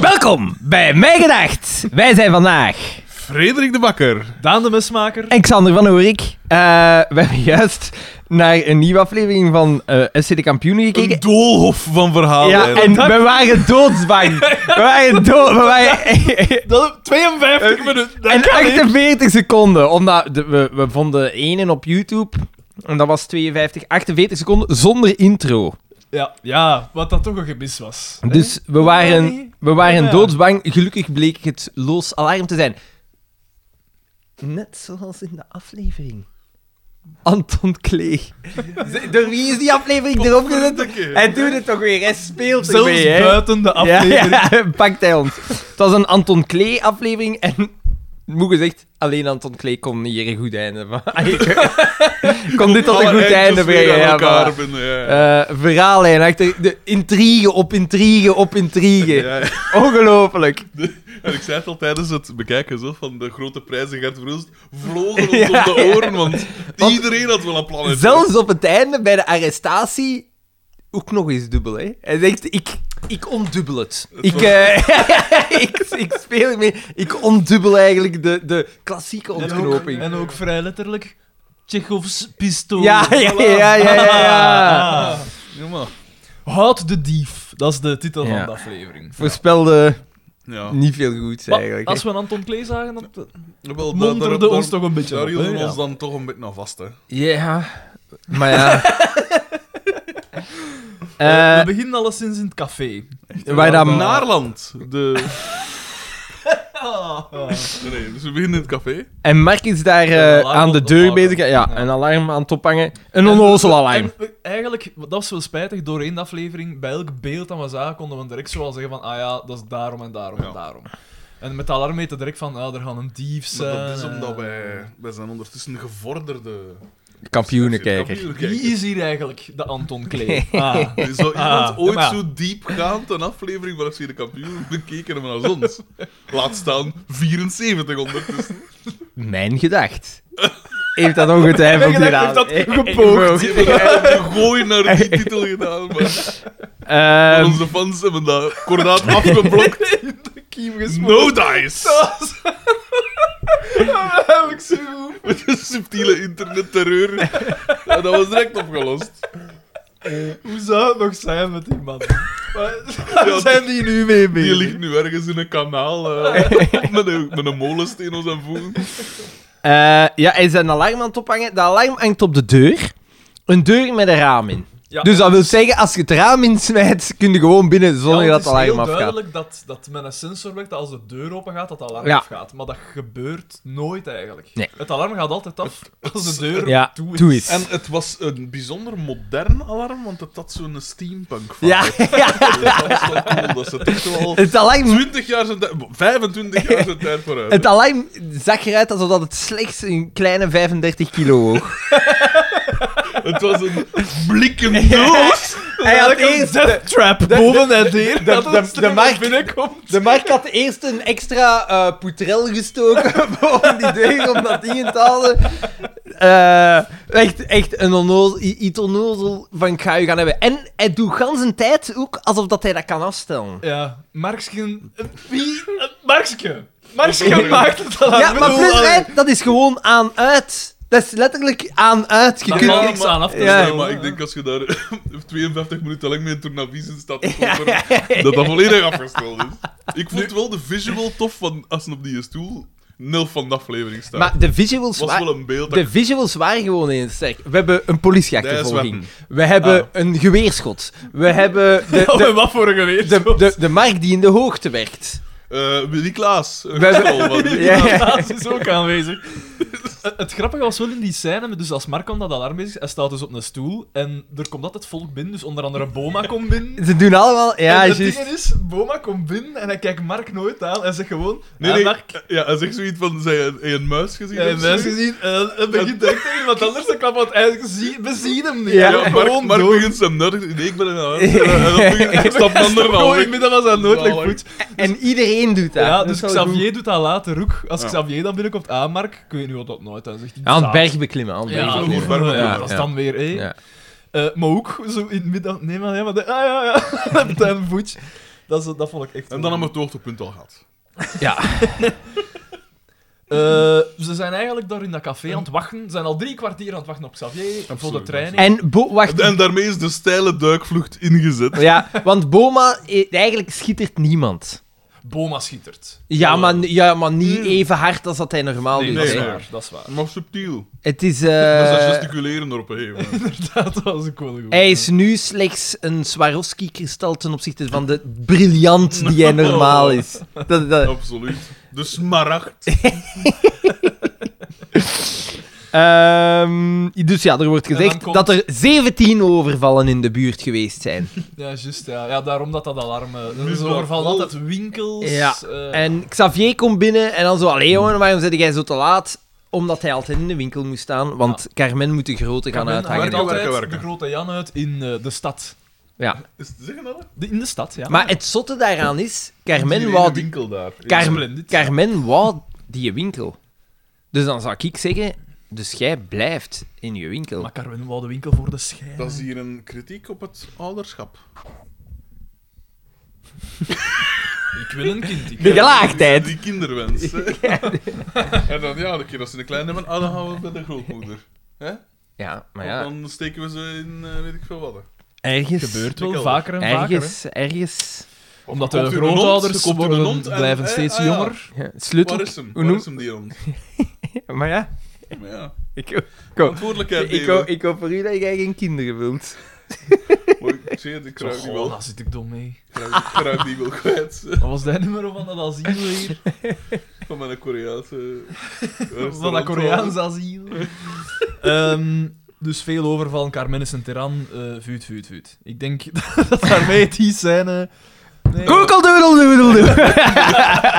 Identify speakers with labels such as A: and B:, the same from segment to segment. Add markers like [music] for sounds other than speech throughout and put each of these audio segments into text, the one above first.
A: Welkom bij Mij Gedacht. Wij zijn vandaag
B: Frederik de Bakker.
C: Daan de Mesmaker.
A: en Xander van Oerik. Eh, we hebben juist naar een nieuwe aflevering van eh SC de Kampioenen
B: Een
A: gekeken.
B: doolhof van verhalen.
A: Ja, en we waren doodsbang. We waren dood... We waren...
C: Dat op 52 minuten.
A: [laughs] En 48 seconden, omdat de- we, we vonden één op YouTube en dat was 52, 48 seconden zonder intro.
C: Ja, ja, wat dat toch een gemis was.
A: Dus we waren, we waren
C: Ja.
A: doodsbang. Gelukkig bleek het loos alarm te zijn. Net zoals in de aflevering. Anton Klee. Z- Door wie is die aflevering erop gezet? Hij doet het toch weer. Hij speelt
C: Zelfs
A: ermee, hè?
C: buiten de
A: Ja,
C: aflevering.
A: ja, [laughs] pakt hij ons. Het was een Anton Klee aflevering en moet gezegd, alleen Anton Klee kon hier een goed einde van.
C: [laughs]
A: kon dit tot een
B: Oh,
A: goed einde brengen. Ja,
B: elkaar
A: voilà.
B: vinden, ja.
A: Eh, verhaallijn achter de intrigue op intrigue op intrigue.
B: Ja, Oh, ja.
A: Ongelooflijk.
B: En ik zei het al tijdens het bekijken zo, van de grote prijzen Gert Verhulst, vlogen ons
A: [laughs] Ja,
B: om de
A: ja.
B: oren, want,
A: Want
B: iedereen had wel een plan.
A: Zelfs op het einde bij de arrestatie ook nog eens dubbel. Hè? Hij zegt: Ik, ik ondubbel het. Ik, eh, [laughs] ik, ik speel ermee. Ik ondubbel eigenlijk de, de klassieke
C: En, ook,
A: ontknoping.
C: en ook vrij letterlijk. Tsjechovs pistool.
A: Ja, ja, ja, ja, ja, ja.
C: Ah. [laughs] Houd de dief. Dat is de titel
A: Ja.
C: van de aflevering.
A: Voorspelde
B: Ja.
A: niet veel goeds
C: Maar
A: eigenlijk.
C: als we een Anton Klee zagen, dan
B: Wel, daar- daar-
C: monterde
B: daar-
C: ons toch een beetje
B: Daar
C: op, hè?
B: hielden we ons
C: Ja.
B: dan toch een beetje aan vast, hè.
A: Ja, maar ja.
C: Eh,
A: [laughs] Eh,
C: we beginnen alleszins in het café.
A: waar dan...
B: Naarland. De...
C: Ah.
B: Nee, nee, dus we beginnen in het café.
A: En Mark is daar eh,
C: Een alarm
A: aan de
C: op-
A: deur
C: ophangen.
A: bezig. Ja,
C: Ja.
A: een alarm aan het ophangen. Een onnozel alarm.
C: [laughs] En we- eigenlijk, dat was wel spijtig, doorheen de aflevering, bij elk beeld dat we zagen, konden we direct zo al zeggen van, ah ja, dat is daarom en daarom
B: Ja.
C: en daarom. En met de alarm weten we direct van, ah, er gaan een dief zijn.
B: Maar dat is omdat
C: eh.
B: wij, wij zijn ondertussen
C: [laughs]
B: gevorderde...
A: Kampioenenkijker.
C: Wie
B: kampioenenkijkers.
C: is hier eigenlijk de Anton
B: [laughs]
C: Klee? Ah.
B: Is zo iemand
C: Ah,
B: ooit
C: maar-
B: zo diepgaand een aflevering waar ze de kampioen bekeken hebben als
C: [laughs]
B: ons? Laat staan 74 ondertussen.
A: Mijn
C: [laughs]
A: gedacht. Heeft dat ongetwijfeld
C: Mijn
A: gedaan.
C: gedacht heeft
A: [laughs]
C: dat
A: Eh,
C: [laughs] gepoogd.
B: Die hebben een gooi naar die titel gedaan, maar
A: Ehm,
B: onze fans hebben dat kordaat
C: [laughs]
B: afgeblokt.
C: de kiem gesmoord.
B: No dice!
C: Dat heb ik zo goed.
B: Met een subtiele
C: [laughs]
B: internetterreur. En dat was direct opgelost.
C: Hoe zou het nog zijn met die man? Waar
B: Ja,
C: zijn die nu mee
B: Die
C: bezig?
B: ligt nu ergens in een
A: [laughs]
B: kanaal eh, met, een, met een molensteen op zijn voet.
A: eh, ja, hij is een alarm aan het ophangen. Dat alarm hangt op de deur. Een deur met een raam in.
C: Ja.
A: Dus dat wil zeggen, als je het raam insmijt, kun je gewoon binnen zonder
C: Ja,
A: dat
C: want
A: het alarm
C: Het is heel
A: afgaat.
C: duidelijk dat, dat met een sensor werkt dat als de deur open gaat, dat het alarm
A: Ja.
C: afgaat. Maar dat gebeurt nooit eigenlijk.
A: Nee.
C: Het alarm gaat altijd af als de deur
A: Ja,
C: toe is.
A: toe
C: [laughs]
A: is.
B: En het was een bijzonder modern alarm, want het had zo'n steampunk van.
A: Ja, [laughs]
B: Dat was wel cool, dat ze het echt wel...
A: het alarm
B: 20 jaar zijn tijd, 25 jaar zijn tijd
A: [laughs]
B: vooruit.
A: Het alarm zag eruit alsof dat het slechts een kleine 35 kilo woog.
B: Het was een blikken
A: [laughs]
B: doos.
A: Hij had eerst de,
C: Trap boven en neer.
A: de- de- de markt-
C: binnenkomt.
A: de markt had eerst een extra eh poetrel gestoken [laughs] boven die deur om dat ding te halen. Eh, echt, echt een onnozel, i- iets onnozel van ik ga je gaan hebben. En hij doet gans een tijd ook alsof dat hij dat kan afstellen.
C: Ja, Marksken... Wie? Markske. Markske maakt het alarm. eh,
A: Ja, maar plus uit, dat is gewoon aan-uit. Dat is letterlijk aan-uit. Je
C: Daar
A: kunt
C: valt
A: niks
C: niks aan af te
A: Ja.
B: Dus Nee,
C: stellen.
B: maar ik denk als je daar [laughs] 52 minuten lang met een tournavies in staat te kopen, dat dat volledig afgesteld is. Ik vond wel de visual tof van als een op die stoel nul van de aflevering staat.
A: Maar de visuals
B: was
A: wa-
B: wel een beeld.
A: De visuals waren gewoon eens sterk. We hebben een politieachtervolging.
B: Dat is
A: We hebben
C: Ah.
A: een geweerschot. We hebben
C: [laughs]
A: de,
C: Oh,
A: de,
C: en wat voor een geweest.
A: de, de, de markt die in de hoogte werkt.
B: Eh, Willy Klaas. Oh, Een
A: We hebben-
B: geval van Willy
A: Ja, ja.
B: Klaas.
C: Dat is dus ook aanwezig. [laughs] Het, het grappige was wel in die scène, dus als Mark om dat alarm bezig is, hij staat dus op een stoel en er komt altijd volk binnen, dus onder andere Boma komt binnen.
A: Ze doen allemaal... [laughs] Ja,
C: en het
A: juist.
C: ding is, Boma komt binnen en hij kijkt Mark nooit aan en zegt gewoon,
B: Nee,
C: nee,
B: nee.
C: Mark, eh,
B: Ja, hij zegt zoiets van, zei je een, een muis gezien?
C: jij hebt
B: of
C: mij
B: zoiets?
C: gezien en eh, het begint direct tegen iemand anders te klappen, want hij ziet, we zien hem niet.
A: Ja,
C: Ja,
B: Ja, Mark,
C: gewoon
B: Mark
C: door.
B: begint zijn nerd. Nee, ik ben een nerd. En dan begint- ik stap een ander
C: Gewoon
B: wel
C: in het
B: weg.
C: midden was hij nooit
B: Zalig.
C: goed.
A: En iedereen doet dat.
C: Ja,
A: Dat
C: dus
A: is wel
C: Xavier
A: goed.
C: doet dat later ook. Als
B: Ja.
C: Xavier dan binnenkomt aan Mark, kun je nu wat dat nooit, dan zegt hij...
A: Aan het
C: "Zalig."
A: berg beklimmen. Aan het berg
C: Ja,
B: Ja,
A: beklimmen.
B: goed, maar-
C: ja,
A: ja,
C: dat
A: ja.
C: is dan weer, hé.
A: Ja.
C: [laughs] Eh, maar ook zo in het midden. Nee, maar ja, maar. de- ah ja, ja. Op zijn voet. Dat, is, dat vond ik echt...
B: En dan hebben we het hoogtepunt al gehad.
A: Ja.
C: Eh, ze zijn eigenlijk daar in dat café aan het wachten. Ze zijn al drie kwartier aan het wachten op Xavier voor de
B: Absoluut.
C: training.
A: En Bo- wacht.
B: En daarmee is de steile duikvlucht ingezet.
A: Ja, want Boma, eh, eigenlijk schittert niemand.
C: Boma schittert.
A: Ja,
B: Oh.
A: maar, ja, maar niet
B: Mm.
A: even hard als dat hij normaal
C: Hmm. Nee,
A: doet.
C: dat is
A: hè.
B: nee.
C: waar. Dat is waar. [laughs]
B: Maar subtiel.
A: Het is...
B: En
A: eh,
B: ze gesticuleren erop een gegeven
C: [laughs]
B: moment.
C: Inderdaad, dat was ook wel goed.
A: hij is nu slechts een Swarovski-kristal ten opzichte van de briljant die
C: [laughs]
A: hij normaal is. Dat, dat,
B: Absoluut. De smaragd.
A: Ehm, dus ja, er wordt
C: En
A: gezegd
C: dan komt-
A: dat er 17 overvallen in de buurt geweest
C: [laughs]
A: zijn.
C: Ja, juist. Ja. ja, daarom dat dat alarm... eh,
B: Nu is
C: Ze
B: dat
C: overvallen
B: vol.
C: altijd winkels.
A: Ja.
C: eh,
A: En Xavier komt binnen en dan zo... Allee jongen, waarom zit jij zo te laat? Omdat hij altijd in de winkel moest staan, want Carmen moet de grote gaan
C: Carmen
A: uithangen.
C: hangt
B: Werken,
C: altijd
B: werken, werken.
C: de grote Jan uit in eh, de stad.
A: Ja.
B: Is het zeggen dat?
C: De, in de stad, ja.
A: Maar het zotte daaraan is, Carmen
B: Die
A: wou
B: ene
A: die,
B: winkel daar.
A: Carmen-
C: Splendid.
A: Carmen wou die winkel. Dus dan zou ik zeggen, dus jij blijft in je winkel.
C: Maar Carmen wou de winkel voor de schijn.
B: Dat is hier een kritiek op het ouderschap.
C: Ik wil een kind. Ik
A: De gelaagdheid.
B: Die kinderwens. hè. [laughs] en dan, ja, de keer als ze een kleine hebben, ah, dan gaan we bij de grootmoeder. Hè?
A: Ja, maar
B: Want
A: ja,
B: Dan steken we ze in, eh, weet ik veel wat. hè.
A: ergens...
C: gebeurt
B: Ik
C: wel
B: al.
C: vaker en vaker. hè.
A: Ergens, ergens...
C: Omdat
B: Komt
C: de
B: u een hond?
C: grootouders
B: Komt u een
C: worden-
B: hond? En,
C: blijven
B: eh,
C: steeds
B: ah, ja.
C: jonger.
A: Ja,
B: Waar
A: sleutel...
B: is hem?
A: hoe
B: Waar
A: noem-
B: is hem, die
C: [laughs]
A: [laughs]
B: hond?
A: Maar ja,
B: Maar ja,
A: ik... ik ook.
B: verantwoordelijkheid
A: Ik
B: nemen.
A: hoop, ik hoop voor u dat jij geen kinderen wilt.
B: Maar Ik zie het, ik ruik die
C: Oh,
B: wel.
C: daar zit ik dom mee.
B: Ik ruik- ik ruik die wel kwijt. hè,
C: Wat was dat nummer van dat asiel hier?
B: Van mijn Koreaanse...
C: Van [laughs] dat Koreaans asiel. [laughs] Ehm, dus veel overvallen, Carmen is een tiran, eh vuut, vuut, vuut. Ik denk [laughs] dat
B: [laughs]
C: daarmee die scène... Nee,
A: Google doodle doodle
C: [laughs]
A: doodle.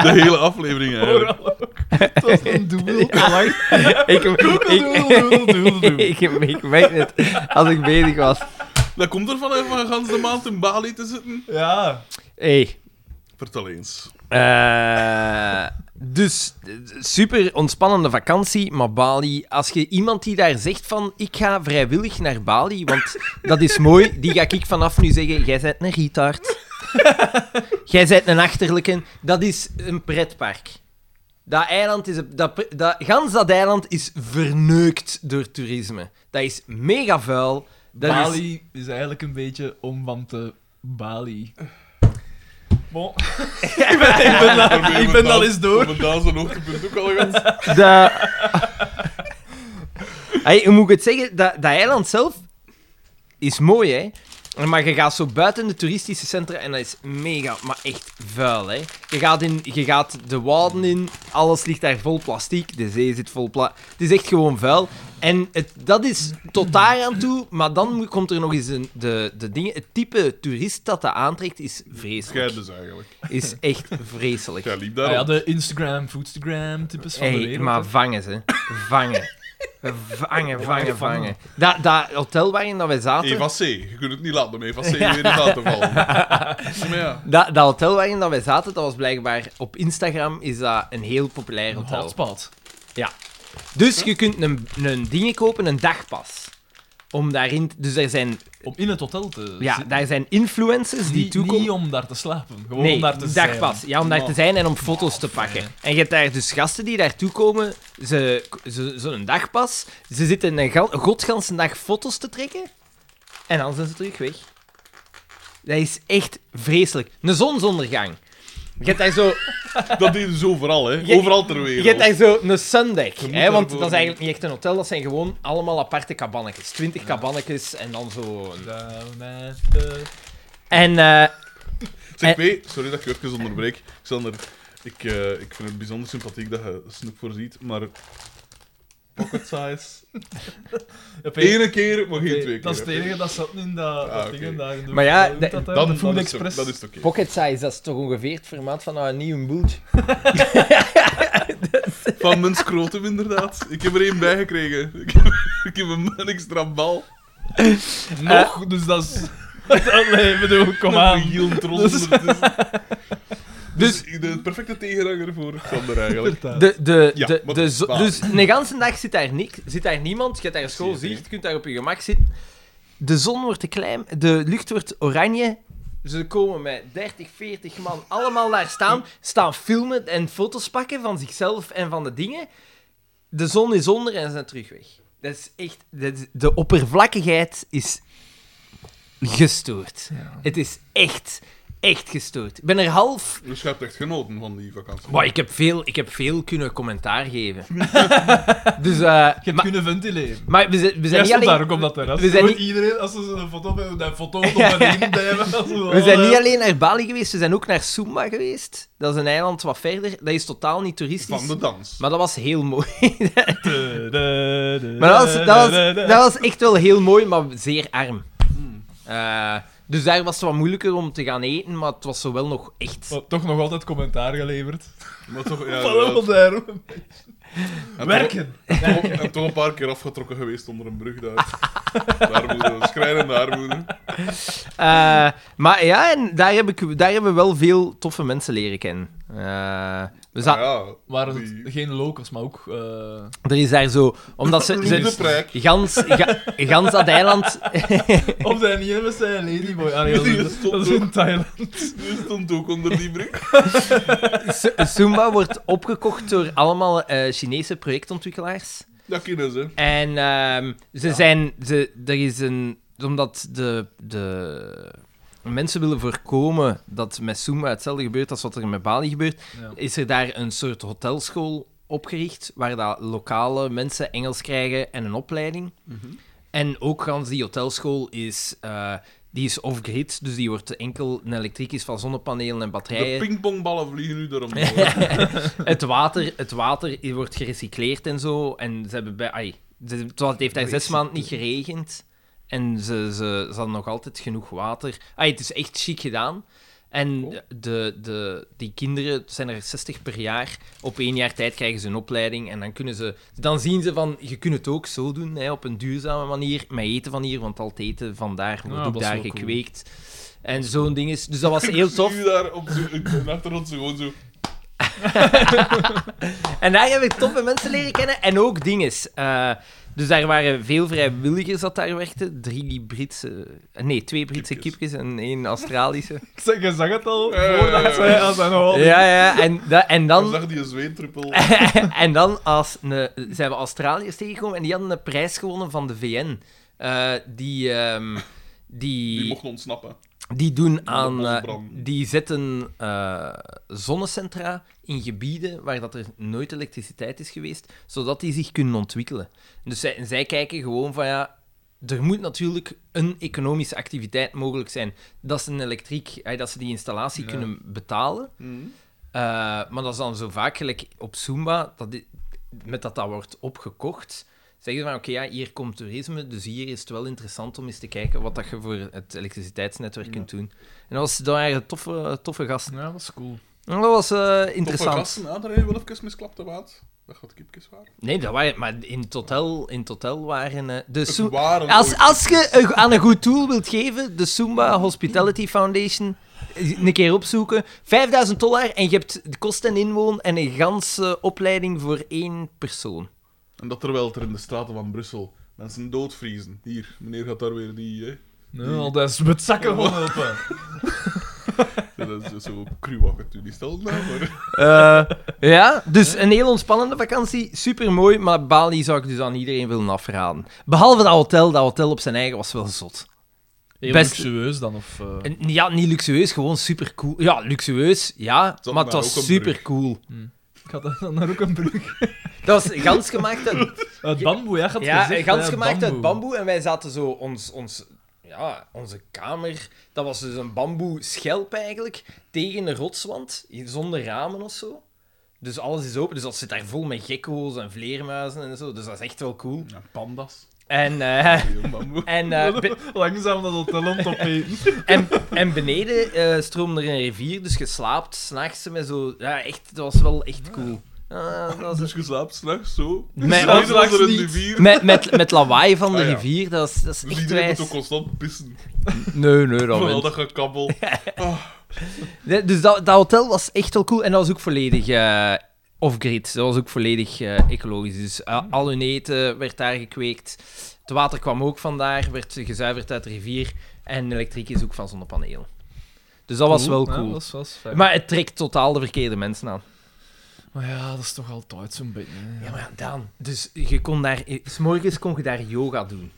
B: De hele aflevering eigenlijk.
C: Overal ook. Eh, Het was een
B: [laughs]
C: dubbel.
A: Ik, ik,
C: doodle, doodle, doodle.
A: [laughs] ik, ik, ik weet het, als ik bezig was.
B: Dat komt ervan even van gans de maand in Bali te zitten.
C: Ja.
A: Hey.
B: Vertel eens.
A: eh, dus, eh, super ontspannende vakantie, maar Bali... Als je iemand die daar zegt van, ik ga vrijwillig naar Bali, want dat is mooi, die ga ik vanaf nu zeggen, jij bent een retard. jij bent een achterlijke. Dat is een pretpark. Dat eiland is... een- Dat, pre- dat, gans dat eiland is verneukt door toerisme. Dat is mega vuil. Dat is-
C: Bali is... eigenlijk een beetje om van te Bali. Bon.
B: Ik ben,
C: ik ben al eens door.
B: Ik ben daar zo'n hoogtepunt ook al
C: [laughs]
B: gehad.
A: De... [laughs] Hey, hoe moet ik het zeggen? Dat, dat eiland zelf is mooi, hè? Maar je gaat zo buiten de toeristische centra en dat is mega, maar echt vuil, hè? Je gaat, in, je gaat de wouden in, alles ligt daar vol plastic, de zee zit vol pla... Het is echt gewoon vuil. En het, dat is tot daar aan toe, maar dan moet- komt er nog eens een, de, de dingen... Het type toerist dat dat aantrekt is
B: Jij
A: vreselijk.
B: dus eigenlijk.
A: Is echt vreselijk.
B: Jij liep
C: Ah
B: daar
C: ja,
B: al.
C: de Instagram, Foodstagram, types van de
A: Hey,
C: wereld.
A: maar
C: hè.
A: vangen ze.
C: [laughs]
A: Vangen. Vangen, vangen, vangen.
C: vangen.
A: Dat, dat hotel waarin dat wij zaten...
B: Eva C. Je kunt het niet laten om Eva C. weer in de zaal te vallen. Maar ja.
A: Dat, dat hotel waarin dat wij zaten, dat was blijkbaar... Op Instagram is dat een heel populair
C: Een
A: hotel.
C: hotspot.
A: Dus je kunt een, een ding kopen, een dagpas. Om daarin... t- Dus er zijn,
C: Om in het hotel te
A: ja,
C: zitten.
A: daar zijn influencers die
C: niet, niet
A: toekomen...
C: om daar te slapen, gewoon
A: Nee,
C: om daar te zijn.
A: dagpas. Ja, om daar
B: Oh.
A: te zijn en om foto's te pakken. En je hebt daar dus gasten die daartoe komen, ze- ze- zo'n dagpas. Ze zitten een gal- godganse dag foto's te trekken. En dan zijn ze terug weg. Dat is echt vreselijk. Een zonsondergang. Je hebt daar zo,
B: Dat deden ze overal, hè.
A: Je-
B: Overal ter
A: je
B: wereld.
A: hebt daar zo een sundeck.
B: moet
A: Hè, want
B: daarvoor-
A: dat is eigenlijk niet echt een hotel, dat zijn gewoon allemaal aparte kabannetjes. Twintig kabannetjes en dan zo... een-
C: Down at the-
A: En eh,
B: Zeg, P, sorry dat ik je even onderbreek. Xander, ik, eh, ik vind het bijzonder sympathiek dat je Snoep voorziet, maar... Pocket
C: [laughs]
B: size.
C: Ja, P,
B: Eén keer, maar geen
C: P,
B: twee keer.
C: Dat is het
B: hè, P.
C: enige dat zat in dat,
B: Ah,
C: dat
B: oké.
C: ding daar in de
A: Maar ja,
C: hoe
A: dat-
C: heet hè?
B: Dan,
C: de
B: dan
C: Food
B: is het
C: Express.
B: ook- dat is het oké.
A: pocket size, dat is toch ongeveer het formaat van een nieuwe boeltje.
B: Van mijn scrotum, inderdaad. Ik heb er één bij gekregen. [laughs] Ik heb, ik heb een, een extra bal.
C: Nog, dus dat is...
A: [laughs]
C: nee, ik bedoel, kom aan.
B: Een heel trots
C: Dus- [laughs]
B: ondertussen.
A: Dus-
B: Dus, ik- de perfecte tegenhanger voor Xander, eigenlijk.
C: Vertel.
A: De, de,
B: Ja,
A: de,
B: maar
A: de
B: dat
A: zo-
B: is waar.
A: dus een ganse dag zit daar, niks, zit daar niemand. Je hebt daar een school
B: Zie je
A: zicht, je kunt daar op je gemak zitten. De zon wordt te klein, de lucht wordt oranje. Ze komen met 30, 40 man allemaal daar staan, staan filmen en foto's pakken van zichzelf en van de dingen. De zon is onder en ze zijn terug weg. Dat is echt... dat is- de oppervlakkigheid is gestoord. Het is echt, echt gestoord. Ik ben er half...
B: Dus je hebt echt genoten van die vakantie.
A: Maar ik heb veel, ik heb veel kunnen commentaar
C: [laughs]
A: geven. dus, eh,
C: Je hebt
A: maar,
C: kunnen ventileren.
A: maar we zijn, we
C: Jij
A: zijn niet
C: stond
A: alleen...
C: daar ook op dat terras.
A: we zijn
C: Gewoon
A: niet-
C: Iedereen, als ze een foto hebben,
A: [laughs]
C: dat foto op een ring duimen, dat ze
A: We zijn
C: wel,
A: niet
C: eh,
A: alleen naar Bali geweest, we zijn ook naar Sumba geweest. Dat is een eiland wat verder. Dat is totaal niet toeristisch.
B: Van de dans.
A: Maar dat was heel mooi.
C: de- de- de-
A: Maar dat was, dat, was,
C: de- de-
A: dat was echt wel heel mooi, maar zeer arm.
C: Hmm.
A: Eh, dus daar was het wat moeilijker om te gaan eten, maar het was zo wel nog echt.
C: Maar Toch nog altijd commentaar geleverd.
B: Maar toch, ja,
C: Hallo
B: inderdaad.
C: daar.
B: En
C: Werken.
B: Toch, en toch- en toch een paar keer afgetrokken geweest onder een brug daar. De armoede, schrijnende armoede.
A: Eh, maar ja, en daar, heb ik, daar hebben we wel veel toffe mensen leren kennen. Eh, we za-
B: Ah ja,
C: Waren
B: die-
C: het geen locals, maar ook... eh, [laughs]
A: Er is daar zo, omdat ze.
B: Roem de
A: ze
B: prijk.
A: gans, ga- gans dat eiland.
C: Of zijn niet met zijn ladyboy. Ah, nee, dat,
B: Die
C: is,
B: stond
C: dat is in
B: ook.
C: Thailand.
B: Die stond ook onder die brug.
A: S- Zumba wordt opgekocht door allemaal eh, Chinese projectontwikkelaars.
B: Dat kennen ze.
A: En ehm, ze zijn. Ze, er is een. Omdat de, de mensen willen voorkomen dat met Zumba hetzelfde gebeurt als wat er met Bali gebeurt, is er daar een soort hotelschool opgericht. Waar dat lokale mensen Engels krijgen en een opleiding. En ook gans die hotelschool is. eh, die is off-grid, dus die wordt enkel een elektrisch van zonnepanelen en
B: De
A: batterijen.
B: pingpongballen vliegen
A: [laughs]
B: nu daarom.
C: [laughs]
A: Het water, het water wordt gerecycleerd en zo. En ze hebben bij. Ai, ze- het was- het heeft daar zes maanden niet geregend. En ze, ze, ze hadden nog altijd genoeg water. Ai, het is echt chic gedaan. En de, de, die kinderen, het zijn er 60 per jaar. Op één jaar tijd krijgen ze een opleiding. En dan, kunnen ze, dan zien ze van, je kunt het ook zo doen, hè, op een duurzame manier. Met eten van hier, want al het eten vandaar wordt
C: Ja, Ah, dat
A: ook
C: is
A: daar
C: wel cool.
A: gekweekt. En zo'n ding is... Dus dat was heel tof.
B: Nu daar op zo, in de achtergrond zo gewoon zo.
A: En daar heb ik toffe mensen leren kennen en ook dinges. Eh, dus daar waren veel vrijwilligers dat daar werkten. Drie Britse... eh, Nee, twee Britse
B: Kipjes.
A: kipjes en één Australische.
C: Ik zeg, je zag het al.
B: Ja, ja, ja,
C: Voordat
B: ja.
C: zij als hij "Ah, nog al...
A: Ja, ja. En, da- en
B: [laughs] Dan
A: dan...
B: zag die een
A: [laughs]
B: zweetruppel.
A: en dan als een- zijn we Australiërs tegengekomen en die hadden een prijs gewonnen van de VN. Eh, die, ehm,
B: Die
A: die,
B: mocht ontsnappen.
A: die doen aan... eh,
B: bosbranden.
A: die zetten eh, zonnecentra in gebieden waar dat er nooit elektriciteit is geweest, zodat die zich kunnen ontwikkelen. Dus zij, zij kijken gewoon van ja, er moet natuurlijk een economische activiteit mogelijk zijn. Dat ze een elektriek, eh, dat ze die installatie
C: Ja.
A: kunnen betalen.
B: Mhm.
A: Eh, maar dat is dan zo vaak gelijk op Zumba, dat dit- met dat dat wordt opgekocht, zeggen ze van oké, ja, hier komt toerisme, dus hier is het wel interessant om eens te kijken wat dat je voor het elektriciteitsnetwerk
C: Ja.
A: kunt doen. En dat was daar waren toffe, toffe gasten.
C: Ja, dat is cool.
A: En Dat was eh,
B: Toffe
A: interessant.
B: gasten, ah, daar heb je wel even misklapt, waard. Dat gaat kipjes waren.
A: Nee, dat waren, maar in het hotel, in het hotel waren... eh, de
B: Het
A: Zoom-
B: waren
A: als,
B: ooit-
A: als je een- aan een goed doel wilt geven, de Zumba Hospitality Foundation, eh, een keer opzoeken. 5000 dollar en je hebt de kosten en inwoon en een ganse opleiding voor één persoon.
B: En dat terwijl er in de straten van Brussel mensen doodvriezen. Hier, meneer gaat daar weer die... Hè.
C: Nee, al dat is met zakken gewoon helpen.
B: Dat is zo cruwak, die stelt nou, maar...
A: ja, dus een heel ontspannende vakantie. Super mooi, maar Bali zou ik dus aan iedereen willen afraden. Behalve dat hotel, dat hotel op zijn eigen was wel zot.
C: Heel
A: Best-
C: luxueus dan, of... eh,
A: En Ja, niet luxueus, gewoon super cool. Ja, luxueus, ja,
B: Zat
A: maar het
B: daar
A: was
B: ook een
A: super
B: brug?
A: cool.
C: Ik had dan naar ook een brug.
A: Dat was gans gemaakt uit,
C: Uit bamboe, ja, gaat
A: ja,
C: gezegd. eh,
A: gans
C: hè,
A: gemaakt uit bamboe. En wij zaten zo ons, ons, ja, onze kamer. Dat was dus een bamboe schelp eigenlijk. Tegen een rotswand, zonder ramen of zo. Dus alles is open. Dus dat zit daar vol met gekko's en vleermuizen en zo. Dus dat is echt wel cool.
B: Ja, pandas.
A: En, eh,
B: Heel bamboe.
A: en,
C: [laughs]
A: eh, be-
C: Langzaam dat hotel om
B: [laughs]
C: te opeten.
A: en, en beneden eh, stroomde er een rivier. Dus je slaapt s'nachts met zo. Ja, echt, dat was wel echt cool. Ja, dat was
B: Dus je slaapt s'nachts zo.
A: Mijn
B: Slaapt
C: afslags
B: onder een
C: niet.
B: rivier.
A: Met, met, met lawaai van de
B: Ah, ja.
A: rivier, dat is, dat is
B: Dus
A: echt
B: iedereen moet
A: wijs.
B: ook constant pissen.
A: Nee, nee,
B: Van
A: dat
B: al
A: wint.
B: dat gekabbel.
A: Nee, Dus dat, dat hotel was echt wel cool en dat was ook volledig eh, off-grid. Dat was ook volledig eh, ecologisch. Dus eh, al hun eten werd daar gekweekt. Het water kwam ook vandaar, werd gezuiverd uit de rivier. En elektriek is ook van zonnepanelen. Dus dat was wel
C: Ja,
A: cool.
C: dat was eh, fijn. Maar,
A: Maar het trekt totaal de verkeerde mensen aan.
C: ja, dat is toch altijd zo'n beetje. hè.
A: Ja, maar Daan, dus je kon daar... S'morgens kon je daar yoga doen.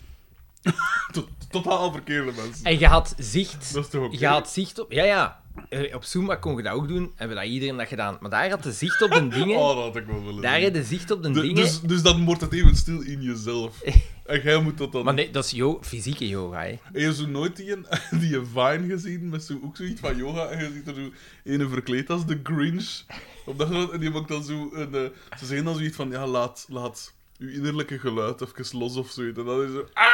B: Tot- Totaal verkeerde mensen.
A: En je had zicht...
B: Dat is toch oké?
A: Je had zicht op... Ja, ja. Eh, Op Zumba kon je dat ook doen. Hebben dat iedereen dat gedaan. Maar daar had de zicht op de dingen...
B: Oh, dat had ik wel willen
A: daar
B: doen.
A: had de zicht op de,
B: Du-
A: dingen...
B: dus, dus dan wordt het even stil in
A: [laughs]
B: jezelf. En jij moet dat dan...
A: Maar nee, dat is yo fysieke yoga, hè.
B: En je zo nooit die, [laughs] die Vine gezien met zo, ook zoiets van yoga. En je ziet er zo een verkleed als de Grinch. Op dat moment, en die maakt dan zo. Een, eh, ze zeggen dan zoiets van: ja, laat, laat uw innerlijke geluid even los of zoiets. En dan is zo. Ah!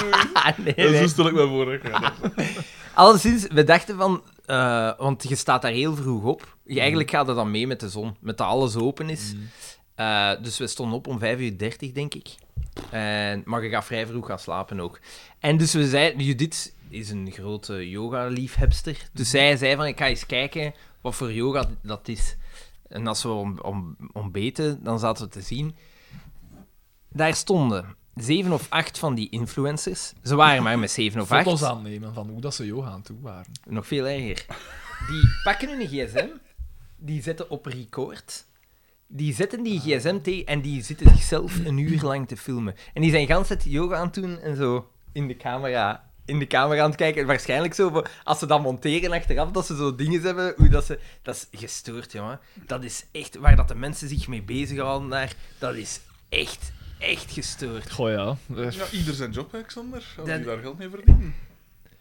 B: Zoiets.
A: Ah, nee,
B: En zo
A: nee.
B: stel ik mij voor.
A: [laughs]
B: hè. Ja, dat is-
A: Alleszins, we dachten van... eh, want je staat daar heel vroeg op. Je, eigenlijk gaat dat dan mee met de zon. Met dat alles open is. Eh, dus we stonden op om 5 uur 30, denk ik. En, maar je gaat vrij vroeg gaan slapen ook. En dus we zeiden... Judith is een grote yoga-liefhebster. Dus zij zei van, ik ga eens kijken wat voor yoga dat is. En als we om, om, ontbeten, dan zaten we te zien. Daar stonden zeven of acht van die influencers. Ze waren maar met zeven of acht.
C: Foto's aannemen van hoe dat ze Johan toe waren.
A: Nog veel erger. Die pakken hun gsm, die zetten op record, die zetten die gsm tegen en die zitten zichzelf een uur lang te filmen. En die zijn gans het yoga aan het doen en zo in de camera. In de camera aan het kijken. En Waarschijnlijk zo, voor- als ze dat monteren achteraf, dat ze zo dingen hebben. Hoe dat, ze, dat is gestoord, jongen. Dat is echt waar dat de mensen zich mee bezighouden daar. Dat is echt, echt gestoord.
C: Goh ja.
B: Ja, ieder zijn job, Alexander. Als
A: Dat-
B: die daar geld mee verdienen.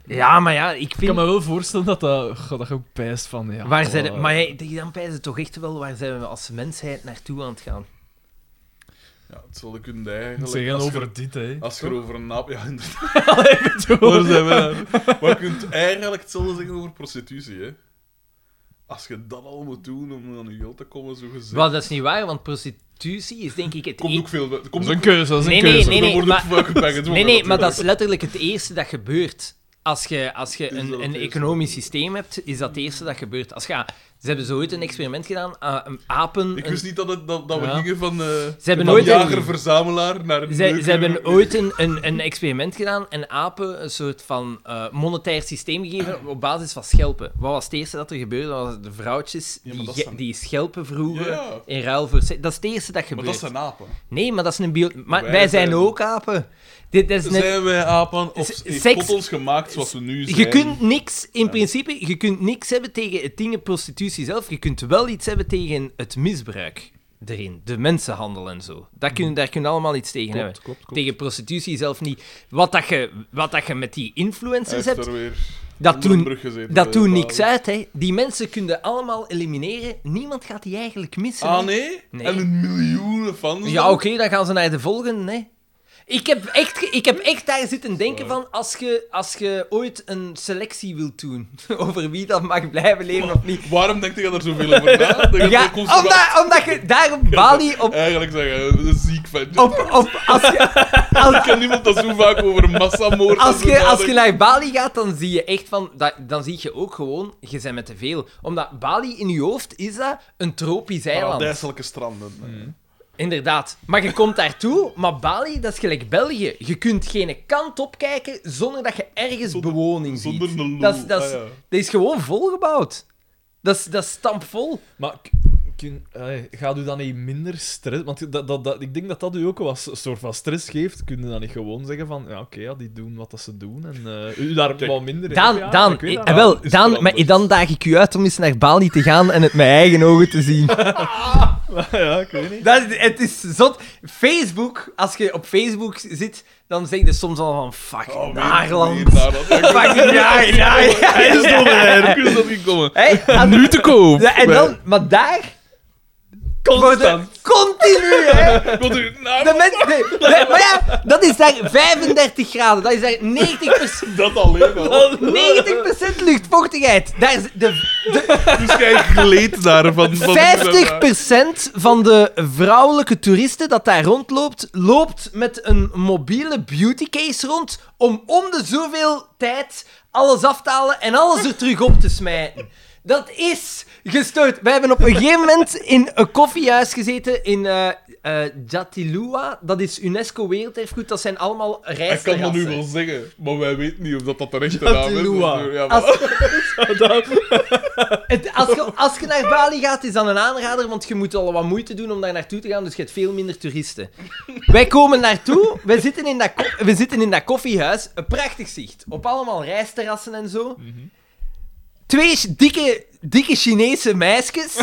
A: Ja, maar ja, ik
C: Ik
A: vind...
C: kan me wel voorstellen dat dat, goh, dat je ook pijst van. Ja,
A: Waar
C: goh,
A: zijn,
C: eh,
A: maar jij, die dan pijzen toch echt wel waar zijn we als mensheid naartoe aan het gaan?
B: Ja, het zal ik kunnen
C: Ik
B: eigenlijk.
C: zeg
B: als
C: over
B: je-
C: dit, hè.
B: Als je erover een naap... Ja, inderdaad. Waar
C: [laughs] Waar
B: zijn we daar? Maar je kunt eigenlijk hetzelfde zeggen over prostitutie, hè. Als je dat al moet doen om aan je geld te komen, zo gezegd.
A: Wel, dat is niet waar, want prostitutie is denk ik het e-
B: Komt ook
A: eerste...
B: veel... Komt
C: Dat
B: ook
C: is een keuze, dat is een
A: Nee, nee,
C: keuze.
A: nee,
B: Dan wordt het
A: maar-
B: fucking package
A: Nee, nee,
B: [laughs] worden,
A: maar dat is
B: natuurlijk.
A: letterlijk het eerste dat gebeurt. Als je, als je
B: Is dat
A: een,
B: het
A: een
B: eerste?
A: economisch systeem hebt, is dat het eerste dat gebeurt. Als je, ze hebben zo ooit een experiment gedaan, ah, een apen...
B: Ik
A: een-
B: wist niet dat, het, dat, dat we
C: Ja.
B: gingen van, eh ze
A: hebben nooit een-
B: jager-verzamelaar naar een
A: Ze,
B: neuker.
A: ze hebben ooit een, een, een experiment gedaan en apen een soort van eh, monetair systeem gegeven op basis van schelpen. Wat was het eerste dat er gebeurde? Dat waren de vrouwtjes
B: Ja, maar
A: die,
B: dat
A: ge-
B: zijn-
A: die schelpen
B: Ja,
A: vroegen
B: ja.
A: in ruil voor... se- Dat is het eerste dat
B: Maar
A: gebeurt.
B: dat zijn apen.
A: Nee, maar dat is een bio... Maar wij,
B: Wij
A: zijn,
B: zijn-
A: ook apen. Dit dat is net...
B: Zijn wij apen of
A: S-
B: heeft
A: seks-
B: God ons gemaakt zoals we nu zijn?
A: Je kunt niks, in principe, je kunt niks hebben tegen het ding prostitutie zelf. Je kunt wel iets hebben tegen het misbruik erin. De mensenhandel en zo. Dat
B: Hm.
A: kun, daar kun je allemaal iets tegen hebben.
C: klopt,
A: Tegen prostitutie zelf niet. Wat dat je, wat dat je met die
B: Hij
A: influencers
B: heeft
A: hebt,
B: er weer
A: dat
B: onder een
A: doen,
B: brug gezeten bij
A: dat doen
B: de
A: niks
B: vader.
A: uit. Hè. Die mensen kunnen allemaal elimineren. Niemand gaat die eigenlijk missen. hè.
B: Ah, nee?
A: Nee.
B: En een miljoenen fans?
A: Ja,
B: dan?
A: oké, dan gaan ze naar de volgende. Hè. Ik, heb echt, ge- ik heb echt daar zitten denken van als je als je ooit een selectie wilt doen [laughs] over wie dat mag blijven leven of niet.
B: Waarom denkt hij daar zoveel over na? Dat
A: [laughs]
B: je
A: Ja,
B: komt zo
A: omdat, omdat je daar op Bali op.
B: Eigenlijk zeggen, eh, een ziek ventje.
A: op, op als, [laughs] je,
B: Ik ken niemand dat zo vaak over massamoord
A: als, je, als je naar Bali gaat, dan zie je echt van. Dat, dan zie je ook gewoon, je bent met te veel. Omdat Bali in je hoofd is Ah, dat een tropisch eiland.
B: Paradijselijke stranden.
A: Hmm. Inderdaad. Maar je komt daartoe, maar Bali, dat is gelijk België. Je kunt geen kant op kijken zonder dat je ergens bewoning ziet.
B: zonder een lul.
A: Dat is, dat, is,
B: Ah, ja.
A: dat is gewoon volgebouwd. Dat is, dat is stampvol.
C: Maar k- kun, allee, gaat u dan niet minder stress... Want dat, dat, dat, ik denk dat dat u ook wel een soort van stress geeft. Kun je dan niet gewoon zeggen van... Ja, oké, ja, die doen wat dat ze doen. En eh, u daar
B: Kijk,
C: wel minder in
A: Daan,
C: opjagen?
A: Daan,
C: Ik weet dat
A: eh,
C: wel.
A: wel,
B: is
A: Daan,
B: veranderd.
A: maar dan daag ik u uit om eens naar Bali te gaan en het met eigen ogen te zien.
C: ja, ik weet niet.
A: Dat, het is zot. Facebook, als je op Facebook zit, dan zeg je soms al van fuck,
B: Oh, weer-
A: Naarland.
B: weer Naarland. Ja, ik wist-
A: Fuck, ja, ja,
B: Hij is
A: ja.
B: nog er. Ik wist dat niet komen.
A: [laughs] Hey, als-
B: Nu te koop.
A: Ja, en dan, maar daar. worden eh, Continu, hè?
B: Komt er- nou,
A: De mensen. de- de- maar ja, dat is daar 35 graden. Dat is daar 90%,
B: [laughs] Dat
A: [laughs]
B: alleen al.
A: 90 luchtvochtigheid. Daar is de
B: Dus jij gleed daar van... van
A: 50% van de vrouwelijke toeristen dat daar rondloopt, loopt met een mobiele beautycase rond om om de zoveel tijd alles af te halen en alles er terug op te smijten. Dat is gestoord. Wij hebben op een gegeven moment in een koffiehuis gezeten in eh eh, Jatilua. Dat is UNESCO Werelderfgoed. Dat zijn allemaal
B: Ik kan dat nu
A: reisterrassen.
B: wel zeggen, maar wij weten niet of dat, dat de rechte
C: Dat
B: naam
C: die
B: is.
C: Lua.
B: Dus, ja, maar- [laughs]
A: Als, het, als, je, als je naar Bali gaat, is dat een aanrader, want je moet al wat moeite doen om daar naartoe te gaan, dus je hebt veel minder toeristen. Wij komen naartoe, we zitten in dat, ko- we zitten in dat koffiehuis, een prachtig zicht, op allemaal rijsterrassen en zo. Twee ch- dikke, dikke Chinese meisjes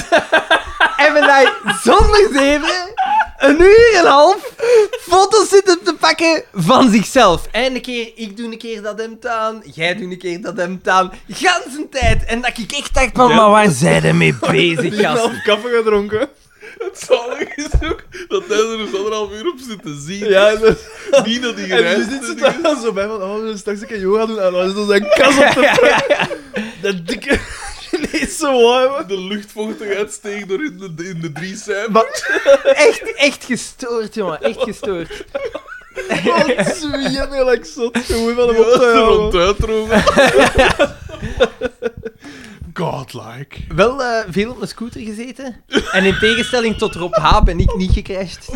A: hebben daar zonder zeven een uur en een half foto's zitten te pakken van zichzelf. En een keer, ik doe een keer dat hem aan, jij doet een keer dat hem aan. Gans een tijd. En dat ik echt dacht van,
C: Ja.
A: maar waar zijn we mee bezig, gast?
C: half koffie gedronken.
B: Het zalig is ook dat hij er dus anderhalf uur op zit te zien.
C: Ja, en dus-
B: Niet [laughs] dat hij
C: en
B: gereisd
C: dus
B: is.
C: zit ze daar dan zo bij van, oh, we zullen straks een keer yoga doen. En dan is dat zijn kas op de Dat dikke [laughs] Chinese warme.
B: De luchtvochtigheid steeg door in de, in de drie cijfers.
A: Echt, echt gestoord, jongen. Echt gestoord.
C: Wat zweet, gelijk zot. Gewoon van hem op
B: Ja,
C: te houden.
B: ronduit roepen. [laughs] Godlike.
A: Wel eh, veel op mijn scooter gezeten. En in tegenstelling tot Rob H. ben ik niet gecrashed.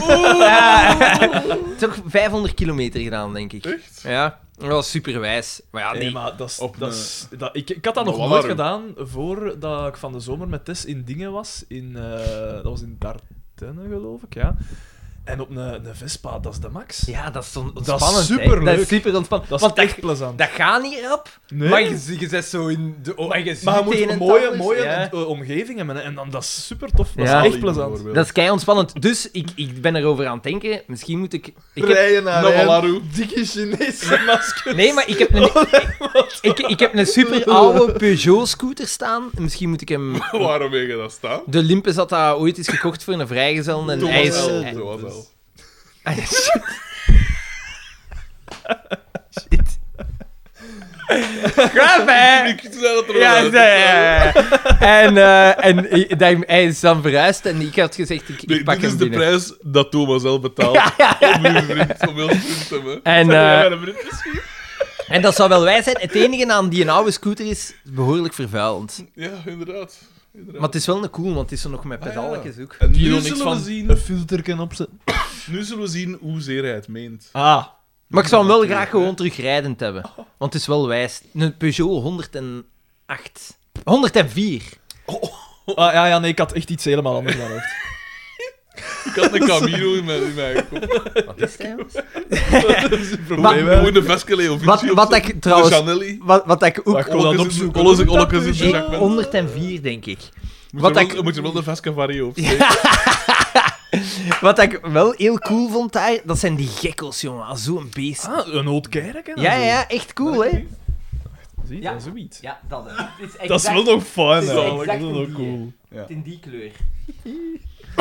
A: [laughs] Toch 500 kilometer gedaan, denk ik.
B: Echt?
A: Ja, dat was superwijs. Maar ja,
C: Nee,
A: die...
C: maar dat is,
B: Op
C: dat
B: een-
C: is- dat, ik, ik had dat nog
B: Een
C: nooit
B: alarm.
C: gedaan voordat ik van de zomer met Tess in Dingen was. In, eh, dat was in Dardenne, geloof ik, ja. En op een, een Vespa, dat is de max.
A: Ja, dat is on-
C: is
A: ontspannend. hè.
C: superleuk.
A: Dat is super ontspannend.
C: Dat is
A: Want
C: echt
A: dat,
C: plezant.
A: dat gaat niet rap.
C: Nee.
A: Maar je, je zit zo in de... oh, je ziet
C: maar je moet
A: het een
C: een
A: en het
C: mooie,
A: ander.
C: mooie
A: Ja.
C: eh, omgeving hebben. hè. En dan, dat is super tof. Dat
A: Ja.
C: is echt plezant. [laughs]
A: Dat is kei ontspannend. Dus ik, ik ben erover aan het denken. Misschien moet ik. ik heb...
C: Rijden naar
B: Nog een
C: Rijn,
B: laroe.
C: dikke Chinese masker.
A: Nee, maar ik heb
C: [laughs]
A: een. Ik, ik heb een super oude Peugeot scooter staan. Misschien moet ik hem.
B: [laughs] Waarom heb je dat staan?
A: De Limpes had dat ooit eens gekocht voor een vrijgezel. En
B: Toen
A: hij
B: was
A: is.
B: wel,
A: hij-
B: toen was wel.
A: Ah, ja, shit. Shit. Grap,
B: [laughs]
A: hè?
B: Ik zei dat er
A: Ja,
B: wel uit.
A: ja, ja, ja. En, eh, en i- dat- hij is dan verhuisd en ik had gezegd, ik, ik
B: Nee,
A: pak
B: dit is
A: hem
B: de
A: binnen.
B: prijs dat Thomas zelf
A: [laughs]
B: betaalt om uw vriend, om heel vriend te hebben.
A: En,
B: Zou jij
A: eh,
B: mijn vriend misschien?
A: En dat zou wel wij zijn. Het enige aan die een oude scooter is behoorlijk vervuilend.
B: Ja, inderdaad. inderdaad.
A: Maar het is wel een cool, want het is er nog met
B: Ah, ja.
A: pedalletjes ook.
B: En
C: Die
B: nu
C: wil niks
B: zullen,
C: van
B: we zien,
C: een filter opzetten.
B: nu zullen we zien hoezeer hij het meent.
C: Ah,
A: Maar ik zou hem wel graag gewoon terugrijdend hebben. Want het is wel wijs. Een Peugeot 108. 104.
C: ah ja, ja, nee, ik had echt iets helemaal [laughs] anders in mijn hoofd.
B: Ik had een Camino in mijn, in [laughs] mijn kop.
A: Wat is dat? jongens?
C: dat is een probleem,
B: Gewoon
C: hè.
B: de Vescale of
A: Wat, wat ik trouwens...
B: Chanelli.
A: Wat, wat ik ook...
C: Wacht, ik wil dat opzoeken.
B: Alles in alles in de
A: Ik-
B: zak. Moet
A: 104, denk ik.
B: je
A: wat
B: wel-
A: ik-
B: Moet je wel de Vesca Vario of
A: Wat ik wel heel cool vond daar, dat zijn die gekkels, jongen. Zo'n beest.
C: Ah, een oud kerk, hè.
A: Ja, ja, ja, echt cool, hè?
C: Zie,
A: Ja.
C: dat is zoiets.
A: Ja, dat is
C: Dat is wel nog fijn,
A: is
C: eigenlijk.
A: exact
C: Dat is wel
A: een
C: cool.
A: in die kleur. [laughs]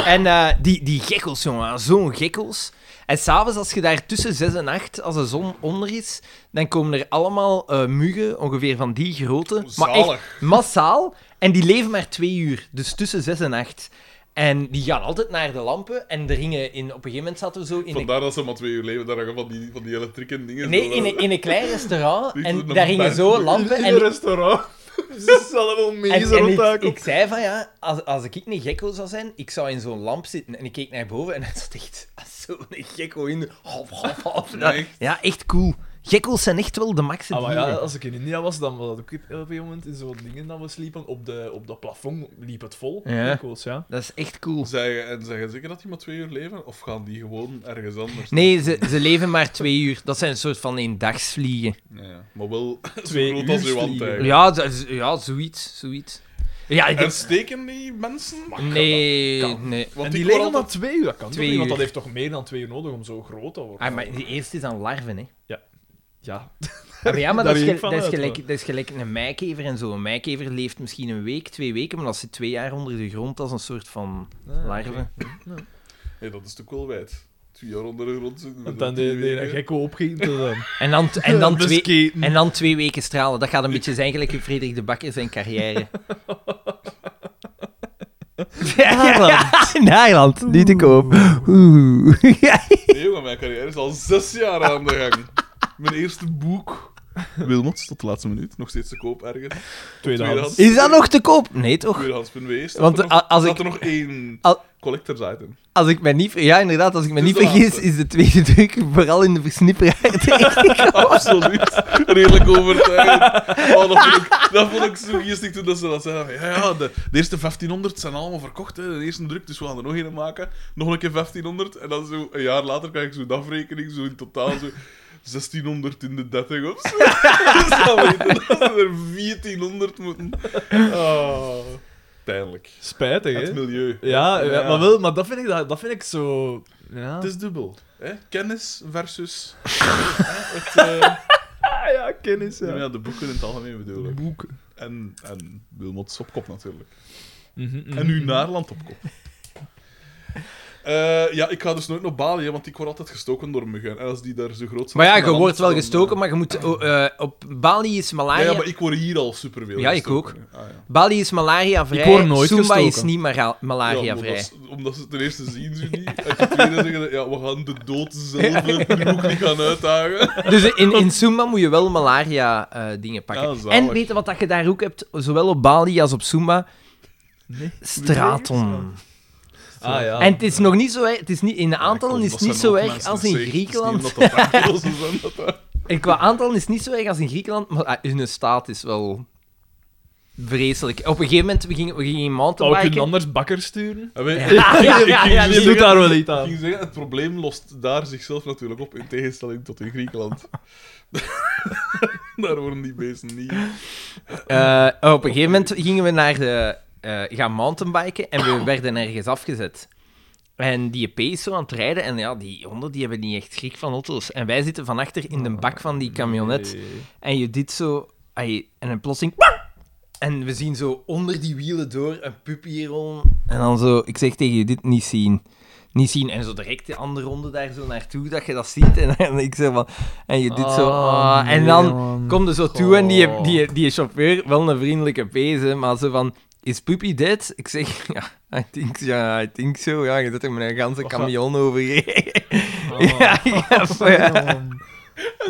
A: En eh, die, die gekkels, jongen, zo'n gekkels. En s'avonds, als je daar tussen 6 en 8, als de zon onder is, dan komen er allemaal eh, muggen, ongeveer van die grootte. Maar echt
B: Zalig.
A: massaal. En die leven maar twee uur, dus tussen 6 en 8. En die gaan altijd naar de lampen. En er gingen in, op een gegeven moment zaten we zo in een,
B: Vandaar dat ze maar twee uur leven, daar hangen van die, van die elektrieke dingen.
A: nee,
B: zo.
A: in, een, in een klein restaurant.
B: Dit
A: En
B: wordt
A: daar
B: nog
A: gingen
B: een
A: zo
B: paar-
A: lampen.
C: In
A: En
C: een restaurant. [laughs] Ze zullen wel mee
A: En, en ik,
C: rondhaken.
A: ik zei van ja, als, als ik niet gekko zou zijn, ik zou in zo'n lamp zitten. En ik keek naar boven en [laughs] dat zat echt zo'n gekko in. Hop, hop,
C: [laughs]
A: hop.
B: Nee.
A: Ja, echt cool. Gekko's zijn echt wel de max.
C: Ah, maar
A: dieren.
C: ja, als ik in India was, dan was dat ook op een gegeven moment in zo'n dingen dat we sliepen. Op, de, op dat plafond liep het vol.
A: Ja.
C: dikwijls, ja.
A: Dat is echt cool.
B: Zeggen, en zeggen zeker dat die maar twee uur leven? Of gaan die gewoon ergens anders?
A: Nee, ze, ze leven maar twee uur. Dat zijn een soort van eendagsvliegen.
B: Ja, ja. maar wel
C: Twee
B: zo groot als
C: uur
B: uw hand
C: vliegen.
B: eigenlijk.
A: Ja, dat is- ja zoiets, zoiets. Ja, ik
B: En steken die mensen? Mag
A: Nee,
C: Oh, dat kan.
A: nee.
B: dat? Want
C: en
B: die
C: die
B: liggen
C: leven
B: altijd...
C: maar twee uur. Dat kan
A: Twee
C: toch niet, want dat
A: uur.
C: heeft toch meer dan twee uur nodig om zo groot te worden.
A: Ah, maar die eerste is aan larven,
C: [laughs]
A: hè.
C: Ja.
A: Ja, maar, ja, maar
C: Daar
A: dat, is
C: ging ik
A: gel-
C: van
A: dat, is
C: uit,
A: gelijk,
C: hoor.
A: dat is gelijk een meikever en zo. Een meikever leeft misschien een week, twee weken, maar als ze twee jaar onder de grond als een soort van
C: Ah,
A: larve.
B: Nee, dat is toch wel wijd. Twee jaar onder de grond zitten.
C: En dan de, de, de gekko opging.
A: En dan, t- [laughs] en, dan twee,
C: twee...
A: en dan twee weken stralen. Dat gaat een beetje zijn gelijk in Frederik de Bakker zijn [laughs] carrière. Nederland. Nederland, niet te koop. Oeh.
B: Nee, jongen, mijn carrière is al zes jaar aan de gang. Mijn eerste boek. Wilmots, tot de laatste minuut. Nog steeds te koop ergens.
C: Tweedehands.
A: Is dat nog te koop? Nee, toch?
B: Tweedehands.be. staat
A: Want,
B: er nog-
A: a- als
B: staat
A: ik-
B: er nog één
A: Al-
B: collector's item.
A: Als ik mij niet... ver- Ja, inderdaad, als ik me
B: Dus
A: niet
B: de
A: vergis,
B: laatste.
A: is de tweede druk vooral in de versnipperaard.
B: [laughs] Absoluut. Redelijk overtuigend. Oh, dat, vond ik, dat vond ik zo geestig toen dat ze dat zeiden. Ja, ja de, de eerste 1500 zijn allemaal verkocht. Hè. De eerste druk, dus we gaan er nog een maken. Nog een keer 1500. En dan zo een jaar later krijg ik zo'n afrekening. Zo in totaal zo 1600 in de 30 of zo. [laughs] Dus dan weten dat ze er 1400 moeten. Oh, pijnlijk.
C: Spijtig,
B: Het
C: hè?
B: milieu.
C: Ja, ja,
B: Ja.
C: maar wel, maar dat vind ik, dat, dat vind ik zo... Ja.
B: Het is dubbel. Hè? Kennis versus hè, het, eh,
C: Ah, ja, kennis,
B: nou ja, de boeken in het algemeen bedoel ik.
C: Boeken.
B: En, en Wilmots op kop natuurlijk.
C: Mhm,
B: En nu Naarland op kop. Eh, ja, ik ga dus nooit naar Bali, hè, want ik word altijd gestoken door muggen. En als die daar zo groot zijn...
A: [laughs] Maar ja,
B: dan
A: je wordt wel
B: dan,
A: gestoken,
B: eh,
A: maar je moet... oh, eh, op Bali is malaria...
B: Ja, ja, maar ik word hier al superveel
A: Ja, ik
B: gestoken. Ah, ja.
A: Bali is malariavrij.
C: Ik word nooit
A: Sumba
C: gestoken.
A: is niet mara-
B: Ja, omdat,
A: malariavrij.
B: ze- omdat ze ten eerste zien ze niet. En ten tweede zeggen ze, ja, we gaan de dood
A: [laughs]
B: zelf er ook niet gaan uitdagen.
A: dus in, in Sumba moet je wel malaria eh, dingen
B: Ja,
A: pakken.
B: zalig.
A: en weet je wat dat je daar ook hebt, zowel op Bali als op Sumba?
C: Nee.
A: Straton.
C: Ah, ja.
A: En het is nog niet zo erg, het is niet, in de aantallen
B: Ja,
A: is
B: dat
A: het niet
B: zijn
A: zo
B: ook
A: erg
B: mensen,
A: als
B: zeg.
A: in
B: Het is niet
A: Griekenland.
B: omdat dat Angelsen zijn,
A: [laughs]
B: dat dat-
A: En qua aantallen is het niet zo erg als in Griekenland, maar ah, hun staat is wel vreselijk. Op een gegeven moment, we gingen, we gingen
C: Zou ik een
A: mountainbiken.
C: anders bakker sturen?
B: Ja, weet-
A: Ja,
B: ik- ik-
A: Ah,
C: [laughs]
A: ja,
B: ik
A: ja,
B: ging
A: ja,
B: zeggen-
A: die Oh,
C: doet daar wel iets aan. [laughs]
B: Ik ging zeggen, het probleem lost daar zichzelf natuurlijk op, in tegenstelling tot in
A: [laughs]
B: Griekenland. daar worden die beesten niet.
A: Eh, op een gegeven moment gingen we naar de, eh, gaan mountainbiken en we werden ergens afgezet. En die EP is zo aan het rijden en ja, die honden die hebben niet echt schrik van auto's. En wij zitten van achter in de bak van die camionet en je dit zo... ai, en een plotsing... En we zien zo onder die wielen door een puppy rollen. En dan zo, ik zeg tegen je, dit niet zien. Niet zien. En zo direct de andere ronde daar zo naartoe, dat je dat ziet. En, [laughs] en ik zeg van, en je dit zo. ah. en dan kom er zo toe en die, die, die chauffeur, wel een vriendelijke pezen, maar zo van, is Puppy dead? Ik zeg, [laughs] ja, I think, ja, I think so. Ja, je zet er met een
C: Oh.
A: ganse camion over [laughs] ja, ja,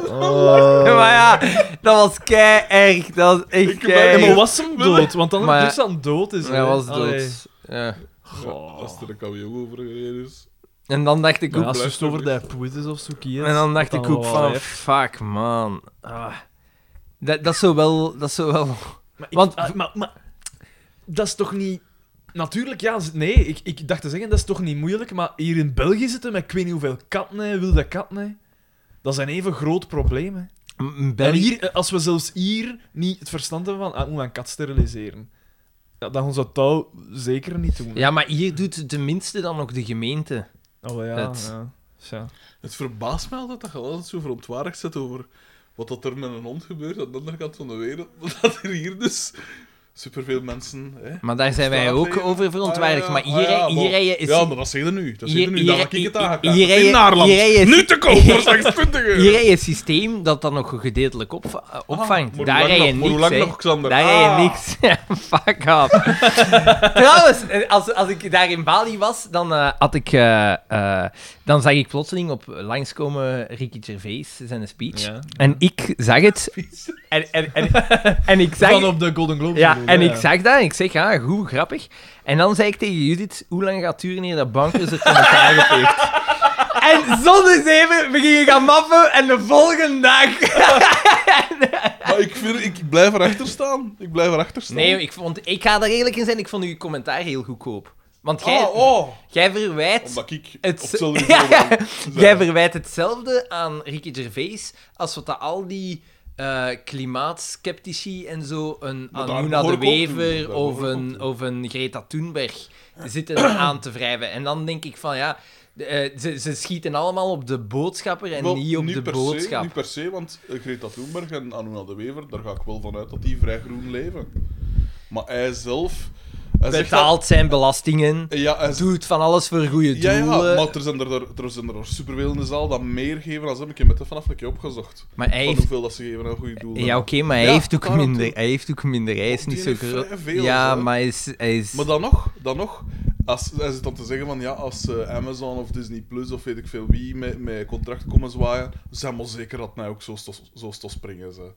A: maar ja. Maar ja, dat was kei erg. Dat was echt
B: heb daar
A: kei.
C: En maar was hem dood? Want dan
A: Maar-
C: is dan dood is.
A: Hij
C: hè.
A: was dood.
C: Allee.
A: Ja.
C: Goh.
B: Als er een camion over gereden is.
A: En dan dacht ik
C: Ja,
A: ook...
C: als Oh, het
B: blijft
C: over
B: er
C: de poet is of zo. kies,
A: en dan dacht
C: dan
A: ik ook
C: wel,
A: van...
C: hè.
A: Fuck, man. Ah. Dat, dat zou wel... Dat zou wel...
C: Maar ik-
A: Want-
C: ah, maar, maar dat is toch niet. Natuurlijk, ja. z- Nee, ik, ik dacht te zeggen, dat is toch niet moeilijk. Maar hier in België zitten met ik weet niet hoeveel katten, hè, wilde katten. hè. Dat zijn even groot problemen.
A: M-
C: En
A: België-
C: hier, eh, als we zelfs hier niet het verstand hebben van, ah, hoe we een kat steriliseren, ja, dan gaan ze dat touw zeker niet doen.
A: Ja, maar hier doet het tenminste dan nog de gemeente.
C: Oh, wel, ja,
A: Het-
C: ja. Tja.
B: Het verbaast mij altijd dat je altijd zo verontwaardigd zit over wat dat er met een hond gebeurt aan de andere kant van de wereld. [laughs] Dat er hier dus superveel mensen. Hè,
A: Maar daar zijn wij ook
B: straatleven.
A: over verontwaardigd.
B: Ah,
A: Maar
B: ja, ah,
A: hier,
B: ja,
A: hier
B: maar-
A: rijden is...
B: Ja, maar dat zeg je nu. Dat zeg je
A: Hier-
B: nu. Dan
A: hier-
B: heb ik het
A: hier-
B: aangekaart.
A: hier- hier-
B: In Naarland.
A: hier- hier-
B: Nu te koop voor
A: [laughs]
B: slechts 20 euro.
A: Hier rij je een systeem dat dat nog gedeeltelijk op, opvangt.
B: Ah, maar
A: Daar
B: hoe lang
A: rij je
B: nog- maar
A: niks,
B: Hoe lang
A: hè.
B: nog, Xander?
A: Daar rij
B: Ah.
A: je niks. [laughs] Fuck up.
B: [laughs]
A: Trouwens, eh, als, als ik daar in Bali was, dan, eh, had ik, eh, eh, dan zag ik plotseling op eh, langskomen Ricky Gervais, zijn speech. En ik zag
B: [laughs]
A: het. En, en, en, en ik zag
C: Van op de Golden Globes.
A: ja,
C: bedoel,
A: en ik zag dat en ik zeg, ja, goed, grappig. En dan zei ik tegen Judith, hoe lang gaat het duren eer dat bankers het van elkaar geveegd? [laughs] En zonder zeven, we gingen gaan mappen en de volgende dag...
B: Maar Ah, ik, vind, ik blijf erachter staan. Ik blijf erachter staan.
A: Nee, ik, vond, ik ga daar eerlijk in zijn, ik vond uw commentaar heel goedkoop. Want jij,
B: Ah, oh.
A: jij, verwijt,
B: Omdat ik
A: Het-
B: het... op hetzelfde
A: [laughs] Ja.
B: niveau ben. Zo.
A: jij verwijt hetzelfde aan Ricky Gervais als wat dat al die eh klimaatskeptici en zo, een
B: Maar daar
A: Anuna
B: behoor
A: de
B: ik ook toe,
A: Wever
B: daar
A: of
B: behoor ik ook
A: een,
B: toe.
A: of een Greta Thunberg, zitten [clears throat] aan te wrijven. En dan denk ik van, ja, de, eh, ze, ze schieten allemaal op de boodschapper en
B: Wel,
A: niet op de
B: per Se,
A: boodschap.
B: niet per se, want eh, Greta Thunberg en Anuna de Wever, daar ga ik wel van uit dat die vrij groen leven. Maar hij zelf... Hij zegt
A: Betaalt zijn belastingen,
B: dat- Ja, hij zegt-
A: doet van alles voor goede
B: ja,
A: doelen.
B: ja, maar er zijn er, er- er, zijn er superveel in de zaal dat meer geven dan ze. Ik heb het vanaf een keer opgezocht.
A: maar hij
B: Van
A: heeft
B: hoeveel dat ze geven aan goede doelen.
A: Ja, oké, maar hij,
B: Ja,
A: heeft ook
B: daarom
A: minder,
B: toe.
A: hij heeft ook minder. Hij is
B: Die
A: niet zo
B: heeft
A: groot.
B: vrij veel,
A: Ja,
B: zo.
A: maar hij is... Hij is...
B: Maar dan nog, dan nog. Als, hij zit dan te zeggen van ja, als eh, Amazon of Disney Plus of weet ik nou veel wie met, met contract komen zwaaien, zijn we zeker dat hij ook zo, stos- zo stos springen. Ze.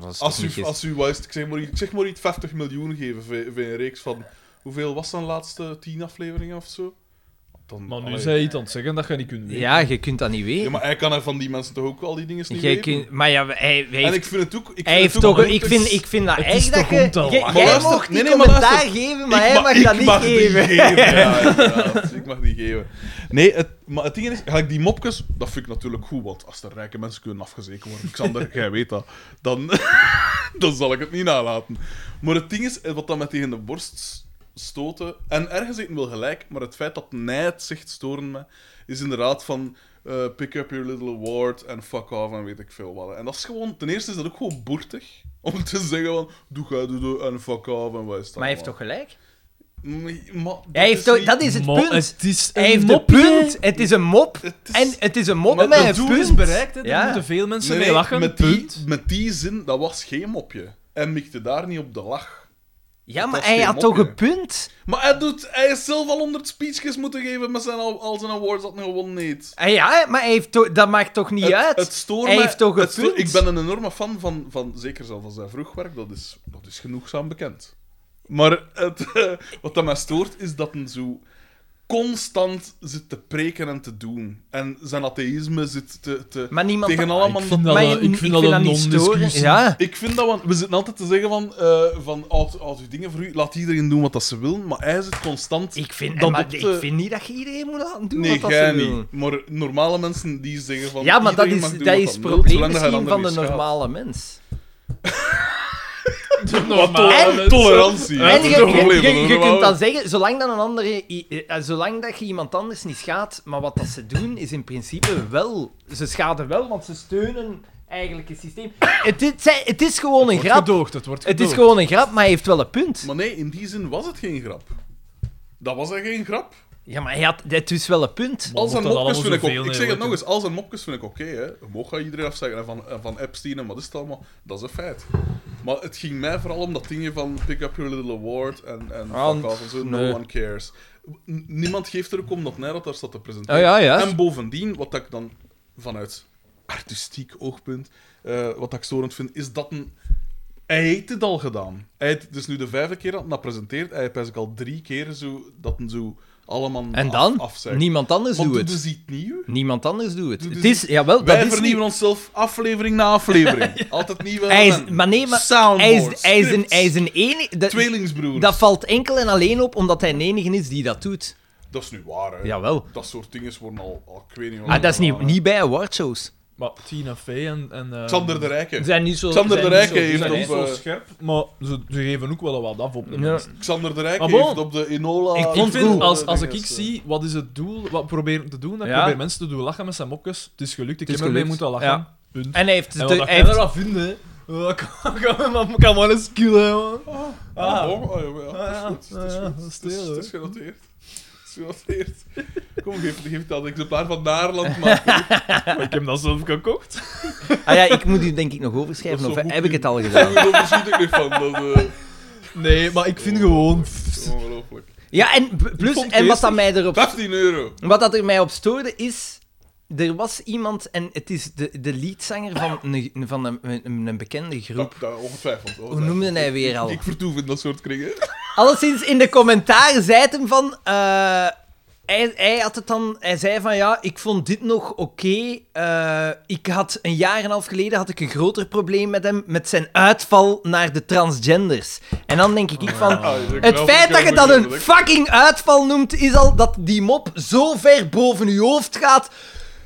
A: Dat is
B: Als
A: toch niet
B: u,
A: gest-
B: als u wat is het, ik zeg maar, iets- ik zeg maar iets 50 miljoen geven voor, voor een reeks van... Hoeveel was zijn laatste 10 afleveringen of zo? Dan,
C: Maar nu
B: allee.
C: zei je iets aan het zeggen dat je niet kunt weten.
A: Ja, je kunt dat niet weten.
B: Ja, maar hij kan er van die mensen toch ook al die dingen niet
A: Jij
B: weten?
A: kunt- maar ja, hij, hij
B: En
A: heeft,
B: ik vind het ook... Ik vind
A: hij heeft
B: het
A: toch...
B: ook
A: een- Ik
B: goed.
A: vind, ik vind dat
C: Het is
A: erg dat
C: toch om te
A: je... jij-
C: lachen?
B: Maar
A: Jij
B: luister,
A: mag
B: nee,
A: die
B: nee, maar
A: commentaar
B: luister.
A: geven, maar hij
B: ik
A: mag dat
B: ik
A: niet
B: mag die
A: geven. [laughs]
B: ja, inderdaad. ik mag die geven. Nee, het, maar het ding is, gelijk die mopjes, dat vind ik natuurlijk goed, want als er rijke mensen kunnen afgezeken
A: [laughs]
B: worden, Xander, jij weet dat, dan, [laughs] dan zal ik het niet nalaten. Maar het ding is, eh, wat dat met tegen de borst stoten, en ergens zitten wel gelijk, maar het feit dat hij het zegt storen me, is inderdaad van eh, pick up your little award en fuck off en weet ik veel wat. En dat is gewoon, ten eerste is dat ook gewoon boertig. Om te zeggen van, doe ga, doe, doe, en fuck off, en wat is dat
A: Maar hij heeft
B: allemaal?
A: toch gelijk?
B: Nee, maar dat
A: Hij heeft toch...
B: niet-
A: Dat is het
C: Mo-
A: punt.
C: Het is
A: Hij
C: een
A: heeft een
C: mopje.
A: punt. Het is een mop.
B: Het is-
A: En het is een mop
B: Maar
A: met
B: dat
A: een
B: doel
A: punt.
C: is bereikt, hè. Daar
A: Ja.
C: moeten veel mensen
B: Nee, nee,
C: mee lachen.
B: met,
C: punt.
B: die, met die zin, dat was geen mopje. En mikte daar niet op de lach.
A: Ja, maar
B: was
A: hij
B: geen
A: had toch
B: mopje.
A: een punt?
B: Maar hij, doet, hij is zelf al 100 speeches moeten geven met zijn, al, al zijn awards dat hij gewonnen heeft.
A: Ah ja, maar hij heeft toch- dat maakt toch niet
B: Het-
A: uit?
B: Het stoort
A: Hij
B: mij-
A: heeft toch een
B: het stoort-
A: punt?
B: Ik ben een enorme fan van, van zeker zelfs als hij vroeg werkt, dat is, dat is genoegzaam bekend. Maar het, [laughs] eh, wat dat mij stoort, is dat een zo constant zit te preken en te doen. En zijn atheïsme zit te... te
A: Maar niemand...
B: tegen
A: maar
B: allemaal
C: Ik
B: dat
C: vind dat,
A: je-
C: een- ik vind dat een
A: niet storen.
C: non-discussie.
A: Ja.
B: Ik vind dat, want we zitten altijd te zeggen van, eh van houd, houd uw dingen voor u, laat iedereen doen wat dat ze wil, maar hij zit constant...
A: Ik vind,
B: dat
A: maar
B: op
A: ik
B: de-
A: vind niet dat je iedereen moet laten doen
B: Nee,
A: wat dat
B: jij
A: ze
B: niet.
A: willen.
B: Maar normale mensen die zeggen van...
A: Ja, maar dat
B: iedereen
A: is,
B: mag doen
A: dat
B: wat
A: is het
B: wil,
A: probleem
B: zolang dat hij
A: misschien van de
B: anderen niet schaadt.
A: normale mens.
C: De
B: Wat
C: normale
A: En-
C: mensen.
B: tolerantie.
C: Ja,
B: hè,
A: en
B: dat
A: je,
B: is het
A: je,
B: probleem van de
A: je
B: normale
A: kunt dan zeggen, zolang, dan een andere, i- eh, zolang dat je iemand anders niet schaadt, maar wat dat ze doen is in principe wel, ze schaden wel, want ze steunen eigenlijk het systeem. Het is, zij- het is gewoon een
C: Het wordt
A: grap.
C: gedoogd, het wordt
A: Het is
C: gedoogd.
A: gewoon een grap, maar hij heeft wel een punt.
B: Maar nee, in die zin was het geen grap. Dat was er geen grap.
A: Ja, maar hij had, het is wel een punt.
B: Al zijn
C: dat
B: mopjes
C: allemaal
B: vind ik
C: zoveel,
B: oké. Ik
C: nee,
B: zeg het
C: hoor.
B: nog eens, al zijn mopjes vind ik oké. hè. Je mag gaan iedereen afzeggen en van, en van Epstein en wat is het allemaal. Dat is een feit. Maar het ging mij vooral om dat dingje van pick up your little award en, en
A: Ah,
B: fuck off en zo. No
A: nee.
B: one cares. N- niemand geeft er ook om dat Nijrat daar staat te presenteren.
A: Ah, ja, ja.
B: En bovendien, wat dat ik dan vanuit artistiek oogpunt, eh, wat dat ik storend vind, is dat een... Hij heeft het al gedaan. Hij heeft, het is nu de vijfde keer dat hij dat presenteert. Hij heeft eigenlijk al drie keer zo, dat hij zo allemaal
A: En dan?
B: af, afzegt.
A: Niemand anders
B: Want
A: doet
B: doe
A: het.
B: dus iets nieuw.
A: Niemand anders doet het.
B: Doe dus
A: Het is, jawel,
B: Wij
A: dat is
B: vernieuwen
A: niet...
B: onszelf aflevering na
A: [laughs]
B: aflevering. Altijd nieuwe
A: Hij is,
B: elementen.
A: maar nee, maar
B: Soundboard,
A: hij is, hij is een,
B: scripts,
A: hij is een enige... dat-
B: tweelingsbroers.
A: Dat
B: Dat...
A: valt enkel en alleen op omdat hij de enige is die dat doet.
B: is nu waar, hè.
A: Jawel.
B: Dat soort dingen worden al, al ik weet niet hoe
A: Ah,
B: lang
A: dat is niet,
B: gedaan, hè.
A: niet bij awardshows.
C: Maar Tina Fey en... en eh,
B: Xander de Rijke.
A: Ze zijn niet zo...
B: Xander
A: zijn niet
B: de Rijke
A: zo- ze
B: heeft
A: zijn
B: op...
A: niet zo-
B: eh,
C: scherp, maar ze, ze geven ook wel wat af op de
A: Ja.
C: mensen.
B: Xander de Rijke
C: Ah, bon.
B: heeft op de Enola...
C: Ik,
A: vond het
C: vind,
A: goed.
C: als, als ik,
B: dinges,
C: ik
B: eh,
C: zie, wat is het doel, wat proberen te doen, dan
A: Ja.
C: probeer mensen te doen lachen met zijn mopjes. Het is gelukt, ik
A: Het is
C: heb ermee
A: gelukt.
C: moeten lachen.
A: Ja.
C: Punt.
A: En hij heeft...
C: En
A: de- hij
C: wat jij
A: heeft- [laughs]
C: eraf vindt, hè, oh, kan, kan, kan, kan maar eens killen, man.
B: Ah,
C: Ah.
B: bon. Ah, ja, maar
C: Ah,
B: ja,
C: ja.
B: het is goed, het is
C: Ah, ja,
B: goed.
C: dat is
B: Het is-
C: stil,
B: Het is
C: hè.
B: genoteerd. Het is genoteerd. Kom, geef, geef dat exemplaar van Naarland maar.
C: Maar ik heb dat zelf gekocht.
A: Ah ja, ik moet u denk ik nog
B: Dat
A: overschrijven.
B: is
A: Of
B: zo
A: heb
B: goed.
A: ik het al
B: [laughs]
A: gedaan?
B: [laughs] Daar verschiet ik niet van. Dat, eh,
C: Nee, maar ik vind gewoon...
A: [laughs]
B: Ongelooflijk.
A: Ja, en b- plus...
C: vond
A: En wat
C: deze-
A: dat mij erop
B: 15 euro.
A: Wat dat er mij op stoorde is. Er was iemand, en het is de, de leadzanger van, een, van een, een, een bekende groep.
B: Dat, dat, ongetwijfeld.
A: Hoe noemde hij nou weer al?
B: Ik vertoef in dat soort kringen.
A: Alleszins in de commentaar zei het hem van. eh, hij, hij had het dan. Hij zei van ja, ik vond dit nog oké. eh, ik had een jaar en een half geleden had ik een groter probleem met hem. Met zijn uitval naar de transgenders. En dan denk ik, ik van. Het feit dat je dat een fucking uitval noemt, is al dat die mop zo ver boven je hoofd gaat.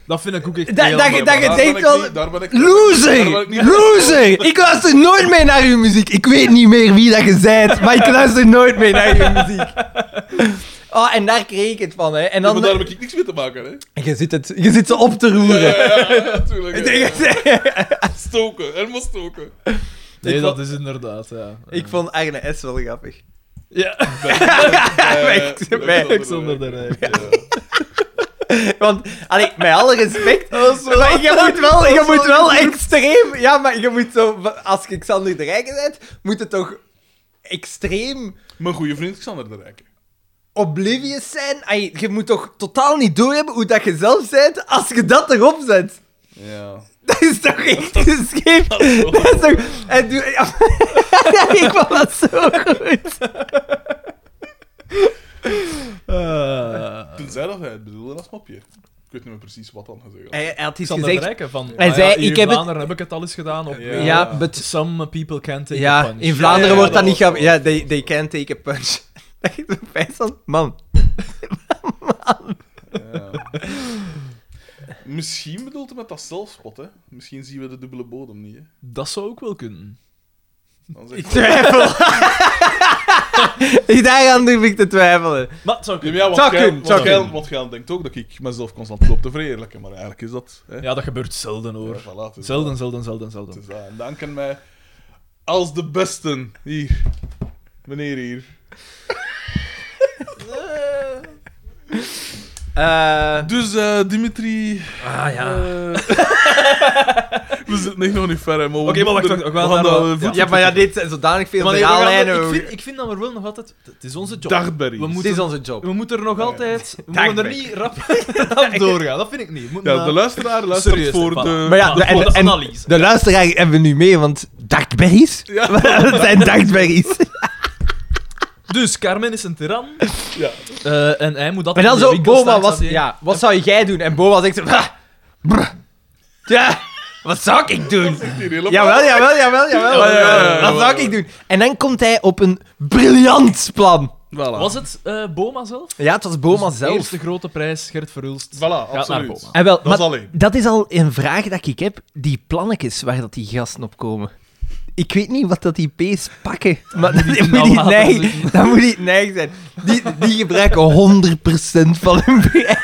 C: Dat vind ik ook echt
A: Dat-
C: heel
A: dat je-
C: mooi,
A: dat
C: man.
A: je-
B: Daar
A: denkt
B: ben ik
A: wel-
B: niet- daar ben ik- daar ben
A: Loser!
B: ik niet-
A: Loser! Ik luister nooit mee naar uw muziek. Ik weet niet meer wie dat je zijt, maar ik luister nooit mee naar uw muziek. Oh, en daar kreeg ik het van, hè. En
B: Ja, maar
A: dan...
B: daar heb ik niks mee te maken, hè?
A: je, zit het, je zit ze op te roeren.
B: Ja, ja, natuurlijk. hè.
A: [laughs] Ik,
B: Stoken, helemaal stoken.
C: Nee,
A: Ik
C: dat
A: vo-
C: is inderdaad, ja.
A: ik vond Agne S. wel [laughs] grappig.
C: [laughs] Ja,
B: Bij-
A: ik-
B: bij-
A: bij-
B: bij-
C: Xander de Rijk.
A: Want, allee, met alle
B: [laughs]
A: respect,
C: Dat is wel-
A: maar je moet wel, je
C: is
A: moet
C: wel
A: wel extreem... Ja, maar je moet zo... Als je Xander de Rijken bent, moet het toch extreem...
B: Mijn goede vriend Xander de Rijk.
A: oblivious zijn. Ai, je moet toch totaal niet doorhebben hoe dat je zelf bent als je dat erop zet.
B: Ja.
A: Dat is toch echt geschikt? Dat
B: is
A: is
B: wel-
A: toch... Hij doet... [laughs] ja. Ik vond dat zo goed.
C: Eh,
B: Tenzij dat hij het bedoelde als mopje. Ik weet niet meer precies wat dan gezegd had.
A: Hij, hij had iets
C: Sander
A: gezegd...
C: Rijken van...
A: Hij
C: ah
A: zei,
C: hier
A: ik
C: in
A: heb het-
C: Vlaanderen heb ik het al eens gedaan. Op,
B: Ja.
C: eh,
A: Ja, but
C: Some people can't take a
A: Ja,
C: punch.
A: in Vlaanderen
B: Ja, ja,
A: wordt dat
B: dat
A: niet
B: was-
A: gehad. Ja, they, they can take a punch. [laughs] Dat je zo bij stond. Man. [laughs]
B: Ja. Misschien bedoelt hij met dat zelfspot, hè? Misschien zien we de dubbele bodem niet, hè?
C: Dat zou ook wel
A: [laughs]
C: kunnen.
B: Dan zeg
A: Ik twijfel. Ik Daaraan durf ik te twijfelen.
C: [laughs] Maar het zou
B: Ja,
C: kunnen.
B: maar ja, wat
A: Zou
B: gij-
A: kunnen,
B: wat
A: zou
B: gij-
A: kunnen.
B: Wat gij denkt ook dat ik mezelf constant loop te verheerlijken, maar eigenlijk is dat. Hè?
C: Ja, dat gebeurt zelden
B: Ja,
C: hoor.
B: voilà, het is
C: Zelden,
B: dat.
C: zelden, zelden,
B: Het
C: zelden.
B: is dat. En dan kan mij als de besten. Hier. Meneer hier.
A: Eh,
B: Dus eh, Dimitri.
A: ah ja.
B: eh, we zitten echt nog niet ver, hè, maar we
C: Oké, maar wacht,
B: moeten-
C: wacht, wacht,
B: we gaan
C: daar-
B: dat,
C: ja.
B: eh, voet-
A: Ja, maar ja, dit zijn zodanig veel
C: Maar nee, we gaan-
A: verhaallijnen.
C: ik,
A: ook.
C: vind, ik vind dat we wel nog altijd... Het is onze job.
B: Dagberries.
C: We
A: Dit
C: moeten-
A: is onze job.
C: We moeten er nog
B: Ja, ja.
C: altijd... We
A: Dag,
C: moeten er
A: Beck.
C: niet rap, [laughs]
A: [laughs]
C: rap doorgaan. Dat vind ik niet. We moeten
B: Ja,
C: daar-
B: de luisteraar luistert
C: Serieus,
B: voor
C: hè,
B: de...
C: voilà.
B: [laughs]
A: Maar ja,
C: de-
A: en-
C: voor de
A: en-
C: analyse.
A: De luisteraar hebben we nu mee, want dakberries?
B: Ja.
A: Dat [laughs] zijn dakberries.
C: [laughs] Dus, Carmen is een tiran.
B: Ja.
C: eh, en hij moet dat...
A: En dan
C: in de
A: zo,
C: winkel
A: Boma,
C: staan,
A: wat,
C: Xavier.
A: ja, wat zou jij doen? En Boma zegt zo... "Bah, brr, Ja, wat zou ik doen?
B: Zegt hier helemaal-
A: [laughs] Jawel, jawel, jawel, jawel.
B: Ja, ja, ja, ja,
A: Dat
B: jawel,
A: zou ik doen. En dan komt hij op een briljant plan.
B: Voilà.
C: Was het eh, Boma zelf?
A: Ja, het was Boma
C: Dus de
A: zelf.
C: Eerste grote prijs, Gert Verhulst.
B: Voilà,
C: Gaat naar
B: absoluut.
C: Boma.
A: En wel,
B: Dat
A: maar
B: is alleen.
A: dat is al een vraag dat ik heb. Die plannetjes waar dat die gasten op komen. Ik weet niet wat dat die P's
C: [laughs]
A: pakken. Maar dat
C: ik
A: moet
C: nou
A: niet
C: laten
A: neig,
C: zien.
A: dat moet niet neig zijn. Die, die gebruiken 100% van hun
C: [laughs]
A: brein.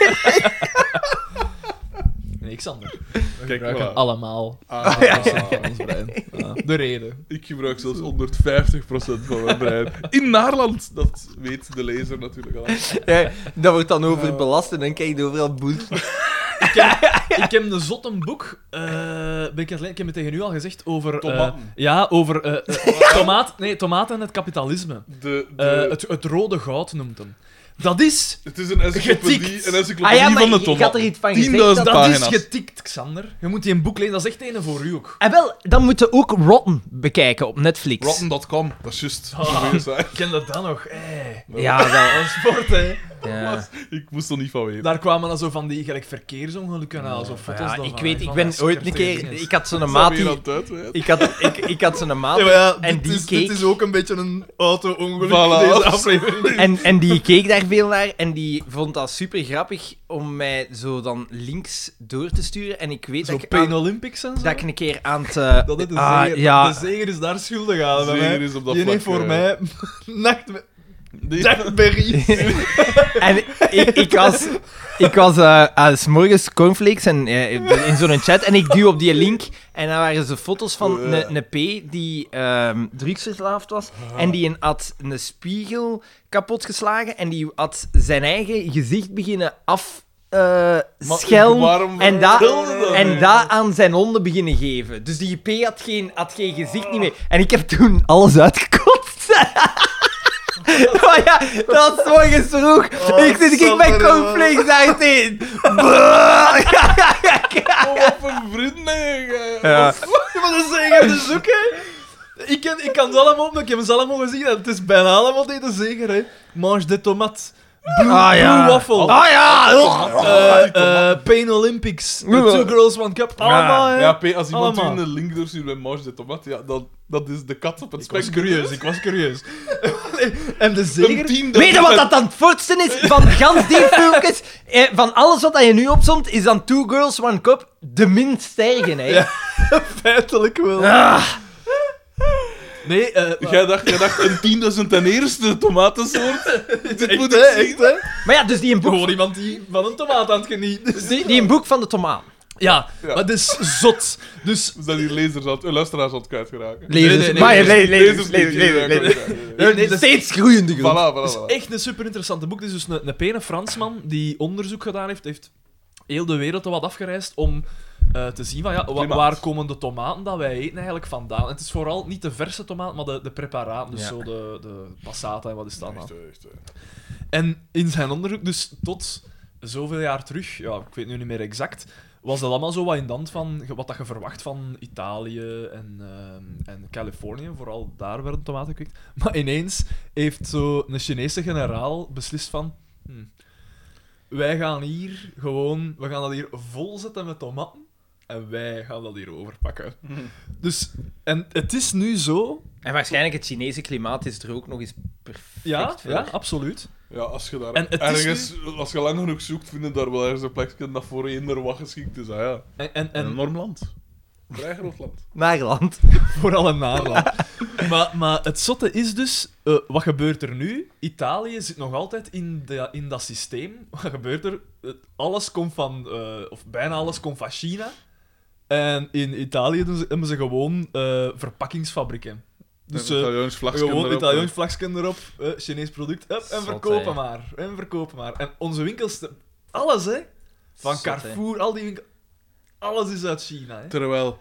C: Nee, Xander.
B: Kijk,
C: We gebruiken
B: voilà.
C: allemaal
B: Ah,
A: [laughs]
C: ons brein. Ja, de reden.
B: Ik gebruik zelfs 150% van mijn brein. In Naarland, dat weet de lezer natuurlijk al.
A: Ja, dat wordt dan overbelast en dan krijg je overal boet.
C: Ik heb een zotte boek, eh, ben ik, aan het lezen. ik heb het tegen u al gezegd, over... eh,
B: Tomaten.
C: ja, over eh,
A: [laughs]
C: eh, tomaat, nee, tomaten en het kapitalisme.
B: De, de,
C: Eh, het, het rode goud noemt hem. Dat is...
B: het is een encyclopedie,
C: getikt.
B: een
A: Ah
B: encyclopedie
A: ja, maar
B: van de
A: ik ik
B: tomaten.
A: had er iets van gezegd.
B: 10.000
A: dat-
C: Dat
B: pagina's.
C: is getikt, Xander. Je moet die een boek lezen, dat is echt een voor u ook.
A: En Ah, wel, dan moeten we ook Rotten bekijken op Netflix.
B: Rotten.com, dat is juist.
C: Ah.
B: Zo weer
C: Ken dat dan nog? Hey.
A: Ja, wel.
C: Een [laughs] sport, hè.
A: Ja.
B: zijn. Ik moest er niet van weten.
C: Daar kwamen dan zo van die gelijk verkeersongelukken aan, zo foto's
A: Ja,
C: daarvan,
A: ik
C: hè,
A: weet, ik
C: van
A: ben
C: dat
A: ooit een
C: scherpste
A: keer...
C: dingen.
A: Ik had
C: [laughs]
A: zo'n
B: Zou
A: maat
B: weer aan
A: die...
B: het uitweiden.
A: Ik had, ik, ik had zo'n maat...
C: Ja, maar ja,
A: En
C: dit
A: die
C: is,
A: keek-
C: dit is ook een beetje een auto-ongeluk,
B: Voilà.
C: deze aflevering.
A: En, en die keek daar veel naar en die vond dat super grappig om mij zo dan links door te sturen. En ik weet
C: Zo
A: dat ik,
C: Pain
A: aan-
C: Olympics en zo.
A: dat ik een keer aan het... eh,
C: Dat is de
A: ah,
C: zeger.
A: ja.
C: De zeger is daar schuldig aan. bij
B: Zeger
C: mij.
B: is op dat
C: Die heeft
B: vlak,
C: voor
B: eh,
C: mij [laughs] nacht met
B: [laughs] Die- [laughs]
C: Jackberry.
A: En ik, ik was, ik was eh, aan 's morgens cornflakes en, eh, in zo'n chat en ik duw op die link en dan waren ze foto's van een een P die ehm, drugsverslaafd was en die een, had een spiegel kapotgeslagen en die had zijn eigen gezicht beginnen af... eh
B: Maar
A: schelm
B: waarom-
A: en dat,
B: wilde dat
A: en
B: niet?
A: dat aan zijn honden beginnen geven. Dus die P had geen, had geen gezicht niet meer. En ik heb toen alles uitgekotst. [laughs] Maar ja, dat was morgens vroeg. ik zit ik
C: Sander,
A: mijn
C: man.
A: cornflakes daar [laughs] in. Brrr.
B: Oh, op een vriend, nee. eh.
A: Ja.
C: Maar dat zeger dus ook, hè. Ik, ken, ik kan het allemaal op, ik heb ze allemaal gezien. en Het is bijna allemaal deze zeger, hè. Mange de tomat. Blue,
A: Ah, ja.
C: blue waffle.
A: Ah ja!
C: Eh, eh, Pain Olympics. The
A: Ja.
C: Two Girls, One Cup. Allemaal, hè.
B: Ja, P, als iemand u
C: Allemaal.
B: een link doorstuurt bij Marge de Tomat, ja, dat, dat is de kat op het
C: Ik was
B: spek.
C: curieus, ik was curieus. en de
B: Een
C: zeger...
B: tiende.
A: Weet je wat dat dan het voortste is van gans die filmpjes? [laughs] Eh, van alles wat dat je nu opzomt, is dan Two Girls, One Cup de minst stijgen, hè.
C: Ja. Feitelijk wel.
A: Ah.
C: Nee,
B: [laughs]
C: eh...
B: Jij dacht, jij dacht een tiende is een ten eerste tomatensoort. Dit moet
C: Echt,
B: ik
C: hè,
B: zien.
C: echt, hè.
A: Maar ja, dus die een boek,
C: Gewoon iemand die van een tomaat aan het genieten is.
A: die, die een boek van de tomaan.
C: Ja,
B: Ja.
C: maar het is zot. Dus...
B: Dus dat hier lezers had, eh, luisteraars had kwijtgeraken.
A: Lezers.
C: nee, nee,
A: maar
C: nee,
A: ja, le- lezers,
B: Lezers
A: lezers, lezers, lezers. [laughs]
C: Nee, nee, dat is-
A: Steeds groeiende groep.
B: Voilà, voilà,
C: Dat
B: voilà.
C: is echt een super interessante boek. Dit is dus een, een pene Fransman die onderzoek gedaan heeft. heeft heel de wereld al wat afgereisd om eh, te zien van, ja, wa-
B: Klimaat.
C: waar komen de tomaten dat wij eten eigenlijk vandaan. En het is vooral niet de verse tomaat, maar de, de preparaten. Dus
A: Ja.
C: zo de, de passata en wat is dat allemaal.
B: Echt, eh, echt, eh.
C: En in zijn onderzoek, dus tot zoveel jaar terug, ja, ik weet nu niet meer exact, was dat allemaal zo wat in dand van ge- wat dat je verwacht van Italië en, ehm, en Californië. Vooral daar werden tomaten gekweekt. Maar ineens heeft zo een Chinese generaal beslist van... "Hm, wij gaan hier gewoon... We gaan dat hier vol zetten met tomaten. En wij gaan dat hier overpakken. Dus... En het is nu zo...
A: En waarschijnlijk het Chinese klimaat is er ook nog eens perfect
C: Ja,
A: voor.
C: ja absoluut.
B: Ja, als je daar
C: En het is
B: ergens, als je lang genoeg zoekt, vind je daar wel ergens een plekje dat voor eender wat geschikt is. Ah, ja.
C: En, en,
B: En... Een
C: en
B: enorm land. Vrij groot land.
A: Nederland.
C: [laughs] Vooral een naarland. maar, maar het zotte is dus, eh, wat gebeurt er nu? Italië zit nog altijd in, de, in dat systeem. Wat gebeurt er? Eh, Alles komt van, eh, of bijna alles komt van China. En in Italië doen ze, hebben ze gewoon eh, verpakkingsfabrieken. Dus
B: Een
C: eh,
B: Italiaans vlagje
C: gewoon
B: erop.
C: Italiaans vlaggen erop, eh, Chinees product, hup, en
A: Zot,
C: verkopen
A: hè.
C: maar. En verkopen maar. En onze winkels, de- alles hè. Van
A: Zot, hè.
C: Carrefour, al die winkels. Alles is uit China. Hè.
B: Terwijl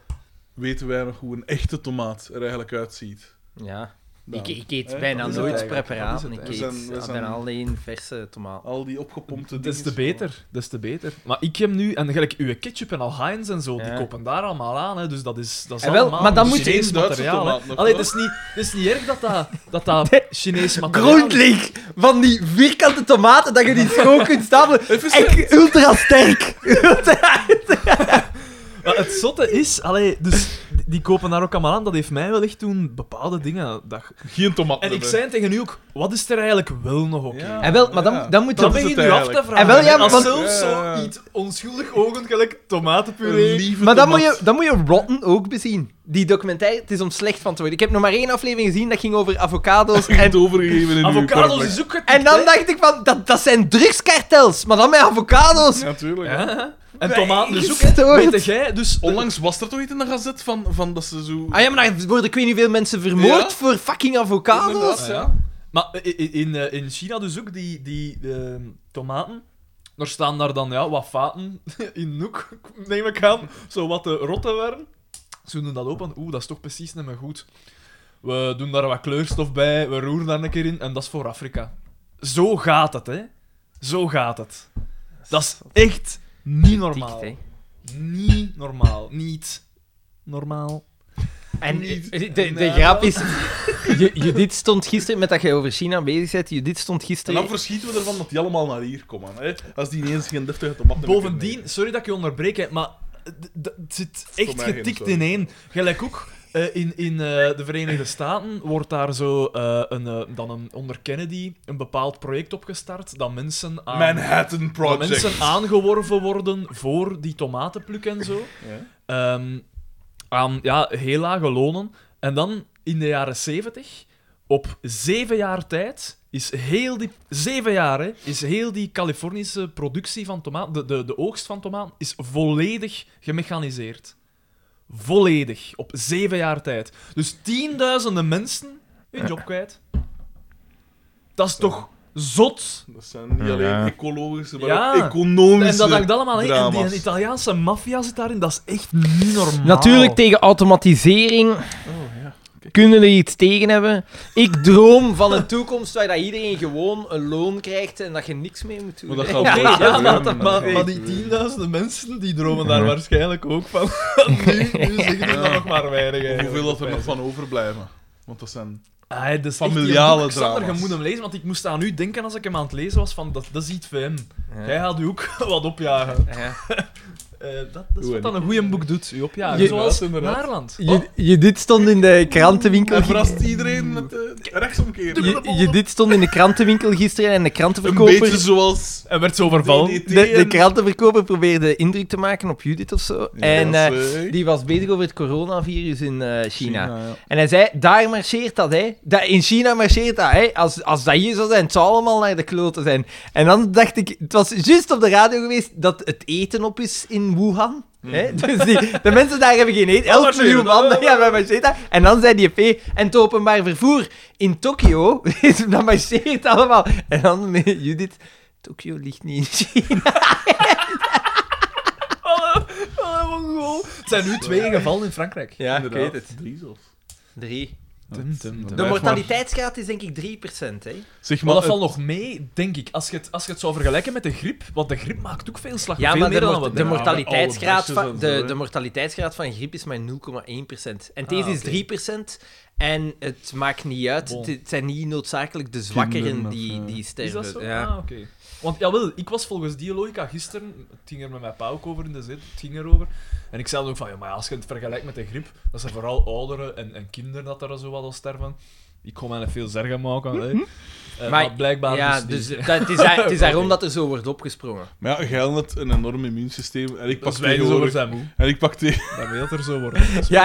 B: weten wij nog hoe een echte tomaat er eigenlijk uitziet.
A: Ja.
B: Nou,
A: ik, ik eet
B: hè,
A: bijna
B: dat is
C: het
A: nooit
C: eigenlijk.
A: preparaten.
C: Dat is
A: Ik
C: het
A: eet
B: eigenlijk. We zijn- we
A: ah,
B: zijn-
A: bijna alleen verse tomaat.
B: Al die opgepompte dingen.
C: Dat is te beter, dat is te beter. Maar ik heb nu, en gelijk uw ketchup en al Heinz en zo, die
A: Ja.
C: kopen daar allemaal aan, hè, dus dat is, dat is
A: Eh, wel,
C: allemaal
A: maar dan
C: een
A: moet je-
C: Chinees
B: Duitse
C: materiaal. hè.
B: tomaat nog
C: Allee,
B: wel.
C: het is niet, het is niet erg dat dat, dat,
A: [laughs]
C: dat Chinees materiaal...
A: Grondlink van die vierkante tomaten dat je die schoon kunt
B: [laughs]
A: stapelen. Echt ultra sterk.
C: Maar het zotte is, allee, dus die- die kopen daar ook allemaal aan, dat heeft mij wel echt toen bepaalde dingen... Dat...
B: Geen tomaat.
C: En ik zei tegen u ook, wat is er eigenlijk wel nog oké?
A: [laughs]
B: Ja.
A: En wel, maar dan, dan moet
C: Dan
B: is
A: je...
C: ben je
B: het
C: nu af te
B: eigenlijk.
C: vragen.
A: En wel, ja,
C: hè, als
A: want-
C: zelfs
B: Ja.
C: zoiets onschuldig ogend, gelijk tomatenpuree...
A: Maar dan moet, je, dan moet je Rotten ook bezien. Die documentaire, het is om slecht van te worden. Ik heb nog maar één aflevering gezien, dat ging over
B: [laughs]
A: avocado's. En,
B: Het overgegeven in
C: Avocados is ook getikt,
A: en dan
C: hè.
A: dacht ik van, dat, dat zijn drugskartels, maar dan met avocado's.
B: Natuurlijk.
C: Ja. En tomaten dus ook, hè.
A: Gestoord.
C: Weet jij, dus...
B: [laughs] Onlangs was er toch iets in de gazet van, van dat ze zo...
A: Ah ja, maar daar worden ik weet niet hoeveel mensen vermoord
B: Ja.
A: voor fucking
B: Inderdaad,
A: avocado's.
C: Ah, Ja.
B: ja.
C: Maar i- i- in, eh, in China dus ook, die, die ehm, tomaten, daar staan daar dan ja, wat vaten [laughs] in de hoek, neem ik aan, zo wat de rotten waren. Ze doen dat open, oeh, dat is toch precies niet meer goed. We doen daar wat kleurstof bij, we roeren daar een keer in, en dat is voor Afrika. Zo gaat het, hè. Zo gaat het. Dat is echt niet normaal.
A: Tikt, hè.
C: Niet normaal. Niet normaal.
A: En
B: Niet.
A: de, de,
B: Nou.
A: grap
B: [laughs]
A: is... Ju- Judith stond gisteren, met dat jij over China bezig bent, Judith stond
B: En
A: gisteren...
B: dan verschieten we ervan dat die allemaal naar hier komen. Hè? Als die ineens geen deftige tomaat meer
C: Bovendien, sorry dat ik je onderbreek, hè, maar eh, d- d- het zit echt
B: mij geen
C: getikt
B: sorry.
C: in één. Gelijk ook. eh, in in eh, de Verenigde Staten wordt daar zo eh, een, eh, dan een, onder Kennedy een bepaald project opgestart dat mensen, aan,
B: kunnen. Manhattan
C: dat
B: Project.
C: mensen aangeworven worden voor die tomatenpluk en zo.
B: Ja.
C: Ehm, aan ja, heel lage lonen. En dan in de jaren 70, op zeven jaar tijd, is heel die, zeven jaar, hè, is heel die Californische productie van tomaat, de, de, de oogst van tomaat, is volledig gemechaniseerd. Volledig, op zeven jaar tijd. Dus tienduizenden mensen hun job kwijt. Dat is toch zot?
B: Dat zijn niet alleen
A: Ja.
B: ecologische, maar
C: Ja.
B: ook economische
C: En dat hangt allemaal in. En die
B: drama's.
C: en Italiaanse maffia zit daarin, dat is echt niet normaal.
A: Natuurlijk tegen automatisering
B: Oh, ja.
A: kunnen er iets tegen hebben. Ik droom van een toekomst waar dat iedereen gewoon een loon krijgt en dat je niks mee moet doen.
B: Maar dat
A: hè.
B: gaat
C: Ja,
B: nooit
C: ja,
B: gebeuren.
C: maar,
B: Dat
C: maar-
B: gaat
C: maar
B: nooit
C: die
B: gebeuren.
C: tienduizenden mensen die dromen daar waarschijnlijk ook van. [laughs] nu, nu zeggen er nog maar weinig. eigenlijk.
B: Hoeveel dat er nog van overblijven. Want dat zijn...
C: Ah, dat is
B: Familiale
C: echt, Sander, je
B: drama's.
C: moet hem lezen, want ik moest aan u denken als ik hem aan het lezen was. Van, dat, dat is iets voor hem.
A: Ja.
C: Hij gaat u ook [laughs] wat opjagen.
A: Ja.
C: Eh, dat, dat is
B: Hoe
C: wat dan
B: en
C: een goeie boek doet, u opjagen.
A: Je-
C: Zoals
B: inderdaad.
C: Naarland.
A: Je, je dit stond in de krantenwinkel.
B: Hij
A: gi-
B: verrast iedereen met eh, de rechtsomkering.
A: Je, je dit stond in de krantenwinkel gisteren en de
B: Een beetje
A: krantenverkoper.
B: zoals...
C: En werd zo overvallen.
B: DDT
A: De, de
B: en-
A: krantenverkoper probeerde indruk te maken op Judith of zo.
B: Ja,
A: En eh,
B: zeg.
A: die was bezig over het coronavirus in eh, China.
B: ja.
A: En hij zei: daar marcheert dat, hè? Dat, in China marcheert dat, hè? Als, als dat hier zou zijn, het zou allemaal naar de kloten zijn. En dan dacht ik: het was juist op de radio geweest dat het eten op is in Wuhan. Hè? Dus die, de mensen daar hebben geen [laughs] eten. 11
C: marcheert
A: miljoen
C: dat,
A: man,
C: hè?
A: ja, maar marcheert dat. En dan zei die P. En het openbaar vervoer in [laughs] Tokio, dat marcheert allemaal. En dan [laughs] met Judith: Tokio ligt niet in China.
C: Oh, oh, Mongool. Het zijn nu twee gevallen in Frankrijk.
A: Ja,
B: Inderdaad. Drie zelfs.
A: Drie.
C: Tum, tum, tum.
A: De
B: maar-
A: mortaliteitsgraad is denk ik 3%. Hè?
B: Zeg
C: Maar
B: maar,
C: dat valt nog mee, denk ik. Als je, het, als je het zou vergelijken met de griep, want de griep maakt ook veel slag.
A: Ja,
C: veel
A: maar
C: meer
A: de,
C: dan
A: mor-
C: wat
A: de,
B: Ja, maar
A: mortaliteitsgraad
B: alle
A: van,
B: bosjes en
A: de,
B: zo,
A: de mortaliteitsgraad van griep is maar 0,1%. En
C: Ah,
A: deze
C: oké.
A: is 3%. En het maakt niet uit.
C: Bon. eh,
A: Het, het zijn niet noodzakelijk de zwakkeren
B: Kinderen of,
A: die,
B: ja.
A: die
C: Is
A: sterven.
C: dat zo?
A: dus, Ja.
C: Ah, oké. Want jawel, ik was volgens die logica gisteren, het ging er met mijn pa ook over in de zet, het ging erover. En ik zei dan ook van, ja, maar als je het vergelijkt met de griep, dat zijn vooral ouderen en, en kinderen dat daar zo wat al sterven. Ik kon mij niet veel zorgen maken. hè. Eh, maar, blijkbaar
A: Mhm. ja, eh,
C: dus, niet. [laughs]
A: dat, het is, daar- het is daarom
C: Oké.
A: dat er zo wordt opgesprongen.
B: maar ja, jij had een enorm immuunsysteem. En ik pak
C: Pas wij dus
B: tegenwoordig...
C: over zijn moe.
B: En ik pak tegen...
C: Dat wil er zo worden.
A: [laughs] Ja,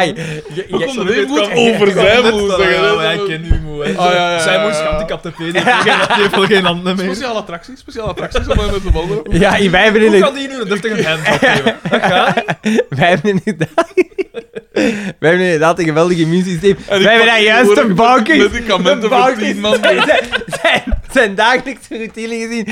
B: Hoe komt er weer goed over zijn moe?
C: Ja,
B: zeggen, hè?
C: maar hij kent nu moe. hè.
B: ja, ja, ja,
C: Zij moest
B: ja.
C: schamt die kaptepedia, die heeft [laughs] geen- die heeft wel geen handen meer.
B: Speciale attractie, speciale attractie. [laughs] Om met de wandelen.
A: ja, wij hebben
C: Hoe kan die nu een deftige [laughs] hand geven? Dat gaat.
A: Wij hebben inderdaad... [laughs] Wij hebben inderdaad een geweldig immuunsysteem. Wij
B: pak
A: hebben daar juist een
B: tegenwoordig
A: bouwkist.
B: Medicamenten
A: De
B: voor
A: bouwkist. [laughs]
B: tien man.
A: Zijn, zijn, zijn dagelijkse routine gezien.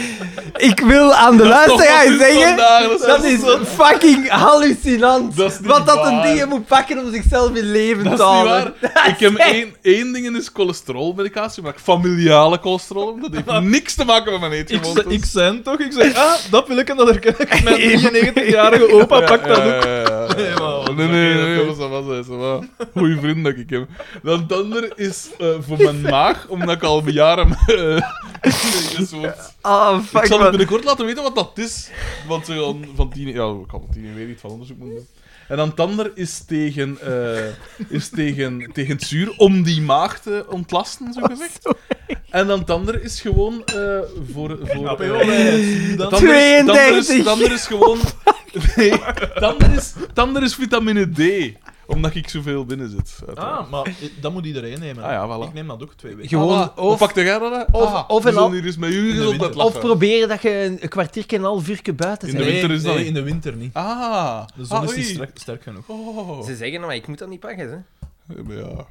A: Ik wil aan de
B: toch
A: luisteraar
B: wat is
A: zeggen...
B: vandaag, dat is
A: Dat is
B: zo-
A: fucking hallucinant.
B: Dat is niet
A: Wat dat een
B: waar.
A: dingen moet pakken om zichzelf in leven
B: Dat
A: te
B: is niet
C: [laughs]
A: houden.
B: waar. Ik heb één, één ding is cholesterolmedicatie, maar ik familiale cholesterol. Dat
C: [laughs]
B: heeft niks te maken met mijn
C: Ik,
B: eetgewoontes.
C: ze- ik zei toch, ik zeg, ah, dat wil ik en dat herken ik. [laughs] Mijn 93-jarige opa pakt dat ook. [laughs] Nee,
B: Nee,
C: maar wat
B: nee,
C: is
B: nee,
C: dat?
B: nee, dat was Goeie vriend dat ik heb. Dan het andere is eh, voor
C: [laughs]
B: mijn maag, omdat ik al jaren... [laughs] eh, een soort-
A: Oh,
B: ik
A: fuck
B: zal het
A: man.
B: binnenkort laten weten wat dat is. Want ze gaan van tien... Ja, ik kan van tien weer iets van onderzoek moeten doen. En dan het andere is tegen, eh, is tegen, tegen het zuur, om die maag te ontlasten, zo gezegd. En dan het andere is gewoon eh, voor... voor eh,
C: Dan-
B: Tander is- tander is-
A: 32.
B: Tander is gewoon. Nee, tander is, tander is vitamine D. Omdat ik zoveel binnen zit. uiteraard.
C: Ah, maar i- dat moet iedereen nemen.
B: Ah ja, voilà.
C: Ik neem dat ook twee weken.
A: Gewoon
B: Ah, voilà. Hoe
A: of-
B: pakte jij dat? hè?
A: of-
B: Ah,
A: of
B: we
A: een
B: zullen
A: al-
B: hier eens met jullie
C: de
B: gezondheid
C: winter.
A: Of
B: lachen.
A: proberen dat je een een kwartiertje en een half uurtje buiten
B: In
A: bent.
B: de winter is dat
C: nee,
B: niet.
C: in de winter dus niet.
B: Ah,
C: De zon
B: ah,
C: is niet
B: oei.
C: sterk, sterk genoeg.
B: Oh.
A: Ze zeggen, maar ik moet dat niet pakken. Hè.
B: Ja, maar ja.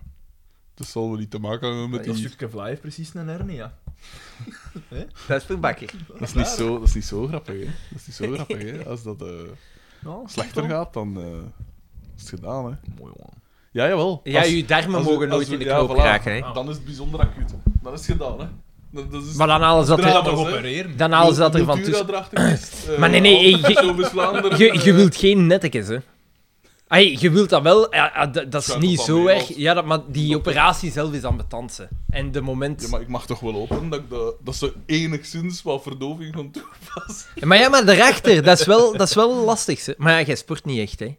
B: Dat zal wel niet te maken hebben met
C: Dat
B: die...
C: stukje vlaai heeft precies een hernia.
A: Dat is voor bakker.
B: Dat is niet zo, dat is niet zo grappig, hè. Dat is niet zo grappig,
C: [laughs]
B: hè. Als dat eh,
C: Nou,
B: slechter
C: toch?
B: gaat, dan eh, is het gedaan, hè.
C: Mooi, man.
B: Ja, jawel.
A: Ja,
B: Als-
A: je darmen
B: als we-
A: mogen
B: als
A: nooit
B: we-
A: in de
B: ja,
A: knoop
B: voilà.
A: raken. Hè.
C: Ah.
B: Dan is het bijzonder acuut. Dan is het gedaan, hè. Dat, dat is...
A: Maar dan alles
C: Dat
A: dat
B: Draai
C: gaat
A: er,
B: maar
C: toch
B: eens, hè.
C: opereren?
A: dan alles dat er van tussen... [clears throat]
B: eh,
A: Maar nee, nee, hey, je- Je, je wilt geen nettekens, hè? Ai, je wilt dat wel, ja, ja, dat, dat is
B: Schuift
A: niet
B: op
A: zo
B: aan
A: erg.
B: wereld.
A: Ja, dat, maar die operatie zelf is aan betansen. En de moment.
B: Ja,
A: maar...
B: maar ik mag toch wel hopen dat, ik de, dat ze enigszins wat verdoving gaan toepassen. [laughs]
A: ja, maar daarachter, dat is wel, dat is wel lastig. hè. Maar ja, jij sport niet echt, hè?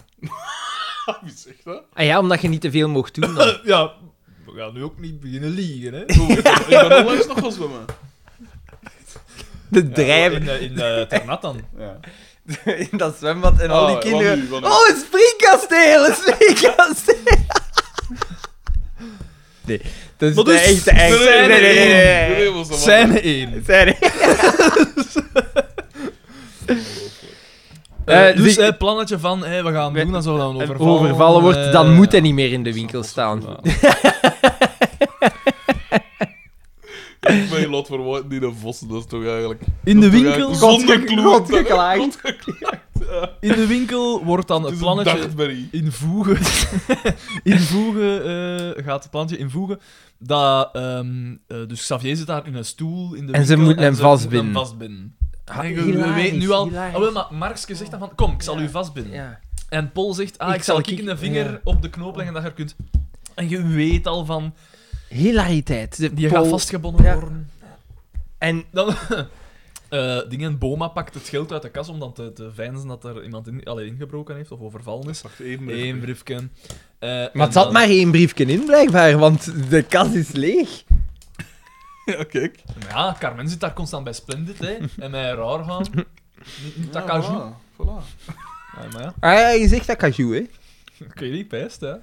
B: Wie zegt dat?
A: Ah ja, omdat je niet te veel mocht doen. dan.
C: Ja, we gaan nu ook niet beginnen liegen, hè.
B: Oh, ik ben- ik ben onlangs nog gaan zwemmen.
A: [laughs] De
C: In,
A: drijven
C: eh, in eh, Ternat dan.
B: Ja.
A: in dat zwembad en al
B: Ah,
A: die
B: wat
A: kinderen.
B: nu, wat nu?
A: Oh, een springkasteel! Een springkasteel! Nee, dat is
C: Maar dus,
A: de echte, echte.
C: zijn
A: nee, nee, nee, nee, nee.
B: Nee, was dat wel-
C: Scène 1. [laughs]
A: Sorry.
C: Eh,
A: Eh,
C: dus
A: die-
C: het plannetje van, hey, we gaan
A: We-
C: doen alsof we dan
A: overvallen,
C: overvallen.
A: wordt,
C: eh,
A: dan moet hij niet meer in de winkel
C: Ja.
A: [laughs] staan.
B: Ik ben lot voor woord niet een vossen, dat is toch eigenlijk...
C: In de
B: dat is toch
C: winkel,
B: eigenlijk Zonder
A: Godge-
B: kloot.
A: Godgeklaagd.
C: in de winkel wordt dan
B: Het
C: het
B: is een
C: plannetje
B: dagberry.
C: [laughs] invoegen. invoegen eh, gaat het plannetje invoegen. Dat, ehm, eh, dus Xavier zit daar in een stoel in de
A: En ze
C: winkel
A: moeten hem vastbinden.
C: moeten hem vastbinden.
A: Ah,
C: En je- we
A: hilarisch,
C: weten nu al...
A: hilarisch.
C: Oh, wel, maar Markske zegt dan van, kom, ik zal u vastbinden.
A: Ja.
C: En Paul zegt, ah, ik, zal kikken de vinger
A: ja.
C: op de knoop leggen dat je er kunt... En je weet al van,
A: Hilariteit. De
C: die gaat
A: Paul-
C: vastgebonden
A: Ja.
C: worden.
A: En
C: Dan, [laughs] eh dingen, Boma pakt het geld uit de kas om dan te, te veinzen dat er iemand in, allee, ingebroken heeft of overvallen is.
B: Wacht, één minuut.
C: Eén briefje. Eh,
A: maar
C: en
A: het zat
C: dan-
A: maar één briefje in, blijkbaar, want de kas is leeg.
B: [laughs] Ja, kijk.
C: Ja, Carmen zit daar constant bij Splendid,
A: [laughs]
C: hè. En mij raar gaan. Niet- Niet dat
B: Ja,
C: kan
B: voilà,
C: doen.
B: voilà.
C: Ja, maar ja.
A: Ah ja, je zegt dat Cajou, hè?
C: Ik weet niet, pijst, hè.
B: is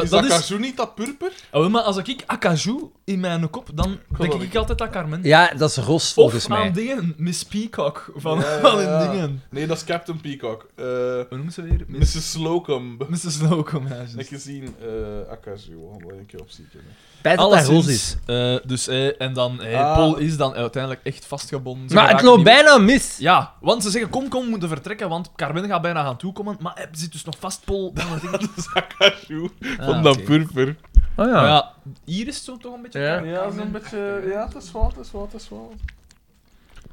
C: Dat,
B: dat
C: dat is...
B: kazoo niet dat purper?
C: Oh, maar als ik Akaju in mijn kop, dan denk
B: dat
C: ik,
B: ik-
C: altijd aan Carmen.
A: Ja, dat is Ros, volgens
C: of
A: mij.
C: aan dingen, Miss Peacock van
B: Ja, ja,
C: van in
B: ja.
C: dingen.
B: Nee, dat is Captain Peacock. Eh,
C: Hoe noemt ze weer? Miss...
B: Mrs. Slocum. [laughs]
C: Mrs. Slocum, ja, juist.
B: Heb gezien, eh Akazu, we gaan wel een keer op zieken. hè. [laughs]
A: Spijt dat dat Ros is.
C: eh, dus, eh, en dan, eh,
B: Ah.
C: Paul is dan uiteindelijk echt vastgebonden. Ze
A: Maar het
C: raken
A: loopt
C: niet meer-
A: bijna mis.
C: Ja, want ze zeggen, kom, kom, we moeten vertrekken, want Carmen gaat eh,
B: [laughs]
C: bijna gaan toekomen. Maar hij zit dus nog vast, Paul. Dan denk ik,
B: Dat is Akazu
C: Ah,
B: van dat
C: oké.
B: purper.
A: Oh
C: Maar
A: ja.
C: ja, hier is het zo toch een beetje...
A: Ja.
B: Ja, zo'n beetje... Ja, het is wel, het is wel, het is wel.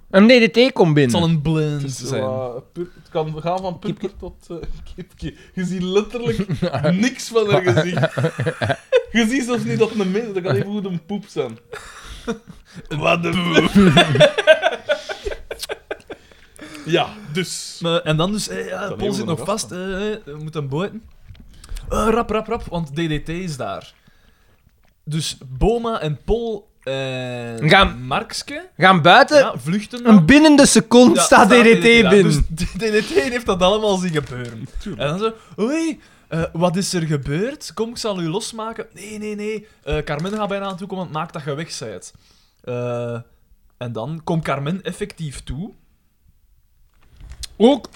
A: Een DDT komt
C: Het zal
A: binnen.
C: een blend
B: Het, is zo,
C: zijn.
B: eh, pup- het kan gaan van pupper tot eh, [laughs] kipke. Je ziet letterlijk niks van haar gezicht. Je ziet zelfs niet dat het een mens Dat kan even goed een poep zijn.
C: Wat de
B: [laughs] Ja, dus.
C: Maar- En dan dus, eh, ja,
B: Dan
C: Paul zit
B: heel
C: nog vast, eh, eh, we moeten hem buiten. Eh, rap, rap, rap, want DDT is daar. Dus Boma en Paul en
A: Gaan-
C: Markske
A: Gaan buiten.
C: ja, vluchten. dan.
A: Een binnen de seconde
C: Ja,
A: staat DDT
C: ja.
A: binnen.
C: Dus [laughs] DDT heeft dat allemaal zien gebeuren. En dan zo, oei, eh, wat is er gebeurd? Kom, ik zal u losmaken. Nee, nee, nee. Eh, Carmen gaat bijna aan toe komen, want maak dat je weg zijt. Eh, en dan komt Carmen effectief toe.
A: Ook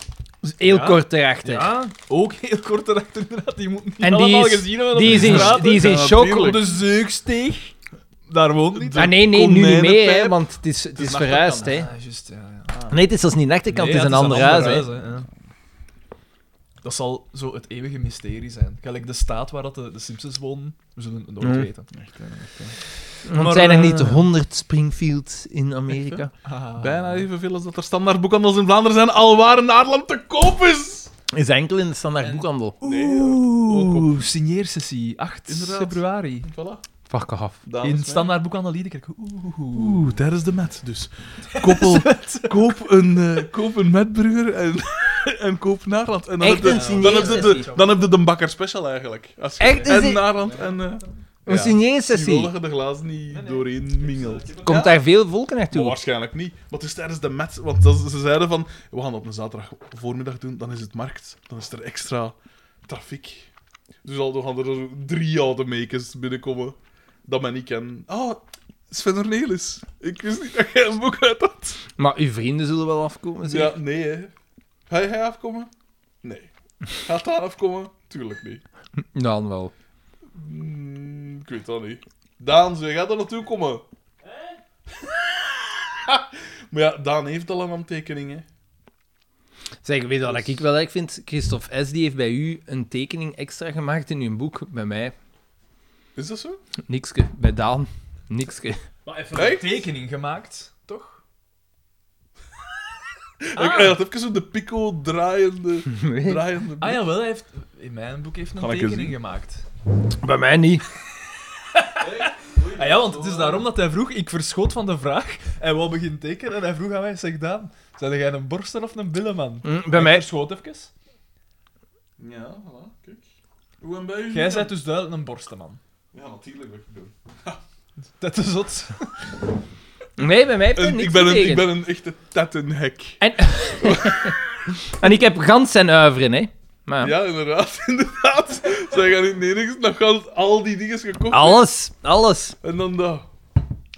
A: heel
C: Ja.
A: kort erachter.
C: Ja, ook heel kort erachter inderdaad. Die moet niet
A: En die
C: allemaal
A: is-
C: gezien hebben op
A: Die is
C: de
A: in,
C: straten.
A: die is in
B: Ja,
A: shock.
B: natuurlijk.
C: De zeuksteeg. Daar woont niet.
A: Ah nee, nee, nu niet mee, hè,
B: Konijnenpijp.
A: want het is, het is
B: is
A: verhuisd. Hè.
C: Ah, juist, ja, ja. Ah.
A: Nee, het is zelfs niet nachtkant,
C: Nee,
A: het is
C: ja,
A: een ander huis. hè.
C: hè, ja. Dat zal zo het eeuwige mysterie zijn. Gelijk de staat waar dat de, de Simpsons wonen, we zullen het nooit
A: Mm.
C: weten.
A: Want
C: Maar,
A: zijn er
C: eh,
A: niet
C: [laughs]
A: 100 Springfields in Amerika?
C: Ah.
B: Bijna evenveel als dat er standaard boekhandels in Vlaanderen zijn, al waar een Aardland te koop is.
A: Is enkel in de standaard
C: En-
A: boekhandel.
B: ook
C: Oeh, signeersessie, 8
B: Inderdaad.
C: februari.
B: Voilà.
A: Fuck af.
B: dames en
C: In
B: heren.
C: standaard boekhandel Liedekerk. Oeh.
B: Oeh, daar is de mat. Dus koppel, koop, een, eh koop een metburger en, [laughs] en koop Naarland. En dan
A: Echt
B: heb
A: een
B: je, dan heb je, de,
A: signeersessie.
B: dan heb je de bakker special eigenlijk. Als je,
A: Echt een
B: en
A: si-
B: Naarland en... eh
A: Een
B: ja. Ik wil
A: Chinese
B: dat je de glazen niet doorheen mingelt.
A: Komt daar veel volk naartoe?
B: Maar waarschijnlijk niet. Maar het is tijdens de mat. Want dat ze ze zeiden van, we gaan op een zaterdag voormiddag doen, dan is het markt. Dan is er extra trafiek. Dus al dan gaan er zo drie oude makers binnenkomen dat men niet kent. Oh, Sven Ornelis. Ik wist niet dat jij een boek uit had.
A: Maar uw vrienden zullen wel afkomen, zeg.
B: Ja, nee hè. Ga jij afkomen? Nee. Gaat daar afkomen? Tuurlijk niet.
A: Dan wel.
C: Hmm,
B: Mm, ik weet dat niet. Daan, zou jij daar naartoe komen? [laughs] maar ja, Daan heeft al een handtekening, hè.
A: Zeg, weet je wat ik wel erg vind? Christophe S. die heeft bij u een tekening extra gemaakt in uw boek. Bij mij,
B: Is dat zo?
A: nikske. Bij Daan, nikske.
C: Maar even
B: Echt?
C: een tekening gemaakt, toch?
B: Ik
C: Ah.
B: Hij had even zo de pico
C: [laughs]
B: draaiende... draaiende
C: Ah jawel, hij heeft, in mijn boek heeft
B: Kan
C: een
B: ik eens
C: tekening
B: zien?
C: gemaakt.
A: Bij mij niet.
C: Ah ja, want het is daarom dat hij vroeg, ik verschoot van de vraag, hij wou beginnen tekenen en hij vroeg aan mij, zeg Daan, zijn jij een borster of een billeman?
A: Hm, bij
C: Ik
A: mij...
C: verschoot even.
B: Ja, voilà, kijk. Hoe en bij u?
C: Jij bent dus duidelijk een borstenman.
B: Ja, natuurlijk wil ik doen.
C: Dat is zot.
A: Nee, bij mij heeft hij
B: En
A: niks
B: ik, ben een,
A: getekend.
B: ik ben een echte tettenhek.
A: En... en ik heb gans zijn uiveren, hè. Maar
B: Ja, inderdaad, [laughs] inderdaad. Zij gaan in het enigste nog al, al die dingen gekocht.
A: alles, alles.
B: En dan dat.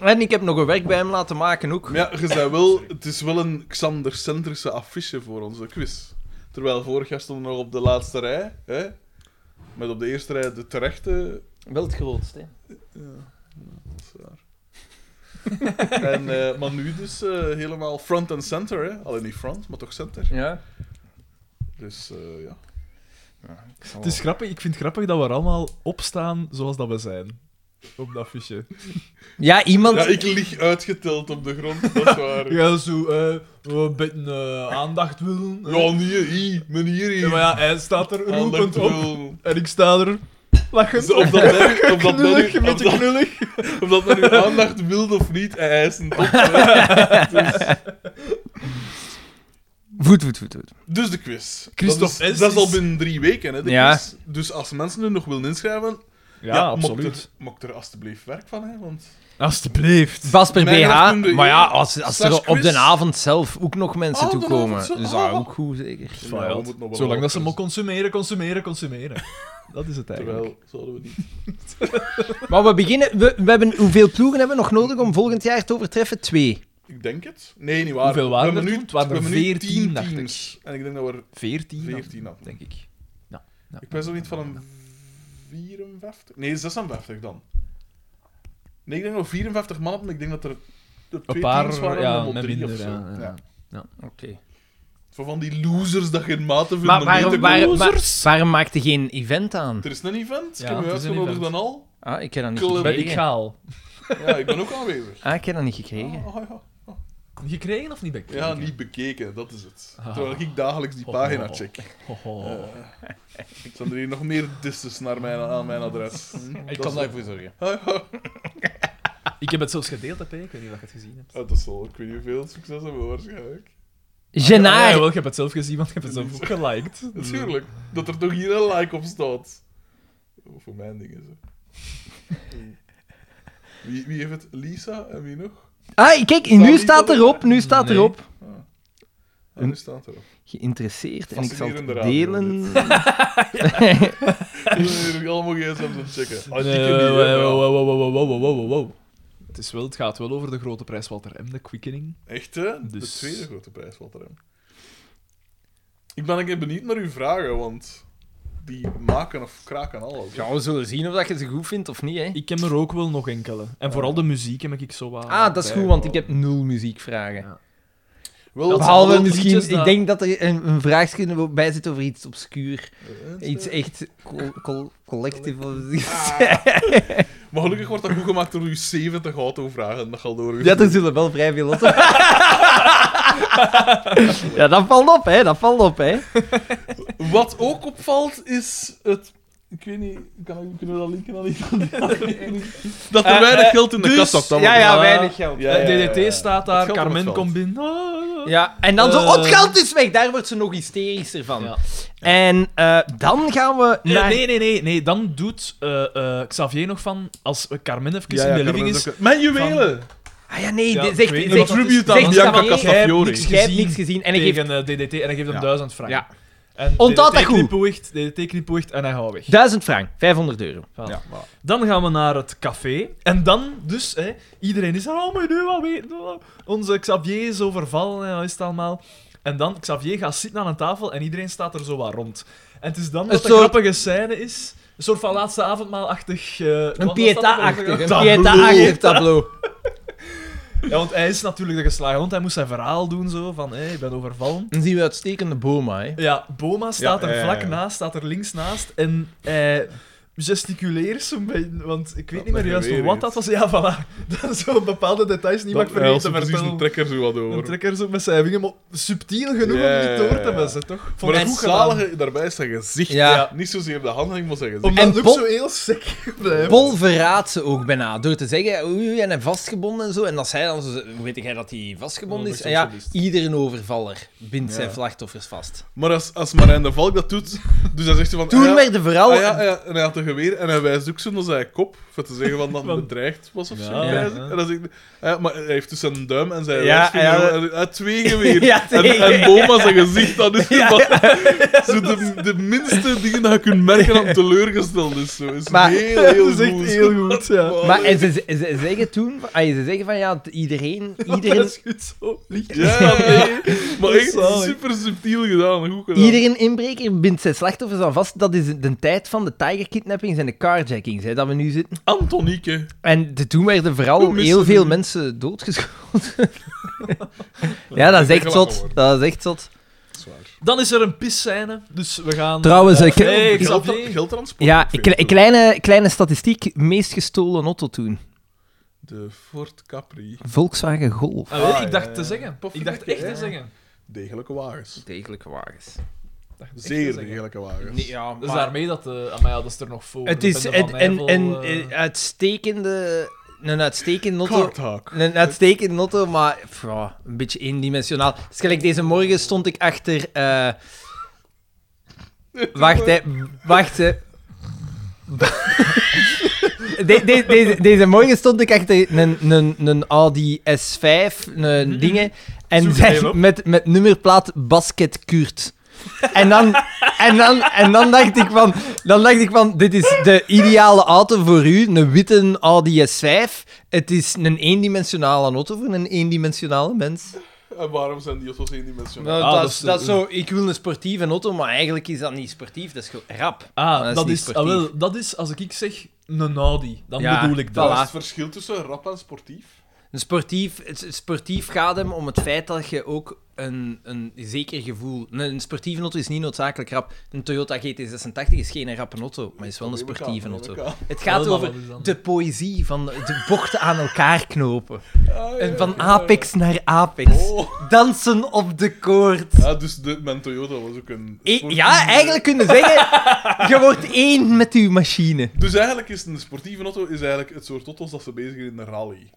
A: En ik heb nog een werk bij hem laten maken ook.
B: Maar ja, je zei wel, het is wel een Xander-centrische affiche voor onze quiz. Terwijl vorig jaar stonden we nog op de laatste rij, hè? Met op de eerste rij de terechte.
A: Wel het grootste, hè.
B: Ja, dat is waar. en, eh, maar nu dus eh, helemaal front en center, hè? Alleen niet front, maar toch center.
A: Ja.
B: Dus eh, ja.
C: Het
B: Oh.
C: is grappig, ik vind het grappig dat we er allemaal opstaan zoals dat we zijn. Op dat affiche.
A: Ja, iemand...
B: Ja, ik lig uitgeteld op de grond, dat is waar.
C: [laughs] Ja, zo, eh, een beetje eh, aandacht willen. eh.
B: Ja, nee, hier, meneer
C: Ja,
B: hier.
C: maar ja, hij staat er
B: Aandacht
C: roepend op.
B: wil.
C: En ik sta er lachend.
B: Zo,
A: [laughs]
B: Of dat men- of dat men-
C: knullig, een
B: of
C: beetje
B: dat-
C: knullig.
B: Of dat men uw aandacht wil of niet, hij is een top.
A: Voet, voet, voet, voet.
B: Dus de quiz.
C: Christophe
B: dat is,
C: S.
B: dat is al
C: is-
B: binnen drie weken, hè, de
A: Ja.
B: quiz. Dus als mensen nu nog willen inschrijven,
C: Ja,
B: mocht
C: absoluut.
B: er- Mocht er alstublieft werk van, hè, want...
C: Alsjeblieft.
A: Basper
B: Mijn
A: BH.
B: afdoende,
A: Maar ja,
B: ja.
A: als, als
B: Slash
A: er op
B: quiz.
A: de avond zelf ook nog mensen
B: Ah,
A: toe
B: de avond
A: toekomen,
B: zelf.
A: dus dat
B: Ah.
A: ook goed, zeker.
B: Ja, we moeten nog wel
C: Zolang dat ze
B: wat
C: maar consumeren, consumeren, consumeren. Dat is het eigenlijk.
B: Terwijl, zouden we niet...
A: Maar we beginnen... We, we hebben, hoeveel ploegen hebben we nog nodig om volgend jaar te overtreffen? Twee.
B: Ik denk het. Nee, niet waar.
C: Hoeveel waren
B: we hebben
C: er
B: nu,
C: toen? Het waren
B: we
C: er
B: hebben nu 10
C: 14, dacht ik.
B: teams. En ik denk dat we er
C: 14,
B: 14 hadden.
C: denk ik. Ja. ja.
B: Ik ben zo niet van een 54? Nee, 56 dan. Nee, ik denk dat we 54 man hadden, maar ik denk dat er er twee
C: Een paar,
B: teams waren
C: ja,
B: en dan
C: met
B: drie
C: minder.
B: of zo.
C: ja, ja.
B: Ja.
A: Oké.
B: Voor van die losers dat geen maat te vinden
A: Maar
B: om
A: waarom,
B: mee te
A: waarom,
B: komen.
A: waar- waarom maakte geen event aan?
B: Er is een event,
C: Ja,
B: ik heb
C: het
B: je
C: is een
B: uitgenodigd
C: event.
B: dan al.
A: Ah, ik heb dat niet
B: Club.
C: Ben
B: Ben
C: ik
A: gekregen.
C: gaal.
B: Ja, ik ben ook aanwezig.
A: Ah, ik heb dat niet gekregen.
B: Ah, ah, ja.
C: Gekregen of niet bekeken?
B: Ja, niet bekeken, dat is het.
C: Ah.
B: Terwijl ik dagelijks die
C: Oh.
B: pagina check.
C: Hoho.
B: Zijn er hier nog meer disses naar mijn, aan mijn adres? Hm, dat is-
A: zorgen.
B: Ah, ja.
C: Ik heb het zelfs gedeeld, heb ik. Ik weet niet of je het gezien hebt.
B: Ah, dat zal ik weet niet hoeveel succes hebben, waarschijnlijk.
C: Ah,
A: Genaar.
C: jawel, ik heb het zelf gezien, want ik heb het zelf ook geliked.
B: Natuurlijk, dat er toch hier een like op staat. Oh, voor mijn dingen zo. Wie, wie heeft het? Lisa en wie nog?
A: Ah, kijk, nu staat erop. Nu staat
C: Nee.
A: erop.
B: En nu Ah, staat erop.
A: Geïnteresseerd en ik zal het
B: Fascinerende radio,
A: delen.
B: dus.
A: [laughs]
B: Zullen we hier allemaal gsm's aan checken? Ah, die
C: Nee,
B: kunnen die, hè,
C: Eh, wow,
B: ja.
C: wow, wow, wow, wow, wow, wow, wow, wow. Het, is wel, het gaat wel over de grote prijs Walter M, de quickening.
B: Echt, hè? De
C: Dus-
B: tweede grote prijs valt erin. Ik ben een keer benieuwd naar uw vragen, want die maken of kraken alles. hè.
A: Ja, we zullen zien of dat je ze goed vindt of niet, hè.
C: Ik heb er ook wel nog enkele. En vooral de muziek heb ik zo wat
A: Ah, dat is goed, want ik heb
C: bijgehouden.
A: nul muziekvragen.
C: Ja.
B: Wel,
C: Dat
A: Behalve
C: zijn wel
A: misschien,
C: liedjes dat-
A: ik denk dat er een, een vraagje bij zit over iets obscuur.
B: eh,
A: Iets echt col col- collectief of iets.
B: [laughs] Maar gelukkig wordt dat goed gemaakt door uw 70 auto-vragen. Dat gaat door.
A: [laughs] Ja, er zullen wel vrij veel [laughs] lossen. ja, dat valt op, hè. Dat valt op, hè.
B: Wat ook opvalt is het. Ik weet niet, kan, kunnen we dat linken aan iets? dat er
A: Eh,
B: weinig
A: eh,
B: geld in de kast zat. dat
A: ja,
B: wordt-
A: ja,
C: wel.
A: weinig geld.
B: Ja, ja, ja, ja.
C: DDT staat
B: Het
C: daar,
B: geld op
C: Carmen
B: het veld.
C: komt binnen. Ah.
A: Ja, en dan zo,
C: Eh.
A: oh, het geld is weg. Daar wordt ze nog hysterischer van.
C: Ja.
A: En eh, dan gaan we
C: Eh,
A: naar...
C: nee, nee, nee, nee. Dan doet eh, eh, Xavier nog van, als eh, Carmen even
B: Ja,
C: in
B: ja,
C: de
B: kan
C: living
B: er
C: is...
B: ook- Mijn juwelen!
A: Ah ja, nee,
C: Ja,
A: dit-
C: ik
A: zegt...
C: weet niet
A: zegt-
C: wat dat is.
B: Tribute aan
A: zegt
B: Bianca
A: Xavier,
B: Castafiore.
A: jij hebt niks
C: gezien
A: gezien en hij geeft
C: tegen eh, DDT en hij geeft hem
B: Ja.
C: 1000 frank.
A: Ja.
C: En
A: Onthoud
C: DDT
A: dat goed.
C: knipoogd, DDT knipoogd en hij gaat weg.
A: 1000 frank, 500 euro.
C: Voilà.
B: Ja.
C: Dan gaan we naar het café. En dan, dus, hè, iedereen is daar, oh, moet je nu wat weten? Oh, Onze Xavier is overvallen en wat is het allemaal. En dan, Xavier gaat zitten aan een tafel en iedereen staat er zo wat rond. En het is dan dat
A: Een
C: de
A: soort-
C: grappige scène is. Een soort van laatste avondmaalachtig... eh, wat was
A: Een
C: dat
A: pieta-achtig,
C: dan?
A: een pieta-achtig tableau.
C: Ja, want hij is natuurlijk de geslagen hond. Hij moest zijn verhaal doen, zo, van, hé, ik ben overvallen.
A: Dan zien we uitstekende boma, hè.
C: Ja, Boma staat
B: Ja,
C: er
B: ja,
C: vlak
B: ja, ja.
C: naast, staat er links naast. En eh gesticuleert zo'n beetje, want ik weet
B: Dat
C: niet meer
B: dat
C: juist
B: geweer
C: wat
B: is.
C: dat was. Ja, voilà. [laughs] Dat zo bepaalde details niet mag
B: Dat- hij had
C: vergeten
B: zo
C: te
B: precies een
C: vertellen.
B: trekker zo wat
C: Een
B: over.
C: trekker zo met zijn vingen, maar subtiel genoeg
B: Ja,
C: om niet door
B: ja,
C: te
B: ja.
C: missen, toch?
B: Maar
C: Vond ik
B: het
C: goed gedaan.
B: zalige daarbij is zijn gezicht.
A: Ja.
C: Ja.
B: Niet zozeer de handeling, maar zijn gezicht.
C: Omdat
A: En
C: het ook
A: Pol-
C: zo heel sick [laughs] blijft.
A: Pol verraadt ze ook bijna door te zeggen, oei, oei, en hij vastgebonden en zo. En als hij dan zo, zegt, hoe weet jij dat hij vastgebonden
C: Oh,
A: is?
C: dat
A: En
C: is
A: ja,
C: socialist.
A: iedere overvaller bindt zijn
B: Ja.
A: slachtoffers vast.
B: Maar als, als Marijn de Valk dat doet, dus dan zegt hij van...
A: Toen
B: ah ja,
A: werden vooral...
B: ah ja, ah ja, en hij had een geweer en hij wijst ook zo naar zijn kop, voor te zeggen van dat hij
C: Want-
B: bedreigd was of zo.
C: Ja,
B: wijs ik.
C: ja.
B: En dan zeg ik, ah ja, maar hij heeft dus zijn duim en zijn
A: Ja,
B: wijsvinger,
A: ja,
B: en- en twee geweren.
A: [laughs] Ja, twee
B: en, en Boma zijn gezicht, dat
A: [laughs]
B: is dat- zo de, de minste dingen dat je kunt merken dat hij teleurgesteld is. Zo. is
A: Maar-
B: heel,
A: [laughs]
B: heel
C: dat is echt
B: goed. [laughs]
C: heel goed, ja.
A: Maar en ze, ze, ze zeggen toen, ah, ze zeggen van ja, t- iedereen,
C: [laughs] Dat
A: iedereen,
C: is goed zo. lichtjes.
B: Ja,
A: [laughs]
B: ja. maar echt
C: Zalig.
B: super subtiel gedaan, goed gedaan.
A: iedereen inbreker bindt zijn slachtoffers aan vast. Dat is de tijd van de tigerkidnappings en de carjackings, hè, dat we nu zitten.
B: Antonieke.
A: En de, toen werden vooral
B: We missen
A: heel veel
B: u.
A: mensen doodgeschoten. ja, dat is echt zot. Dat is echt zot.
B: Zwaar.
C: Dan is er een pisscène, dus we gaan...
A: Trouwens, ik,
C: nee, ik-
B: Geld,
C: Xavier.
B: geldtransport.
A: ja,
B: vind
A: kle-
B: ik wel.
A: kleine, kleine statistiek. Meest gestolen auto toen.
B: De Ford Capri.
A: Volkswagen Golf.
C: Ah, wel,
B: Ah,
C: ik dacht
B: ja,
C: te
B: ja.
C: zeggen. Ik dacht
B: Pofferdikke,
C: echt te
B: ja.
C: zeggen.
B: Degelijke wagens.
A: Degelijke wagens.
C: Dacht echt te
B: Zeer
C: zeggen.
B: degelijke wagens.
A: ja,
C: Dus daarmee dat... eh amai, ja, dat is er nog voor.
A: Het
C: De
A: is
C: Bende
A: een,
C: van
A: een,
C: Nijvel,
A: een,
C: eh,
A: eh, uitstekende... Een uitstekende auto...
B: Karthak.
A: Een uitstekende auto, maar pff, ja, een beetje eendimensionaal. Het is gelijk deze morgen stond ik achter... eh, wacht, hè. Wacht, hè. [laughs] De- de- deze, deze morgen stond ik achter een, een, een Audi S5, een dingen, en
C: Zoek
A: zei-
C: het even op.
A: met, met nummerplaat Basket Kurt. En dan, en, dan, en dan dacht ik van, dan dacht ik van, dit is de ideale auto voor u, een witte Audi S5. Het is een eendimensionale auto voor een eendimensionale mens.
B: En waarom zijn die auto's eendimensionaal?
A: Nou,
C: Ah,
A: dat,
C: dat
A: is,
C: is-
A: dat is zo, ik wil een sportieve auto, maar eigenlijk is dat niet sportief, dat is gewoon rap.
C: Ah,
A: dat is
C: dat,
A: niet
C: is, ah,
A: sportief.
C: wel, dat is, als ik, ik zeg, een Audi. Dan
A: Ja,
C: bedoel ik dat.
A: voilà.
B: Wat is het verschil tussen rap en sportief?
A: Een sportief, het- het sportief gaat hem om het feit dat je ook een, een zeker gevoel. Een, een sportieve auto is niet noodzakelijk rap. Een Toyota GT86 is geen rappe auto, maar is wel een
B: Neem ik aan,
A: sportieve
B: neem
A: auto.
B: ik aan.
A: Het gaat
C: Wel,
A: over
C: maar wat is dan?
A: de poëzie van de bochten aan elkaar knopen.
B: Ah, [laughs] ja,
A: En
B: ja,
A: van
B: ja.
A: apex naar apex.
B: Oh.
A: Dansen op de koord.
B: Ja, dus de, mijn Toyota was ook een.
A: E-
B: sportieve-
A: ja, eigenlijk kunnen zeggen, je wordt één met uw machine.
B: Dus eigenlijk is een sportieve auto is eigenlijk het soort auto's dat ze bezig zijn in de rally.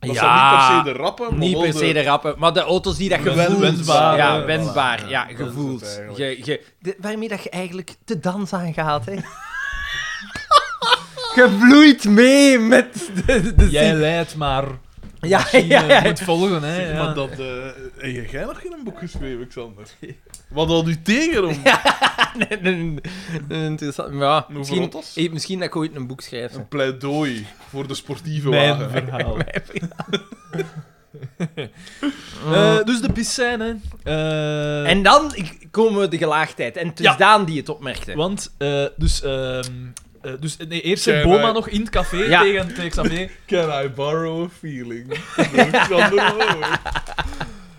B: Dat zijn niet per se de rappen, maar
A: Niet
B: wel
A: per se de rappen, maar de auto's die dat je
C: Wens-
A: voelt.
C: wensbaar,
A: Ja,
C: hè.
A: wensbaar.
B: Voilà.
A: Ja,
B: Dat is het
A: gevoeld. Je,
B: eigenlijk.
A: je, de- waarmee dat je eigenlijk de dans aangaat, hè. Je vloeit mee met de... de [laughs]
C: Jij
A: zin-
C: leidt maar.
A: ja, ja,
C: Machine
A: ja, ja.
C: moet volgen, hè.
B: Zeg
C: ja.
B: maar dat... eh heb jij nog geen boek geschreven,
A: [laughs]
B: Xander? Wat had u tegen om?
A: Een- een- een interessant... Ja, misschien,
B: auto's?
A: eh, misschien dat ik ooit een boek schrijf. hè.
B: Een pleidooi voor de sportieve
C: Mijn
B: wagen.
A: [laughs]
C: verhaal.
A: Eh,
C: Eh, dus de piscine. eh
A: Oh. en dan k- komen we de gelaagdheid. En het is
C: Ja.
A: Daan die het opmerkte.
C: Want, eh, dus, ehm, eh, dus nee, eerst
B: Jij
C: zijn Boma
B: wij-
C: nog in het café
A: Ja.
C: tegen, tegen Xavier.
B: Can I borrow a feeling? Door Xander Looy.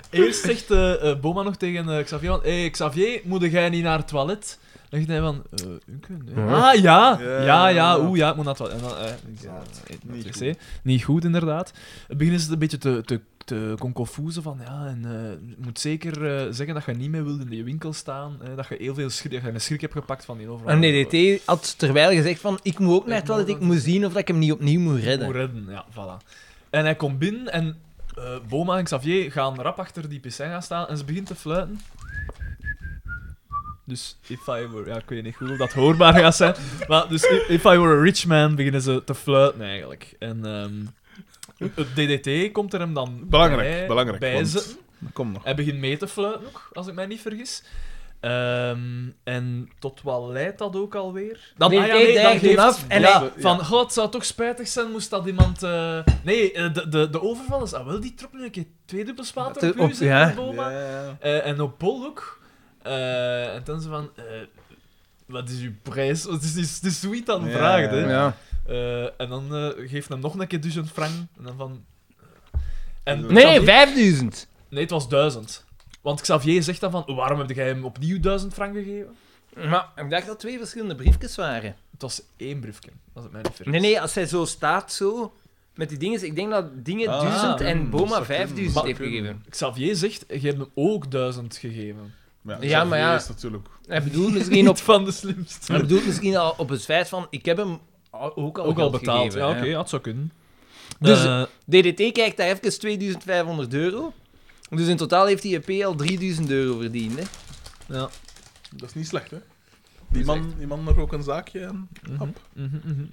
C: Eerst zegt eh, eh, Boma nog tegen eh, Xavier: van, hey, Xavier, moet jij niet naar het toilet? Dan zegt hij van, eh, ik weet niet.
A: Ja.
C: ah ja,
B: Ja.
C: ja, ja, oeh ja, ik moet naar het toilet. En dan, eh, ik zeg,
B: Ja,
C: eh, ik moet
B: niet
C: naar het
B: goed.
C: wc. Niet goed, inderdaad. Dan beginnen ze het een beetje te, te, te konkofoezen van, ja, en eh, je moet zeker eh, zeggen dat je niet meer wilt in die winkel staan, eh, dat je heel veel schrik, dat je een schrik hebt gepakt van die overal.
A: Een DDT had terwijl gezegd van, ik moet ook naar het
C: Ik moet
A: toilet, ik
C: ook-
A: moet zien of dat ik hem niet opnieuw moet redden.
C: Moet redden, ja, voilà. En hij komt binnen en eh, Boma en Xavier gaan rap achter die piscijn gaan staan en ze begint te fluiten. Dus if I were... Ja, ik weet niet goed of dat hoorbaar gaat zijn. Maar dus if, if I were a rich man beginnen ze te fluiten eigenlijk. En ehm, het DDT komt er hem dan
B: Belangrijk,
C: bij,
B: belangrijk,
C: Eh, bij
B: want-
C: zitten.
B: Kom nog.
C: Hij begint mee te fluiten nog, als ik mij niet vergis. Ehm, en tot wat leidt dat ook alweer? Dan,
A: Nee,
C: ah ja,
A: hij
C: nee, dan
A: deigt
C: geeft,
A: hem af en
C: ja,
B: hij-
C: van,
B: ja.
C: god, het zou toch spijtig zijn moest dat iemand... eh, Nee, eh, de, de, de overval is... Ah, wel, die trok nu een keer twee dubbelspaten
A: Te-
C: op,
A: op,
C: u, zegt
A: ja.
C: de Boma. Eh, en op Pol ook. Eh, en toen ze van... eh, wat is uw prijs? Het is, is, het is zoiets aan
B: Ja,
C: vraagt, hè.
B: ja.
C: Eh, en dan eh, geeft hem nog een keer duizend frank. En dan van... eh, En
A: Nee,
C: Xavier-
A: 5000.
C: Nee, het was 1000. Want Xavier zegt dan van, waarom heb jij hem opnieuw 1000 frank gegeven?
A: Maar ik dacht dat twee verschillende briefjes waren.
C: Het was één briefje, als het mij niet vergis.
A: Nee, nee, als hij zo staat, zo, met die dingen, ik denk dat dingen
B: Ah,
A: 1000 en
B: hmm, dat
A: Boma
B: zou kunnen.
A: 5000
B: Maar-
A: heeft gegeven.
C: Xavier zegt, je hebt hem ook 1000 gegeven.
B: Ja,
A: Ja, maar ja.
B: Xavier is natuurlijk...
A: Hij bedoelt misschien, op, [laughs]
C: Niet van de slimste.
A: hij bedoelt misschien al op het feit van, ik heb hem al- ook al,
C: ook al
A: geld
C: betaald.
A: gegeven,
C: ja,
A: hè.
C: oké, ja, het zou kunnen.
A: Dus-
C: Eh,
A: DDT kijkt daar even 2500 euro. Dus in totaal heeft die EP al 3000 euro verdiend. Hè?
C: ja.
B: Dat is niet slecht, hè? Die man, die man er ook een zaakje aan.
C: Mhm,
B: Hop.
C: mhm, mhm, mhm.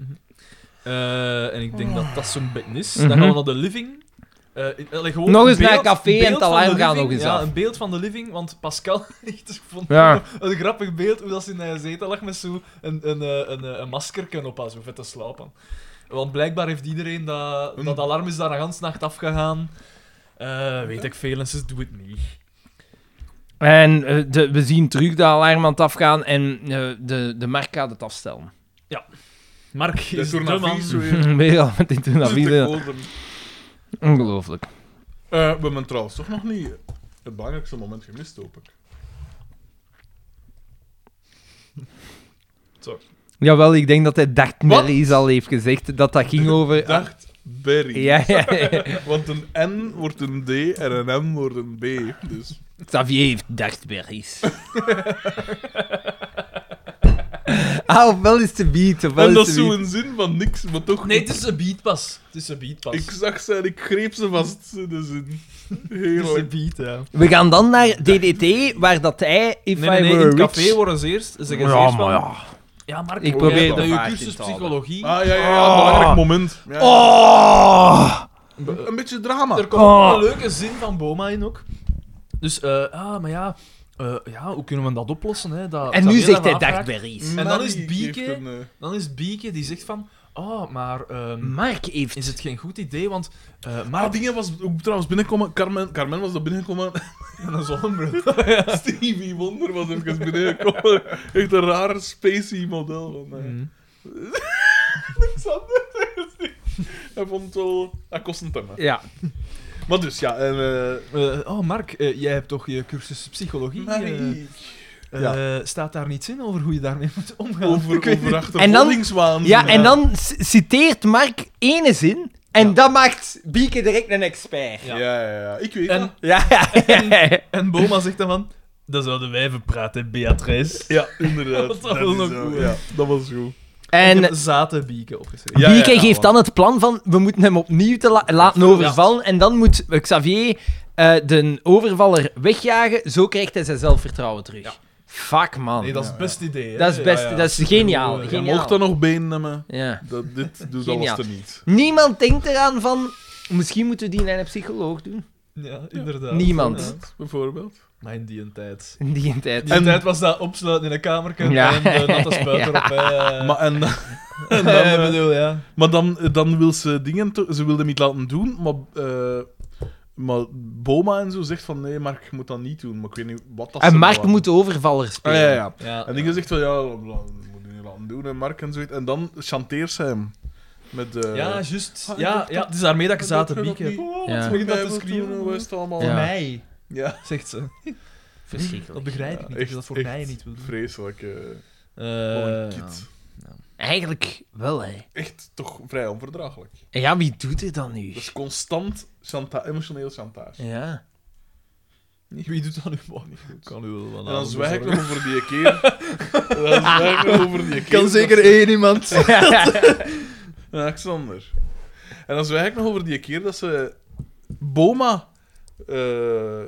C: Eh, en ik denk dat dat zo'n beetje is.
A: Mhm.
C: Dan gaan we naar de living. Eh, in- allee, gewoon
A: Nog
C: een
A: eens naar
C: beeld-
A: café en
C: beeld van
A: Talaim
C: de
A: gaan
C: living.
A: nog eens
C: ja,
A: af.
C: een beeld van de living, want Pascal [laughs] ligt er vond
A: Ja.
C: [laughs] een grappig beeld hoe dat ze in haar zetel lag met zo een, een, eh, een, eh, een maskerken op haar, zo vet te slapen. Want blijkbaar heeft iedereen dat,
A: Mm.
B: Hmm.
C: dat alarm is daar een ganse nacht afgegaan. Eh, weet ik veel, en ze doet het niet.
A: En eh, de, we zien terug de alarm aan het afgaan en eh, de, de markt gaat het afstellen.
C: Mark is de
B: Tournavis
C: man.
B: weer.
A: [laughs]
B: Zit
A: Weer al met die
B: te
A: toenavies.
B: kopen.
A: Ongelooflijk.
B: Eh, We hebben trouwens toch nog niet het belangrijkste moment gemist, hoop ik.
A: Jawel, ik denk dat hij Dart
B: Wat?
A: Berries al heeft gezegd. Dat dat ging over...
B: Dacht Berry.
A: [laughs] Ja, ja, ja. [laughs]
B: Want een N wordt een D en een M wordt een B. [laughs] Dus
A: Xavier heeft Dart
C: [laughs]
A: Berries. ah, ofwel is te beat, ofwel
B: en dat
A: is
B: is
A: te beat.
B: zo'n zin van niks, maar toch.
C: Nee, het is een beat pas. Het is een beat pas.
B: Ik zag ze en ik greep ze vast in de zin.
C: het is een
B: Heerlijk.
C: beat, ja.
A: We gaan dan naar DDT, waar dat hij... If
C: Nee, nee,
A: I
C: nee,
A: were
C: in het
A: rich-
C: café worden ze eerst. Ze zeggen ze
A: Ja,
C: eerst van,
A: maar ja.
C: Ja, Mark,
A: Ik
C: ik
A: probeer
C: probeer
A: de
C: dat je
A: vaart in
C: cursus
A: te halen.
C: psychologie.
B: Ah ja, ja, ja,
A: Oh.
B: belangrijk moment. Ja, ja.
A: Oh!
B: Een beetje drama.
C: Er komt
A: Oh.
C: een leuke zin van Boma in ook. Dus, eh, ah, maar ja, eh, ja, hoe kunnen we dat oplossen? Hè? Dat,
A: En
C: dat
A: nu
C: weer
A: zegt hij
C: daarvan
A: Dart
C: afraakt.
A: Berries.
C: dan
B: Marie
C: is het
B: geeft
C: Bieke.
B: een, eh,
C: Dan is Bieke die zegt van, oh, maar ehm,
A: Mark Ah, heeft...
C: is het geen goed idee, want eh
B: Maar
C: Mark
B: Ah, dingen was ook trouwens binnenkomen. Carmen, Carmen was er binnengekomen. [laughs]
C: [laughs] en een zonnebril.
B: Stevie Wonder was even binnengekomen. [laughs] Echt een rare spacey model. Van, eh.
C: Mhm.
B: [laughs] Xander, hij vond het wel... Hij kost een temmen.
A: Ja.
B: Maar dus, ja. En, eh,
C: Eh, oh, Mark, eh, jij hebt toch je cursus psychologie? eh, eh, staat daar niets in over hoe je daarmee [laughs] moet omgaan?
B: over,
C: Ik weet
B: over
A: En dan-
B: achtervolgingswaanzin.
A: Ja, en dan c- citeert Mark ene zin en
C: Ja.
A: dat maakt Bieke direct een expert.
B: Ja, ja, ja. ja. Ik weet
C: En-
B: dat.
A: Ja, ja, [laughs] ja.
C: En Boma zegt dan van... Dan zouden wij even praten, Beatrice.
B: Ja, [laughs] inderdaad.
C: Dat was wel
B: is
C: nog
B: zo,
C: goed.
B: Ja, dat was goed.
C: En... Ik heb
A: En
C: zaten bieken opgeschreven.
B: Ja,
A: Bieke
B: ja, ja,
A: geeft dan het plan van we moeten hem opnieuw te la- laten overvallen en dan moet Xavier eh, de overvaller wegjagen, zo krijgt hij zijn zelfvertrouwen terug.
C: Ja.
A: Fuck man.
C: Nee, dat is het beste idee. hè?
A: Dat is best, dat is geniaal.
C: Ja,
B: Je
A: geniaal.
B: mocht er nog benen nemen.
A: Ja.
B: Dat, dit doet
A: Geniaal.
B: alles er niet.
A: Niemand denkt eraan van misschien moeten we die naar een psycholoog doen.
C: Ja, inderdaad.
A: Niemand.
C: Ja.
B: Bijvoorbeeld.
C: Maar in die een tijd.
A: In die tijd.
C: Die een tijd was dat opsluiten in een kamerken
A: Ja.
C: en eh,
A: [laughs]
C: natte spuit erop. eh.
B: Maar, en,
C: [laughs]
B: [laughs]
C: en dan, eh, bedoel, ja.
B: maar dan, dan wil ze dingen... to- Ze wilde hem niet laten doen, maar... eh, maar Boma en zo zegt van nee, Mark je moet dat niet doen. Maar ik weet niet wat dat
A: En
B: ze
A: Mark
B: waren.
A: moet de overvaller
B: Ah,
A: spelen.
B: ja, ja.
C: ja.
B: En ik zegt van ja, dat moet je niet laten doen, hè, Mark en zoiets. En dan chanteert ze hem. Met, eh,
C: Ja, juist.
B: Ah,
C: Ja,
B: dat-
C: ja, het is daarmee dat
B: dat
C: ik zaten
B: doet je
C: bieken
B: nog
C: heb.
B: niet. Oh,
A: Ja.
B: wat
C: Moet
B: je
C: je dat
B: dat
C: te
B: schreeuwen?
C: schreeuwen?
B: Hoe is het allemaal?
A: Ja.
C: mij,
B: Ja.
C: zegt ze. Dat
A: Verschrikkelijk.
C: begrijp ik niet, dat je dat voor
B: echt
C: mij niet wil doen.
B: Vreselijk. eh, wat een
C: Eh,
B: kid.
A: Eigenlijk wel, hè.
B: Echt toch vrij onverdraaglijk.
A: En ja, wie doet het dan nu?
B: Dat is constant chanta emotioneel chantage. [laughs]
A: Ja.
C: Wie doet dat nu maar niet? Kan u wel wat
B: En dan
C: anders
B: zwijg ik
C: zorgen.
B: nog over die keer.
C: [laughs]
B: En dan zwijg ik nog over die keer.
C: Kan zeker één iemand.
B: En Alexander. En dan zwijg ik nog over die keer dat ze Boma eh,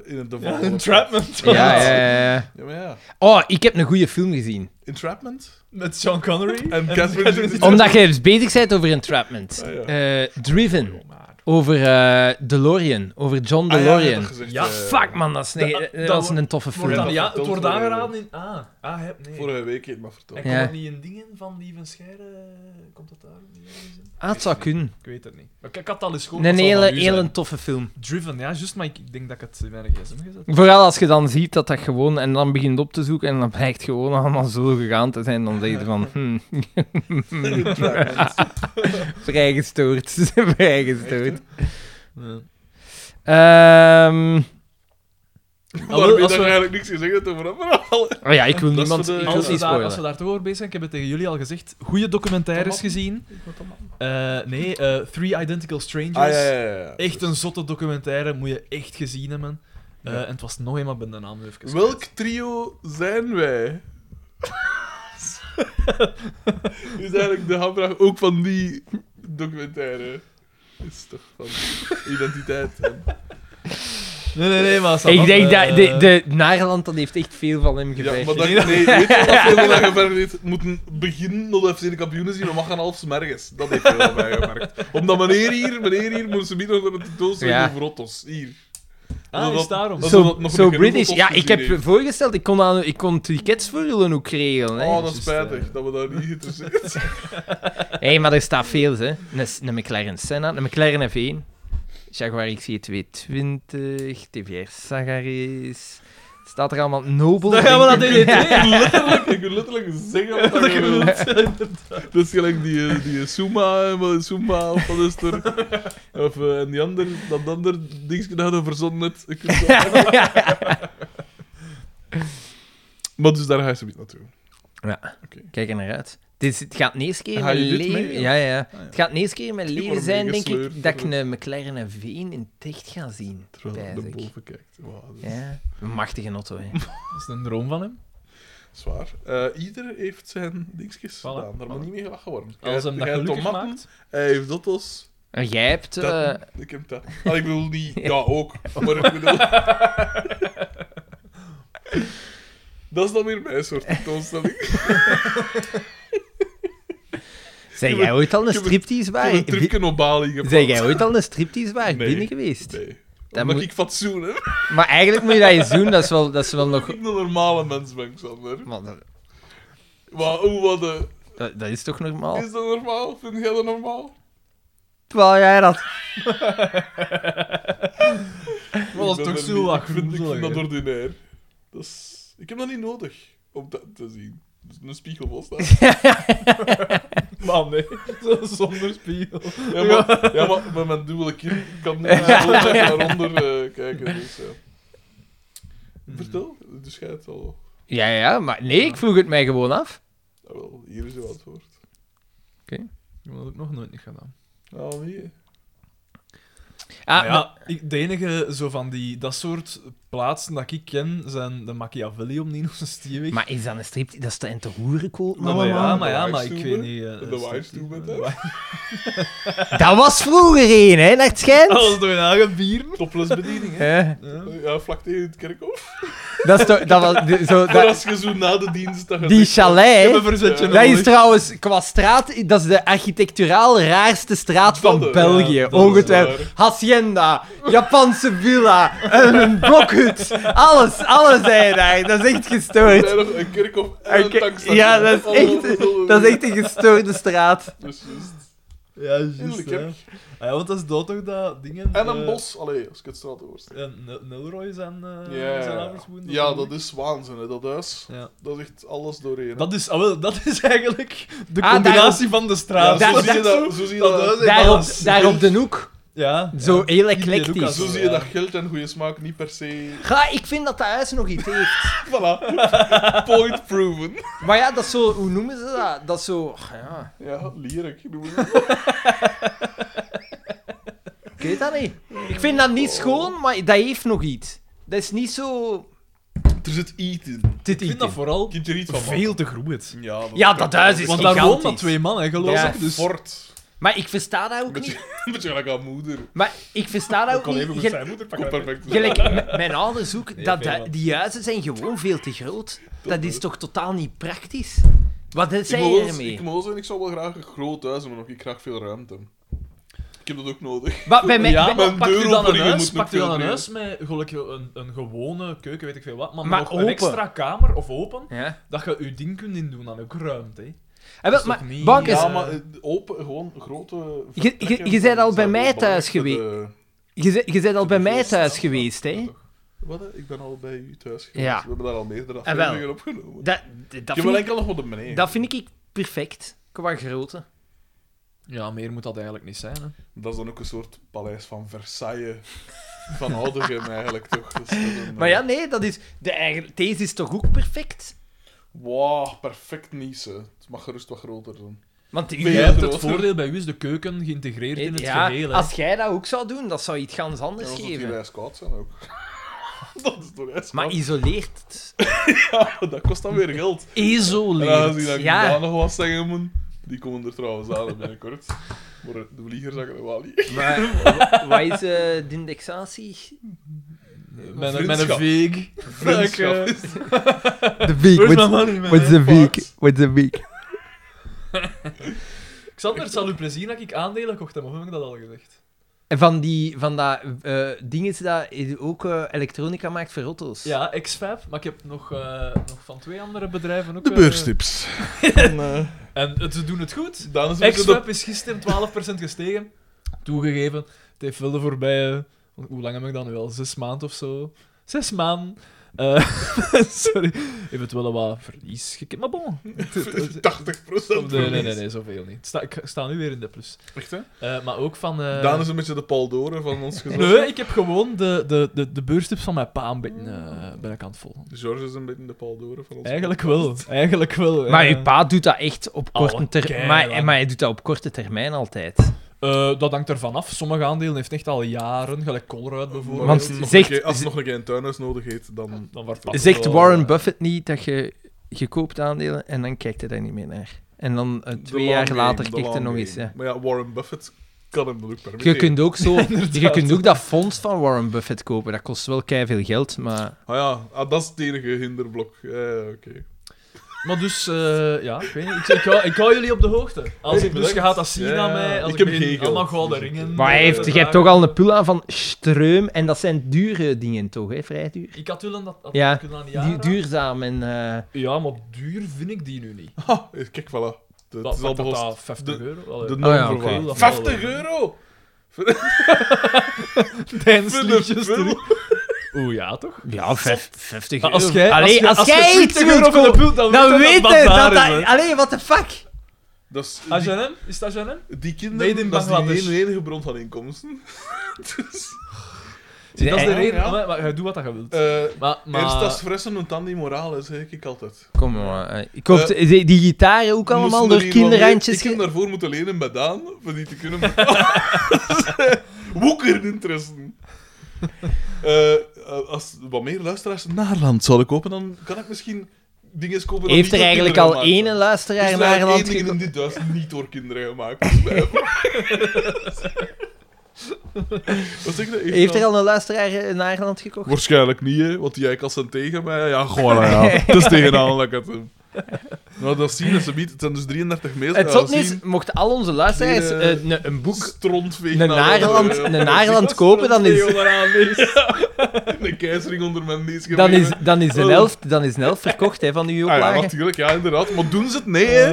B: in het de val-
C: [laughs] Entrapment.
A: Ja, ja, ja.
B: Ja, maar ja.
A: Oh, ik heb een goede film gezien.
B: Entrapment?
C: Met Sean Connery.
B: En Catherine Zeta-
A: Omdat je dus bezig bent over entrapment.
B: Ah, ja.
A: Eh, Driven. Over eh, DeLorean. Over John
B: Ah, ja,
A: DeLorean.
B: dat gezegd,
C: Ja,
B: eh,
A: Fuck man, dat is, nee,
C: dat-
A: dat, was
C: dat
A: een toffe film.
C: Wordt dan-
B: dat
C: ja, het
B: verteld
C: wordt
B: worden.
C: aangeraden in... Ah, ah heb, nee.
B: Vorige week heeft me verteld.
C: En komt
A: Ja.
C: dat niet in dingen van die van Scheire? eh, Komt dat daar niet ergens in?
A: Ah, het zou kunnen.
C: Ik weet het niet. Maar ik ik had het al eens gehoord.
A: Een
C: het zal van
A: hele,
C: u zijn.
A: hele toffe film.
C: Driven, ja, juist, maar ik, ik denk dat ik het in mijn gsm gezet heb.
A: Vooral als je dan ziet dat dat gewoon... En dan begint op te zoeken en dan blijkt gewoon allemaal zo gegaan te zijn. Dan denk je
B: [laughs]
A: van... Hmm,
C: Mm. [laughs]
B: Entrapment.
A: vrij [laughs] gestoord. vrij
B: Echt,
A: gestoord.
B: hè?
C: Ja.
A: Ehm,
B: Waarmee
C: als
B: dat
C: we-
B: eigenlijk niks gezegd over [laughs] Ah, dat verhaal.
A: oh ja, ik wil
B: Dat is
A: niemand...
B: voor de-
A: Ik wil
C: Als we,
A: niet
C: daar, als we
A: spoilen.
C: daar toch over bezig zijn, ik heb het tegen jullie al gezegd, goede documentaires gezien. Eh, nee, eh, Three Identical Strangers.
B: Ah, ja, ja, ja, ja.
C: Echt een zotte documentaire, moet je echt gezien hebben. Eh,
B: Ja.
C: En het was nog eenmaal bij de naam even
B: Welk trio zijn wij? is eigenlijk de hamvraag ook van die documentaire. Is toch van identiteit. En...
C: kwijt. Nee, nee, nee, maar... eh,
A: Ik denk dat...
C: dit
A: De, de Naarland dat heeft echt veel van hem
B: Eh, Ja,
A: gevecht.
B: maar dat, nee, weet je wat veel dat je verder weet? moeten beginnen tot de FC de kampioenen zien, we mag gaan half smergens. Dat heeft veel bij gemerkt. Omdat meneer hier, meneer hier, moest ze niet nog naar de tentoonstelling
A: Ja.
B: over Ottos. Hier. Oh,
C: Ah, is daarom.
B: dat-
A: Zo
B: dat nog
A: zo
B: een keer
A: British.
B: hoeveel
A: Ja,
B: kost
A: ik
B: die
A: heb
B: ding?
A: voorgesteld, ik kon, aan, ik kon tickets voor jullie ook regelen. Hè.
B: Oh, dat is
C: juist, eh.
B: spijtig dat we daar niet geïnteresseerd zijn.
A: Hé, maar er staat veel, hè. Een, een McLaren Senna, een McLaren F1, Jaguar E XJ220, TVR Sagaris... Staat er allemaal Nobel...
C: Dan gaan we naar
A: denk
C: DDT.
A: ik. [laughs]
B: [laughs] Letterlijk, ik wil letterlijk zeggen wat dat je wilt. [laughs] Dat is gelijk die, eh, die Suma, eh, wat- Suma of wat is er?
C: [laughs]
B: Of, eh, en die ander, dat ander dingetje dat je verzonnen hebt. Ik weet
C: [laughs]
B: het wel. maar dus daar ga je zo niet naartoe.
A: Ja,
B: Oké.
A: kijk er naar uit. Dit is- het gaat de eerste keer in
B: Ga
A: mijn
B: je dit
A: leven...
B: mee, of?
A: ja, ja.
B: Ah, ja.
A: Het gaat de eerste keer in mijn
B: Ik
A: leven
B: word
A: zijn, denk ik,
B: meegesleurd
A: dat ik
B: door-
A: een McLaren F1 in het echt ga zien.
B: Terwijl je
A: Pijs
B: naar
A: ik.
B: boven kijkt. Wauw, dat is
A: Ja. Een machtige auto, hè.
C: Dat is een droom van hem.
B: zwaar. Eh, ieder heeft zijn dingetjes
C: Voilà,
B: gedaan. Daar
C: voilà.
B: moet niet mee gelachen worden.
C: Als
B: Jij-
C: hem dat
B: jij hebt
C: gelukkig
B: tomaten,
C: maakt.
B: Hij heeft dottos.
A: [laughs] En Jij hebt... eh,
B: Dat, Ik heb dat. Ah, ik bedoel niet...
C: [laughs]
B: Ja, ook. Maar ik bedoel... Dat is dan weer mijn soort tentoonstelling.
A: Zijn
B: heb
A: jij ooit al een
B: ik heb een-
A: striptease
B: Ik heb
A: waar?
B: een tripje op Bali gepakt.
A: Zijn jij ooit al een striptease waar
B: Nee.
A: binnen geweest?
B: Nee.
A: Dat
B: Omdat
A: moet-
B: ik fatsoen heb.
A: Maar eigenlijk moet je dat eens doen, dat is wel, dat is wel nog...
B: Ik een normale mens ben, Xander.
A: Maar dat,
B: Maar hoe wat de...
A: dat, dat is toch
C: Oh.
A: normaal?
B: Is dat normaal? Vind jij dat normaal?
A: Terwijl jij dat...
C: Wel,
B: Ik
C: dat
B: ben
C: is toch
B: er
C: zo
B: niet-
C: wat
B: ik vind, ik vind
C: groezelig,
B: dat
C: hè?
B: ordinair. Dat is...
C: [laughs]
B: Ik heb dat niet nodig om dat te zien. Dat is een spiegel was dat. [laughs]
C: man, hè. Zo Zonder spiegel.
B: Ja, maar, ja, maar met mijn dubbele kin kan
A: [laughs]
B: ik
A: Ja.
B: daaronder eh, kijken. Dus, ja. Vertel, dus jij het al.
A: Ja, ja, maar nee, ik vroeg het mij gewoon af.
B: Ah, wel, hier is uw antwoord.
C: Ik heb dat ook nog nooit niet gedaan.
B: Nou, nee.
A: Ah,
C: Maar ja, ik, de enige zo van die, dat soort plaatsen dat ik ken zijn de Machiavelli om Nino Stieweg.
A: Maar is dat een strip? Dat is een te hoerenkoop,
B: Maar-
A: man.
C: maar ja,
B: de
C: maar, ja, maar ik
B: Wijstoeber.
C: weet niet. eh,
B: De
C: dat is
B: Wijstoeber,
C: [laughs] niet-
B: hè?
C: de Wij-
A: Dat was vroeger één, hè, naar het schijnt.
C: Dat
B: Oh.
C: was door een eigen bier.
B: Topless bediening, hè?
A: Ja,
C: Ja.
B: Ja, vlak tegen het kerkhof.
A: dat is toch, dat was, de-
B: [laughs]
A: zo,
B: Maar
A: dat,
B: als je zo na de dienst... dat je
A: die
B: zegt,
A: chalet,
C: Even
A: hè,
C: verzetje
B: Ja.
A: dat is
C: nodig.
A: trouwens qua straat, dat is de architecturaal raarste straat van
B: Dat, eh,
A: België,
C: ja, dat is
A: ongetwijfeld.
B: waar.
A: Hacienda, Japanse villa, een blokhut, alles, alles hij daar. Dat is echt
B: Er
A: gestoord.
B: zijn nog een kerkhof en een
A: Oké,
B: tankstation.
A: Ja, dat is
B: Allemaal-
A: echt, dat is echt een gestoorde straat.
B: Dus juist.
C: Ja, juist.
B: Tuurlijk,
C: hè.
B: hè.
C: Ah, ja, want dat is dood toch dat dingen...
B: En een
C: eh,
B: bos, allee, als ik het straat hoor.
C: Ja, N- Eh, Nelroy zijn, eh zijn
B: Ja,
C: Amersfoort,
B: ja, dat is waanzin, hè, dat huis.
C: Ja.
B: Dat is echt alles doorheen. hè.
C: Dat is, ah, wel, dat is eigenlijk de
A: Ah,
C: combinatie van de straat.
A: Ja,
B: zo,
A: daar-
B: zie je
A: daar-
B: dat, zo zie je
C: dat
B: dat,
C: huis-
A: Daar op,
C: Balans.
A: daar op de hoek,
C: Ja.
A: zo heel
C: Lucas,
A: eclectisch.
B: zo zie je dat geld en goede smaak niet per se...
A: Ga, ik vind dat dat huis nog iets heeft.
B: Voilà.
C: [laughs]
B: Point proven.
A: Maar ja, dat is zo, hoe noemen ze dat? Dat is zo, ach, ja,
B: Ja, lyric. noem [laughs] het.
A: ik weet dat niet. Ik vind dat niet schoon, maar dat heeft nog iets. Dat is niet zo...
B: Er zit eat in.
A: Dit
C: Ik vind dat vooral
B: Kind je er iets van maken?
C: veel te groeit.
B: Ja, dat,
A: Ja, dat huis is
C: Want daar wonen maar
A: gigantisch.
C: twee mannen, geloof
A: Ja.
C: ik. Dus
B: fort.
A: Maar ik versta dat ook niet.
B: Beetje, [laughs] beetje gelijk aan moeder.
A: Maar ik versta dat
C: Ik
A: ook
C: kan even
A: niet.
C: met
A: Gel-
C: zijn moeder
B: Komt
C: pakken.
B: perfect.
C: [laughs]
A: Gelijk, m- mijn ouders ook,
C: Nee,
A: dat,
C: veel
A: dat-
C: wat.
A: die huizen zijn gewoon veel te groot. Dat is toch totaal niet praktisch? Wat
B: Ik
A: zei
B: moet
A: je
B: wel-
A: ermee?
B: Ik moet wel zeggen, ik zou wel graag een groot huis hebben, maar ik krijg veel ruimte. Ik heb dat ook nodig.
A: Maar bij mij... bij-
C: ja,
B: mijn
C: pakt u
B: deur
C: dan een
B: openingen
C: huis,
B: moet nog
C: pakt u dan
B: veel
C: een huis met gelijk een, een gewone keuken, weet ik veel wat, maar,
A: Maar
C: nog
A: open.
C: een extra kamer of open,
A: Ja.
C: dat je je ding kunt indoen aan ook ruimte. hè.
A: En
C: Dat
A: wel,
C: is
A: maar
C: toch niet-
A: Bankes,
C: Is-
B: Ja, maar eh, open, gewoon grote...
A: je-
B: vertrekken
A: je bent al
B: zijn
A: bij mij
B: gewoon
A: thuis
B: belangrijk voor de-
A: je, ze- je bent al bij mij
B: Eerst
A: thuis
B: af-
A: geweest,
B: Ja,
A: hè?
B: toch. Wat? hè? Ik ben al bij u thuis geweest.
A: Ja.
B: We hebben daar al meerdere
A: En wel.
B: afleveringen
A: Dat,
B: opgenomen.
A: dat,
B: ik heb
A: vind
B: wel
A: ik,
B: enkel nog wat de meneer. Dat...
A: dat vind ik perfect, qua grootte.
C: Ja, meer moet dat eigenlijk niet zijn. Hè.
B: is dan ook een soort paleis van Versailles. Van Oudegem eigenlijk, toch? Dus Dat is toch een,
A: Maar ja, nee, dat is... De eigen, deze is toch ook perfect?
B: Wow, perfect niet, hè. Het mag gerust wat groter dan.
A: Want die-
B: Ben
C: Jij
B: Ja,
C: hebt
B: dat
C: het
B: was-
C: voordeel, bij u is de keuken geïntegreerd in het
A: ja,
C: geheel. hè.
A: als jij dat ook zou doen, dat zou iets gans
B: En
A: anders
B: als het hier
A: geven.
B: ijskoud zijn ook. [laughs] dat is toch ijskoud? [laughs]
A: Maar isoleert het.
B: dat kost dan weer geld. En aangezien dat
A: Isoleert,
B: ik
A: ja.
B: daar nog wat zeggen moet... Die komen er trouwens aan binnenkort. Maar de vlieger zag er wel niet.
A: Maar wa- wat is eh, de indexatie?
C: Met, een- met een
B: Vriendschap.
C: veeg.
B: Vriendschap.
A: De week.
C: Where's my
B: [laughs]
C: money, man?
A: de
B: week?
A: What's the week?
C: Xander, het zal u plezier dat ik aandelen kocht heb, of heb ik dat al gezegd?
A: En van, die, van dat eh ding is dat je ook eh, elektronica maakt voor auto's.
C: Ja, X5, maar ik heb nog, eh, nog van twee andere bedrijven ook...
B: De
C: eh,
B: beurstips. En, eh,
C: En eh, ze doen het goed.
B: dan is het
C: X-Web is gisteren 12% gestegen. Toegegeven, het heeft wel de voorbije... Hoe lang heb ik dat nu al? Zes maanden of zo? Zes maanden. Eh, [laughs] sorry. Heeft het wel wat verlies gekend, maar bon.
B: [laughs] 80 procent.
C: Nee, nee, nee, nee, zoveel niet. Ik sta, ik sta nu weer in de plus.
B: Echt, hè?
C: Eh, maar ook van... eh,
B: Daan is een beetje de Paul Doren van ons
C: [laughs]
B: gezin.
C: Nee, ik heb gewoon de, de, de, de beurstips van mijn pa een beetje eh, ben ik aan het volgen.
B: George is een beetje de Paul Doren van ons.
C: Eigenlijk wel, eigenlijk wel.
A: Maar
C: eh.
A: je pa doet dat echt op
C: Oh,
A: korte termijn.
C: keilang.
A: Maar, maar hij doet dat op korte termijn altijd.
C: Eh, dat hangt ervan af. Sommige aandelen heeft echt al jaren, gelijk Colruyt
B: Maar
C: bijvoorbeeld.
A: Want
B: als het nog
A: zegt-
B: een keer- als het nog een keer een tuinhuis nodig heeft, dan...
C: Dan wordt dat
A: Zegt
C: wel,
A: Warren
C: eh,
A: Buffett niet dat je, je koopt aandelen en dan kijkt hij daar niet meer naar. En dan eh,
B: De
A: twee
B: long
A: jaar
B: game,
A: later
B: de
A: kijkt hij
B: long
A: nog
B: game.
A: eens. Ja.
B: Maar ja, Warren Buffett kan hem dat ook permitteren.
A: Je kunt ook zo, je
C: inderdaad.
A: kunt ook dat fonds van Warren Buffett kopen. Dat kost wel kei veel geld, maar
B: Ah ja, ah, dat is het enige hinderblok. Eh, Oké.
C: Maar dus, eh, ja, ik weet niet. Ik, ik, hou, ik hou jullie op de hoogte. Als
B: Hey,
C: ik dus je gaat dat zien
B: Ja,
C: aan mij. Als
B: ik
C: ik,
B: heb
C: begin
B: geen geld.
C: Allemaal gouden ringen. eh,
A: maar hij heeft, je hebt toch al een pull aan van Streum en dat zijn dure dingen toch, hè? vrij duur.
C: Ik had willen dat... dat
A: Ja,
C: ik wil dat niet
A: Die,
C: aanraken.
A: duurzaam en eh,
C: Ja, maar duur vind ik die nu niet.
B: Ha, kijk, voilà. Het
C: Dat
B: is al begost.
C: 50
B: de-
C: euro.
B: De
C: Allee,
B: norm
A: ja, oké.
B: vervaagd.
C: Dat
B: 50
C: wel, eh,
A: [laughs]
B: euro!
C: [laughs]
B: Voor de
C: dansliedjes terug. Oeh, ja, toch?
A: ja, vijf- 50
C: Maar
A: euro.
C: als jij,
A: Allee,
C: als, jij-
A: als
C: als
A: jij
C: jij
A: iets
C: 20 euro
A: wilt
C: voor de
A: kopen,
C: pult, dan,
A: Dan
C: weet
A: weet
C: je dat
A: hij
C: dat
A: dat
C: daar is,
A: dat...
C: hè.
A: Allee, what the fuck?
B: Dat is,
C: Ah,
B: die,
C: Jeanne? Is dat Jeanne?
B: die kinderen,
C: Made in
B: dat is
C: Bangladesh.
B: die enige, enige bron van inkomsten. dus,
A: Ja,
C: dat is de
B: ja,
C: reden.
B: ja.
C: Maar, maar jij doet wat dat je wilt.
B: eh,
C: maar, maar...
B: Eerst als fressen en dan die moraal, zeg ik altijd.
A: Kom maar. eh, Ik hoop te- die, die gitaren ook allemaal
B: Moesten
A: door
B: er hier wel
A: kinderhandjes...
B: leren- Ik
A: ge-
B: heb daarvoor moeten lenen bij Daan, om die te kunnen verkopen. [laughs] Woekerinteressen. [laughs] Eh, eh, als wat meer luisteraars naar land zouden kopen, dan kan ik misschien dingen kopen... dat
A: Heeft
B: niet
A: er
B: door
A: eigenlijk
B: kinderen
A: al
B: gemaakt
A: één
B: zijn.
A: luisteraar
B: Is er
A: naar een
B: eigenlijk
A: land
B: één ding in
A: gekomen?
B: dit huis niet door kinderen gemaakt?
A: [laughs]
B: is? Wat zeg je?
A: Heeft er al een luisteraar eh, naar een land gekocht?
B: Waarschijnlijk niet, hè, want die als zijn tegen mij. Ja, gewoon, eh,
A: [laughs]
B: ja. Het is tegenaan dat ik het hem. Nou, dat zien ze niet. Het zijn dus 33 meesters.
A: Het zot is, mochten al onze luisteraars
B: Nee,
A: eh,
B: eh,
A: een- een boek
B: Strontveeg.
A: een Naarland, een Naarland kopen, dan is,
B: [laughs] Een keizering onder mijn neus
A: dan is,
B: gelegd.
A: dan is een helft, dan is een helft verkocht hè, van die
B: [laughs] Ah ja,
A: oplagen.
B: natuurlijk. Ja, inderdaad. Maar doen ze het? Nee, hè.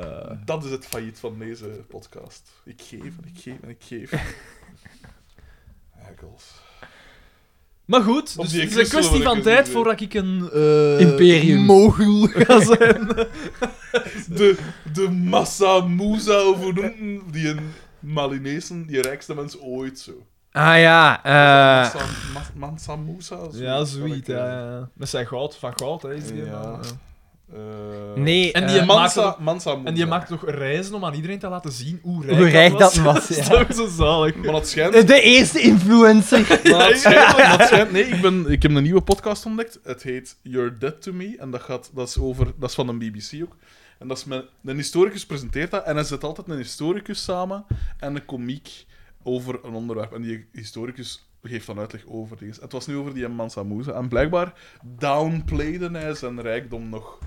C: Eh,
B: Dat is het failliet van deze podcast. Ik geef en ik geef en ik
A: [laughs]
B: geef. Eikels.
C: Maar goed,
B: Op
C: dus
B: die
C: het is
B: knutselen
C: een kwestie
B: wil ik
C: van
B: eens
C: tijd
B: zien,
C: voordat ik een... eh,
A: Imperium.
C: Mogul ga zijn.
B: De, de Massa Musa, of hoe noemt hem? Die een Malinesen, die rijkste mens ooit zo.
A: Ah ja, eh,
B: Massa, Ma- Mansa Musa? zoiets.
C: Ja, zoiets.
B: Dat ik,
C: Ja,
B: eh,
C: ja. Met zijn goud, van goud, hè, is die.
B: Ja.
C: man, ja.
B: eh,
A: nee,
C: En
A: en
C: die
A: die
C: maakt
B: Mansa,
C: ook-
B: Mansa Musa.
C: En die maakt nog reizen om aan iedereen te laten zien hoe rijk,
A: hoe rijk dat
C: was. [laughs]
A: was.
C: is
A: ja.
C: toch zo zalig. [laughs]
B: Maar het schijnt... [laughs]
A: De eerste influencer.
B: Maar het
C: Dus
B: schijnt, maar het schijnt- nee, ik, ben, ik heb een nieuwe podcast ontdekt. Het heet You're Dead to Me. En dat, gaat, dat, is, over, dat is van een BBC ook. En dat is met, een historicus presenteert dat. En hij zet altijd een historicus samen en een komiek over een onderwerp. En die historicus geeft dan uitleg over dingen. Het was nu over die Mansa Musa. En blijkbaar downplayde hij zijn rijkdom nog.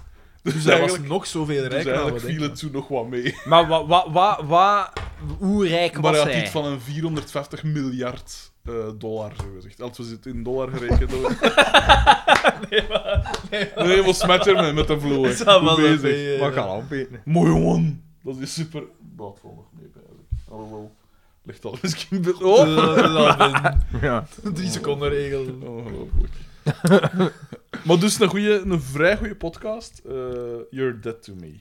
B: Dus,
C: Dus hij was
B: eigenlijk,
C: nog zoveel
B: dus
C: rijker dan we
B: eigenlijk viel
C: denken.
B: het toen nog wat mee.
A: Maar wa, wa, wa, wa, hoe rijk
B: Maar
A: was
B: hij had
A: hij?
B: iets van een 450 miljard eh, dollar, zo gezegd. Als we zitten in dollar gerekend hoor. nee, maar... Nee, was met hem, met de vloer.
C: Is dat wel
B: Goed
C: een
B: bezig.
C: beetje,
B: Maar
C: ja.
B: kan aanbeten. Mooi man. Dat is super... Dat valt nog mee, eigenlijk. Alhoewel, ligt al misschien bij... Oh!
C: Eh.
B: [laughs]
A: Ja.
C: Drie seconden regel.
B: Ongelooflijk. [laughs] maar dus een, goeie, een vrij goede podcast. eh, You're Dead To Me.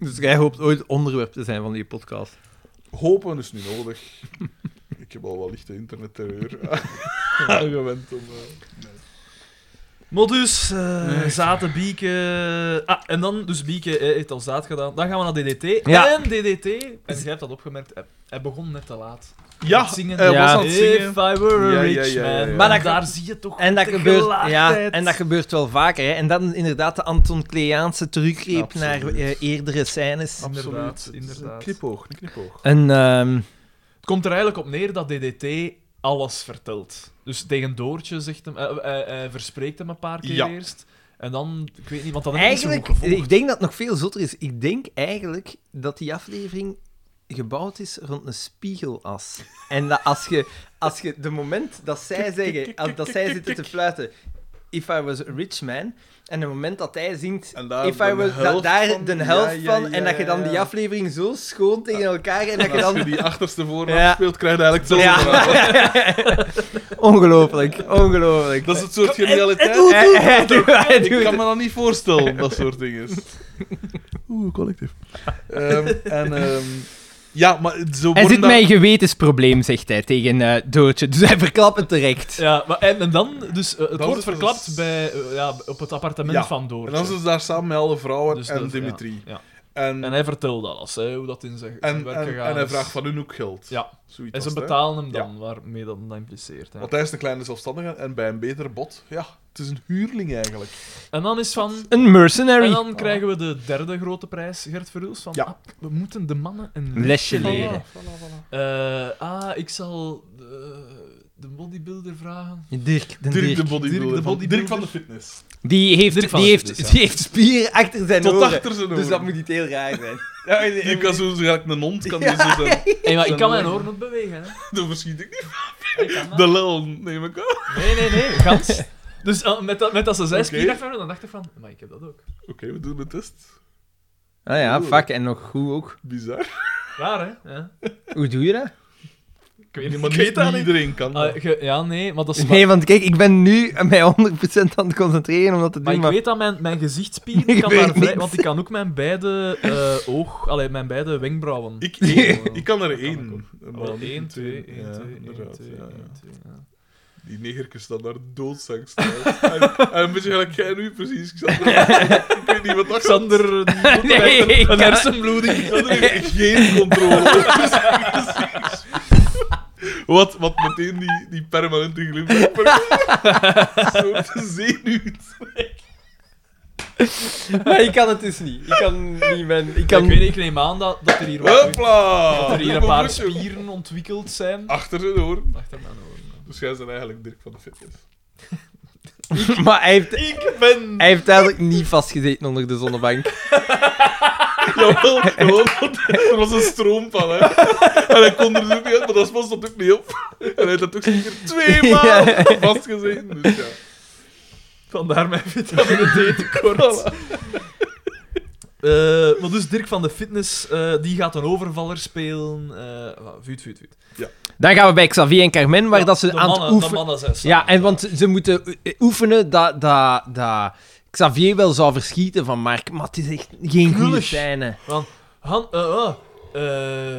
A: Dus jij hoopt ooit onderwerp te zijn van die podcast.
B: Hopen is nu nodig. Ik heb al wel lichte [laughs] internetterreur aangewend om... eh,
C: Maar dus, eh, zaten, bieken... Ah, en dan, dus bieken eh, heeft al zaad gedaan. Dan gaan we naar DDT.
A: Ja.
C: En DDT, en jij hebt dat opgemerkt, hij, hij begon net te laat.
B: Ja,
C: eh, Het zingen.
B: hij
A: Ja.
B: was aan het
C: If
B: zingen.
C: I were
B: Ja,
C: a rich
B: ja, ja, ja, ja.
C: man.
A: Maar
C: Maar
A: dat-
C: daar zie je toch
A: En dat,
C: de
A: gebeurt, ja,
C: gelaagdheid.
A: en dat gebeurt wel vaker. Hè. En dat is inderdaad de Anton Kleaanse teruggreep
B: Absoluut.
A: naar eh, eerdere scènes.
C: Inderdaad,
B: Absoluut.
C: inderdaad.
B: Knipoog, een knipoog.
A: En ehm,
C: Dus, eh, Het komt er eigenlijk op neer dat DDT alles vertelt. Dus tegen Doortje zegt hem, eh, eh, eh, verspreekt hem een paar keer
B: Ja.
C: eerst. En dan, ik weet niet, want dat heb ik niet zo goed
A: eigenlijk,
C: gevolgd.
A: ik denk dat het nog veel zotter is. Ik denk eigenlijk dat die aflevering gebouwd is rond een spiegelas. En dat als je, als je de moment dat zij zeggen, als dat zij zitten te fluiten, If I was a rich man, en het moment dat hij zingt,
B: En daar
A: If
B: Ah, de
A: I was, da-
B: helft
A: daar
B: van.
A: de helft
B: Ja, ja,
A: van, en
B: ja,
A: dat je dan
B: ja.
A: die aflevering zo schoon tegen elkaar, en dat je
B: En als je
A: dan
B: die achterste voornaam
A: Ja.
B: speelt, krijg je eigenlijk hetzelfde
A: [laughs] Ja.
B: verhaal.
A: [laughs] Ongelooflijk, ongelooflijk.
B: Dat is het soort
A: En hoe
B: genialiteit.
A: doet hij doet hij
B: Ik
A: doet
B: kan
A: het.
B: me dat niet voorstellen, dat soort
A: [laughs]
B: dingen. Oeh, collectief. Ehm, en, ehm, ja, maar zo
A: Hij
B: worden
A: zit
B: dat-
A: met een gewetensprobleem, zegt hij tegen eh Doortje. Dus hij verklapt het terecht.
C: Ja, maar en, en dan, dus eh, het
B: Dan
C: wordt
B: is er
C: verklapt
B: dus-
C: bij, eh, ja, op het appartement
B: Ja.
C: van Doortje.
B: En dan zitten ze daar samen met alle vrouwen
C: Dus
B: en
C: dat-
B: Dimitri.
C: ja, ja.
B: En,
C: En
B: en,
C: hij vertelde alles, hè, hoe dat in zijn zijn
B: en,
C: werk
B: en,
C: gegaan
B: hij
C: is.
B: vraagt van hun ook geld.
C: Ja,
B: Zoiets
C: en
B: was
C: ze
B: het, hè.
C: betalen hem dan, waarmee dat, dat impliceert. Hè.
B: Want hij is een kleine zelfstandige en bij een beter bod, ja, het is een huurling eigenlijk.
C: En dan is van...
A: Een
C: En
A: mercenary.
C: dan krijgen we de derde grote prijs, Gert Verhulst, van
B: Ja.
C: ah, we moeten de mannen een
A: Lesje
C: lesje
A: leren.
C: leren. Eh, ah, ik zal eh, de bodybuilder vragen.
A: Dirk, de
B: Dirk
A: Dirk.
B: de bodybuilder.
C: Dirk de
B: van- Dirk van de
C: bodybuilder.
B: fitness.
A: Die heeft,
C: Dirk van
A: die,
C: Lutsen
A: heeft,
C: dus, ja.
A: die heeft spier achter zijn
B: Tot
A: oren.
B: achter zijn oren.
A: Dus dat moet niet heel raar zijn.
B: Je kan zo gelijk een hond, kan die zo zijn. [laughs]
C: Hey, maar ik kan mijn
B: Zijn
C: oor niet bewegen. Hè.
B: Dat verschiet ik niet.
C: Ik kan dat.
B: De lel neem ik aan.
C: Nee, nee, nee, gans. Dus ah, met, dat, met dat ze zei
B: Oké.
C: spierachtergrond, dan dacht ik van, maar ik heb dat ook.
B: Oké, we doen een test.
A: Ah ja, fuck. En nog goed ook.
B: Bizar.
C: Raar, hè? Ja.
A: Hoe doe je dat?
C: Ik weet,
B: Nee,
C: niet
B: maar
C: ik
B: niet,
C: weet dat niet.
B: iedereen kan dat.
C: Ah, ge- ja, [laughs] nee, maar dat is...
A: Nee, want kijk, ik ben nu mij 100% aan het concentreren om dat te doen.
C: maar ik
A: Maar
C: weet dat mijn, mijn gezichtsspier
A: Ik
C: kan
A: weet
C: daar vrij...
A: niks.
C: Want [laughs] ik kan ook mijn beide eh oog... Allee, mijn beide wenkbrauwen.
B: Ik, één.
C: Oh.
B: ik kan er
C: Dat kan ik
B: één. maar
C: Allee,
B: niet
C: Oh, één, twee,
B: twee.
C: één,
B: Ja,
C: twee, één,
B: inderdaad,
C: twee,
B: ja,
C: één,
B: ja.
C: twee, ja.
B: Die negerkes staan daar doodsangst. [laughs] en, en een beetje gelijk jij nu precies. Xander. ik weet niet wat dat gaat.
C: [laughs] Xander, die doet
A: Nee,
C: mij een-
A: ik
C: een
A: kan-
C: hersenbloeding.
B: Dat heeft echt geen controle. Precies. wat, wat meteen die, die permanente glimlach. Zo'n zenuwt.
A: maar ik kan het dus niet. Ik kan niet mijn... Ik [laughs]
C: Ik
A: kan...
C: weet niet, ik neem aan dat, dat er hier, wat,
B: Hopla!
C: dat er hier een
B: Doe maar
C: paar
B: goed, joh.
C: spieren ontwikkeld zijn.
B: Achter zijn oor.
C: Achter mijn oren.
B: Dus jij bent eigenlijk Dirk van de Fitness.
A: [laughs] Maar hij heeft,
C: Ik ben...
A: hij heeft eigenlijk niet vastgezeten onder de zonnebank.
B: Jawel, jawel, want er was een stroompal, hè. En hij kon er dus ook niet uit, maar dat was dat ook niet op. En hij had dat ook zeker twee maal
A: Ja.
B: vastgezeten. Dus ja.
C: Vandaar mijn vitamine D
A: [laughs]
C: tekort. Eh, maar dus Dirk van de Fitness, eh, die gaat een overvaller spelen. eh wat, vuut, vuut, vuut.
A: Dan gaan we bij Xavier en Carmen, waar
C: Ja,
A: dat ze
C: de
A: aan
C: mannen,
A: het oefenen...
C: De mannen zijn samen.
A: Ja, en want ze moeten o- eh, oefenen dat, dat, dat Xavier wel zou verschieten van Mark, maar het is echt geen goede
C: Knullig.
A: scène.
C: Van, Han, eh, eh,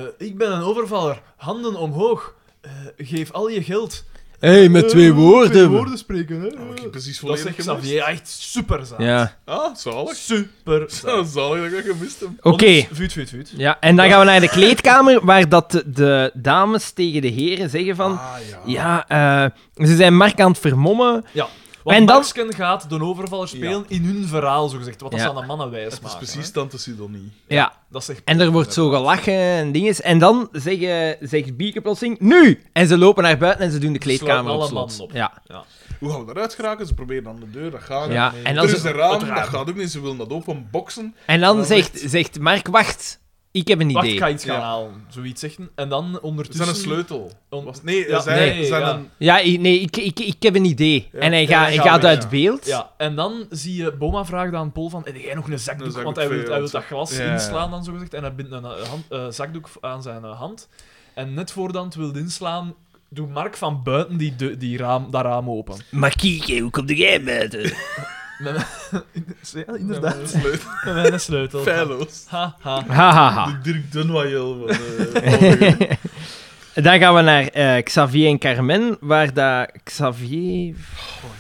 C: eh, ik ben een overvaller. Handen omhoog. Eh, geef al je geld.
A: Hé, hey, met twee
C: Eh,
A: woorden.
C: Twee woorden spreken, hè.
A: Oh,
B: Nou, ik heb
C: dat
B: precies
C: is
B: volledig
C: echt
B: gemist.
C: Xavier. Echt super zaad.
A: Ja.
B: Ah, zalig.
C: Super
B: Ja, Zalig dat ik dat gemist heb.
A: Oké.
C: dus, Vuut, vuut, vuut.
A: Ja, en dan gaan we naar de kleedkamer, waar dat de, de dames tegen de heren zeggen van...
B: Ah, ja.
A: Ja, eh, ze zijn Mark aan het vermommen.
C: Want
A: En dan-
C: Marsken gaat de overvaller spelen in hun verhaal, zogezegd. Wat dat
A: Ja.
C: ze aan de mannen wijs
B: Het is
C: maken,
B: precies
C: hè.
B: Tante Sidonie.
A: Ja,
C: Dat zegt
A: en er wordt zo gelachen en dinges. En dan zeggen, zegt Bieke plotseling, nu! En ze lopen naar buiten en ze doen de
C: Ze
A: kleedkamer
C: sluiten
A: op
C: alle
A: slot.
C: mannen op.
A: Ja,
B: Hoe gaan we daaruit geraken? Ze proberen aan de deur, dat gaat niet.
A: ja.
C: nee.
A: En dan,
B: Er is
A: ze-
B: een raam,
C: het
B: dat
C: raam.
B: gaat ook niet. Ze willen dat openboxen.
A: en dan
B: Oh,
A: zegt, zegt Mark, wacht, ik heb een
C: Wacht,
A: idee.
C: ik ga iets gaan
B: Ja.
C: halen. Zoiets zeggen. En dan
B: Dus Ze zijn
C: ondertussen...
B: een sleutel.
C: On-
B: Was- Nee,
C: Ja,
B: ze zijn,
C: nee,
B: zijn
C: ja.
B: een...
A: Ja, i- nee, ik, ik, ik heb een idee.
B: Ja.
A: En hij,
C: Ja,
A: ga,
C: hij
A: hij
C: gaat
A: gaat
C: weg,
A: uit
B: ja.
A: beeld.
C: Ja, en dan zie je... Boma vraagt aan Paul van... Heb jij nog een zakdoek?
B: Een zakdoek
C: Want hij
B: voor
C: wil,
B: je
C: hij wil dat
B: hand.
C: glas
B: Ja, ja.
C: inslaan dan, zogezegd. En hij bindt een eh, hand- eh, zakdoek aan zijn eh, hand. En net voordat hij het wil inslaan... Doet Mark van buiten die, deu- die raam, dat raam open.
A: Maar Kieke, hoe komt jij eh? buiten?
C: [laughs] Ja,
B: een sleutel.
C: Met mijn sleutel.
B: Feilloos.
C: Ha, ha.
A: Hahaha.
B: De Dirk Dunwajel van...
A: [laughs]
B: eh,
A: Dan gaan we naar eh, Xavier en Carmen, waar dat Xavier...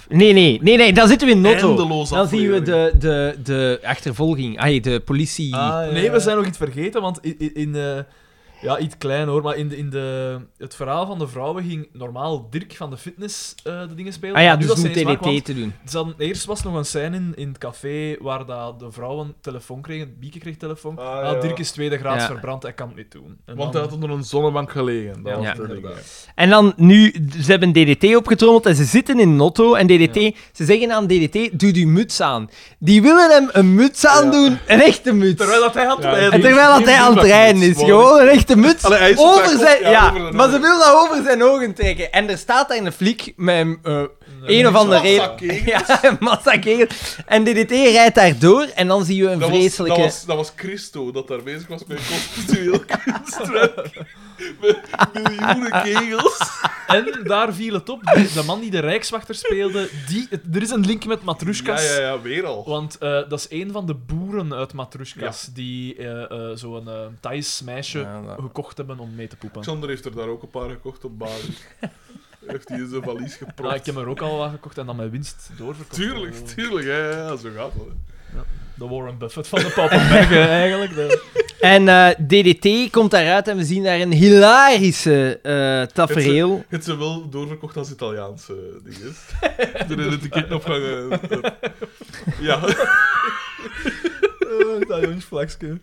A: Nee, nee, nee, nee, dan zitten we in Notto.
B: Eindeloos
A: Dan zien we
B: aflevering.
A: de, de, de achtervolging. Ah, de politie.
C: Nee, we zijn nog iets vergeten, want in... in, in, eh, ja, iets klein hoor, maar in, de, in de, het verhaal van de vrouwen ging normaal Dirk van de fitness eh, de dingen spelen.
A: Ah ja,
C: Maar nu
A: dus
C: dat
A: moet
C: ze eens
A: TDT
C: wakker kwam,
A: te doen.
C: Ze hadden, eerst was nog een scène in, in het café waar dat de vrouwen telefoon kregen. Bieke kreeg telefoon.
B: Ah,
C: Ah,
B: ja.
C: Dirk is tweede graad
A: Ja.
C: verbrand, hij kan het niet doen. En
B: Want hij
C: dan-
B: had onder een zonnebank gelegen. Dat
C: Ja,
B: was
A: ja.
B: het ding,
C: inderdaad.
B: hè.
A: En dan nu, ze hebben DDT opgetrommeld en ze zitten in Notto. En DDT, ze zeggen aan DDT, doe die muts aan. Die willen hem een muts aandoen, een echte muts.
C: Terwijl dat hij aan het
B: Ja,
C: rijden
A: En
C: is.
A: terwijl dat hij aan het rijden is, gewoon een echte muts.
B: Allee, hij is op
A: Over
B: zijn kop,
A: zijn,
B: ja,
A: ja,
B: over zijn
A: maar ze
B: ogen.
A: wil dat over zijn ogen trekken. En er staat daar een fliek met een, eh, een of andere
B: massa
A: reden. [laughs] Ja, een massa kegels. En DDT rijdt daardoor en dan zien we een
B: Dat was, dat,
A: vreselijke...
B: was, dat was Christo dat daar bezig was met een
A: [laughs]
B: conceptueel kunstwerk. Met miljoenen kegels.
C: En daar viel het op. De, de man die de Rijkswachter speelde, die, het- er is een link met Matrushkas.
B: Ja, ja, ja, weer al.
C: Want eh, dat is een van de boeren uit Matrushkas die eh, eh, zo'n eh Thais meisje
A: Ja, dat-
C: gekocht hebben om mee te poepen.
B: Xander heeft er daar ook een paar gekocht op
C: [laughs]
B: basis. heeft hij in zijn valies
C: Ja, Ah, ik
B: gepropt.
C: heb er ook al wat gekocht en dan mijn winst doorverkocht. Oh.
B: Tuurlijk, tuurlijk, ja, ja, ja, zo gaat dat. hè.
C: De Warren Buffett van de pappenbergen, eigenlijk. De...
A: En eh, DDT komt daaruit en we zien daar een hilarische eh, tafereel.
B: Het ze wel doorverkocht als Italiaanse ding is.
C: [laughs]
B: Toen in de ticketopgang. eh, eh, Ja, [laughs]
C: Eh, dat jongensvlakske.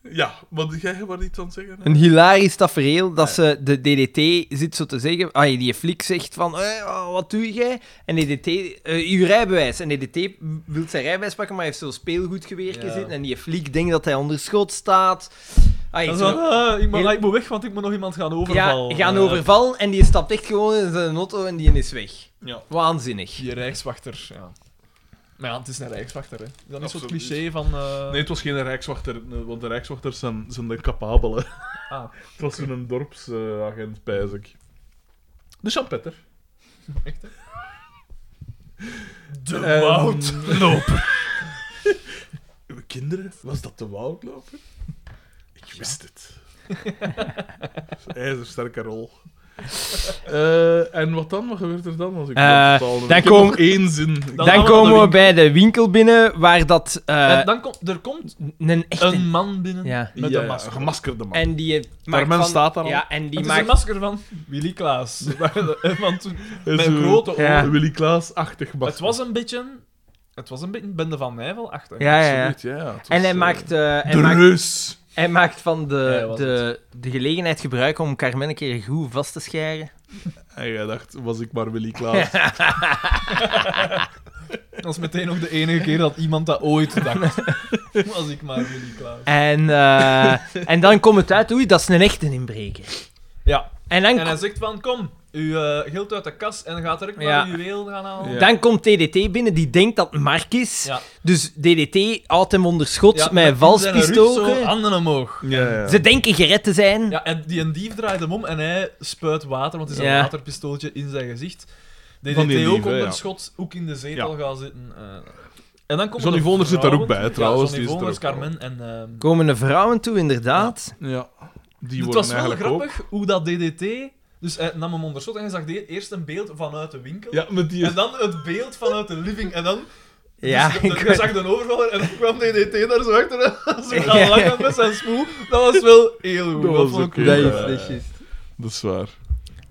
B: ja, maar jij wat iets aan het zeggen? hè?
A: Een hilarisch tafereel dat ze de DDT zit zo te zeggen. Ah, die flik zegt van, eh, oh, wat doe jij? En DDT, eh, uw rijbewijs. En DDT wil zijn rijbewijs pakken, maar hij heeft zo'n speelgoedgeweer
C: Ja.
A: zitten. En die flik denkt dat hij onder schot staat. Ah,
C: Dat is
A: zo-
C: van, ah, ik, moet,
A: Heel-
C: ik moet weg, want ik moet nog iemand gaan
A: ja,
C: overvallen.
A: gaan
C: Eh,
A: overvallen en die stapt echt gewoon in zijn auto en die is weg.
C: Ja.
A: Waanzinnig.
C: Die Rijkswachter, ja. Maar ja, het is een Rijkswachter, hè. Dat is zo'n
B: Absoluut.
C: cliché van... eh,
B: Nee, het was geen rijkswachter, eh, want de rijkswachters zijn, zijn de capabelen.
C: Ah.
B: [laughs] Het was zo'n dorpsagent, pijs ik. De champetter.
C: Echt, hè? De
B: Ehm,
C: woudloper.
B: Uw [laughs] kinderen? Was dat de woudloper? Ik wist het. [laughs] Dat is een ijzersterke rol. Eh, en wat dan? Wat gebeurt er dan? Als ik
A: Eh,
B: totaal- ik
A: dan
B: heb
A: kom-
B: nog één zin.
C: Dan gaan
A: Dan
C: we naar
A: komen
C: de
A: we bij de winkel binnen, waar dat... eh,
C: en dan komt er komt
A: een echte...
C: een man binnen
A: Ja.
B: Ja,
C: met
B: ja,
C: een masker.
B: gemaskerde man.
A: En die heeft- maakt
B: mens
A: van-
B: staat daar al.
A: Ja, en die
C: het is een
A: maakt...
C: masker van Willy
A: [laughs]
C: Klaas. Want toen-
B: En
C: met
B: zo-
C: een grote ogen.
A: Ja.
B: Willy Klaas-achtig masker.
C: Het was een beetje... Het was een beetje Bende van Nijvel achter.
A: Ja, ja, ja.
B: Absoluut, ja, ja,
A: En
B: het was,
A: hij
B: eh,
A: maakt, eh, hij,
B: de
A: maakt,
B: reus.
A: hij maakt van
C: Hij
A: de,
C: was
A: de, de gelegenheid gebruik om Carmen een keer goed vast te scheren.
B: En jij dacht, was ik maar Willy Klaas.
C: Dat is meteen ook de enige keer dat iemand dat ooit dacht.
A: [laughs]
C: Als ik maar Willy Klaas.
A: En, eh, en dan komt het uit, oei, dat is een echte inbreker.
C: Ja.
A: En dan,
C: En hij zegt van, kom, u eh gilt uit de kas en gaat direct
A: Ja.
C: naar uw juweel gaan halen.
B: Ja.
A: dan komt TDT binnen, die denkt dat het Mark is.
C: Ja.
A: Dus DDT houdt hem onder schot
C: Ja,
A: met een
C: in zijn rug zo,
A: valspistool.
C: handen omhoog.
B: ja, ja.
A: Ze denken gered te zijn.
C: Ja, en die een dief draait hem om en hij spuit water, want het is een
A: Ja.
C: waterpistooltje in zijn gezicht. DDT
B: Van die dief,
C: ook op
B: hè,
C: een
B: ja.
C: schot, ook in de zetel
B: Ja.
C: gaan zitten. eh. en dan komt
B: Johnny Voners zit daar ook bij, trouwens,
C: Ja,
B: die
C: Johnny
B: is er
C: Voners,
B: ook al.
C: Carmen en... ehm,
A: Komen de vrouwen toe, inderdaad.
B: Ja. Die
C: het
B: worden
C: was wel
B: eigenlijk ook.
C: grappig hoe dat DDT... Dus hij nam hem onder schot en je zag die- eerst een beeld vanuit de winkel.
B: Ja, met die...
C: En dan het beeld vanuit de living. En dan
A: Ja,
C: dus de-
A: ik
C: je
A: weet-
C: zag de overvaller en dan kwam DDT daar zo achter.
A: [laughs]
C: Zo
A: Ja.
C: gaan lang met zijn smoel. Dat was wel heel goed.
B: Dat was
C: vond ik
B: oké,
C: wel,
B: ja.
C: eh,
B: dat is juist. Dat is waar.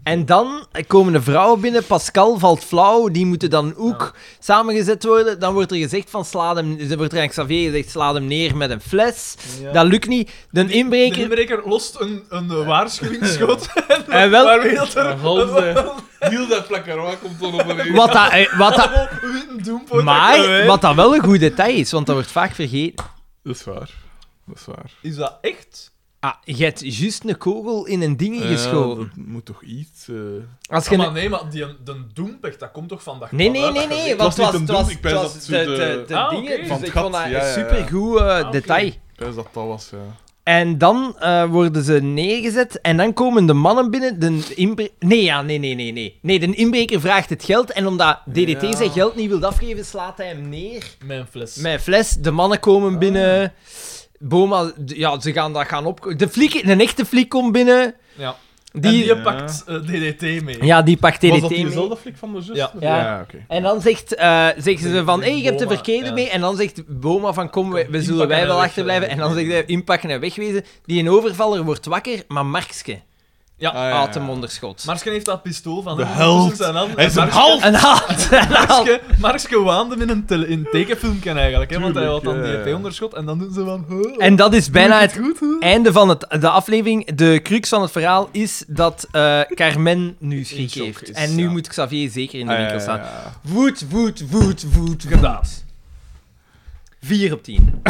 A: En dan komen de vrouwen binnen. Pascal valt flauw. Die moeten dan ook samengezet worden. Dan wordt er gezegd van sla hem... Er wordt er aan Xavier gezegd sla hem neer met een fles. Dat lukt niet. De
C: De
A: inbreker...
C: inbreker lost een, een eh, waarschuwingsschoot. en
A: En wel-
C: waarmee dat er...
B: En Hans,
C: en wel-
B: Heel dat plakkaroa komt dan op een
A: Wat dat... eh, Wat
B: [laughs]
A: dat
C: allemaal witte doempoot
A: maar
B: nou,
C: erbij.
A: wat dat wel een goed detail is, want dat wordt vaak vergeten.
B: Dat is waar. Dat is waar.
C: Is dat echt?
A: Ah, je hebt juist een kogel in een ding
B: Ja,
A: geschoten.
B: dat moet toch iets... eh,
A: Als
C: Ah,
A: je
C: maar
A: een-
C: nee, maar die, de doempecht, dat komt toch van dat
A: Nee, nee,
C: kwaad
A: nee,
C: uit dat
A: nee,
C: gezicht?
A: want
B: was
A: het
B: niet
A: was,
B: een
A: het was,
B: doel, ik
A: het
B: ben
A: was
B: dat
A: de,
B: zo
A: de,
B: de-
A: de
C: Ah,
A: dingen,
C: oké.
A: dus
B: Van het
A: ik vond
B: gat,
A: dat
B: ja, Ah, ja,
A: een
B: ja.
A: supergoed eh,
C: oké.
A: detail.
B: Ik wist dat dat was, ja.
A: En dan eh, worden ze neergezet en dan komen de mannen binnen. De inbre- nee, ja, nee, nee, nee, nee. Nee, de inbreker vraagt het geld en omdat DDT
B: Ja.
A: zijn geld niet wil afgeven, slaat hij hem neer.
C: Mijn fles.
A: Mijn fles, de mannen komen binnen. Boma, d- ja, ze gaan dat gaan op... De fliek, een echte fliek komt binnen.
C: Ja.
A: Die,
C: En die
B: Ja.
C: pakt eh, DDT mee.
A: Ja, die pakt DDT
B: was dat
A: mee.
B: diezelfde flik van de zus?
C: Ja.
A: Ja.
B: oké.
A: En dan zegt, eh zeggen ze
C: Zegt-
A: van,
C: zegt
A: hé, je hebt de
C: Boma,
A: verkeerde
C: ja.
A: mee. En dan zegt Boma van, kom, we, we zullen
C: Inpakken
A: wij
C: en
A: wel
C: weg-
A: achterblijven. En dan zegt hij, inpakken en wegwezen. Die een overvaller wordt wakker, maar Markske
C: Ja.
B: Ah, ja, ja.
A: haalt hem onder schot.
C: Marsken heeft dat pistool van
B: De
C: hem
B: held.
C: tussen zijn handen.
B: Hij is een
C: Marsken-
B: held.
A: Een [laughs] haat, een haat.
C: Markske, Markske waande in een, tele, in een tekenfilmpje eigenlijk, hè, want hij had
B: Tuurlijk,
C: dan
B: ja.
C: die DDT onderschot en dan doen ze van... huh,
A: En dat is bijna het
C: goed, hè?
A: einde van het, de aflevering. De crux van het verhaal is dat eh, Carmen nu schrik
C: shock
A: heeft.
C: is,
A: En nu
C: ja.
A: moet Xavier zeker in de
B: Ah, ja,
A: winkel
B: ja,
A: staan.
B: ja.
A: Woed, woed, woed, woed, woed. 4 op 10.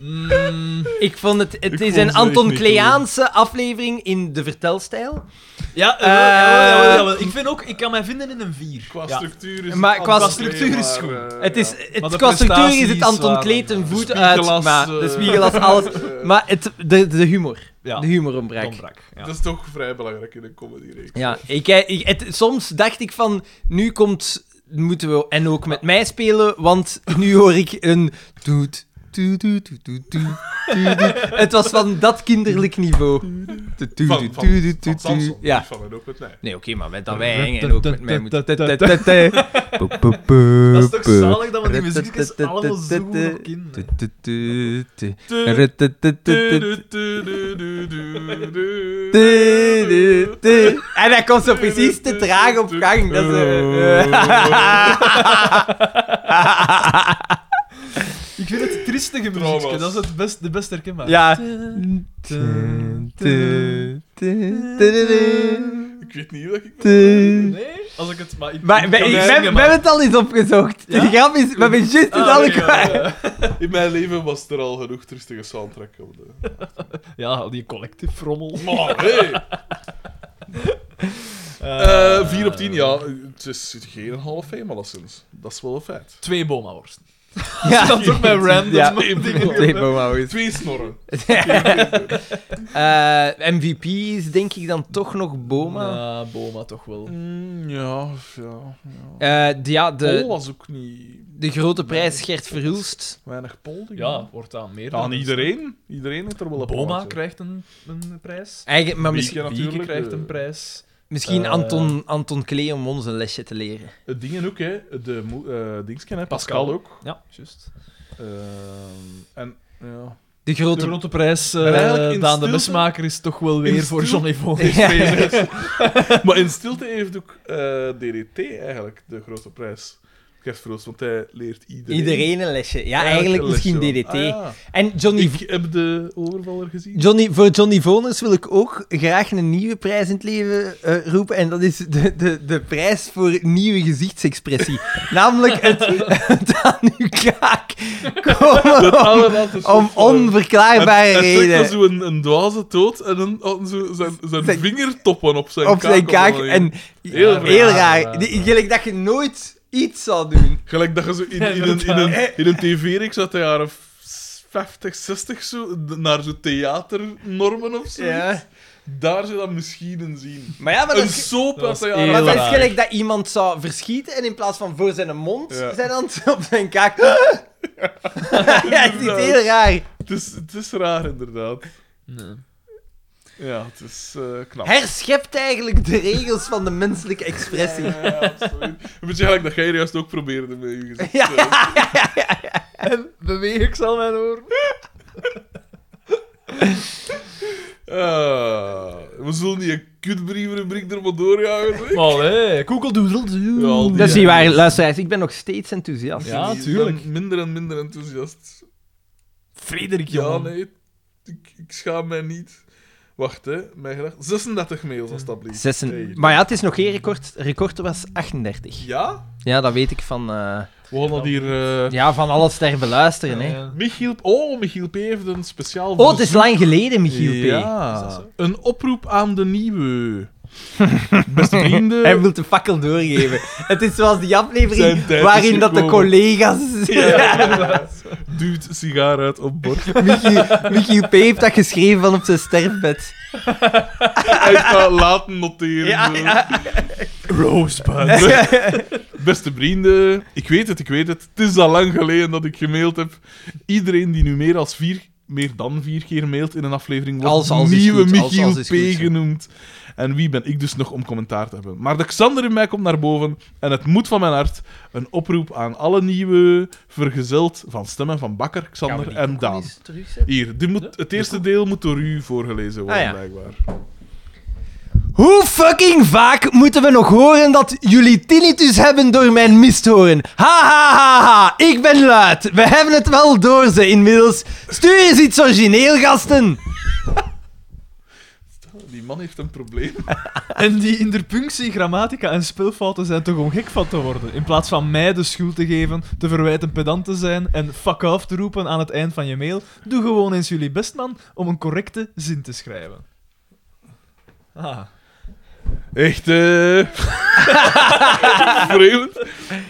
C: Mm,
A: Ik vond het... Het
B: Ik
A: is
B: vond
A: een
B: ze echt
A: Anton
B: niet
A: Kleaanse aflevering in de vertelstijl.
C: ja,
A: Eh,
C: jawel, jawel, jawel, jawel. ik vind ook, ik kan mij vinden in een 4.
B: Qua
C: ja.
B: structuur is
A: Maar
B: het
A: qua
B: anders,
C: structuur is
B: maar,
C: goed.
B: eh,
A: Het is,
B: ja.
A: het,
C: Maar de
A: qua structuur is
C: prestaties
A: het Anton
C: waren-
A: Kleet een
C: De
A: voet uit,
B: spiegelas,
A: maar
B: eh,
A: de spiegelas, alles.
B: [laughs] eh,
A: Maar het, de, de humor.
C: Ja,
A: De humor ontbrak.
C: Dombrak, ja.
B: Dat is toch vrij belangrijk in een comedyreeks.
A: Ja, ik, ik, het, soms dacht ik van, nu komt, moeten we en ook met mij spelen, want nu hoor ik een toet, toet, toet, toet, toet, toet, toet, toet. Het was van dat kinderlijk niveau. Toet, toet,
B: Van,
A: toet,
B: van,
A: toet, toet,
B: van
A: toet.
B: Samson,
A: Ja.
B: niet van en ook met mij.
A: Nee, oké, maar met dat wij hangen en ook met mij moeten... Dat
C: Dat is toch zalig dat we die muziekjes allemaal zo goed nog kennen, hè.
A: En hij komt zo precies te traag op gang. Dat is, eh,
C: Ik vind het triestige muziekje,
B: Trauma's.
C: dat is het best, de best herkenbaar.
A: [laughs] ja.
B: Ik weet niet hoe dat ik...
C: Nee? Als ik het maar... Ik,
A: Maar
C: ik
A: we,
C: kan
A: ik-
C: het
A: we-
C: zingen,
A: we
C: maar-
A: hebben het al eens opgezocht.
C: Ja?
A: De grap is, we hebben juist het
C: Ah,
A: al [laughs]
C: oké, ja,
A: kwijt.
C: ja.
B: In mijn leven was er al genoeg tristige soundtrack op de...
C: Ja, die collectief rommel.
B: Maar, hey! Eh, 4 op 10, ja. Het is geen half fame alleszins. Dat is wel een feit.
C: Twee boma-worsten.
A: [laughs] Ja,
C: Dan toch met random
A: [laughs] Ja.
C: dingen.
A: Tape-mouwers.
B: Twee snorren.
A: Eh, MVP is denk ik dan toch nog Boma.
C: Ja, Boma toch wel.
B: Mm, ja, ja. ja.
A: Eh, de, ja,
B: Pol
A: de,
B: was ook niet...
A: de grote prijs Gert Verhulst.
B: Weinig Pol, denk ik.
C: Ja, wordt aan meer
B: Aan
C: dan
B: iedereen. Iedereen heeft er wel een
C: Boma
B: plaatje.
C: krijgt een, een prijs.
A: Eigenlijk, maar misschien,
B: Ja,
C: Bieke
B: natuurlijk,
C: krijgt
B: eh.
C: een prijs.
A: misschien
C: Eh.
A: Anton, Anton Klee om ons een lesje te leren.
B: Het Eh, dingen ook, hè. De mo- eh dingsken, hè. Pascal,
C: Pascal.
B: ook.
C: Ja, juist.
B: Ehm, en, ja...
A: De
C: De
A: grote...
C: grote prijs eh
B: En eigenlijk in
C: Daan de
B: stilte-
C: Mesmaker is toch wel weer
B: in
C: voor
B: stilte-
C: Johnny
A: [laughs]
C: Von.
A: Ja.
B: [laughs] maar in stilte heeft ook eh, DDT eigenlijk de grote prijs. Gert Verhulst, want hij leert iedereen.
A: Iedereen een lesje. Ja,
B: een
A: eigenlijk
B: lesje,
A: misschien
B: hoor.
A: DDT.
B: Ah, ja.
A: En Johnny,
B: Ik heb de overvaller gezien. [laughs]
A: Johnny, voor Johnny Voners wil ik ook graag een nieuwe prijs in het leven eh, roepen. En dat is de, de, de prijs voor nieuwe
B: [laughs]
A: gezichtsexpressie. Namelijk het, het aan uw kaak komen
B: Dat
A: om,
B: hadden we altijd
A: om
B: zo-
A: onverklaarbare
B: Hij- Hij trekt
A: redenen
B: dan zo een, een dwaze toot en dan hadden ze zijn, zijn,
A: Zijn-
B: vingertoppen op zijn
A: op zijn
B: kaak.
A: kaak.
B: allemaal
A: En
B: Heel
A: heel,
B: raar,
C: ja.
A: raar. Die- Gelijk dat je nooit iets zal doen.
B: Gelijk dat je zo in, in,
C: Ja,
B: een, in, een,
A: inderdaad.
B: in een tv-reeks uit de jaren 50, 60 zo, d- naar zo theaternormen of zo.
A: Ja.
B: Daar zou je dat misschien in zien.
A: Maar ja, maar dat
B: Een
A: is...
B: soap
C: dat
B: uit de
C: is
B: jaren
C: heel
A: Maar dat is
C: raar.
A: gelijk dat iemand zou verschieten en in plaats van voor zijn mond,
B: Ja.
A: zijn hand [laughs] op zijn kaak.
B: [laughs]
A: ja, het is heel raar.
B: Het is, het is raar, inderdaad.
C: Nee.
B: Ja, het is eh, knap.
A: Herschept eigenlijk de regels van de menselijke expressie.
B: Ja, ja, absoluut. Een beetje gelijk dat jij er juist ook probeerde met je gezicht.
A: Ja.
B: eh,
C: En beweeg ik zal mijn oor.
B: Ah, we zullen die kutbrievenrubriek er maar doorjagen, zeg.
C: Maar hé, koekeldoedeldoe.
B: Ja, al die-
A: Dat is niet waar, luisteraars. Ik ben nog steeds enthousiast.
C: Ja.
B: Die zijn
C: tuurlijk.
B: Minder en minder enthousiast.
C: Frederik,
B: Ja,
C: jongen.
B: nee. Ik, ik schaam mij niet. Wacht, hè. Mijn gedacht. 36 mails, alsjeblieft.
A: Zes en-
B: Hey.
A: Maar ja, het is nog geen record. Record was 38.
B: Ja?
A: Ja, dat weet ik van, eh,
B: We gaan dat hier... eh,
A: ja, van alles ter beluisteren. Hè.
C: Ja.
B: Michiel... Oh, Michiel P. heeft een speciaal...
A: Oh, het is lang geleden, Michiel P.
C: Is dat
B: Ja.
C: zo?
B: Een oproep aan de nieuwe. Beste vrienden...
A: Hij wil de fakkel doorgeven. het is zoals die
B: Zijn
A: aflevering
B: tijd is
A: waarin dat de
B: gekomen.
A: collega's...
B: Ja. [laughs] Duwt sigaar uit op bord.
A: Michiel, Michiel P. heeft dat geschreven van op zijn sterfbed.
B: Hij gaat laten noteren.
A: Ja,
B: zo.
A: ja.
C: Rosebud.
B: [laughs] Beste vrienden, ik weet het, ik weet het. Het is al lang geleden dat ik gemaild heb. Iedereen die nu meer, als vier, meer dan vier keer mailt in een aflevering, wordt
A: Als- als is
B: nieuwe
A: goed, als-
B: Michiel
A: als is
B: P.
A: goed, ja.
B: genoemd. En wie ben ik dus nog om commentaar te hebben? Maar de Xander in mij komt naar boven en het moet van mijn hart. Een oproep aan alle nieuwe, vergezeld van stemmen van Bakker, Xander en Daan. Hier, die moet, het eerste deel moet door u voorgelezen worden,
A: Ah, ja.
B: blijkbaar.
A: Hoe fucking vaak moeten we nog horen dat jullie tinnitus hebben door mijn misthoren? Ha ha ha ha, ik ben luid. We hebben het wel door ze inmiddels. Stuur eens iets origineel, gasten.
B: Die man heeft een probleem.
C: En die interpunctie, grammatica en spelfouten zijn toch om gek van te worden. In plaats van mij de schuld te geven, te verwijten pedant te zijn en fuck off te roepen aan het eind van je mail, doe gewoon eens jullie best, man, om een correcte zin te schrijven. Ah.
B: Echt, eh. [laughs] Vreemd.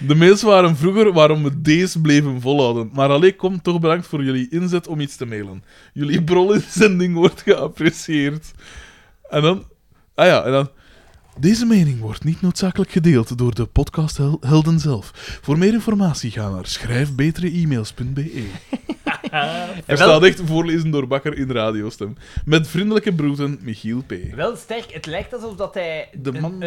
B: De mails waren vroeger waarom we deze bleven volhouden. Maar alleen kom toch bedankt voor jullie inzet om iets te mailen. Jullie brolinzending wordt geapprecieerd. En dan. Ah ja, en dan. Deze mening wordt niet noodzakelijk gedeeld door de podcasthelden zelf. Voor meer informatie ga naar schrijfbetere-e-mails.be. Er staat echt voorlezen door Bakker in radiostem. Met vriendelijke groeten, Michiel P.
A: Wel sterk, het lijkt alsof dat hij... eh,
B: De een- man-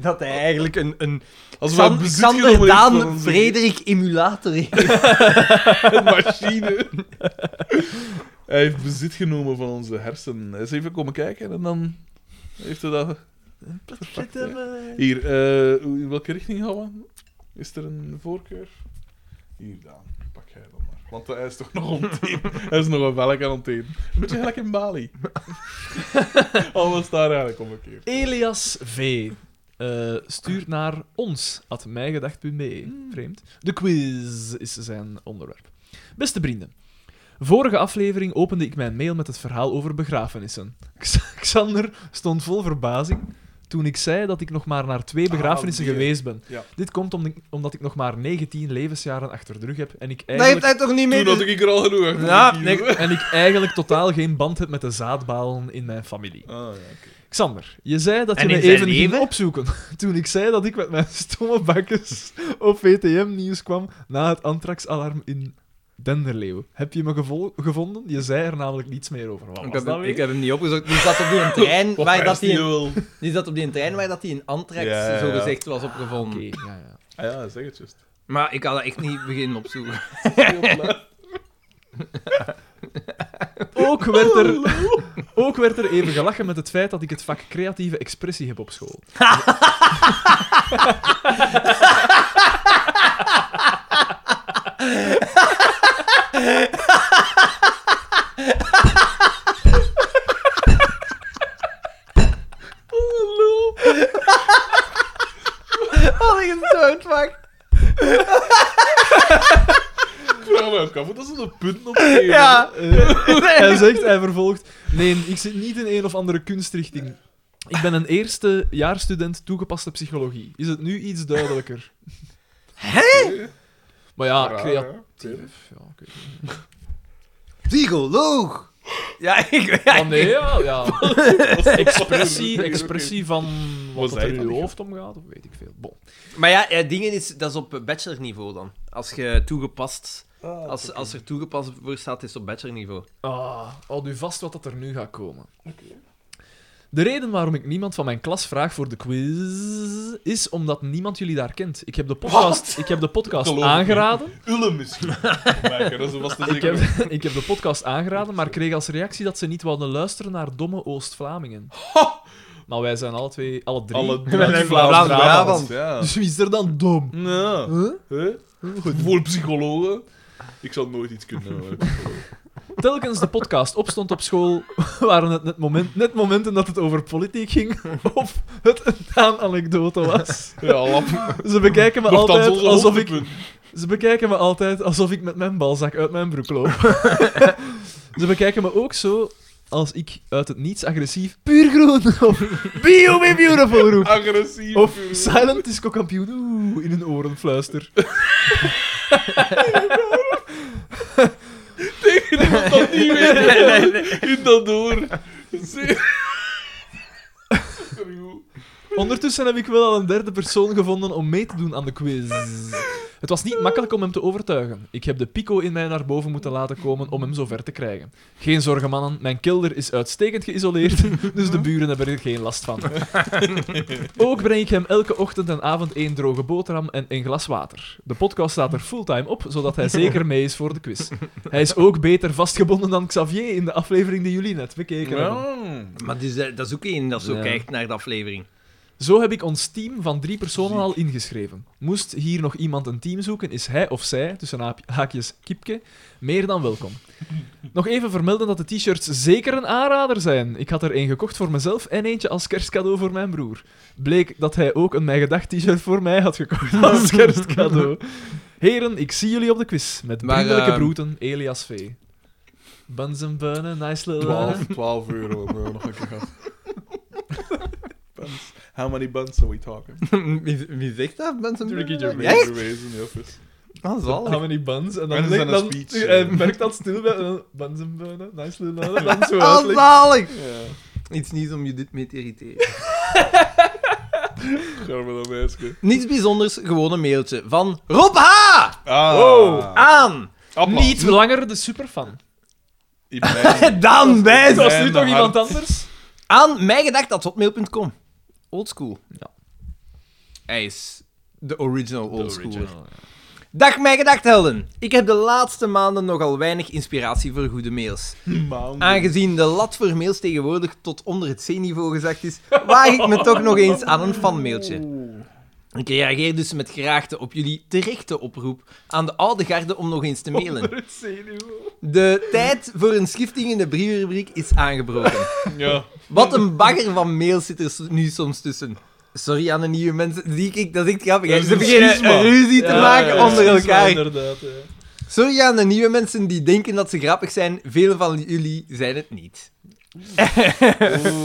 A: [laughs] dat hij eigenlijk een... een
B: Als we bezit genomen heeft van onze-
A: Emulator
B: Een [laughs] machine. [laughs] Hij heeft bezit genomen van onze hersenen. Hij is even komen kijken en dan heeft hij dat. eh, Hier, eh, hoe- in welke richting gaan we? Is er een voorkeur? Hier, Daan, pak jij dan maar. Want hij is toch nog om het
A: [laughs]
B: eten. Hij is nog een velk aan het eten. Een beetje gelijk in Bali. Alles daar eigenlijk om een keer.
C: Elias V. eh, stuurt naar ons, at mijgedacht.be. E. Vreemd. De quiz is zijn onderwerp. Beste vrienden. Vorige aflevering [laughs] opende ik mijn mail met het verhaal over begrafenissen. X- Xander stond vol verbazing toen ik zei dat ik nog maar naar twee
B: Ah,
C: begrafenissen
B: die.
C: geweest ben.
B: Ja.
C: Dit komt om- omdat ik nog maar 19 levensjaren achter de rug heb en ik
A: Dat heeft
C: eigenlijk,
A: hij toch niet mee...
B: Toen had ik er al genoeg achter.
A: Ja,
B: de
A: nee.
B: kiezen.
C: en ik eigenlijk totaal geen band heb met de zaadbalen in mijn familie.
B: Ah, ja, oké.
C: Xander, je zei dat je
A: En
C: me
A: in zijn
C: even ging
A: leven?
C: opzoeken [laughs] toen ik zei dat ik met mijn stomme bakkes op VTM-nieuws kwam na het anthraxalarm in Denderleeuw. Heb je me gevol- gevonden? Je zei er namelijk niets meer over. Wat
A: Ik
C: was
A: heb,
C: dat
A: hem, ik
C: weer?
A: heb hem niet opgezocht. Die zat op die [laughs] een trein waar dat
B: Podcast
A: die,
B: die wel.
A: die zat op die een trein waar dat die een antrax
B: Ja, ja, ja.
A: zo gezegd was opgevonden.
C: Oké, ja, ja.
B: Ah ja, zeg het juist.
A: Maar ik had dat echt niet beginnen opzoeken. [laughs]
C: Ook werd, er,
A: [laughs]
C: ook werd er even gelachen met het feit dat ik het vak creatieve expressie heb op school.
A: Had ik een soundvak.
B: Ik vraag me ook af, want dat is een punt op geven.
A: Ja.
C: [laughs] hij zegt, hij vervolgt. Nee, ik zit niet in een of andere kunstrichting. Ik ben een eerstejaarsstudent toegepaste psychologie. Is het nu iets duidelijker?
B: Oké.
C: Maar ja,
B: Raar,
C: creatief.
B: hè? Oké.
C: Ja, oké.
A: Psycholoog. Ja, [laughs] ik...
C: Ah, nee, ja, ja. Expressie,
B: Oké.
C: expressie van
B: Wat
C: wat er
B: zei
C: in
B: dat
C: je
B: niet?
C: hoofd omgaat, of weet ik veel. Bon.
A: Maar ja, eh, dingen is, dat is op bachelorniveau dan. Als je toegepast...
B: Ah,
A: Als,
B: oké.
A: als er toegepast voor staat, is het op bachelorniveau.
C: Ah, houd u vast wat dat er nu gaat komen. De reden waarom ik niemand van mijn klas vraag voor de quiz is omdat niemand jullie daar kent. Ik heb de podcast, ik heb de podcast
B: Geloof ik niet.
C: aangeraden.
B: Ulle misschien. Mijker, dat was te
C: Ik
B: zeker.
C: heb, [laughs] ik heb de podcast aangeraden, maar kreeg als reactie dat ze niet wilden luisteren naar domme Oost-Vlamingen. Maar wij zijn alle twee, alle drie.
B: Alle
A: zijn
B: uit
A: Vlaams-Brabant.
B: Vlaams-Brabant, Ja.
C: Dus wie is er dan dom?
B: Nou,
C: Huh?
B: hè? Voor psychologen. Ik zal nooit iets kunnen. hoor.
C: Telkens de podcast opstond op school, [laughs] waren het net, moment, net momenten dat het over politiek ging [laughs] of het een Daan-anekdote was. [laughs]
B: Ja, lap.
C: Ze bekijken me
B: Nochtans,
C: altijd
B: onze
C: alsof ik,
B: hoogtepunt.
C: ze bekijken me altijd alsof ik met mijn balzak uit mijn broek loop. ze bekijken me ook zo als ik uit het niets agressief puur groen of bio be beautiful roep.
B: Agressief.
C: Of silent disco kampioen oeh, in hun oren fluister.
B: Tegen iemand dat niet weet. In dat door. Zeer. Sorry, hoe?
C: Ondertussen heb ik wel al een derde persoon gevonden om mee te doen aan de quiz. Het was niet makkelijk om hem te overtuigen. Ik heb de pico in mij naar boven moeten laten komen om hem zover te krijgen. Geen zorgen, mannen. Mijn kelder is uitstekend geïsoleerd, dus de buren hebben er geen last van. Ook breng ik hem elke ochtend en avond één droge boterham en een glas water. De podcast staat er fulltime op, zodat hij zeker mee is voor de quiz. Hij is ook beter vastgebonden dan Xavier in de aflevering die jullie net bekeken hebben.
B: Ja.
A: Maar dus, eh, dat is ook één dat zo
C: Ja.
A: kijkt naar de aflevering.
C: Zo heb ik ons team van drie personen al ingeschreven. Moest hier nog iemand een team zoeken, is hij of zij, tussen haap- haakjes Kiepke, meer dan welkom. Nog even vermelden dat de t-shirts zeker een aanrader zijn. Ik had er één gekocht voor mezelf en eentje als kerstcadeau voor mijn broer. Bleek dat hij ook een Mijn Gedacht t-shirt voor mij had gekocht als kerstcadeau. Heren, ik zie jullie op de quiz. Met
A: Maar,
C: vriendelijke
A: ehm,
C: broeten, Elias V. Buns en beunen, nice little...
B: [laughs] 12, 12 euro, bro. Nog een keer gehad. Buns. How many buns are we talking?
A: [laughs] wie, wie zegt dat? Mensen
C: Ricky Gervais.
A: Ja,
B: Gervais in the office.
A: dat is wel.
C: How many buns? En
B: En
C: dan,
B: dan
C: dan,
B: is dat
C: dan
B: een speech,
C: hij
B: ja.
C: merkt dat stil bij en dan, buns en beunen, nice little beunen, dan zo
A: Ah,
C: uitleggen.
A: zalig!
B: Ja.
A: Iets nieuws om je dit mee te irriteren.
B: Gaan we dan meisje.
A: Niets bijzonders, gewoon een mailtje van Rob H!
B: Ah.
A: Oh, aan!
B: Appla.
C: Niet langer de superfan.
B: In
A: [laughs]
B: mijn-
A: Dan
C: Het
A: bij
C: was nu
B: En
C: toch
B: hard.
C: iemand anders?
A: aan mijgedacht.hotmail.com. Oldschool.
C: Ja.
A: Hij is de original oldschooler.
C: original,
A: Dag mijn gedachthelden. Ik heb de laatste maanden nogal weinig inspiratie voor goede mails. Ah,
B: Maanden.
A: Aangezien de lat voor mails tegenwoordig tot onder het zeeniveau gezakt is, waag ik me toch nog eens aan een fanmailtje. Ik reageer dus met graagte op jullie terechte oproep aan de oude garde om nog eens te mailen.
C: Het zenuw.
A: De tijd voor een schifting in de brievenrubriek is aangebroken.
B: Ja.
A: Wat een bagger van mails zit er s- nu soms tussen. Sorry aan de nieuwe mensen, zie ik, dat is echt grappig. hè.
B: Dat is
A: Ze
B: een
A: beginnen
B: schisma.
A: een ruzie te
C: Ja,
A: maken
C: ja,
A: onder
C: dat is wel
A: elkaar.
C: Inderdaad, ja.
A: Sorry aan de nieuwe mensen die denken dat ze grappig zijn, velen van jullie zijn het niet.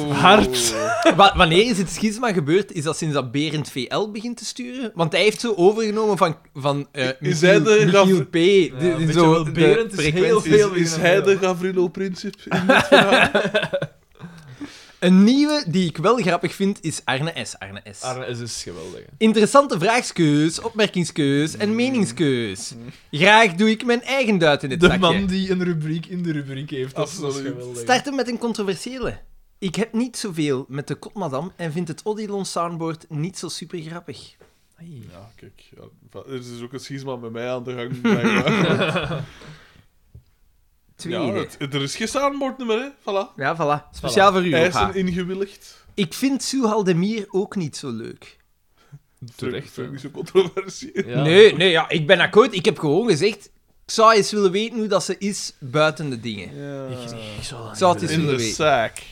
C: Hard.
A: Wa- wanneer is het schisma gebeurd? Is dat sinds dat Berend VL begint te sturen? Want hij heeft zo overgenomen van, van eh
B: Is hij de
A: Michiel-
B: gaf-
A: Michiel P. De,
C: Ja, weet je
A: zo,
C: wel,
A: de
C: Berend is heel
A: frequentie.
C: veel-
B: Is, is hij de Gavrilo Princip? in dit verhaal?
A: Een nieuwe die ik wel grappig vind is Arne S. Arne S.
C: Arne is dus geweldig. hè.
A: Interessante vraagskeus, opmerkingskeus
C: Mm.
A: en meningskeus. Graag doe ik mijn eigen duit in het
C: De
A: zakje.
C: man die een rubriek in de rubriek heeft, dat is, dat is
B: Absoluut.
C: geweldig.
A: Starten met een controversiële. Ik heb niet zoveel met de kotmadam en vind het Odilon soundboard niet zo super grappig.
C: Ai.
B: Ja, kijk. Ja, va- er is dus ook een schisma met mij aan de gang. blijkbaar.
A: Tweede.
B: ja,
A: Ja,
B: het, het- er is geen aanbordnummer, hè. Voilà.
A: voilà. Speciaal voor u.
B: Hij is
A: Opa.
B: een ingewilligd.
A: Ik vind Suhal Demir ook niet zo leuk.
C: Terecht,
B: Vind ik
C: ja.
B: niet zo controversieel.
C: Ja.
A: Nee, nee, ja, ik ben akkoord. Ik heb gewoon gezegd, ik zou eens willen weten hoe dat ze is buiten de dingen.
B: Ja.
C: Ik, ik zou dat niet
A: Zou het
C: willen.
A: is
B: In de
A: Louis.
B: zaak.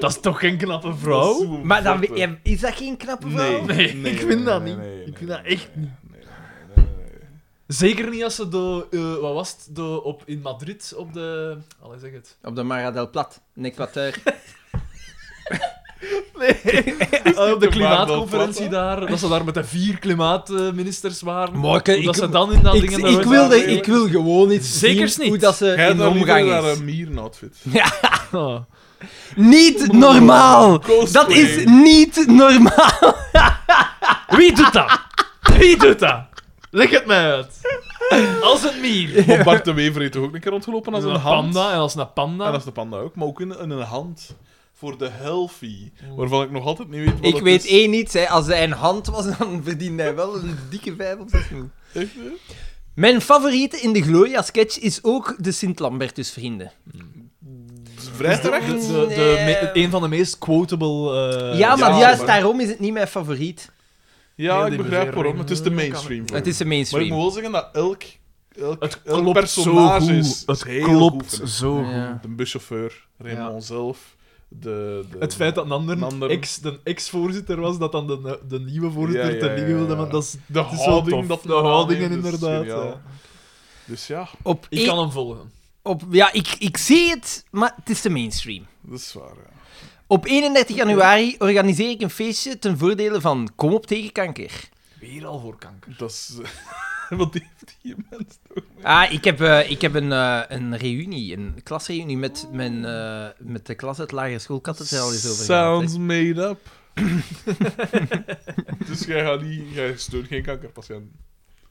C: Dat is toch geen knappe vrouw?
A: Maar dan, we- ja, is dat geen knappe vrouw?
B: Nee.
C: Nee, ik vind dat niet.
B: nee,
C: ik
B: nee,
C: vind dat
B: nee,
C: echt niet.
B: nee, nee, nee, nee.
C: Zeker niet als ze de, eh, wat was het, de, op, in Madrid op de... Allee, zeg het.
A: [laughs] Op de Mara del Plat, in Ecuador.
C: Eh, [laughs] op de
B: de
C: klimaatconferentie
B: Maandel
C: daar, dat ze daar met de vier klimaatministers waren.
A: Maar ik-
C: Hoe dat
A: ik-
C: ze dan in dat
A: Ik,
C: ding...
A: ik,
C: naar huis
A: wilde,
C: waren.
A: ik wil gewoon iets
C: Zekers
A: zien
C: niet.
A: hoe dat ze
B: Jij
A: in de
B: dan liever
A: omgang
B: naar
A: is.
B: [laughs] een mieren-outfit.
C: Ah.
A: Niet normaal!
B: Cosplay.
A: Dat is niet normaal!
C: Wie doet dat? Wie doet dat? Leg het mij uit. Als een mier.
B: Maar Bart de Wever heeft toch ook een keer rondgelopen als een, hand?
C: panda en als een panda.
B: En als de panda ook, maar ook in, in een hand. Voor de healthy. Waarvan ik nog altijd niet weet wat
A: Ik
B: het
A: weet
B: is.
A: één niet, hè. als hij een hand was, [laughs] dan verdiende hij wel een dikke vijf op dat miljoen.
B: Echt, hè?
A: Mijn favoriete in de Gloria-sketch is ook de Sint-Lambertus-vrienden.
B: Het is Vrij terecht.
C: de, de, de me- een van de meest quotable... eh,
A: ja, maar
B: ja,
A: juist
B: maar-
A: daarom is het niet mijn favoriet.
B: Ja,
C: Heel
B: ik
C: die
B: begrijp waarom.
C: bezerring.
B: Het is de mainstream. voor
A: Het is de
B: hem. Maar ik moet
A: mainstream.
B: wel zeggen dat elk, elk,
C: Het
B: elk
C: klopt zo
B: personage
C: goed.
B: is,
C: Het
B: is heel
C: klopt
B: goed voor hem.
C: zo goed.
A: Ja.
B: De buschauffeur, Raymond zelf, de, de...
C: Het feit dat een ander,
B: Een ander-
C: Ex, de ex-voorzitter was, dat dan de, de nieuwe voorzitter
B: Ja, ja,
C: ten
B: ja,
C: nieuwe wilde,
B: ja.
C: maar dat is...
B: De
C: is zo tof.
B: houding Oh, dat
C: De
B: men
C: houdingen
B: aanneemt, is
C: inderdaad,
B: geniaal.
C: ja.
B: Dus ja,
A: Op,
C: Ik
A: één-
C: kan hem volgen.
A: op, ja, ik, ik zie het, maar het is de mainstream.
B: dat is waar. Ja.
A: Op 31 januari organiseer ik een feestje ten voordele van Kom op tegen kanker.
C: Weer al voor [laughs] kanker.
B: Dat is... eh, Wat heeft die mens toch?
A: Ah, ik heb, eh, ik heb een, eh, een reunie, een klasreunie met, mijn, eh, met de klas uit de lagere school. Ik had het er al eens over gehad, hè.
B: Sounds made up.
A: [laughs]
B: [laughs] dus jij gaat niet... Jij steunt geen kankerpatiënten.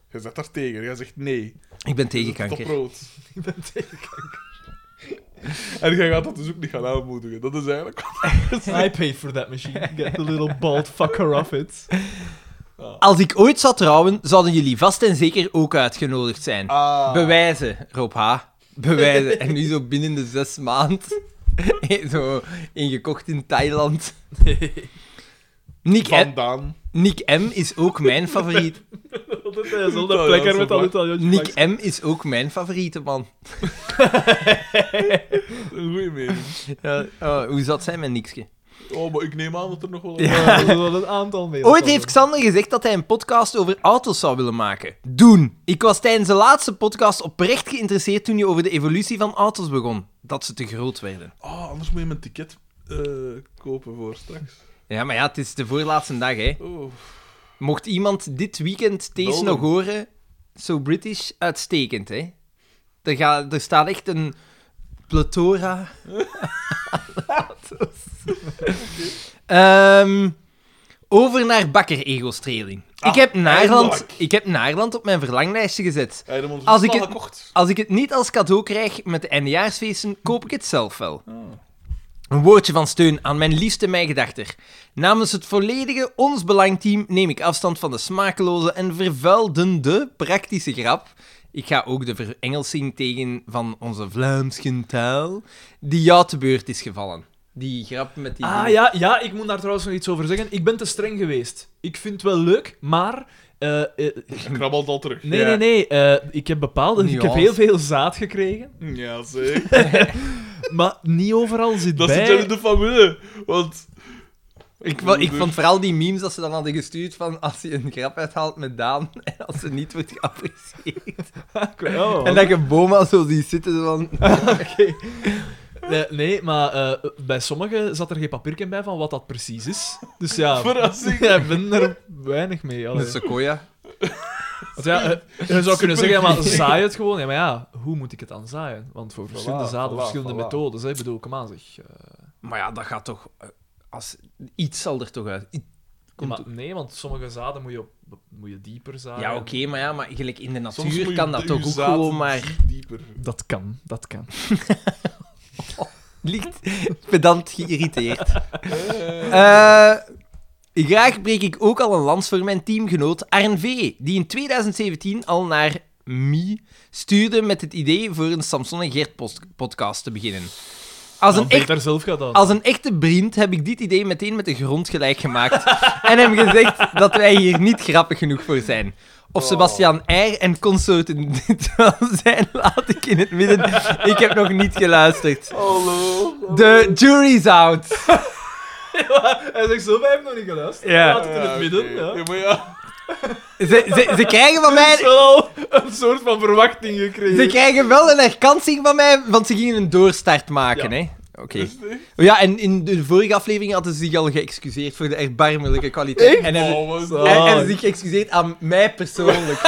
B: Jij zet daar tegen. Jij zegt nee.
A: Ik ben tegen
B: Je zet het
A: kanker.
B: Op rood.
A: [laughs]
C: Ik ben tegen
B: En jij gaat dat dus ook niet gaan aanmoedigen. Dat is eigenlijk...
C: kanker. I paid for that machine. [laughs] Get the little bald fucker off [laughs] it.
A: Als ik ooit zou trouwen, zouden jullie vast en zeker ook uitgenodigd zijn.
B: Ah.
A: Bewijzen, Rob H. Bewijzen. en nu zo binnen de zes maand. [laughs] zo ingekocht in [laughs] Thailand. Nick, M,
B: Vandaan.
A: Nick M is ook mijn [laughs] favoriet.
C: Altijd hij is al
B: Ja,
C: dat
B: dat
C: plekker
B: is
C: met
B: waar.
C: al Italiaans
A: Nick M is ook mijn favoriete man.
B: Een goeie mening.
A: Ja, oh, hoe zat zij met Nikske?
B: Oh, maar ik neem aan dat er nog wel...
A: Ja. [laughs]
C: Ja, er zijn wel een aantal meer.
A: Ooit heeft Xander gezegd dat hij een podcast over auto's zou willen maken. Doen! Ik was tijdens de laatste podcast oprecht geïnteresseerd toen je over de evolutie van auto's begon. Dat ze te groot werden.
B: Oh, anders moet je mijn ticket eh, kopen voor straks.
A: Ja, maar ja, het is de voorlaatste dag, hè.
B: Oh.
A: Mocht iemand dit weekend deze
B: Bel
A: nog
B: hem.
A: horen, So British, uitstekend, hè? Er, ga, er staat echt een plethora
B: [laughs]
A: aan auto's. Ehm, over naar bakkeregelstreling. ik,
B: Ah,
A: heb Naarland,
B: eindelijk.
A: ik heb Naarland op mijn verlanglijstje gezet.
B: Hij heeft hem
A: Als
B: Als
A: ik
B: ik
A: het-
B: gekocht.
A: Als ik het niet als cadeau krijg met de eindejaarsfeesten, koop ik het zelf wel.
B: Ah.
A: Een woordje van steun aan mijn liefste mijgedachter. Namens het volledige Ons Belang-team neem ik afstand van de smakeloze en vervuildende praktische grap. Ik ga ook de verengelsing tegen van onze Vlaamse taal, die jou te beurt is gevallen. Die grap met die...
C: Ah ja, ja, ik moet daar trouwens nog iets over zeggen. Ik ben te streng geweest. Ik vind het wel leuk, maar. eh, eh,
B: Hij krabbelt al terug.
C: nee,
B: Ja.
C: nee, nee. eh, ik heb bepaalde. Ik heb
A: Nuance.
C: heel veel zaad gekregen.
B: Ja, zeker.
C: Maar niet overal zit
B: Dat
C: bij.
B: zit er in de familie. Want
A: Ik, wa- ik vond vooral die memes dat ze dan hadden gestuurd van als je een grap uithaalt met Daan [laughs] en als ze niet wordt geapprecieerd.
C: Oh.
A: En dat je Boma zo ziet zitten zo van...
C: Nee, nee, maar eh, bij sommigen zat er geen papierken bij van wat dat precies is. Dus [laughs] ja,
B: Verrassing.
C: ik ben er weinig mee. allee.
A: Een sequoia.
C: Want ja, eh, je zou kunnen zeggen, ja, maar zaai het gewoon. Ja, maar ja, hoe moet ik het dan zaaien? Want voor verschillende zaden,
D: voilà,
C: verschillende
D: voilà.
C: methodes. Hè. Ik bedoel, kom aan zeg. Eh,
A: Maar ja, dat gaat toch... eh, Als, iets zal er toch uit. I-
C: ja,
A: komt
C: maar
A: ook-
C: nee, want sommige zaden moet je, op, moet je dieper zaaien.
A: ja, oké, maar ja, maar gelijk in de
B: Soms moet
A: natuur
B: je
A: kan dat
B: de-
A: toch
B: je
A: ook
B: zaad
A: gewoon
B: [laughs]
A: maar...
B: diep- Dieper.
C: Dat kan, dat kan.
A: Licht pedant geïrriteerd. Eh, graag breek ik ook al een lans voor mijn teamgenoot Arn V, die in 2017 al naar Mie stuurde met het idee voor een Samson en Gert post- podcast te beginnen. Als
C: Dan
A: een,
C: ben je
A: echt,
C: daar zelf gaat aan.
A: als een echte vriend heb ik dit idee meteen met de grond gelijk gemaakt [laughs] en hem gezegd dat wij hier niet grappig genoeg voor zijn. Of Sebastian R. en consorten [laughs] dit wel zijn, laat ik in het midden. Ik heb nog niet geluisterd.
B: Hallo.
A: De jury's out.
C: [laughs] Hij zegt zo, wij hebben nog niet geluisterd.
A: Ja.
C: Laat het in het midden.
B: oké.
C: Ja.
B: maar ja.
A: Ze, ze, ze krijgen van
C: Er is
A: mij...
C: wel al een soort van verwachting gekregen.
A: Ze krijgen wel een herkansing van mij, want ze gingen een doorstart maken,
C: Ja.
A: hè. Oké.
B: Is het echt?
A: Ja, en in de vorige aflevering hadden ze zich al geëxcuseerd voor de erbarmelijke kwaliteit. En hebben,
B: Oh, wat-
C: Zo.
A: en hebben ze zich geëxcuseerd aan mij persoonlijk.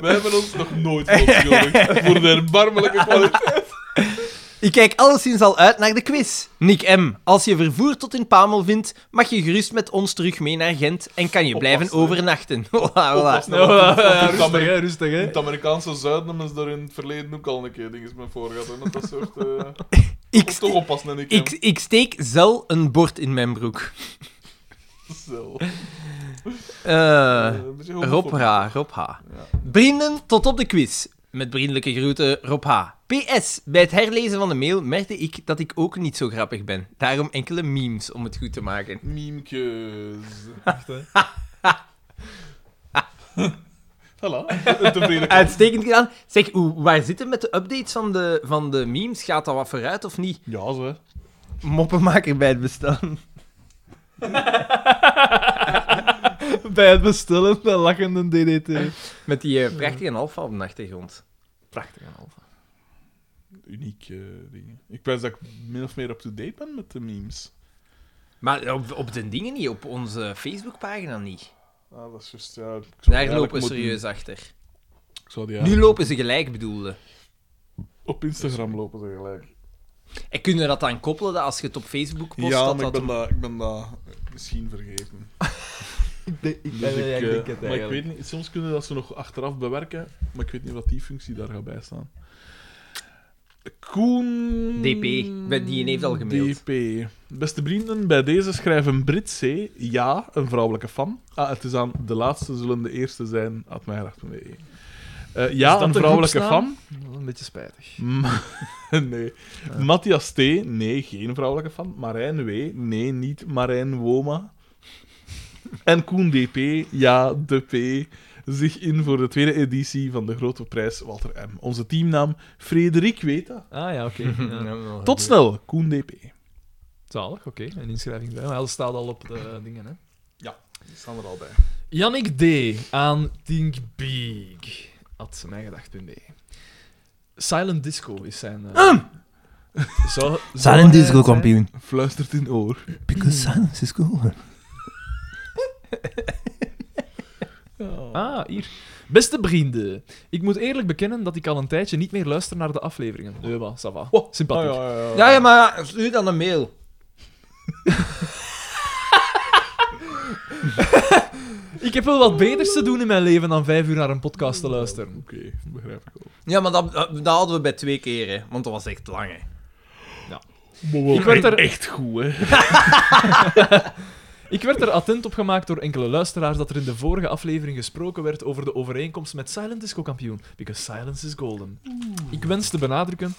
B: Wij hebben ons nog nooit [laughs] verontschuldigd voor de erbarmelijke kwaliteit.
A: Ik kijk alleszins al uit naar de quiz. Nick M., als je vervoer tot in Pamel vindt, mag je gerust met ons terug mee naar Gent en kan je blijven
B: Oppassen, hè.
A: overnachten. [laughs] Voilà, voilà.
B: Oppassen.
C: Nou, ja, ja,
B: Dat kan
C: rustig, hè, rustig, hè.
B: Het Amerikaanse zuiden hebben ze daar in het verleden ook al een keer dingen mee voor gehad. hè, met Dat soort... eh,
A: Ik,
B: Toch oppassen, en ik.
A: ik, ik steek zelf een bord in mijn broek.
B: Zo.
A: Eh...
B: Eh, een beetje
A: Rob
B: homofobisch.
A: H. Rob H. Vrienden, tot op de quiz. Met vriendelijke groeten, Rob H. PS, bij het herlezen van de mail merkte ik dat ik ook niet zo grappig ben. Daarom enkele memes om het goed te maken.
B: Miemkes.
C: Echt, hè.
B: [laughs] Voilà,
A: [laughs]
B: een tevreden klant.
A: Uitstekend gedaan. Zeg, hoe, waar zitten we met de updates van de, van de memes? Gaat dat wat vooruit of niet?
B: Ja, zo. hè.
A: Moppenmaker bij het bestaan.
C: Bij het bestellen, de lachende DDT.
A: Met die eh, prachtige alfa op de achtergrond.
C: Prachtig, Alfa.
B: Uniek eh, dingen. Ik wijs dat ik min of meer up-to-date ben met de memes.
A: Maar op, op de dingen niet, op onze Facebookpagina niet.
B: Ah, dat is juist, ja. ik zou die
A: Daar
B: eigenlijk
A: lopen we
B: moeten-
A: serieus achter.
B: Ik zou die
A: Nu
B: eigenlijk
A: lopen ze gelijk, bedoelde.
B: op Instagram lopen ze gelijk.
A: En kunnen we dat dan koppelen dat als je het op Facebook post?
B: Ja,
A: dat
B: maar ik
A: dat
B: ben, dat, ik ben dat misschien vergeten.
C: Ik denk, ik,
B: Dus ik, eh, maar ik weet niet, soms kunnen dat ze nog achteraf bewerken, maar ik weet niet wat die functie daar gaat bij staan. Koen...
A: DP. Bij- die heeft al gemaild.
B: DP. Beste vrienden, bij deze schrijven Brit C. Ja, een vrouwelijke fan. Ah, het is aan de laatste zullen de eerste zijn. At mij Eh, ja, een vrouwelijke fan.
C: Een beetje spijtig.
B: Ma- [laughs] nee. Matthias T. Nee, geen vrouwelijke fan. Marijn W. Nee, niet Marijn Woma. En Koen DP. Ja, de P. Zich in voor de tweede editie van de grote prijs Walter M. Onze teamnaam Frederik Weta.
C: Ah ja, [laughs] oké. Ja.
B: Tot snel, Koen DP.
C: Zalig, oké. Een inschrijving bij. Maar dat staat al op de dingen, hè.
B: Die staan er al bij.
C: Yannick D. aan Think Big. At mijngedacht.be. Silent Disco is zijn... eh, Zou, zou hij zijn?
B: Fluistert in oor.
A: Because silence is cool.
C: Ah, hier. Beste vrienden, ik moet eerlijk bekennen dat ik al een tijdje niet meer luister naar de afleveringen. Ja, maar, ça va. Sympathiek.
B: Ah, ja, ja,
A: Ja, ja, maar stuur dan een mail.
C: Ik heb wel wat beters te doen in mijn leven dan vijf uur naar een podcast te luisteren.
B: Oké, begrijp ik wel.
A: Ja, maar dat, dat, dat hadden we bij twee keer, hè. Want dat was echt lang, hè.
C: Ik werd er-
B: echt goed, hè.
C: Ik werd er attent op gemaakt door enkele luisteraars dat er in de vorige aflevering gesproken werd over de overeenkomst met Silent Disco kampioen. Because silence is golden. Ik wens te benadrukken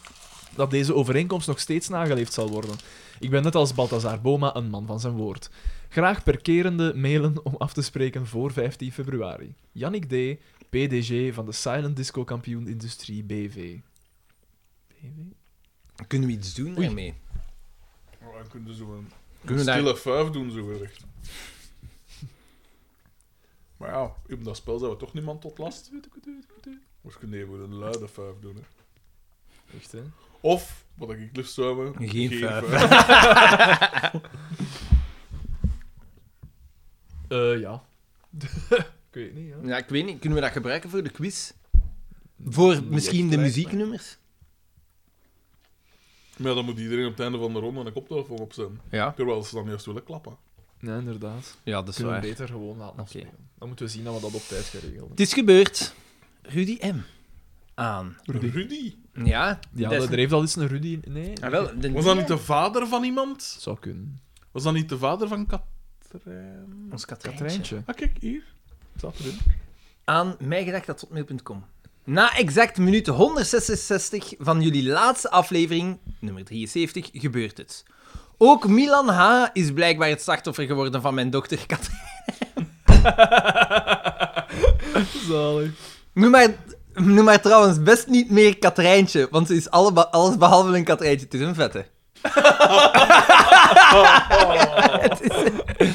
C: dat deze overeenkomst nog steeds nageleefd zal worden. Ik ben net als Balthazar Boma een man van zijn woord. Graag perkerende mailen om af te spreken voor 15 februari. Yannick D., PDG van de Silent Disco kampioen Industrie BV. BV?
A: Kunnen we iets doen daarmee?
B: Dan kunnen we zo een Een
A: Kunnen we daar-
B: stille vijf doen, zo gezegd. Maar ja, in dat spel zijn we toch niemand tot last. Of kunnen we een luide vijf doen, hè.
C: Echt, hè?
B: Of, wat ik het liefst zou hebben...
A: Geen vijf.
B: vijf.
C: Eh, ja. [laughs] ik weet het niet, ja.
A: Ja, ik weet niet. Kunnen we dat gebruiken voor de quiz? Voor misschien de
C: echt,
A: muzieknummers?
B: maar ja, dan moet iedereen op het einde van de ronde een koptelefoon opzetten.
A: Ja,
B: Terwijl ze dan juist willen klappen.
C: Nee, inderdaad.
A: ja dat is
C: Kunnen we
A: waar.
C: beter gewoon laten afspelen. Dan moeten we zien dat we dat op tijd geregeld
A: Het is gebeurd. Rudy M. Aan.
B: Rudy.
A: Ja,
C: Ja,
A: dat is-
C: er heeft al eens een Rudy... Nee.
A: Ah, wel, de-
B: Was dat niet de vader van iemand?
C: Het zou kunnen.
B: Was dat niet de vader van Katrijn?
A: Ons Katrijntje.
C: Katrijntje.
B: Ah, kijk, hier.
C: Het zou kunnen.
A: aan mijgedacht.hotmail.com. Na exact minuut 166 van jullie laatste aflevering, nummer 73, gebeurt het. Ook Milan H. is blijkbaar het slachtoffer geworden van mijn dochter Kat.
C: [laughs] Zalig.
A: Noem maar, noem maar trouwens best niet meer Katrijntje, want ze is alle ba- alles behalve een Katrijntje. Het is een vette. het, is,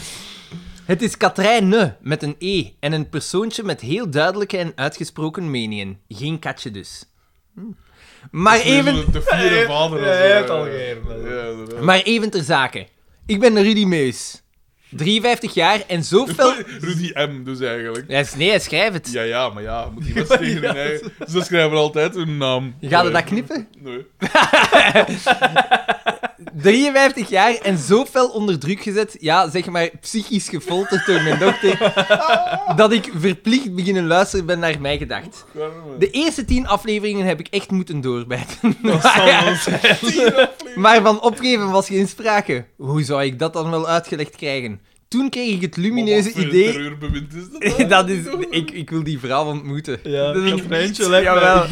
A: het is Katrijne met een E en een persoontje met heel duidelijke en uitgesproken meningen. Geen katje dus. Hm. Maar even...
B: De vierde vader. eh,
C: Hij heeft al geëerd,
B: Ja,
C: dat is-
B: inderdaad.
A: Maar even ter zake. Ik ben Rudy Meus. 53 jaar en
B: [laughs]
A: zoveel...
B: Rudy M, dus eigenlijk.
A: Ja, is- Nee, hij schrijft het.
B: Ja, ja, maar ja,
A: [laughs]
B: moet iemand tegen hun eigen... Ze Dus schrijven altijd hun naam.
A: Ga je
B: Nee.
A: dat knippen?
B: Nee.
A: 53 jaar en zo fel onder druk gezet, ja, zeg maar psychisch gefolterd door mijn dochter, dat ik verplicht beginnen luisteren ben naar mij gedacht. De eerste 10 afleveringen heb ik echt moeten doorbijten.
B: [laughs]
A: Maar van opgeven was geen sprake. Hoe zou ik dat dan wel uitgelegd krijgen? Toen kreeg ik het lumineuze idee
B: terreurbewind is dat?
A: [laughs] dat is, ik, ik wil die vrouw ontmoeten.
C: Ja,
A: dat is
C: Katrijntje
A: niet-
C: lijkt mij
A: jawel.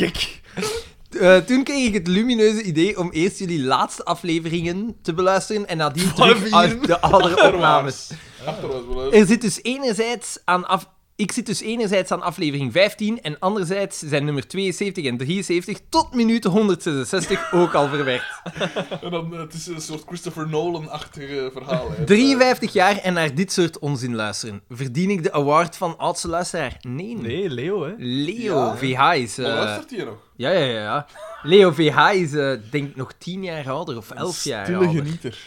A: Eh, toen kreeg ik het lumineuze idee om eerst jullie laatste afleveringen te beluisteren en nadien terug
C: vier.
A: uit de
C: [laughs]
A: andere opnames.
B: Achterwaarts. Achterwaarts. wel, hè.
A: Er zit dus enerzijds aan af... Ik zit dus enerzijds aan aflevering 15 en anderzijds zijn nummer 72 en 73 tot minuut 166 ook al verwerkt.
B: En dan, eh, het is een soort Christopher Nolan-achtige eh, verhaal. hè.
A: 53 jaar en naar dit soort onzin luisteren. Verdien ik de award van oudste luisteraar? Nee.
C: Nee, Leo, hè.
A: Leo
B: Ja.
A: VH is... eh,
B: Maar luistert hij nog?
A: Ja, ja, ja, ja. Leo VH is eh, denk ik nog 10 jaar ouder of 11 jaar
B: Stille
A: ouder.
B: genieter.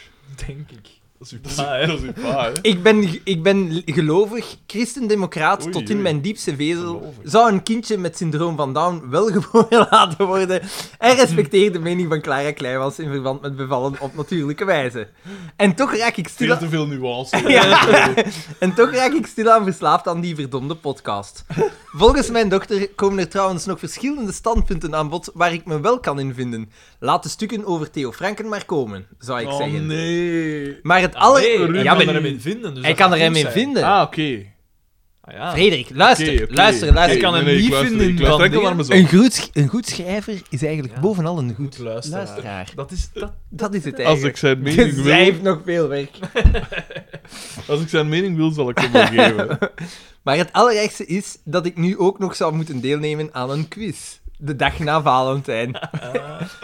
C: Denk ik. Dat is
B: [laughs]
C: uw
B: Dat is,
C: pa, hè.
B: dat is uw pa,
A: [laughs]
B: hè.
A: Ik ben, ik ben gelovig, christendemocraat
B: Oei,
A: tot in
B: oei.
A: mijn diepste vezel.
B: Gelovig.
A: Zou een kindje met syndroom van Down wel [laughs] geboren laten worden? En respecteer de mening van Clara Kleijwans in verband met bevallen op natuurlijke wijze. En toch raak ik
B: Veel
A: stil...
B: te veel nuance.
A: [laughs] Ja. En toch raak ik stilaan verslaafd aan die verdomde podcast. Volgens mijn dochter komen er trouwens nog verschillende standpunten aan bod waar ik me wel kan in vinden. Laat de stukken over Theo Franken maar komen, zou ik
B: Oh
A: zeggen.
B: nee.
A: Maar het
C: Ah,
A: aller...
C: nee, Ruud
A: ja,
C: kan
A: maar
C: er hem in vinden. Dus
A: hij
C: dat
A: kan
C: gaat
A: er hem
C: goed
A: in
C: zijn.
A: vinden.
B: Ah, oké.
C: Ah, ja.
A: Frederik, luister,
B: Oké, oké,
A: luister,
B: oké.
A: luister.
C: Ik kan hem
B: Nee, nee, ik
C: niet
B: luister
C: vinden
B: niet. Ik
C: van
B: luister enkel naar
C: dingen.
B: mezelf.
A: Een goed, sch- een goed schrijver is eigenlijk
C: Ja.
A: bovenal een goed
C: Goed luisteraar.
A: luisteraar.
C: Dat is... Dat...
A: Dat is het
B: Als
A: eigenlijk.
B: ik zijn
A: Dus
B: mening
A: [laughs]
B: wil...
A: zij heeft nog veel werk.
B: Als ik zijn mening wil, zal ik
A: [laughs]
B: hem wel geven.
A: Maar het allerergste is dat ik nu ook nog zou moeten deelnemen aan een quiz. De dag na Valentijn.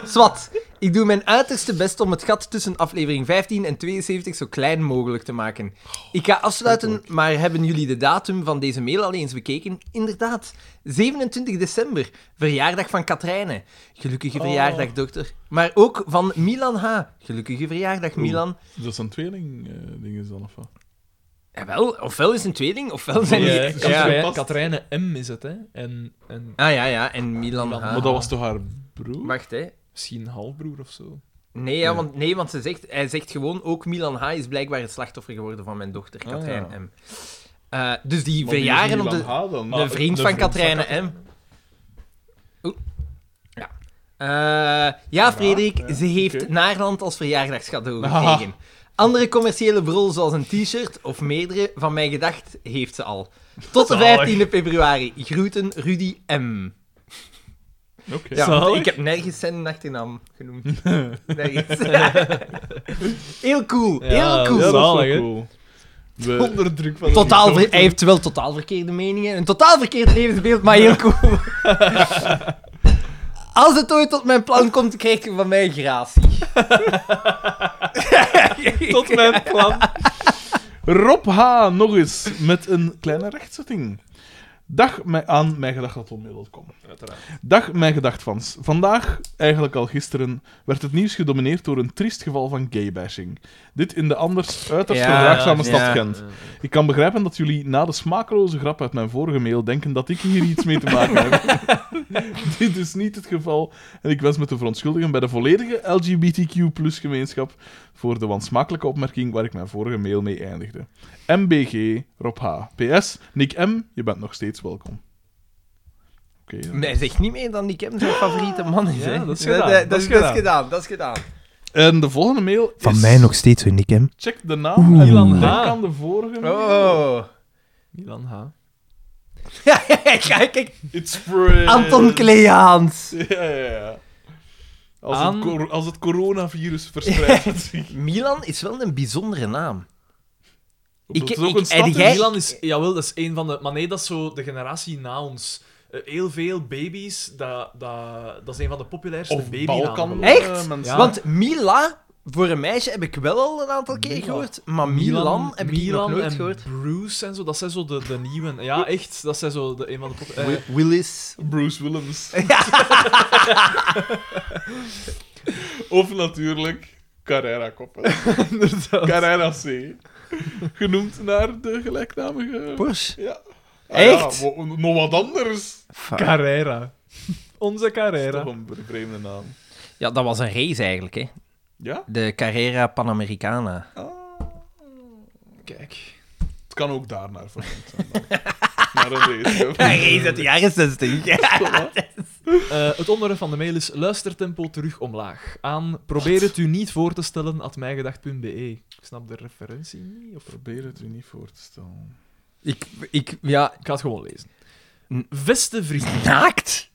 A: Zwat, ik doe mijn uiterste best om het gat tussen aflevering 15 en 72 zo klein mogelijk te maken. Ik ga afsluiten, maar hebben jullie de datum van deze mail al eens bekeken? Inderdaad, 27 december, verjaardag van Katrijne. Gelukkige
B: Oh.
A: verjaardag, dokter. Maar ook van Milan H. Gelukkige verjaardag,
B: Oeh.
A: Milan.
B: Dus Dat zijn tweeling-dingen eh, dan, of wat?
A: Jawel, ofwel is een tweeling, ofwel zijn
C: Ja,
A: die...
B: het is
C: Katrijn-
A: Ja.
B: gepast.
C: Katrijne M is het, hè. En, en
A: Ah ja, ja, en Milan H.
C: Milan,
B: Maar dat was toch haar broer?
A: Wacht, hè.
B: Hm.
C: misschien halfbroer of zo.
A: Nee, ja,
B: Ja.
A: want, nee, want ze zegt, hij zegt gewoon ook Milan H. is blijkbaar het slachtoffer geworden van mijn dochter,
B: Ah,
A: Katrijn
B: ja.
A: M. Eh, dus die
B: Maar wie is
A: verjaren
B: die
A: op de,
B: Van H dan?
A: de vriend van
C: Ah, de vriend van
A: Katrijne M. Oeh. Ja. Eh, ja, Frederik,
B: ja,
A: ze heeft
B: oké.
A: Naarland als verjaardagscadeau
B: Ah.
A: gekregen. Andere commerciële brol, zoals een t-shirt of meerdere, van mij gedacht, heeft ze al. Tot de
C: Zalig.
A: 15e februari. Groeten, Rudy M.
B: Oké.
A: Ja,
C: Zalig.
A: want ik heb nergens zijn achternaam genoemd.
C: [laughs]
A: nergens. heel cool, heel
C: Ja,
A: cool.
C: ja,
B: dat is wel
C: Zalig, hè?
B: cool. We-
C: [laughs] Onder druk van...
A: Ah, Totaal ver- hij heeft wel totaal verkeerde meningen, een totaal verkeerd levensbeeld, maar heel cool.
C: [laughs]
A: Als het ooit tot mijn plan komt, krijg je van mij gratie.
C: tot mijn plan.
B: Rob H. nog eens met een kleine rechtzetting. Dag mij aan mijn gedacht dat onmiddellijk komt.
C: Uiteraard.
B: Dag, mijn gedachtvans. Vandaag, eigenlijk al gisteren, werd het nieuws gedomineerd door een triest geval van gaybashing. Dit in de anders uiterst
A: Ja,
B: verdraagzame
A: ja,
B: stad
A: ja.
B: Gent. Ik kan begrijpen dat jullie na de smakeloze grap uit mijn vorige mail denken dat ik hier iets mee te maken heb.
A: [laughs]
B: Dit is niet het geval en ik wens me te verontschuldigen bij de volledige LGBTQ gemeenschap voor de wansmakelijke opmerking waar ik mijn vorige mail mee eindigde. MBG, Rob H. PS, Nick M, je bent nog steeds welkom. Oké. eh. ja.
A: Nee, zeg niet meer dan die Kim zijn favoriete man is.
C: Ja,
A: hè.
C: dat is gedaan, dat is
A: dat is
C: gedaan.
A: gedaan. Dat is gedaan. Dus-
B: En de volgende mail is...
A: steeds, hoor, Nick hem.
B: Check de naam en
C: Milan
B: denk
C: H.
B: aan de vorige mail.
A: Oh.
C: Milan H.
A: [laughs] Ja, kijk, kijk.
B: It's free.
A: Anton Kleaans.
B: Ja, ja, ja. Als,
C: Aan-
B: het, cor- als het coronavirus
A: [laughs]
B: verspreidt zich.
A: Milan is wel een bijzondere naam. Ik-
B: Dat is ook
A: ik-
B: een stad,
A: en
B: hè?
A: jij-
C: Milan is, jawel, dat is een van de. Maar nee, dat is zo de generatie na ons. Eh, heel veel baby's, dat, dat, dat is een van de populairste
B: Of
C: babynamen.
B: Balkan.
A: Echt?
B: eh, mensen.
C: Ja.
A: Want Mila, voor een meisje heb ik wel al een aantal keer
C: Mila.
A: gehoord, maar Milan, heb ik
C: Milan
A: nog nooit
C: en
A: gehoord.
C: Bruce en zo, dat zijn zo de, de nieuwe. Ja, echt, dat zijn zo de, eh, een van de populairste.
A: Wi- Willis.
B: Bruce
A: [laughs]
B: Willems.
A: Ja.
B: [laughs] Of natuurlijk Carrera
A: [laughs]
B: Koppen.
C: inderdaad.
B: Carrera C. Genoemd naar de gelijknamige...
A: Porsche.
B: Ja.
A: Echt?
B: Ja, wa- nog wat anders.
A: Fuck.
C: Carrera. [laughs] Onze
B: Toch
C: Carrera.
B: een vreemde naam.
A: Ja, dat was een race eigenlijk, hè.
B: Ja?
A: De Carrera [laughs] Panamericana.
B: Ah.
C: Kijk.
B: Het kan ook daarnaar vernoemd zijn. dan. [laughs] Naar een race.
A: [laughs] Ja, race uit de jaren 60.
C: Eh, het onderwerp van de mail is luistertempo terug omlaag. Aan probeer het u niet voor te stellen at mijgedacht.be. Ik snap de referentie niet. Of...
B: Probeer het u niet voor te
A: [laughs]
B: stellen.
A: Ik, ik, ja...
C: Ik ga het gewoon lezen.
A: N-
C: Beste vriend.
A: Naakt?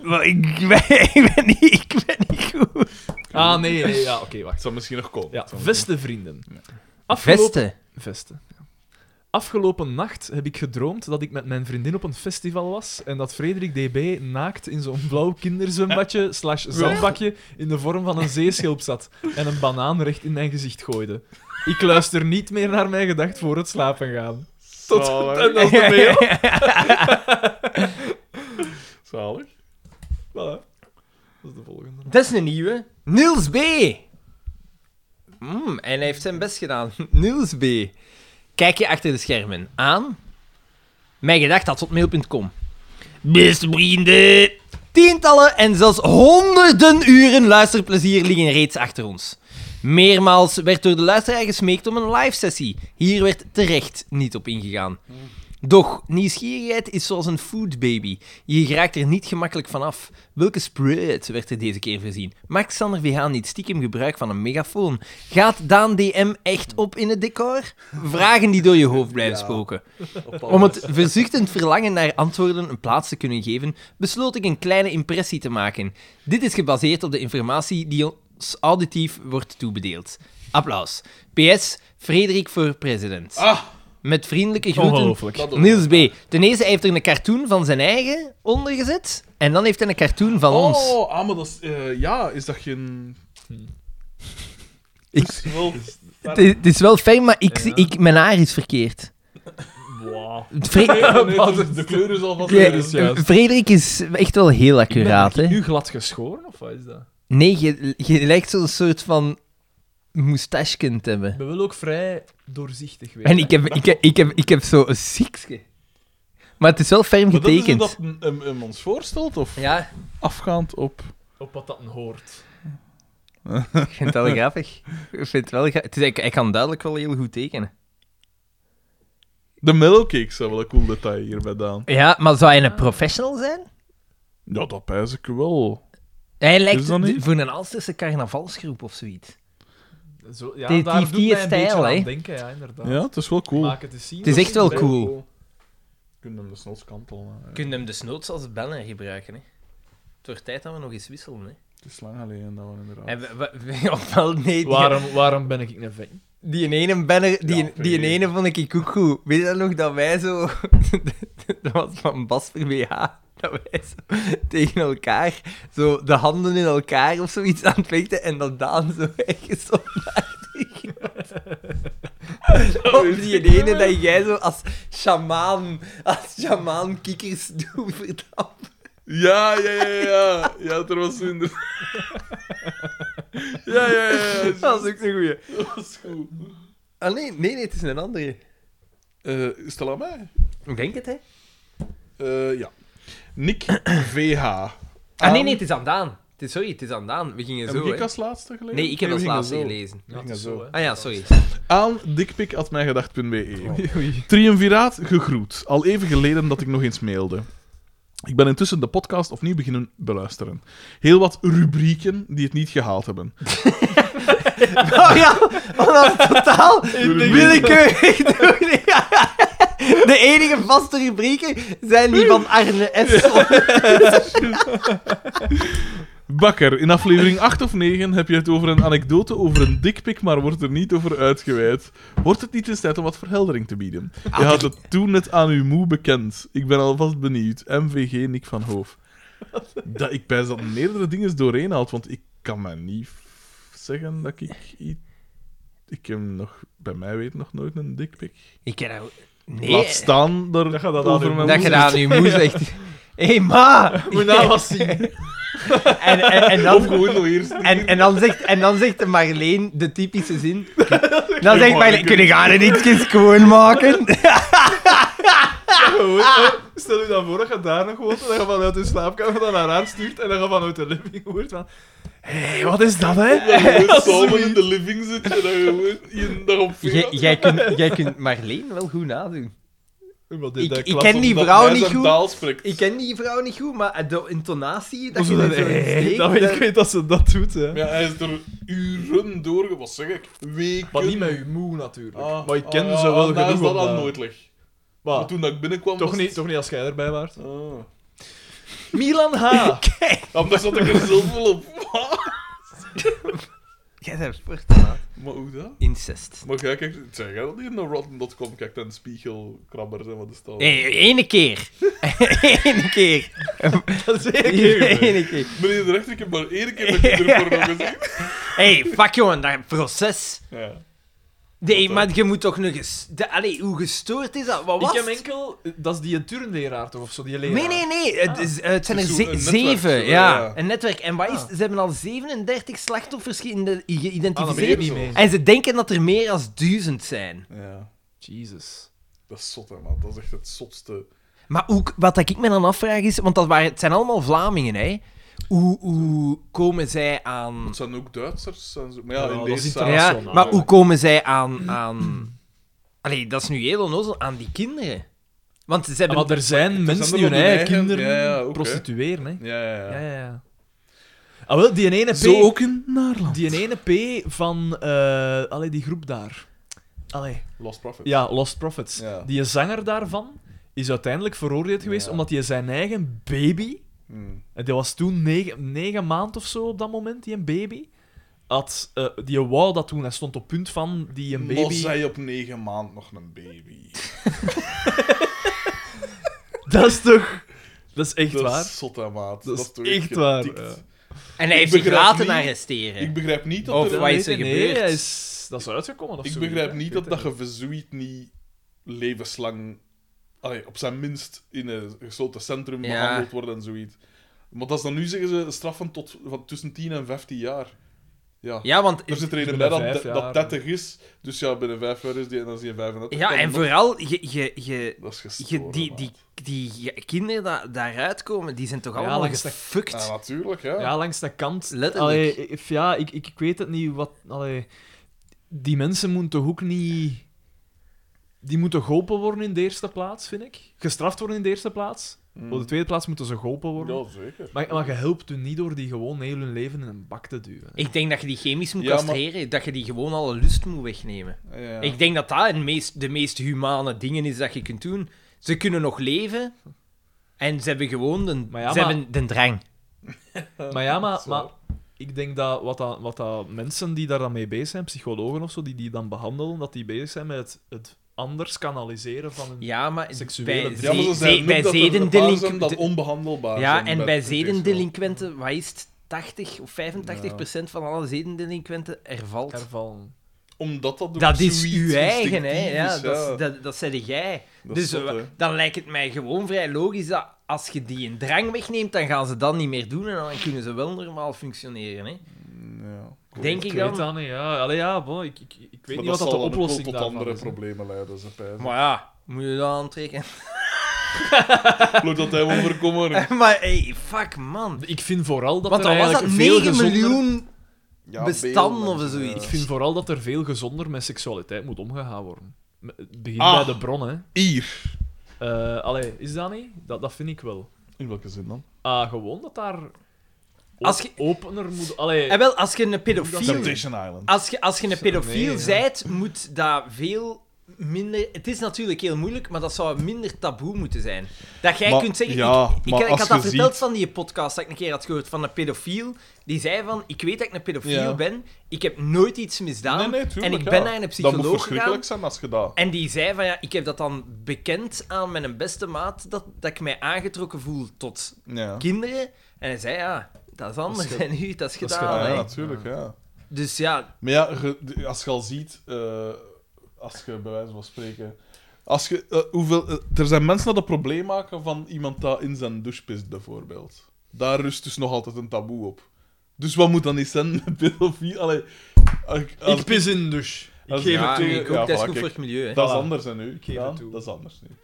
A: Maar ik ben, [laughs] ik ben niet, ik ben niet goed.
C: Ah, nee, nee ja, oké, wacht.
B: Het zal misschien nog komen.
C: Ja,
B: Het zal misschien-
C: beste vrienden.
B: Ja.
C: Afgelopen...
A: Vesten.
C: Vesten. ja. Afgelopen nacht heb ik gedroomd dat ik met mijn vriendin op een festival was en dat Frederik DB naakt in zo'n blauw kinderzwembadje slash zandbakje in de vorm van een zeeschilp zat en een banaan recht in mijn gezicht gooide. Ik luister niet meer naar mijn gedacht voor het slapen gaan. Tot
B: Zalig.
C: en dat
A: [laughs]
C: is de mail.
B: Zalig.
C: Voilà. Dat is de volgende.
A: Dat is een nieuwe. Niels B. Mm, en hij heeft zijn best gedaan. [laughs] Niels B. Kijk je achter de schermen aan. Mijn gedacht had op mail.com. Beste vrienden. Tientallen en zelfs honderden uren luisterplezier liggen reeds achter ons. Meermaals werd door de luisteraar gesmeekt om een live sessie. Hier werd terecht niet op ingegaan. Doch, nieuwsgierigheid is zoals een foodbaby. Je raakt er niet gemakkelijk vanaf. Welke spread werd er deze keer voorzien? Maakt Sander VH niet stiekem gebruik van een megafoon? Gaat Daan DM echt op in het decor? Vragen die door je hoofd blijven
B: Ja.
A: spoken. Om het verzuchtend verlangen naar antwoorden een plaats te kunnen geven, besloot ik een kleine impressie te maken. Dit is gebaseerd op de informatie die ons auditief wordt toebedeeld. Applaus. PS, Frederik voor president.
B: Ah,
A: Met vriendelijke groeten,
C: Ongelooflijk.
B: dat ook.
A: Niels B. Ten eerste hij heeft er een cartoon van zijn eigen ondergezet. En dan heeft hij een cartoon van ons.
B: Oh, ah, maar dat is... eh, ja, is dat [laughs] geen...
A: Ik-
B: Is [laughs] wel...
A: Het is, het is wel fijn, maar ik,
C: Ja.
A: ik, mijn haar is verkeerd.
C: Wow. [laughs]
A: Fre-
B: Nee, nee, dat is- de kleur is alvast...
A: Ja,
B: weer
C: is juist.
A: Frederik is echt wel heel accuraat.
C: ben ik
A: Hè?
C: nu glad geschoren, of wat is dat?
A: Nee, je, je lijkt zo'n soort van moustachekind te
C: Ik
A: hebben.
C: ben wel ook vrij doorzichtig weer.
A: En ik heb, ik heb, ik heb, ik heb zo'n ziekje. Maar het is wel ferm
B: Maar dat is hoe
C: dus
B: dat
A: getekend.
B: hem, hem- hem ons voorstelt, of
A: Ja,
B: afgaand op...
C: Op wat dat hoort.
A: ik vind
C: [laughs]
A: het wel grappig. Ik vind het wel gra- het is, ik, ik kan duidelijk wel heel goed tekenen.
B: De mellowcakes zijn wel een cool detail hier bij Daan.
A: Ja, maar zou hij een professional zijn?
B: Ja, dat pijs ik wel.
A: Hij
B: Is
A: lijkt
B: dat
A: d-
B: niet?
A: voor een Alsterse carnavalsgroep of zoiets.
C: Zo, ja,
A: Die-
C: daar
A: die-
C: doet
A: die
C: mij een
A: stijl,
C: beetje
A: hè?
C: aan denken, ja, inderdaad.
B: Ja, het is wel cool.
C: Maak het eens zien.
A: Het is echt wel cool.
B: Kunnen hem de snots kantelen. hè.
A: Je kunt hem dus noods als beller gebruiken. Hè. Het wordt tijd dat we nog eens wisselen. Hè.
B: Het is lang geleden dat we inderdaad...
A: En we- we- [laughs] we- of wel, nee, die,
C: Waarom, waarom ben ik een ving?
A: die ene banner, die,
B: Ja,
A: die
B: weet
A: ene vond ik ook goed. Weet je dat nog dat wij zo. [laughs] dat was van Bas voor BH. Dat wij zo tegen elkaar [laughs] zo de handen in elkaar of zoiets aan het vechten en dat Daan zo ergens op naar die Op die ene dat jij zo als shamaan, als shamaan kikkers doet, verdampt.
B: Ja, ja, ja, ja, ja. Ja, er was zo [laughs] inderdaad. Ja, ja, ja. ja.
A: Eh, Dat is ook zo'n goeie.
B: Dat was goed.
A: Ah nee, nee, nee, het is een andere.
B: Eh, is het al aan mij?
A: Ik denk het, hè.
B: Eh, ja. Nick VH.
A: Ah nee, nee, het is aan Daan. Het is, sorry, het is aan Daan. We gingen
B: Heb
A: zo,
B: ik
A: hè.
B: als laatste gelezen?
A: Nee, ik heb
B: Nee,
A: als
B: we gingen
A: laatste gelezen.
B: zo. Ja,
C: het is
B: zo,
C: hè.
A: Ah ja, sorry.
B: Aan dikpik.mijgedacht.be.
C: Oei.
B: e. Triumviraat gegroet. Al even geleden dat ik nog eens mailde. Ik ben intussen de podcast opnieuw beginnen beluisteren. Heel wat rubrieken die het niet gehaald hebben.
A: [laughs] Oh [laughs] ja, want dat is totaal willekeurig. [laughs] doen. Ja. De enige vaste rubrieken zijn die van Arne S.
B: Bakker, in aflevering 8 of 9 heb je het over een anekdote over een dikpik, maar wordt er niet over uitgeweid. Wordt het niet eens tijd om wat verheldering te bieden? Je
A: Ah.
B: had het toen net aan uw moe bekend. Ik ben alvast benieuwd. MVG Nick van Hoof. Dat, ik pijs dat meerdere dingen doorheen haalt, want ik kan me niet f- zeggen dat ik... i- Ik heb nog, bij mij weet nog nooit een dikpik.
A: [laughs] Ik ken dat...
B: Laat
A: Nee,
B: staan daar dat
C: dat aan uw
B: over mijn
A: dat je
B: moeder. [laughs]
A: daar nu moest echt... [laughs] Hé, ma!
C: Moet je nou wat
A: [laughs]
C: zien.
A: En, en, en dan...
B: Of gewoon nog eerst.
A: En, en, dan zegt, en dan zegt Marleen de typische
B: [laughs]
A: zin. Dan zegt Marleen,
B: Marleen.
A: kunnen gaan er iets schoonmaken?
C: Gewoon, hè. Stel je dan voor dat je daar nog woont en dat je vanuit je slaapkamer dan naar haar stuurt en dat je vanuit de living hoort van... Hé, hey, wat is dat, hè?
B: Gewoon
C: [laughs]
B: samen in de living zitten en dan gewoon je daarop
A: Jij- Jij kunt, jij kunt Marleen wel goed nadoen.
C: Wat
A: Ik-
C: deed dat
A: ik
C: klas
A: ken die
C: omdat
A: vrouw
C: wij
A: niet
C: zijn
A: goed.
B: taal spreekt.
A: Ik ken die vrouw niet goed, maar de intonatie dat
C: Dat
A: je dat
C: [laughs]
A: zo
C: hey,
A: insteekt,
C: dat weet ik
A: dat-
C: weet dat ze dat doet, hè.
B: Ja, hij is er uren doorge... Wat zeg ik? Weken.
C: Maar niet met je moe, natuurlijk.
B: Ah,
C: maar ik ken
B: ah,
C: ze wel
B: ah, daar
C: genoeg
B: is dat al
C: om, eh,
B: nooit leg.
C: maar
B: Maar toen dat ik binnenkwam...
C: toch,
B: was
C: niet,
B: het-
C: toch niet als jij erbij waart.
B: Ah.
C: Milan H.
B: Anders zat ik er zelf wel op. [laughs]
A: Jij bent sportmaat.
B: maar hoe dat?
A: Incest.
B: Maar kijk, kijk zeg jij dat hier naar Rotten.com kijkt en spiegelkrabbers en wat is dat?
A: Nee, ene keer. [laughs] Ene keer.
C: [laughs] Dat is ik.
A: Ene keer.
B: Meneer de rechter, ik heb maar één keer met
A: [laughs]
B: kinderporno gezien.
A: Hé, hey, fuck jongen, dat proces.
B: Ja.
A: Nee,
B: dan?
A: maar je moet toch nog eens... de- Allee, hoe gestoord is dat? Wat
C: Ik
A: was
C: heb
A: het?
C: enkel... Dat is die turnleraar toch, of zo, die leraar?
A: Nee, nee, nee. Het, is- eh, het zijn er
B: Dus
A: ze-
B: zo'n netwerk,
A: zeven.
B: zo,
A: ja.
B: ja.
A: een netwerk. En wat is,
C: Ah.
A: ze hebben al 37 slachtoffers geïnde-
C: Ah, dat
A: geïdentificeerd.
C: weet ik niet mee.
A: en ze denken dat er meer dan duizend zijn.
B: Ja.
C: Jesus.
B: Dat is zot, hè, man. Dat is echt het zotste.
A: Maar ook, wat ik me dan afvraag is... Want dat waren, het zijn allemaal Vlamingen, hè. Hoe, hoe komen zij aan...
B: Het zijn ook Duitsers. En zo. Maar ja,
C: Ja,
B: in
C: dat
B: deze
C: is
B: zaal...
A: Ja,
C: internationaal,
A: maar
B: hè.
A: hoe komen zij aan... aan... Allee, dat is nu heel onnozel. Aan die kinderen. Want ze hebben...
C: Maar er zijn mensen
B: zijn
C: die
B: er
C: hun
B: wel
C: eigen
B: hun eigen-
C: kinderen
B: ja, ja, ook, hè.
C: prostitueren, hè.
B: Ja, ja, ja.
C: Ja, ja, ja. Ah, wel, die ene P...
B: Zo ook in Naarland.
C: Die ene P van eh allee, die groep daar. Allee.
B: Lost Profit.
C: Ja, Lost Prophets.
B: Ja.
C: Die zanger daarvan is uiteindelijk veroordeeld geweest
B: Ja.
C: omdat hij zijn eigen baby,
B: Hmm.
C: en die was toen negen, negen maand of zo op dat moment, die een baby, had, eh, die wou dat toen, hij stond op punt van die een
B: Was
C: baby.
B: zij op negen maand nog een baby?
C: [laughs] Dat is toch... Dat is echt
B: dat
C: waar.
B: Is zotte, maat.
C: Dat is
B: toch
C: echt waar,
B: getikt?
C: ja.
A: En hij
B: Ik
A: heeft zich
B: begrijp
A: laten
B: niet-
A: arresteren.
B: Ik begrijp niet dat
A: Of
B: er-
A: wat is er
C: Nee, nee,
A: gebeurd?
C: hij is, dat is uitgekomen of
B: Ik
C: zo,
B: begrijp
C: hè.
B: niet
C: Ik
B: dat,
C: weet
B: dat
C: het
B: je verzoeit niet levenslang... Allee, op zijn minst in een gesloten centrum
A: Ja.
B: behandeld worden en zoiets. Maar dat is dan nu, zeggen ze, een straf van, tot, van tussen 10 en 15 jaar. Ja.
A: Ja, want...
B: Er zit er een bij
C: Binnen
B: dat,
C: vijf
B: dat-
C: jaar.
B: dat 30 is. Dus ja, binnen 5 jaar is die en dan is die 35.
A: Ja,
B: Dan
A: en
B: nog-
A: vooral, je, je, je,
B: Dat is
A: je,
B: gestoord,
A: die, die, die je- kinderen da- daaruit komen, die zijn toch
C: Ja,
A: allemaal
C: dat is dat-
A: gefukt.
B: Ja, natuurlijk, ja.
C: Ja, langs de kant.
A: Letterlijk.
C: Allee, if- ja, ik, ik, ik weet het niet. Wat, allee, die mensen moeten toch ook niet... Die moeten geholpen worden in de eerste plaats, vind ik. Gestraft worden in de eerste plaats.
B: Mm.
C: Op de tweede plaats moeten ze geholpen worden.
B: Ja, zeker.
C: Maar, maar je helpt hun niet door die gewoon heel hun leven in een bak te duwen.
A: Ik denk dat je die chemisch moet
B: Ja, maar-
A: castreren, dat je die gewoon alle lust moet wegnemen.
B: Ja.
A: Ik denk dat dat een meest, de meest humane dingen is dat je kunt doen. Ze kunnen nog leven en ze hebben gewoon de,
C: Maar ja,
A: ze
C: maar-
A: hebben de drang.
C: Maar ja, maar,
B: Dat is waar.
C: maar ik denk dat wat, dat wat dat mensen die daar dan mee bezig zijn, psychologen of zo, die die dan behandelen, dat die bezig zijn met het, het anders kanaliseren van hun...
A: Ja, maar bij,
C: Seksuele drang.
B: Ja, maar ze
A: ze-
B: zijn
A: ze-
B: ook
A: bij
B: dat er een paar zijn dat
A: zedendelinquenten...
B: onbehandelbaar
A: Ja,
B: zijn
A: en
B: met
A: bij
B: het geestverhaal.
A: zedendelinquenten, wat is het? 80 of 85 procent van alle zedendelinquenten er valt.
C: Ervan.
B: Omdat dat ook
A: Dat is
B: zoiets
A: uw eigen, hè?
B: instinctief
A: Ja,
B: is,
A: dat,
B: ja.
A: is- dat, dat zei jij.
B: Dat is
A: dus
B: zot,
A: eh,
B: hè.
A: dan lijkt het mij gewoon vrij logisch dat als je die een drang wegneemt, dan gaan ze dat niet meer doen en dan kunnen ze wel normaal functioneren. Hè?
B: Ja, cool.
A: Denk
C: Ik
A: ik
C: weet
A: dan.
C: dat niet, ja. Allee, ja, bon, ik, ik, ik
B: Maar
C: weet niet wat dat
B: zal
C: de
B: dan ook wel
C: oplossing
B: tot
C: daarvan
B: andere
C: is. hè.
B: problemen leiden, ze pijzen.
A: Maar ja, moet je dat aantrekken?
B: Bloot dat hij wil
A: [laughs]
B: voorkomen.
A: [laughs] maar hey, fuck man.
C: Ik vind vooral dat
A: Want
C: er
A: dan was dat
C: eigenlijk veel
A: 9
C: gezonder...
A: miljoen.
B: Ja,
A: Bestanden
B: beelden,
A: of zoiets.
B: ja.
C: Ik vind vooral dat er veel gezonder met seksualiteit moet omgegaan worden. M- Het begint
B: Ah.
C: bij de bron, hè.
B: Hier.
C: Eh, allee, is dat niet? Dat, dat vind ik wel.
B: In welke zin dan?
C: Ah, gewoon dat daar op-
A: Als je-
C: opener moet...
B: Eh,
C: Allee,
A: En Eh, wel, als je een pedofiel.
B: Temptation Island.
A: Als je, als je een pedofiel
C: nee, ja.
A: zijt, moet dat veel minder. Het is natuurlijk heel moeilijk, maar dat zou minder taboe moeten zijn. Dat jij
B: Maar-
A: kunt zeggen.
B: ja,
A: ik, ik,
B: maar
A: ik
B: als
A: had dat
B: je
A: verteld
B: ziet-
A: van die podcast dat ik een keer had gehoord van een pedofiel. Die zei van: Ik weet dat ik een pedofiel
B: Ja.
A: ben, ik heb nooit iets misdaan.
B: Nee, nee, tuurlijk,
A: en ik
B: ja.
A: ben naar een
B: Dat moet
A: psycholoog gegaan.
B: verschrikkelijk zijn als je dat...
A: En die zei van ja, ik heb dat dan bekend aan mijn beste maat dat, dat ik mij aangetrokken voel tot
B: Ja.
A: kinderen. En hij zei ja, dat is anders.
C: ge-
A: en nu, dat is
C: dat is
A: gedaan.
B: Ja,
C: gedaan,
A: hè.
B: ja, natuurlijk, ja.
A: Dus ja,
B: Maar ja, ge- de- als je al ziet, eh, als je bij wijze van spreken. Als je, eh, hoeveel, eh, er zijn mensen dat een probleem maken van iemand dat in zijn douche pist, bijvoorbeeld. Daar rust dus nog altijd een taboe op. Dus wat moet dan niet zijn [laughs] met pedofiel? Allee, eh, als, als-
C: ik pis in dus. Ik
B: als-
C: geef
A: ja,
C: het toe.
B: tegen-
A: ik ook,
B: ja,
A: dat is
B: voilà,
A: goed
B: kijk.
A: voor het milieu. hè.
B: Dat is
C: Voilà.
B: anders dan nu.
C: geef
B: ja,
C: het toe.
B: Dat is anders nu.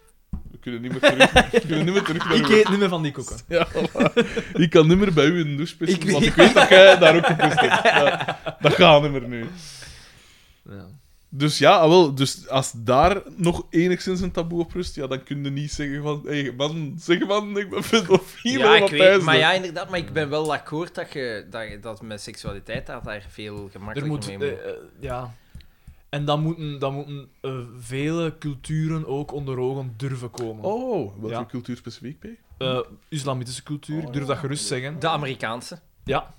B: We kunnen niet meer
C: [laughs]
B: terug, we kunnen niet meer terug naar
C: Ik
B: uw-
C: eet niet meer van die koeken.
B: Ja, voilà. Ik kan niet meer bij u in de douche pissen,
A: Ik
B: want
A: weet-
B: ik weet dat jij daar ook gepist
C: [laughs]
B: hebt. Ja, dat gaat niet meer nu.
C: Ja.
B: Dus ja, ah, wel, dus als daar nog enigszins een taboe op rust, ja, dan kun je niet zeggen van, hey, man, zeg man, ik ben pedofiel,
A: Ja,
B: hè,
A: ik
B: wat
A: weet,
B: pijzen.
A: maar ja, inderdaad, maar ik ben wel akkoord dat, je, dat, je- dat met seksualiteit dat daar veel
C: Er
A: gemakkelijker
C: moet,
A: mee moet.
C: eh, eh, ja. En dan moeten, dan moeten eh, vele culturen ook onder ogen durven komen.
B: Oh, wat
C: Ja.
B: voor cultuur specifiek, P?
C: Eh, islamitische cultuur,
B: Oh,
C: durf
B: ja.
C: dat gerust zeggen.
A: De Amerikaanse.
C: Ja.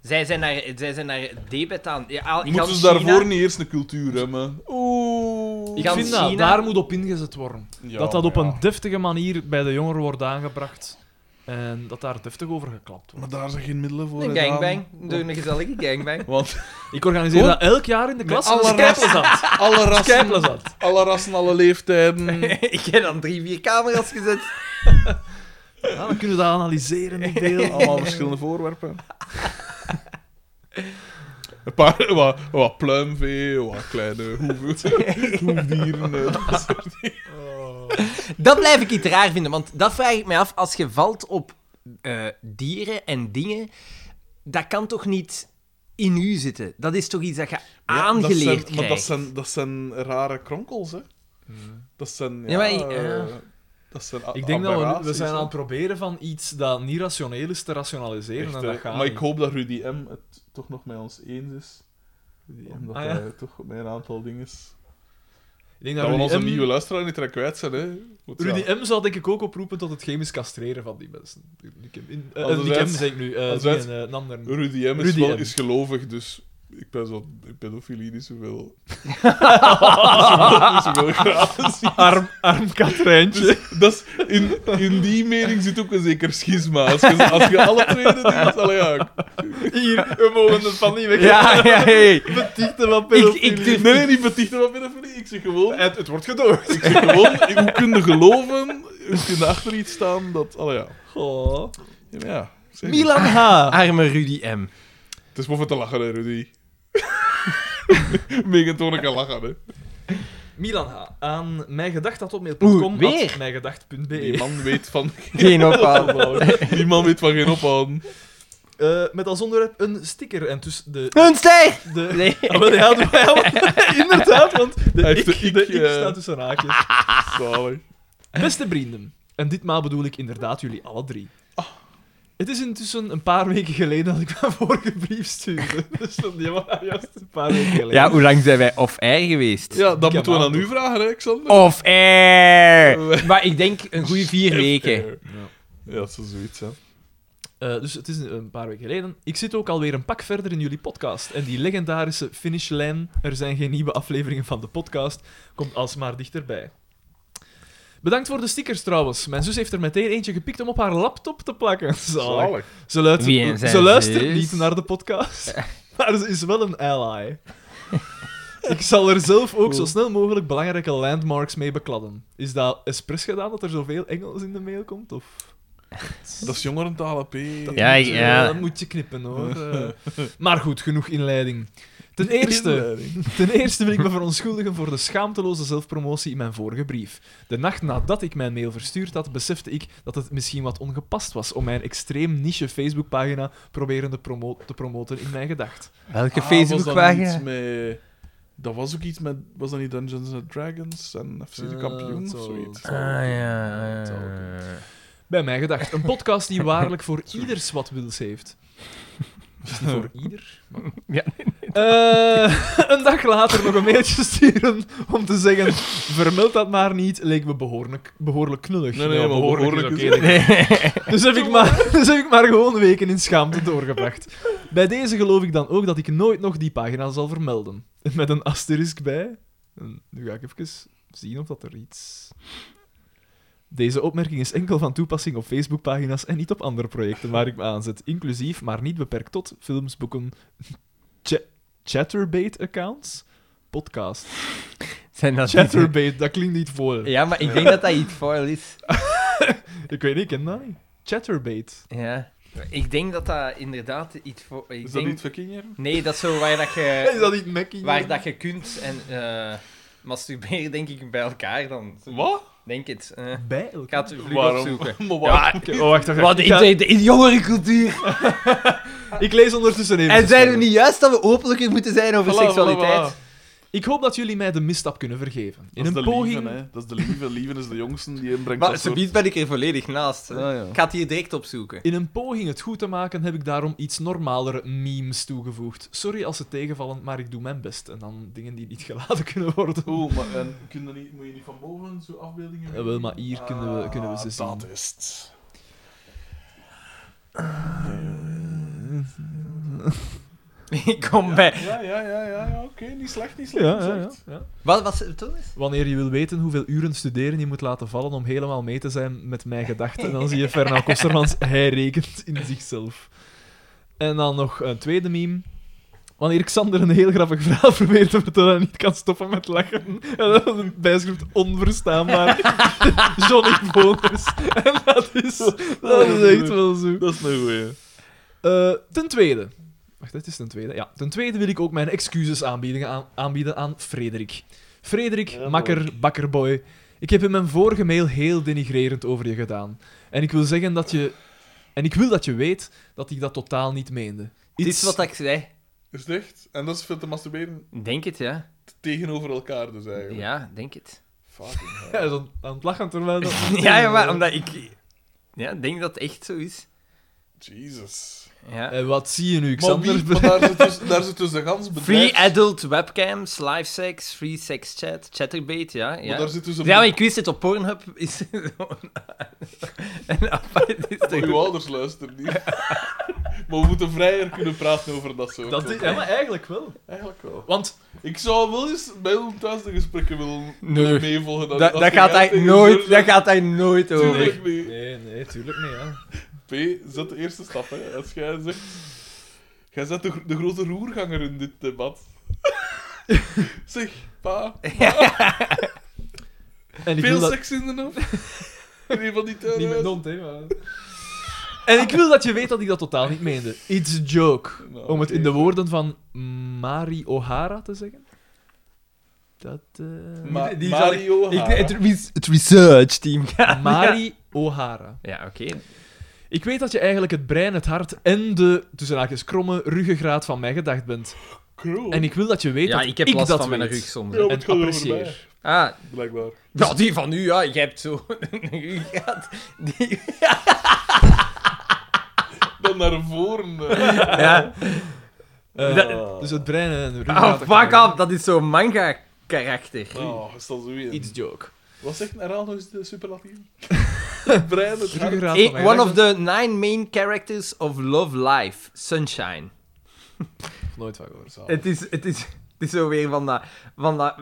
A: Zij zijn naar, zij zijn naar Debet aan. Ja, al- ik
B: Moeten
A: had
B: ze
A: China-
B: daarvoor niet eerst een cultuur hebben? Oeh.
C: Ik
A: Gaan
C: vind
A: China-
C: dat, daar moet op ingezet worden.
B: Ja,
C: dat dat op
B: maar ja.
C: een deftige manier bij de jongeren wordt aangebracht. En dat daar deftig over geklapt wordt.
B: Maar daar zijn geen middelen voor.
A: Een
B: hè,
A: gangbang.
B: Daan.
A: Door een gezellige
B: [laughs]
A: gangbang. [laughs]
B: Want
C: Ik organiseer
B: Goed.
C: dat elk jaar in de klas.
B: Met alle
C: Dat is keipleasant.
B: alle
C: Dat is
B: rassen,
C: keipleasant.
B: alle rassen, alle leeftijden.
A: [laughs] ik heb dan drie, vier camera's gezet.
C: Ja, dan kunnen we dat analyseren, die delen.
B: Allemaal verschillende voorwerpen. Een paar, wat, wat pluimvee, wat kleine
A: [laughs]
B: hoeven, hoefdieren, eh, dat soort
A: Dat blijf ik iets raar vinden, want dat vraag ik mij af. Als je valt op eh, dieren en dingen, dat kan toch niet in u zitten? Dat is toch iets dat je
B: Ja,
A: aangeleerd
B: dat zijn,
A: krijgt?
B: Maar dat zijn, dat zijn rare kronkels, hè? Dat zijn. Ja,
A: Ja, maar,
B: eh,
A: ja.
B: dat zijn a-
C: [laughs] Ik denk dat we, nu- we
B: aberraties,
C: zijn
B: hè.
C: aan het proberen van iets dat niet rationeel is te rationaliseren.
B: Echt,
C: en
B: eh,
C: dat gaat
B: Maar ik
C: niet.
B: hoop dat Rudy M. het toch nog met ons eens is. Omdat
C: Ah, ja.
B: hij toch met een aantal dingen is.
C: Ik denk
B: Dat
C: dat,
B: we onze
C: Rudy, M,
B: nieuwe luisteraar niet direct kwijt zijn, hè? Want
C: Rudy
B: ja,
C: M zou denk ik ook oproepen tot het chemisch castreren van die mensen. Nick M, in, eh,
B: Anderzijds-
C: Nick M zeg ik nu, eh, die
B: anderzijds-
C: en eh, een ander.
B: Rudy M. is,
C: Rudy
B: wel,
C: M.
B: is gelovig, dus ik ben zo. Ik pedofilie niet
C: [laughs]
B: zoveel. [laughs] niet zoveel gratis.
C: Arm, arm Katrijntje.
B: Dat is, in, in die mening zit ook een zeker schisma. Als je, als je alle twee de
C: [laughs]
B: dingen... Allee, ja.
C: Hier, we mogen het van niet weg.
A: [laughs] Ja, ja, hey.
C: Betichten van
A: ik,
C: pedofilie.
A: ik durf
B: Nee, nee, niet betichten van pedofilie. Ik zeg gewoon...
C: Het, het wordt gedoogd.
B: Ik zeg gewoon, hoe kun je geloven? Hoe kun je achter iets staan dat... Allee, ja.
C: Oh.
B: Ja, maar ja. zeg het.
A: Milan H. Arme Rudy M.
B: Het is wel voor te lachen, hè, Rudy. [laughs] Megan kan lachen, hè.
C: Milan H. Aan
A: Oeh,
C: mijngedacht.mail.com
A: weer?
C: at
B: Die
C: mijngedacht.be
B: man weet
C: [laughs]
B: van...
A: [laughs] Geen ophouden.
B: Die man weet van geen ophouden.
C: Eh, Met als onderwerp een sticker en tussen de...
A: Een ster!
C: de
A: [laughs] Nee.
C: Ah, wel, ja, doe maar,
A: [laughs]
C: ja, want- inderdaad, want de
B: Hij
C: ik,
B: heeft
C: de
B: de ik,
C: ik
B: eh.
C: staat tussen haakjes.
B: Zalig.
C: Beste vrienden, en ditmaal bedoel ik inderdaad jullie alle drie. Ah. Het is intussen een paar weken geleden dat ik [laughs] mijn vorige brief stuurde. [laughs] Dus dat die was juist een paar weken geleden.
A: Ja, hoe lang zijn wij off-air geweest?
B: Ja, dat
C: heb
B: moeten we
C: aan
B: aan u vragen, hè, Xander.
A: Off-air! [laughs] Maar ik denk een goede vier weken.
B: Ja, dat is zoiets, hè.
C: Eh, dus het is een paar weken geleden. Ik zit ook alweer een pak verder in jullie podcast. En die legendarische finishlijn, er zijn geen nieuwe afleveringen van de podcast, komt alsmaar dichterbij. Bedankt voor de stickers trouwens. Mijn zus heeft er meteen eentje gepikt om op haar laptop te plakken. [laughs] Zalig.
B: Zalig.
C: Ze luistert,
A: Wie zijn
C: ze luistert
A: zus?
C: [laughs]
A: [laughs]
C: niet naar de podcast, maar ze is wel een ally. Ik zal er zelf ook zo snel mogelijk belangrijke landmarks mee bekladden. Is dat expres gedaan dat er zoveel Engels in de mail komt? Of?
B: Dat is jongerentaal, AP.
A: Ja, ik- ja.
C: Dat moet je knippen hoor. Eh, maar goed, genoeg inleiding. Ten eerste, ten eerste wil ik me verontschuldigen voor de schaamteloze zelfpromotie in mijn vorige brief. De nacht nadat ik mijn mail verstuurd had, besefte ik dat het misschien wat ongepast was om mijn extreem niche Facebookpagina proberen te, promo- te promoten in mijn gedacht.
A: Welke
B: Ah, Was dat,
A: Facebookpagina?
B: niet iets met... dat was ook iets met... Was dat niet Dungeons and Dragons en FC de
C: Eh,
B: Kampioen
C: het
B: of
C: zal-
B: zoiets?
A: Ah ja, ja.
C: Zou Bij mij gedacht. Een podcast die waarlijk
B: [laughs]
C: voor ieders wat wils heeft. Misschien voor ieder. maar-
A: Ja.
C: Eh, [laughs] een dag later nog een mailtje sturen om te zeggen: vermeld dat maar niet, leek me behoorlijk, behoorlijk knullig.
B: Nee, nee,
C: Ja,
B: maar behoorlijk
C: is
B: is
C: oké, denk ik. Dus heb, ik maar, [laughs] dus heb ik maar gewoon weken in schaamte doorgebracht. Bij deze geloof ik dan ook dat ik nooit nog die pagina zal vermelden. Met een asterisk bij. En nu ga ik even zien of dat er iets... Deze opmerking is enkel van toepassing op Facebookpagina's en niet op andere projecten waar ik me aanzet. Inclusief, maar niet beperkt tot, films, boeken, cha- chatterbait-accounts,
A: [laughs]
C: podcasts.
A: [laughs] Zijn dat niet-
C: Chatterbait, dat klinkt niet voor.
A: Ja, maar ik denk dat dat iets voor is.
C: Ik weet niet, ik ken dat niet. Chatterbait.
A: Ja. Ik denk dat dat inderdaad iets voor... Ik
B: Is dat
A: denk...
B: niet Vikinger?
A: Nee, dat is zo waar dat
B: [laughs]
C: Is
A: je,
C: dat niet Mackie?
A: Eh, waar dat je kunt en eh, masturberen, denk ik, bij elkaar dan.
B: Wat?
A: Denk het. eh.
C: Bij
A: ik ga het vlug
B: Waarom? [laughs]
A: opzoeken.
B: Maar waarom?
A: Ja,
C: Oh, wacht, wacht.
A: wat
C: ik,
A: in,
C: ga-
A: de, in jongerencultuur.
C: ik lees ondertussen even.
A: En zijn we niet juist dat we openlijker moeten zijn over
B: Voilà,
A: seksualiteit?
B: voilà, voilà.
C: Ik hoop dat jullie mij de misstap kunnen vergeven. In
B: Dat is
C: een
B: de
C: poging...
B: Lieven, hè. Dat is de lieve. Lieven is de jongste die inbrengt
A: Maar
B: dat
A: ze
B: soort...
A: biedt ben ik er volledig naast. hè.
B: Ah, Ja, ja.
A: Ik ga het hier direct opzoeken.
C: in een poging het goed te maken heb ik daarom iets normalere memes toegevoegd. Sorry als ze tegenvallen, maar ik doe mijn best. En dan dingen die niet geladen kunnen worden.
B: Oeh, maar en, kun je niet, moet je niet van boven zo'n afbeeldingen...
C: Ja, Eh, wel, maar hier kunnen we- kunnen we ze
B: Ah, Dat
C: zien.
B: is het.
A: [laughs] Ik kom bij.
B: Ja, ja, ja, ja, ja oké. Niet slecht, niet slecht.
C: Ja,
B: niet
C: ja,
B: slecht.
C: ja, ja.
A: Wat was het toen? eens?
C: Wanneer je wil weten hoeveel uren studeren je moet laten vallen om helemaal mee te zijn met mijn gedachten, dan zie je Fernand Kostermans, hij rekent in zichzelf. En dan nog een tweede meme. Wanneer Xander een heel grappig verhaal [laughs] probeert te vertellen en niet kan stoppen met lachen. En dan een bijschrift onverstaanbaar. [laughs] Johnny Boners. En dat is, dat is echt wel zo.
B: Dat is een goeie.
C: Eh, ten tweede. Wacht, dit is ten tweede. Ja, ten tweede wil ik ook mijn excuses aanbieden aan, aanbieden aan Frederik. Frederik,
B: Ja,
C: makker, bakkerboy. Ik heb in mijn vorige mail heel denigrerend over je gedaan. En ik wil zeggen dat je... En ik wil dat je weet dat ik dat totaal niet meende.
A: Dit
C: Iets-
A: is wat ik zei.
B: Is het echt? En dat is veel te masturberen
A: Denk het, ja.
B: tegenover elkaar dus eigenlijk.
A: Ja, denk het.
B: Fucking hell.
C: [laughs] Ja, dan aan het lachen terwijl dat...
A: [laughs] Ja, ja, maar omdat ik... Ja, denk dat het echt zo is.
B: Jesus.
A: Ja.
C: En Eh, wat zie je nu,
B: Maar,
C: Xander?
B: wie,
C: [laughs]
B: maar daar zit dus, daar zit dus de gans bedrijf...
A: Free adult webcams, live sex, free sex chat, chatterbait, ja.
B: Maar
A: Ja,
B: daar zit dus een...
A: ja maar ik wist het [laughs] op Pornhub. Is zo'n- een apart is
B: Maar Uw ouders luisteren
A: [laughs]
B: niet. maar we moeten vrijer kunnen praten over dat soort
C: Dat is,
B: dingen.
C: ja, maar eigenlijk wel.
B: Eigenlijk wel.
C: Want
B: Ik zou wel eens bij ons thuis de gesprekken willen
A: Nee.
B: meevolgen.
A: Dat,
B: als
A: dat,
B: jij
A: gaat hij
B: tegen
A: nooit,
B: Zorg-
A: dat gaat hij nooit over.
B: Tuurlijk niet.
C: Nee, nee, tuurlijk niet, ja.
B: P, zet de eerste stap, hè. Als jij zegt... Jij zet de, gro- de grote roerganger in dit debat. [laughs] zeg, pa,
C: En ik wil
B: veel
C: dat...
B: seks in de
C: [laughs]
B: nacht? Nee, van die tuin
C: Niet met
B: uit.
C: Dont, hè, maar... [laughs] En ik wil dat je weet dat ik dat totaal niet meende. It's a joke.
B: Nou,
C: Om het oh, in
B: oké.
C: de woorden van Mari O'Hara te zeggen. Dat... eh,
B: Ma-
A: Die zal ik-
B: Mario
A: Ik,
B: Hara.
A: het, res- het research team gaat.
C: Mari O'Hara.
A: Ja, oké.
C: Ik weet dat je eigenlijk het brein, het hart en de, tussen haakjes, kromme ruggengraat van mij gedacht bent.
B: Cool.
C: En ik wil dat je weet
A: Ja,
C: dat
A: ik heb
C: ik
A: last
C: dat
A: van mijn
C: weet.
A: rug soms.
B: Ja, maar het
C: En
B: gaat over mij,
C: apprecieer.
A: Ah,
B: Blijkbaar.
A: nou, die van u, ja. Je hebt zo [laughs] een rug gehad. Die...
B: Dan naar voren.
C: [laughs]
B: eh.
A: Ja. Dat-
B: Ah.
C: Dus het brein en de
A: Ah,
C: ruggengraat.
A: fuck up. Dat is zo'n manga-karakter.
B: Oh, is dat zo weer.
C: It's a joke.
B: Wat zegt Herhaal nog eens de superlatief? Het [laughs] brein, het hart.
C: Ruggengraat
A: Eh,
C: van mij
A: one
C: gedacht
A: of the nine main characters of Love Live, Sunshine.
C: bent. Nooit van gehoord.
B: Zalig.
A: Oh. Het is, het is, het is zo weer van dat, van dat,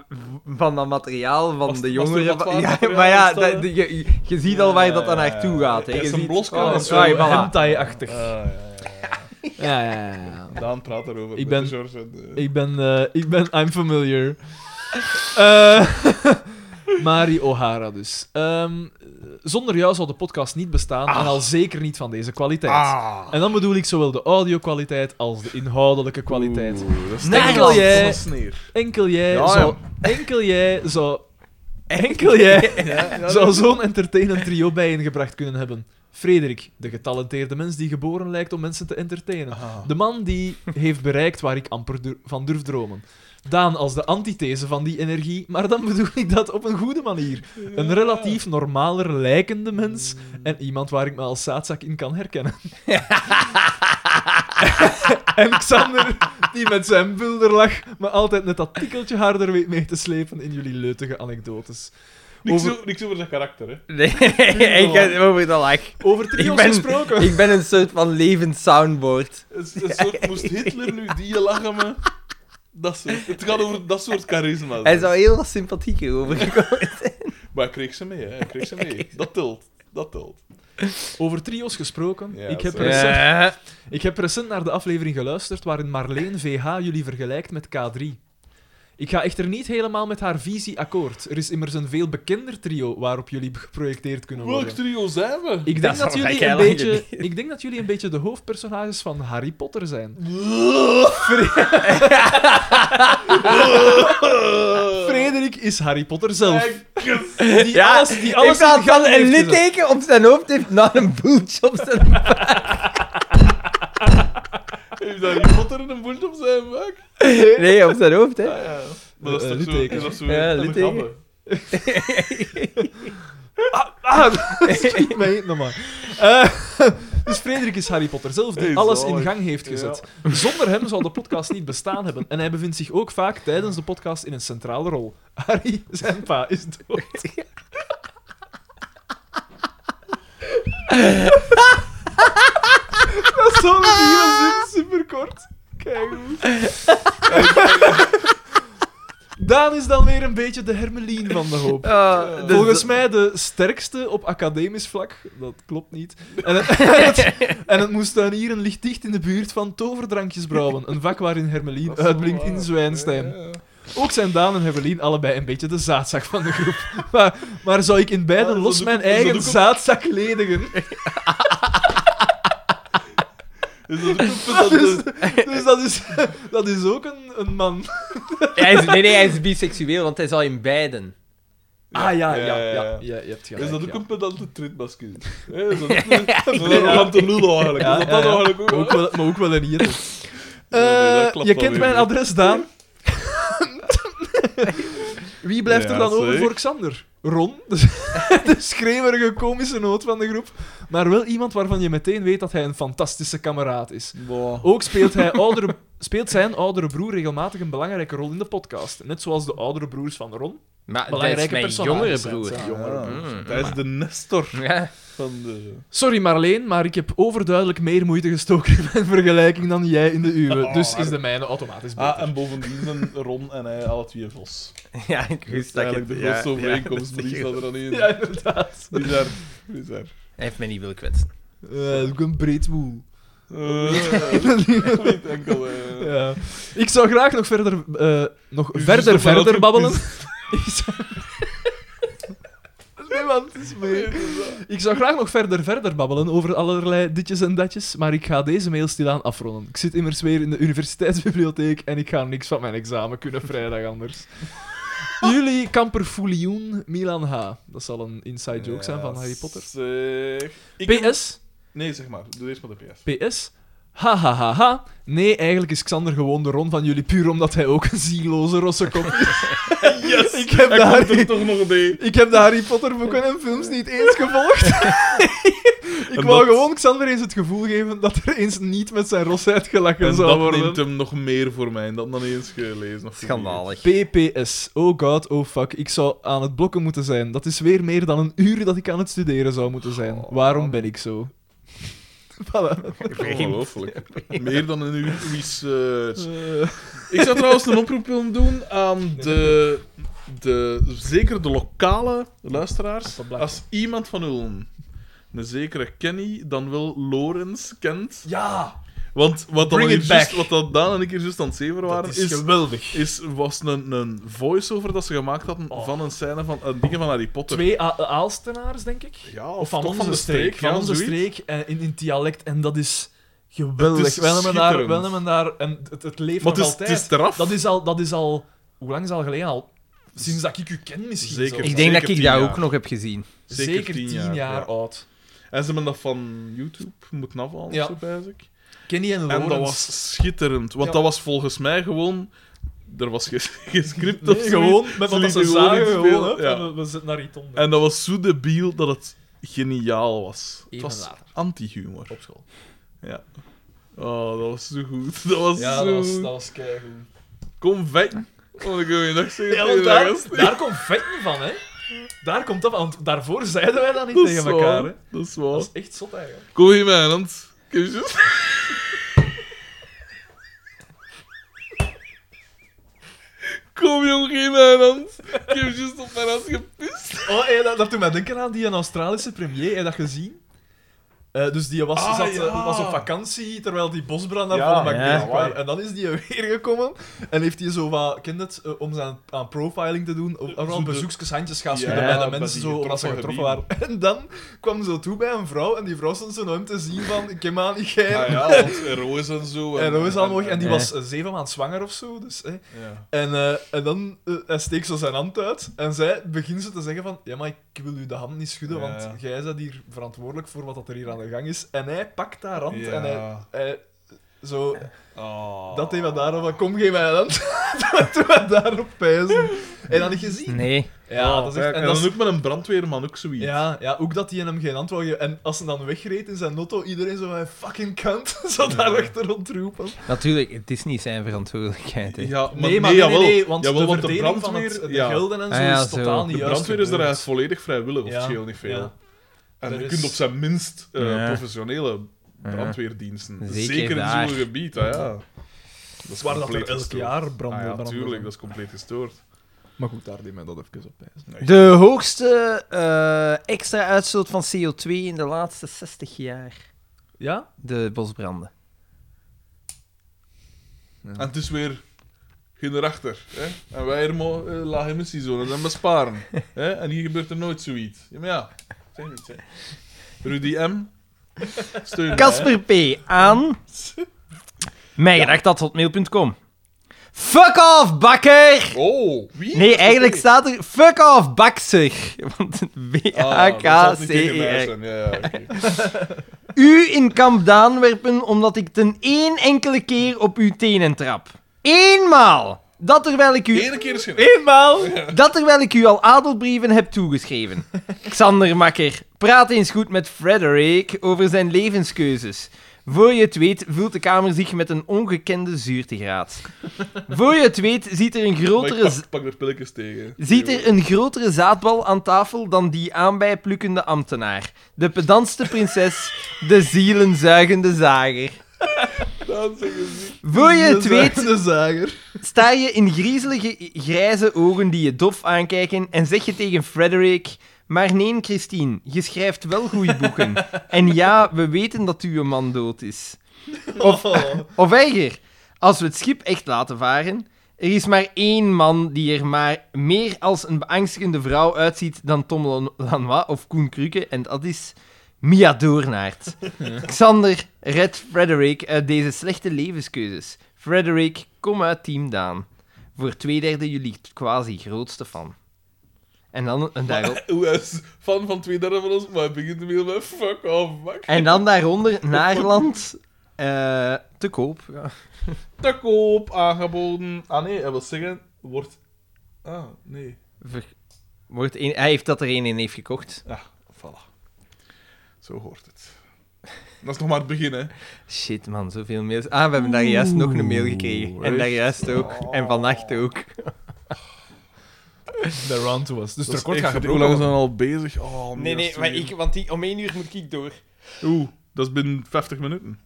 A: van dat materiaal van
B: Was-
A: de
B: was
A: jongeren.
B: er wat
A: van- ja,
B: waar
A: maar ja,
B: materiaal
A: dat- je, je- je ziet al waar dat dan naartoe gaat. hè.
B: Het
A: Je
B: is een
A: ziet-
B: bloska,
A: oh,
B: dat
C: Dat
B: is
C: is
A: ja,
C: wel
A: voilà.
C: hentai-achtig.
B: Ah, ja, ja, ja.
C: Ja, ja, ja, ja.
B: Daan praat daarover.
C: Ik
B: met
C: ben-
B: George en, eh,
C: Ik ben, eh, ik ben, I'm familiar. Eh, [laughs] Mari O'Hara dus. Ehm, zonder jou zou de podcast niet bestaan en al zeker niet van deze kwaliteit.
B: Ah.
C: En dan bedoel ik zowel de audio-kwaliteit als de inhoudelijke kwaliteit.
B: Oeh, dat is
A: Nederland.
B: Nederland.
C: Jij-
B: Dat is een sneer.
C: Enkel jij
B: Ja,
C: zou... Enkel jij zou... Enkel jij zou zo'n entertainend trio bijeengebracht kunnen hebben. Frederik, de getalenteerde mens die geboren lijkt om mensen te entertainen.
B: Ah.
C: De man die heeft bereikt waar ik amper dur- van durf dromen. Daan als de antithese van die energie, maar dan bedoel ik dat op een goede manier. Een relatief normaler lijkende mens en iemand waar ik me als zaadzak in kan
B: [laughs]
C: herkennen. en Xander, die met zijn bulderlach me altijd net dat tikkeltje harder weet mee te slepen in jullie leutige anekdotes.
B: Niks,
C: Over-
B: over... niks over zijn karakter, hè.
A: Nee, [laughs] ik heb over dat lach.
C: Over trio's
A: Ik ben-
C: gesproken.
A: Ik ben een soort van levend soundboard.
B: Het is
C: [laughs]
B: een soort, moest Hitler nu die lachen me? Dat soort, het gaat over dat soort charisma.
A: Hij zou heel wat sympathieker overgekomen.
B: Maar hij kreeg ze mee, hè. Hij kreeg ze mee. Dat tilt. Dat tilt.
C: Over trio's gesproken.
B: Ja,
C: ik, heb
B: sorry.
C: recent,
A: Ja.
C: ik heb recent naar de aflevering geluisterd waarin Marleen VH jullie vergelijkt met K3. Ik ga echter niet helemaal met haar visie akkoord. Er is immers een veel bekender trio waarop jullie geprojecteerd kunnen
B: Welk
C: worden.
B: trio zijn we?
A: Dat
C: Ik denk, dat
A: zou
C: jullie
A: ik
C: een
A: eigenlijk
C: beetje, ik denk dat jullie een beetje de hoofdpersonages van Harry Potter zijn.
B: Ah,
C: Eh. Frederik is Harry Potter zelf. Die
A: Ja,
C: alles, die alles
A: in plaats
C: die gang
A: van een
C: heeft gezet.
A: litteken op zijn hoofd heeft, nou een boeltje op zijn...
B: Heeft Harry Potter een boel op zijn buik?
A: Nee, op zijn hoofd, hè.
B: Ja, ja. Maar dat is
C: Eh,
B: toch zo,
C: litteken.
B: is dat zo
A: Ja,
B: een
A: litteken.
B: gabbe?
C: Ah, dat schiet mij niet maar. Eh, [laughs] dus Frederik is Harry Potter zelf, die
B: Hey,
C: alles
B: zalig.
C: in gang heeft gezet. Zonder hem zou de podcast niet bestaan hebben. En hij bevindt zich ook vaak tijdens de podcast in een centrale rol. Harry, zijn pa, is dood. dat is zo'n nieuwe zin, superkort. Kijk Daan is dan weer een beetje de hermelien van de hoop.
A: Ah, dus
C: Volgens
A: dat-
C: mij de sterkste op academisch vlak. Dat klopt
B: [laughs]
C: niet. En het, en het, en het moest dan hier een licht dicht in de buurt van toverdrankjes brouwen. Een vak waarin Hermelien
B: Dat is
C: uitblinkt
B: wel waar.
C: in Zwijnstein.
B: Ja, ja.
C: Ook zijn Daan en Hermelien allebei een beetje de zaadzak van de groep. Maar, maar zou ik in
B: Ah,
C: beiden
B: zo
C: los
B: doe-
C: mijn
B: zo doe ik
C: eigen
B: ook.
C: zaadzak ledigen?
B: Is dat ook
C: [laughs]
B: een punt dat
C: Dus dat is, [laughs] dat is ook een, een man.
A: Hij is, nee, nee, hij is biseksueel, want hij zal in beiden.
C: Ah ja, ja,
B: ja,
C: ja.
B: ja.
C: ja, je hebt
B: de, is
C: gelijk.
B: dat ook
C: ja.
B: een pedante tritmasker? Hè, Is dat ook een- is dat een arrogante lul eigenlijk? Is
C: Ja,
B: dat
C: ja,
B: dat
C: ja.
B: eigenlijk ook?
C: Maar ook wel, maar ook wel een hier.
B: Ja, nee, dat
C: Eh,
B: klopt
C: je
B: wel
C: kent
B: weer.
C: mijn
B: [laughs]
C: adres, Daan. Wie blijft
B: Ja,
C: er dan over
B: zeg.
C: voor Xander? Ron, [laughs] Dus de schreeuwerige komische noot van de groep. Maar wel iemand waarvan je meteen weet dat hij een fantastische kameraad is. Ook speelt,
B: [laughs]
C: hij oudere, speelt zijn oudere broer regelmatig een belangrijke rol in de podcast. Net zoals de oudere broers van Ron.
A: Maar dat is
C: Belangrijke
A: mijn
C: personages
A: jongere
C: zijn
A: broer.
C: het, ja.
B: Jongere
A: Ah.
B: broer. Hij is de Nestor
A: [laughs] Ja.
B: van de...
C: Sorry Marleen, maar ik heb overduidelijk meer moeite gestoken in mijn vergelijking dan jij in de uwe.
B: Oh,
C: dus is
B: maar-
C: de mijne automatisch beter.
B: Ah, en bovendien zijn Ron en hij alle twee vos.
A: ja, ik wist dat
B: eigenlijk
A: je-
B: de
A: ja,
B: grootste
A: ja,
B: overeenkomst,
A: dat
B: maar
A: is
B: die
A: goed.
B: staat er dan in.
C: Ja, inderdaad.
B: Bizar. Bizar.
A: Hij heeft mij niet willen kwetsen.
C: ook een breed moel.
B: Eh, [laughs] Niet enkel... eh.
C: Ja. Ik zou graag nog verder, eh, nog
B: Uw zus
C: verder,
B: heeft wel
C: verder
B: ook
C: babbelen. [laughs] Ik zou- Niemand is mee. Ik zou graag nog verder, verder babbelen over allerlei ditjes en datjes, maar ik ga deze mail stilaan afronden. Ik zit immers weer in de universiteitsbibliotheek en ik ga niks van mijn examen kunnen vrijdag [laughs] anders. Jullie kamperfoelioen Milan H. Dat zal een inside joke zijn van
B: Ja,
C: Harry Potter.
B: zeg. Ik heb-
C: PS,
B: Nee, zeg maar. Doe eerst maar de PS.
C: PS. Ha ha ha ha. Nee, eigenlijk is Xander gewoon de Ron van jullie puur omdat hij ook een zieloze
B: [laughs]
C: rossekop is.
B: Yes!
C: Ik heb, de
B: Hij komt
C: Harry,
B: er toch nog bij.
C: ik heb de Harry Potter boeken en films niet eens
B: [laughs]
C: gevolgd. ik
B: En
C: wou
B: dat-
C: gewoon Xander eens het gevoel geven dat er eens niet met zijn rosheid gelachen
B: En
C: zou
B: dat neemt
C: worden.
B: hem nog meer voor mij. Dat dan eens gelezen. of
A: Schandalig.
C: PPS. Oh god, oh fuck. Ik zou aan het blokken moeten zijn. Dat is weer meer dan een uur dat ik aan het studeren zou moeten zijn.
A: Oh.
C: Waarom ben ik zo? voilà.
B: gelezen. Ongelooflijk. Meer dan een uur research.
C: Eh.
B: Ik zou trouwens een oproep willen doen aan de, de, zeker de lokale luisteraars. Als iemand van hun een zekere Kenny, dan wel Lorenz, kent,
C: [laughs] Ja!
B: Want wat dan,
C: Bring
B: hier
C: it
B: juist-
C: back.
B: wat dan Daan en ik hier juist aan het zeven waren, is,
C: geweldig.
B: is, was een, een voice-over dat ze gemaakt hadden
C: Oh.
B: van een scène van een ding van Harry Potter.
C: Twee A- Aalstenaars, denk ik.
B: Ja,
C: Of van
B: toch
C: onze
B: de
C: streek. van
B: ja,
C: onze
B: zoiets.
C: streek eh, in, in het dialect. En dat is geweldig.
B: Het is
C: we hebben daar,
B: schitterend.
C: we hebben daar, en het, het leeft
B: Maar het
C: nog
B: is, het
C: altijd.
B: is eraf.
C: dat, is al, dat is al, hoe lang is dat al geleden? Al, sinds dat ik u ken misschien.
B: Zeker.
C: zelfs.
A: Ik denk dat
B: Zeker
A: ik
B: tien
A: dat
B: jaar.
A: ook nog heb gezien.
C: Zeker, tien jaar,
B: ja.
C: oud.
B: En ze hebben dat van YouTube moeten afhalen,
C: Ja.
B: zo basic.
C: Kenny en
B: En
C: Lawrence.
B: dat was schitterend, want
C: Ja.
B: dat was volgens mij gewoon... Er was geen, [laughs] geen script
C: Nee,
B: of zoiets.
C: gewoon, met wat
B: lieten
C: dat ze
B: gewoon
C: zagen,
B: inspelen,
C: gewoon, hè,
B: ja.
C: van, we zitten naar Riton.
B: En dat was zo debiel dat het geniaal was. Het
C: Even
B: was
C: later.
B: anti-humor.
C: op school.
B: Ja. Oh, dat was zo goed. [laughs] Dat was
C: Ja,
B: zo...
C: dat was, dat was keigoed.
B: Kom, vet. Oh, ik wil je nog zeggen
C: Ja,
B: tegen
C: want
B: de
C: daar,
B: gasten.
C: daar komt vetten van, hè. Daar komt dat van, want daarvoor zeiden wij dat niet
B: Dat is
C: [laughs] tegen
B: waar,
C: elkaar, hè.
B: Dat is
C: Dat
B: waar.
C: is echt zot, eigenlijk.
B: Kom hier, mijn hand. Kusjes. [laughs] Kom, jong, geef mij een hand. Ik heb juist op mijn hand gepist.
C: Oh, hey, dat, dat doet mij denken aan die een Australische premier, heb je dat gezien? Eh, dus die was,
B: Ah,
C: zat, eh,
B: ja.
C: was op vakantie, terwijl die bosbrand daar
B: Ja,
C: van
A: ja.
C: de McDonald's kwam. En dan is die [laughs] weer gekomen en heeft hij zo wat, kent het, eh, om zijn aan profiling te doen, of, of
B: Zo
C: aan
B: de-
C: bezoekjes handjes gaan schudden
B: Ja,
C: bij de
B: bij
C: mensen,
B: die
C: zo, omdat ze
B: getroffen
C: getroffen waren. [laughs] En dan kwam ze toe bij een vrouw en die vrouw stond zo naar hem te zien van, ik heb aan niet geir.
B: Ah ja, want Roos en zo.
C: En dat is allemaal... En die
A: Ja.
C: was eh, zeven maanden zwanger of zo, dus... Hè.
B: Ja.
C: En, eh, en dan eh, hij steekt zo zijn hand uit en zij begint zo te zeggen van... Ja, maar ik wil u de hand niet schudden,
B: Ja, ja.
C: want jij bent hier verantwoordelijk voor wat dat er hier aan de gang is. En hij pakt haar hand
B: Ja.
C: en hij... hij- zo,
B: Ah.
C: dat deed we daarop van, kom, geef mij een hand. [laughs] dat deed we daarop pijzen. En dat niet gezien.
A: Nee.
C: Ja,
B: Ah,
C: dat is echt...
B: kijk,
C: En
B: en
C: dat is-
B: dan ook met een brandweerman ook zoiets.
C: ja, ja, ook dat hij hem geen antwoord geeft. En als ze dan wegreed in zijn auto, iedereen zo van, fucking kant. [laughs] zo daar achter rondroepen.
A: [laughs] Natuurlijk, het is niet zijn verantwoordelijkheid. hè.
B: Ja, maar
C: nee, maar nee, nee,
B: jawel.
C: nee, want
B: Jawel,
C: de
B: want de
C: verdeling van
B: brandweer...
C: het, de
B: ja.
C: gulden en zo
A: Ah ja,
C: is
A: zo.
C: totaal niet
B: De
C: juist.
B: brandweer is daar
C: gebeurd.
B: eigenlijk volledig vrijwillig, of
C: Ja,
B: het scheelt niet veel.
C: ja.
B: En
C: Er
B: je
C: is-
B: kunt op zijn minst eh,
A: Ja.
B: professionele
A: Ja.
B: brandweerdiensten.
A: Zeker
B: Zeker, in
A: daar.
B: zo'n gebied, hè, ja. Dat is
C: Waar dat
B: compleet
C: er elk
B: gestoord.
C: jaar branden
B: Ah, ja,
C: branden
B: tuurlijk,
C: zijn.
B: dat is compleet gestoord.
C: Maar goed, daar deed men dat even op wijzen.
A: De hoogste eh, extra uitstoot van CO2 in de laatste 60 jaar.
C: Ja?
A: De bosbranden.
B: En het is weer geen erachter. Hè? En wij hier maar eh, lage emissiezones en
C: [laughs]
B: besparen. hè? En hier gebeurt er nooit zoiets. Ja, maar ja, zeg niet. Zeg. Rudy M. Steun mij, hè.
A: Casper P.
B: [laughs]
A: aan... Mijngedacht.hotmail.com Fuck off, bakker!
B: Oh, wie?
A: Nee, eigenlijk staat er... Fuck off, bakser! Want E
B: Ah, dat zal niet tegen mij
A: B-A-K-C-E-R.
B: zijn. Ja, ja,
A: [laughs]
B: oké.
A: U in kamp Daanwerpen omdat ik ten één enkele keer op uw tenen trap. Eenmaal! Dat terwijl ik u...
B: Eén keer is genoeg.
C: Eenmaal!
A: Dat terwijl ik u al adelbrieven heb toegeschreven. Xander Makker, praat eens goed met Frederick over zijn levenskeuzes. Voor je het weet vult de kamer zich met een ongekende zuurtegraad. Voor je het weet ziet er een
B: Maar
A: grotere,
B: ik pak, pak er pilletjes tegen.
A: ziet er een grotere zaadbal aan tafel dan die aanbijplukkende ambtenaar. De pedantste prinses, de zielenzuigende zager.
B: Dan zeggen ze...
A: Voor je het weet
C: De zager.
A: sta je in griezelige grijze ogen die je dof aankijken en zeg je tegen Frederick... Maar nee, Christine, je schrijft wel goede boeken. En ja, we weten dat uw man dood is.
C: [laughs] Of...
A: Of erger, als we het schip echt laten varen... Er is maar één man die er maar meer als een beangstigende vrouw uitziet dan Tom Lan- Lanois of Koen Krukke, en dat is Mia Doornaert. Xander, red Frederick uit deze slechte levenskeuzes. Frederick, kom uit Team Daan. Voor twee derde jullie quasi grootste fan. En dan, een
C: [laughs]
A: daarop,
B: [laughs] Hoe hij is fan van twee derde van ons, maar hij begint te mailen met fuck off, fuck.
A: en dan daaronder Naarland eh, te koop. Ja.
B: Te koop, aangeboden. Ah nee, hij wil zeggen, wordt... Ah, nee.
A: Ver- Wordt één- hij heeft dat er één in heeft gekocht.
B: Ja, voilà. Zo hoort het. Dat is nog maar het begin, hè.
A: Shit, man, zoveel mails. Ah, we hebben daar juist nog een mail gekregen. En
B: echt?
A: daar juist ook. En vannacht ook.
C: De round was. Dus
B: Dat is
C: er kort
B: echt-
C: gaan
B: Hoe lang
C: gebroken.
B: zijn we al bezig? Oh, dat is zo-
A: want die, om één uur moet ik door.
B: Oeh, dat is binnen 50
C: [laughs]
B: minuten.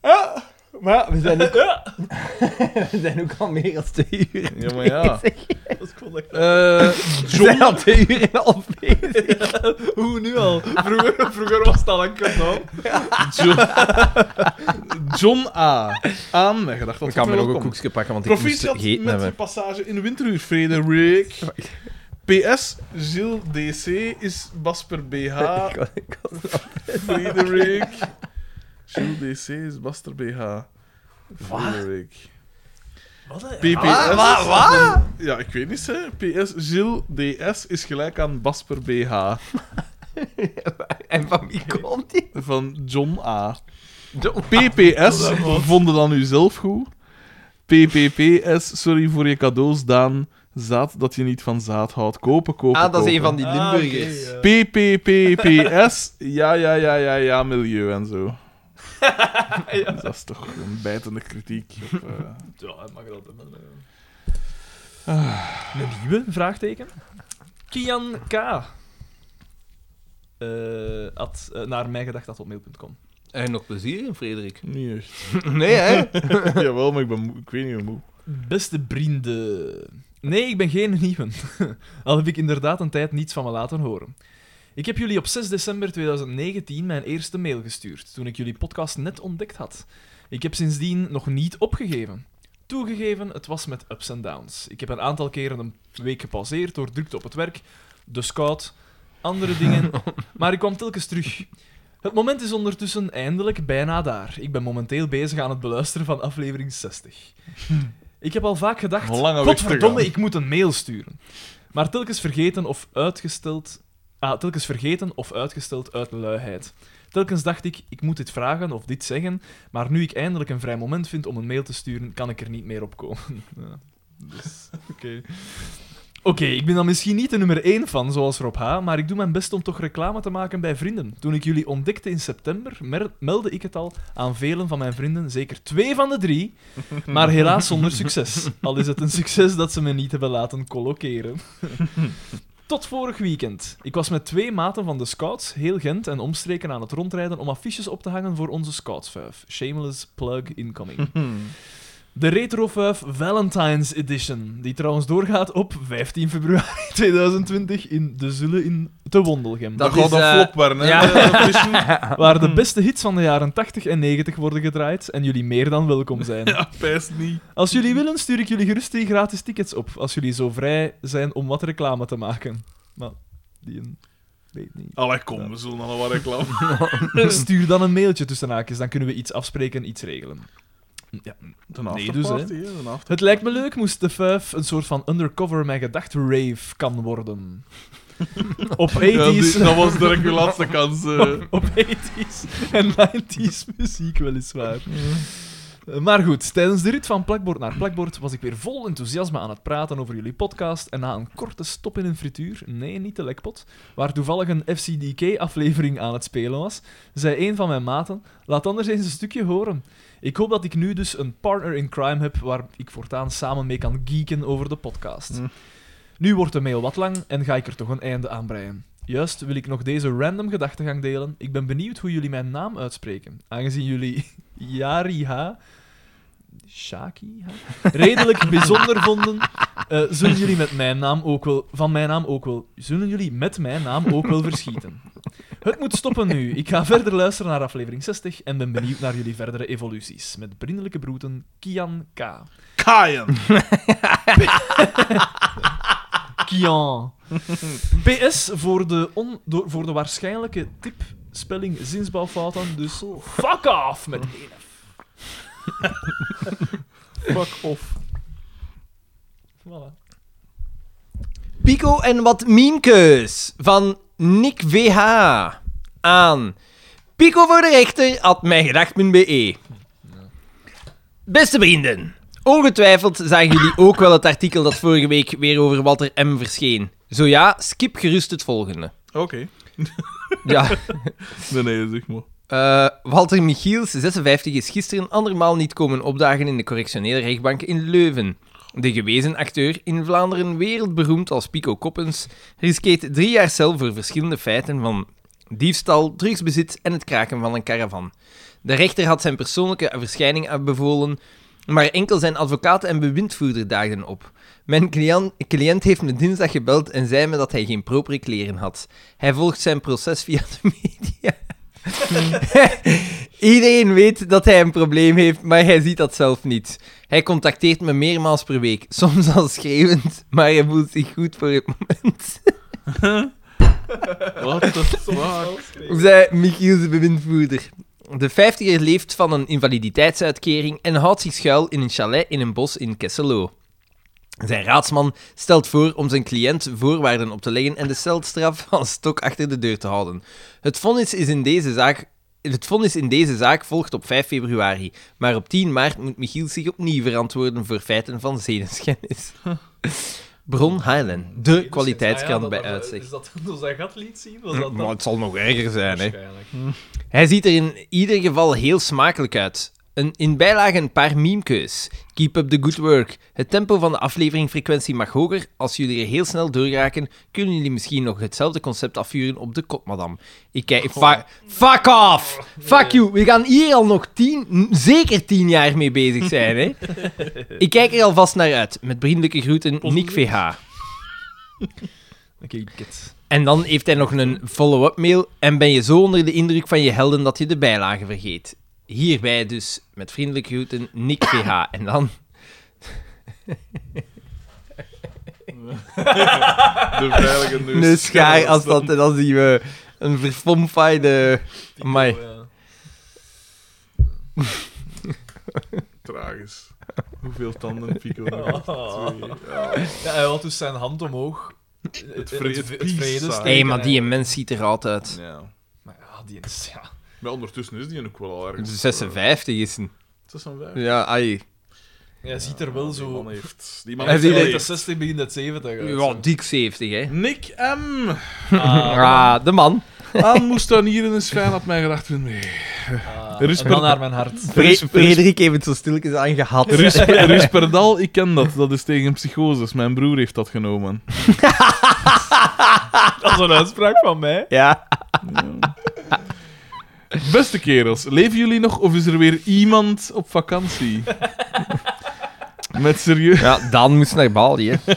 A: Maar ja, we zijn [laughs] ook, we zijn ook al meer dan twee uur.
B: Ja, maar
A: [laughs]
B: ja.
C: was cool, hè.
B: Eh,
A: We zijn al twee uur en een half bezig.
C: [laughs] Hoe nu al? Vroeger, vroeger was het al een kanaal.
B: John, [laughs] John A. Aan mijn gedachten.
A: Ik kan me nog een koekje pakken, want ik moest
B: Proficiat
A: gegeten
B: met je
A: hebben.
B: passage in winteruur, Frederik.
A: [laughs]
B: PS, Gilles DC is Basper BH.
A: Ik had- ik had-
B: Frederik. Gilles DC is Basper BH. Frederik.
C: [laughs] Wat?
B: PPS.
A: Ah, wa- wa?
B: Ja, ik weet niet, hè. PS, Gilles DS is gelijk aan Basper BH.
A: En van wie komt die?
B: Van John A.
A: De- Ah,
B: PPS, vonden dan u zelf goed? PPPS, sorry voor je cadeaus, Daan. Zaad dat je niet van zaad houdt. Kopen, kopen,
A: Ah, dat is een
B: kopen.
A: van die
C: eh.
A: Limburgers.
B: eh. PPPPS, ja, ja, ja, ja, ja, milieu en zo. Dat is toch een bijtende kritiek. Op, eh,
C: Ja, hij mag dat hebben. Een nieuwe vraagteken? Kian K. Eh, at, eh, naar mijn gedacht dat op mail.com.
A: En nog plezier in, Frederik.
B: niet echt.
A: [laughs]
B: [laughs]
A: Nee, [laughs] hè?
B: Jawel, maar ik, ben moe, ik weet niet hoe moe.
C: Beste vrienden. Nee, ik ben geen nieuwe. [laughs] Al heb ik inderdaad een tijd niets van me laten horen. Ik heb jullie op 6 december 2019 mijn eerste mail gestuurd, toen ik jullie podcast net ontdekt had. Ik heb sindsdien nog niet opgegeven. Toegegeven, het was met ups en downs. Ik heb een aantal keren een week gepauzeerd door drukte op het werk, de scout, andere dingen,
B: [laughs]
C: maar ik kwam telkens terug. Het moment is ondertussen eindelijk bijna daar. Ik ben momenteel bezig aan het beluisteren van aflevering 60. Ik heb al vaak gedacht,
B: Hm. Een lange weg te
C: godverdomme,
B: gaan."
C: ik moet een mail sturen. Maar telkens vergeten of uitgesteld... Ah, telkens vergeten of uitgesteld uit luiheid. Telkens dacht ik, ik moet dit vragen of dit zeggen, maar nu ik eindelijk een vrij moment vind om een mail te sturen, kan ik er niet meer op komen. Ja, dus, oké. Oké, ik ben dan misschien niet de nummer 1 van, zoals Rob H., maar ik doe mijn best om toch reclame te maken bij vrienden. Toen ik jullie ontdekte in september, mer- meldde ik het al aan velen van mijn vrienden, zeker twee van de drie, maar helaas zonder succes. Al is het een succes dat ze me niet hebben laten colloceren. Tot vorig weekend. Ik was met twee maten van de scouts, heel Gent en omstreken aan het rondrijden om affiches op te hangen voor onze scoutsvuif. Shameless plug incoming. De Retro 5 Valentine's Edition, die trouwens doorgaat op 15 februari [laughs] 2020 in De Zulle in Te Wondelgem.
A: Dat
B: Dat, gaat
A: is,
B: dat
A: eh,
B: flop waren, hè?
A: [laughs] ja.
B: [laughs] Dat is een-
C: Waar de beste hits van de jaren 80 en 90 worden gedraaid en jullie meer dan welkom zijn.
B: ja, pijs niet.
C: Als jullie willen, stuur ik jullie gerust die gratis tickets op. Als jullie zo vrij zijn om wat reclame te maken. Maar die een... Weet niet.
B: Allee, kom, we zullen al wat reclame.
C: Stuur dan een mailtje tussen haakjes, dan kunnen we iets afspreken, iets regelen. Ja,
B: Een
C: Nee, dus, hè.
B: afterparty, hè. Een after...
C: Het lijkt me leuk moest de Fuif een soort van undercover mijn gedacht rave kan worden. Op
B: Ja, die-
C: 80s,
B: dat was direct uw laatste
A: [laughs]
B: kans. eh.
C: [laughs] op 80s en 90s muziek weliswaar. Eh, Maar goed, tijdens de rit van plakbord naar plakbord was ik weer vol enthousiasme aan het praten over jullie podcast. En na een korte stop in een frituur, nee, niet de lekpot, waar toevallig een FCDK-aflevering aan het spelen was, zei een van mijn maten: Laat anders eens een stukje horen. Ik hoop dat ik nu dus een partner in crime heb waar ik voortaan samen mee kan geeken over de podcast.
B: Mm.
C: Nu wordt de mail wat lang en ga ik er toch een einde aan breien. Juist wil ik nog deze random gedachtegang delen. Ik ben benieuwd hoe jullie mijn naam uitspreken. Aangezien jullie [laughs] Yari H. Shaki H. redelijk bijzonder vonden, eh, zullen jullie met mijn naam ook wel, van mijn naam ook wel, zullen jullie met mijn naam ook wel verschieten. Het moet stoppen nu. Ik ga verder luisteren naar aflevering 60 en ben benieuwd naar jullie verdere evoluties. Met vriendelijke broeten, Kian K.
B: Kaaien!
C: Kian. PS voor de, on, door- voor de waarschijnlijke tipspelling zinsbouwfouten, dus fuck off met één F.
B: Fuck off.
C: Voilà.
A: Pico en wat memekeus van Nick VH aan Pico voor de rechter at mijngedacht.be. E. Beste vrienden, ongetwijfeld zagen jullie ook wel het artikel dat vorige week weer over Walter M. verscheen. Zo ja, skip gerust het volgende.
B: Oké.
A: Ja,
B: Nee, nee, zeg maar.
A: eh, Walter Michiels, 56, is gisteren andermaal niet komen opdagen in de correctionele rechtbank in Leuven. De gewezen acteur, in Vlaanderen wereldberoemd als Pico Koppens, riskeert drie jaar cel voor verschillende feiten van diefstal, drugsbezit en het kraken van een caravan. De rechter had zijn persoonlijke verschijning afbevolen, maar enkel zijn advocaat en bewindvoerder daagden op. Mijn cliënt, cliënt heeft me dinsdag gebeld en zei me dat hij geen propere kleren had. Hij volgt zijn proces via de media. Iedereen weet dat hij een probleem heeft, maar hij ziet dat zelf niet. Hij contacteert me meermaals per week, [laughs] soms al schreeuwend, maar hij voelt zich goed voor het moment.
B: Wat de fuck?
A: Zij Michiel de bewindvoerder. De 50er leeft van een invaliditeitsuitkering en houdt zich schuil in een chalet in een bos in Kesselo. Zijn raadsman stelt voor om zijn cliënt voorwaarden op te leggen en de celstraf van stok achter de deur te houden. Het vonnis, is in deze zaak, het vonnis in deze zaak volgt op 5 februari, maar op 10 maart moet Michiel zich opnieuw verantwoorden voor feiten van
C: [laughs]
A: zedenschennis. Bron Highland, de kwaliteitskrant bij uitzicht.
C: Is dus- Ah dat [laughs] toen zijn gat liet zien? Was dat
A: Maar
C: dan?
A: het zal nog erger zijn, hè. Hij ziet er in ieder geval heel smakelijk uit. Een, in bijlage een paar meme-keus. Keep up the good work. Het tempo van de afleveringfrequentie mag hoger. Als jullie er heel snel doorraken, kunnen jullie misschien nog hetzelfde concept afvuren op de kot, madame. Ik kijk... fa- fuck off! Fuck you! We gaan hier al nog tien, m, zeker tien jaar mee bezig zijn, hè. Ik kijk er alvast naar uit. Met vriendelijke groeten, Nick VH.
C: Oké, kid.
A: En dan heeft hij nog een follow-up mail. En ben je zo onder de indruk van je helden dat je de bijlagen vergeet? Hierbij dus, met vriendelijke groeten, Nick PH. En dan...
B: De veilige neus.
A: Een schaar als dat... En dan zien we een verfomfaaide... Amai.
B: Tragisch. Hoeveel tanden Pico nog heeft?
C: Oh.
B: Twee. Ja.
C: Ja, hij had dus zijn hand omhoog. Eh, Het
B: vrede- peace sign.
A: Hé, hey, maar die mens ziet er altijd uit.
B: [laughs] ja.
C: Maar ja, die is... Ja.
B: Maar ondertussen is die ook wel al ergens.
A: 56 is een...
B: 56.
A: Ja, ai.
C: Hij ziet er wel
B: Die
C: zo...
B: man heeft... Die man
A: Hij
C: Hij
B: heeft
A: ziet
C: ziet
A: er-
B: geleerd.
C: 60, begint het 70 uit.
A: Ja, dik 70, hè.
B: Nick M.
A: [laughs] Ah, de man.
B: Aan moest dan hier in een schijn op mijn gedachten mee. [laughs]
C: Ah,
B: Er is
C: en dan
B: per-
C: naar mijn hart.
B: Er is-
A: Fre- Frederik heeft het zo stilletjes aangehad.
B: Rus, Rus Perdal, ik ken dat. Dat is tegen psychoses. Mijn broer heeft dat genomen.
C: [laughs] Dat is een uitspraak van mij.
A: [laughs] Ja.
B: Beste kerels, leven jullie nog of is er weer iemand op [laughs] vakantie? Met, serieus,
A: Ja, Dan moest naar Bali, hè.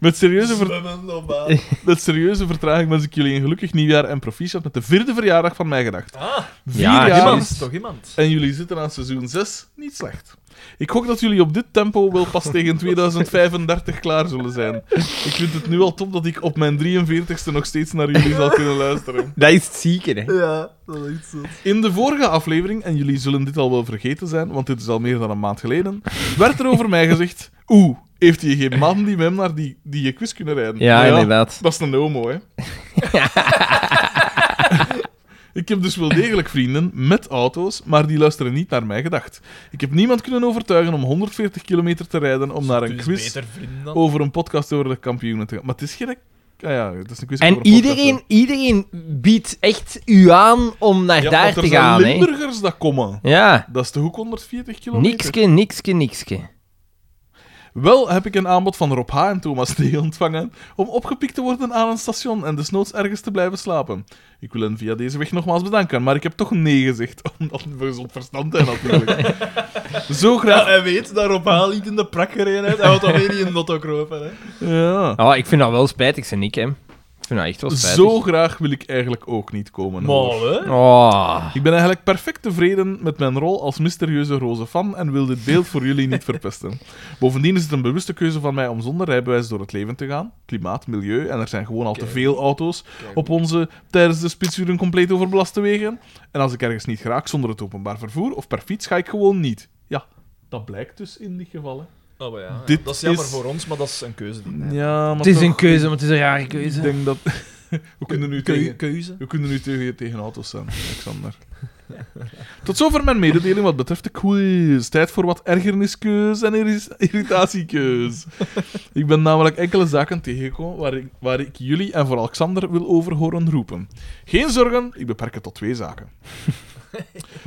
B: met, serieuze ver-
C: normaal.
B: met serieuze vertraging wens ik jullie een gelukkig nieuwjaar en proficiat met de vierde verjaardag van mij gedacht.
C: Ah,
B: Vier
A: Ja,
B: jaar
A: iemand.
C: iemand. Toch iemand.
B: en jullie zitten aan seizoen 6, niet slecht. Ik gok dat jullie op dit tempo wel pas tegen 2035 klaar zullen zijn. Ik vind het nu al top dat ik op mijn 43ste nog steeds naar jullie zal kunnen luisteren.
A: Dat is het zieke, hè.
C: Ja, dat is zo.
B: In de vorige aflevering, en jullie zullen dit al wel vergeten zijn, want dit is al meer dan een maand geleden, werd er over mij gezegd: Oeh, heeft hij geen man die met hem naar die, die je quiz kunnen rijden?
A: Ja,
B: Nou
A: inderdaad.
B: Dat is een homo, hè? [laughs] Ik heb dus wel degelijk vrienden met auto's, maar die luisteren niet naar mij gedacht. Ik heb niemand kunnen overtuigen om 140 kilometer te rijden om naar een quiz
C: Dus beter vrienden dan.
B: over een podcast over de kampioenen te gaan. Maar het is geen. Ah ja, het is een quiz over
A: En
B: een podcast,
A: iedereen,
B: hè.
A: iedereen biedt echt u aan om naar
B: Ja,
A: daar
B: want er
A: te
B: zijn
A: gaan. Hè?
B: Limburgers dat komen.
A: Ja,
B: Dat is toch ook 140 kilometer?
A: nikske, nikske, nikske.
B: Wel heb ik een aanbod van Rob H. en Thomas D. ontvangen om opgepikt te worden aan een station en desnoods ergens te blijven slapen. Ik wil hen via deze weg nogmaals bedanken, maar ik heb toch nee gezegd, [laughs] omdat we gezond verstand hebben natuurlijk. Zo
C: Ja,
B: graag...
C: hij weet daarop haal niet in de prak gereden heeft. Hij had alweer niet in Lotto kropen. Hè.
B: Ja.
A: Oh, ik vind dat wel spijtig, ze Nick, hè. Ik vind dat echt wel spijtig.
B: Zo graag wil ik eigenlijk ook niet komen. hoor.
C: Mol, hè?
A: Oh.
B: Ik ben eigenlijk perfect tevreden met mijn rol als mysterieuze roze fan en wil dit beeld voor jullie niet verpesten. Bovendien is het een bewuste keuze van mij om zonder rijbewijs door het leven te gaan. Klimaat, milieu en er zijn gewoon al te
C: Kijk.
B: veel auto's op onze tijdens de spitsuren compleet overbelaste wegen. En als ik ergens niet raak zonder het openbaar vervoer of per fiets, ga ik gewoon niet. Ja, dat blijkt dus in die gevallen.
C: Oh, maar ja,
B: Dit
C: dat is jammer
B: is-
C: voor ons, maar dat is een keuze. die-
B: Ja, maar
A: Het is
B: toch,
A: een keuze, maar het is een rare
B: Ik
A: keuze.
B: denk dat... [laughs] We kunnen nu
C: Keu-
B: tegen...
C: keuze.
B: We kunnen nu tegen, tegen auto's zijn, Alexander. [laughs] Tot zover mijn mededeling wat betreft de quiz. Tijd voor wat ergerniskeus en irri- irritatiekeus. Ik ben namelijk enkele zaken tegengekomen waar ik, waar ik jullie en vooral Alexander wil over horen roepen. Geen zorgen, ik beperk het tot twee zaken.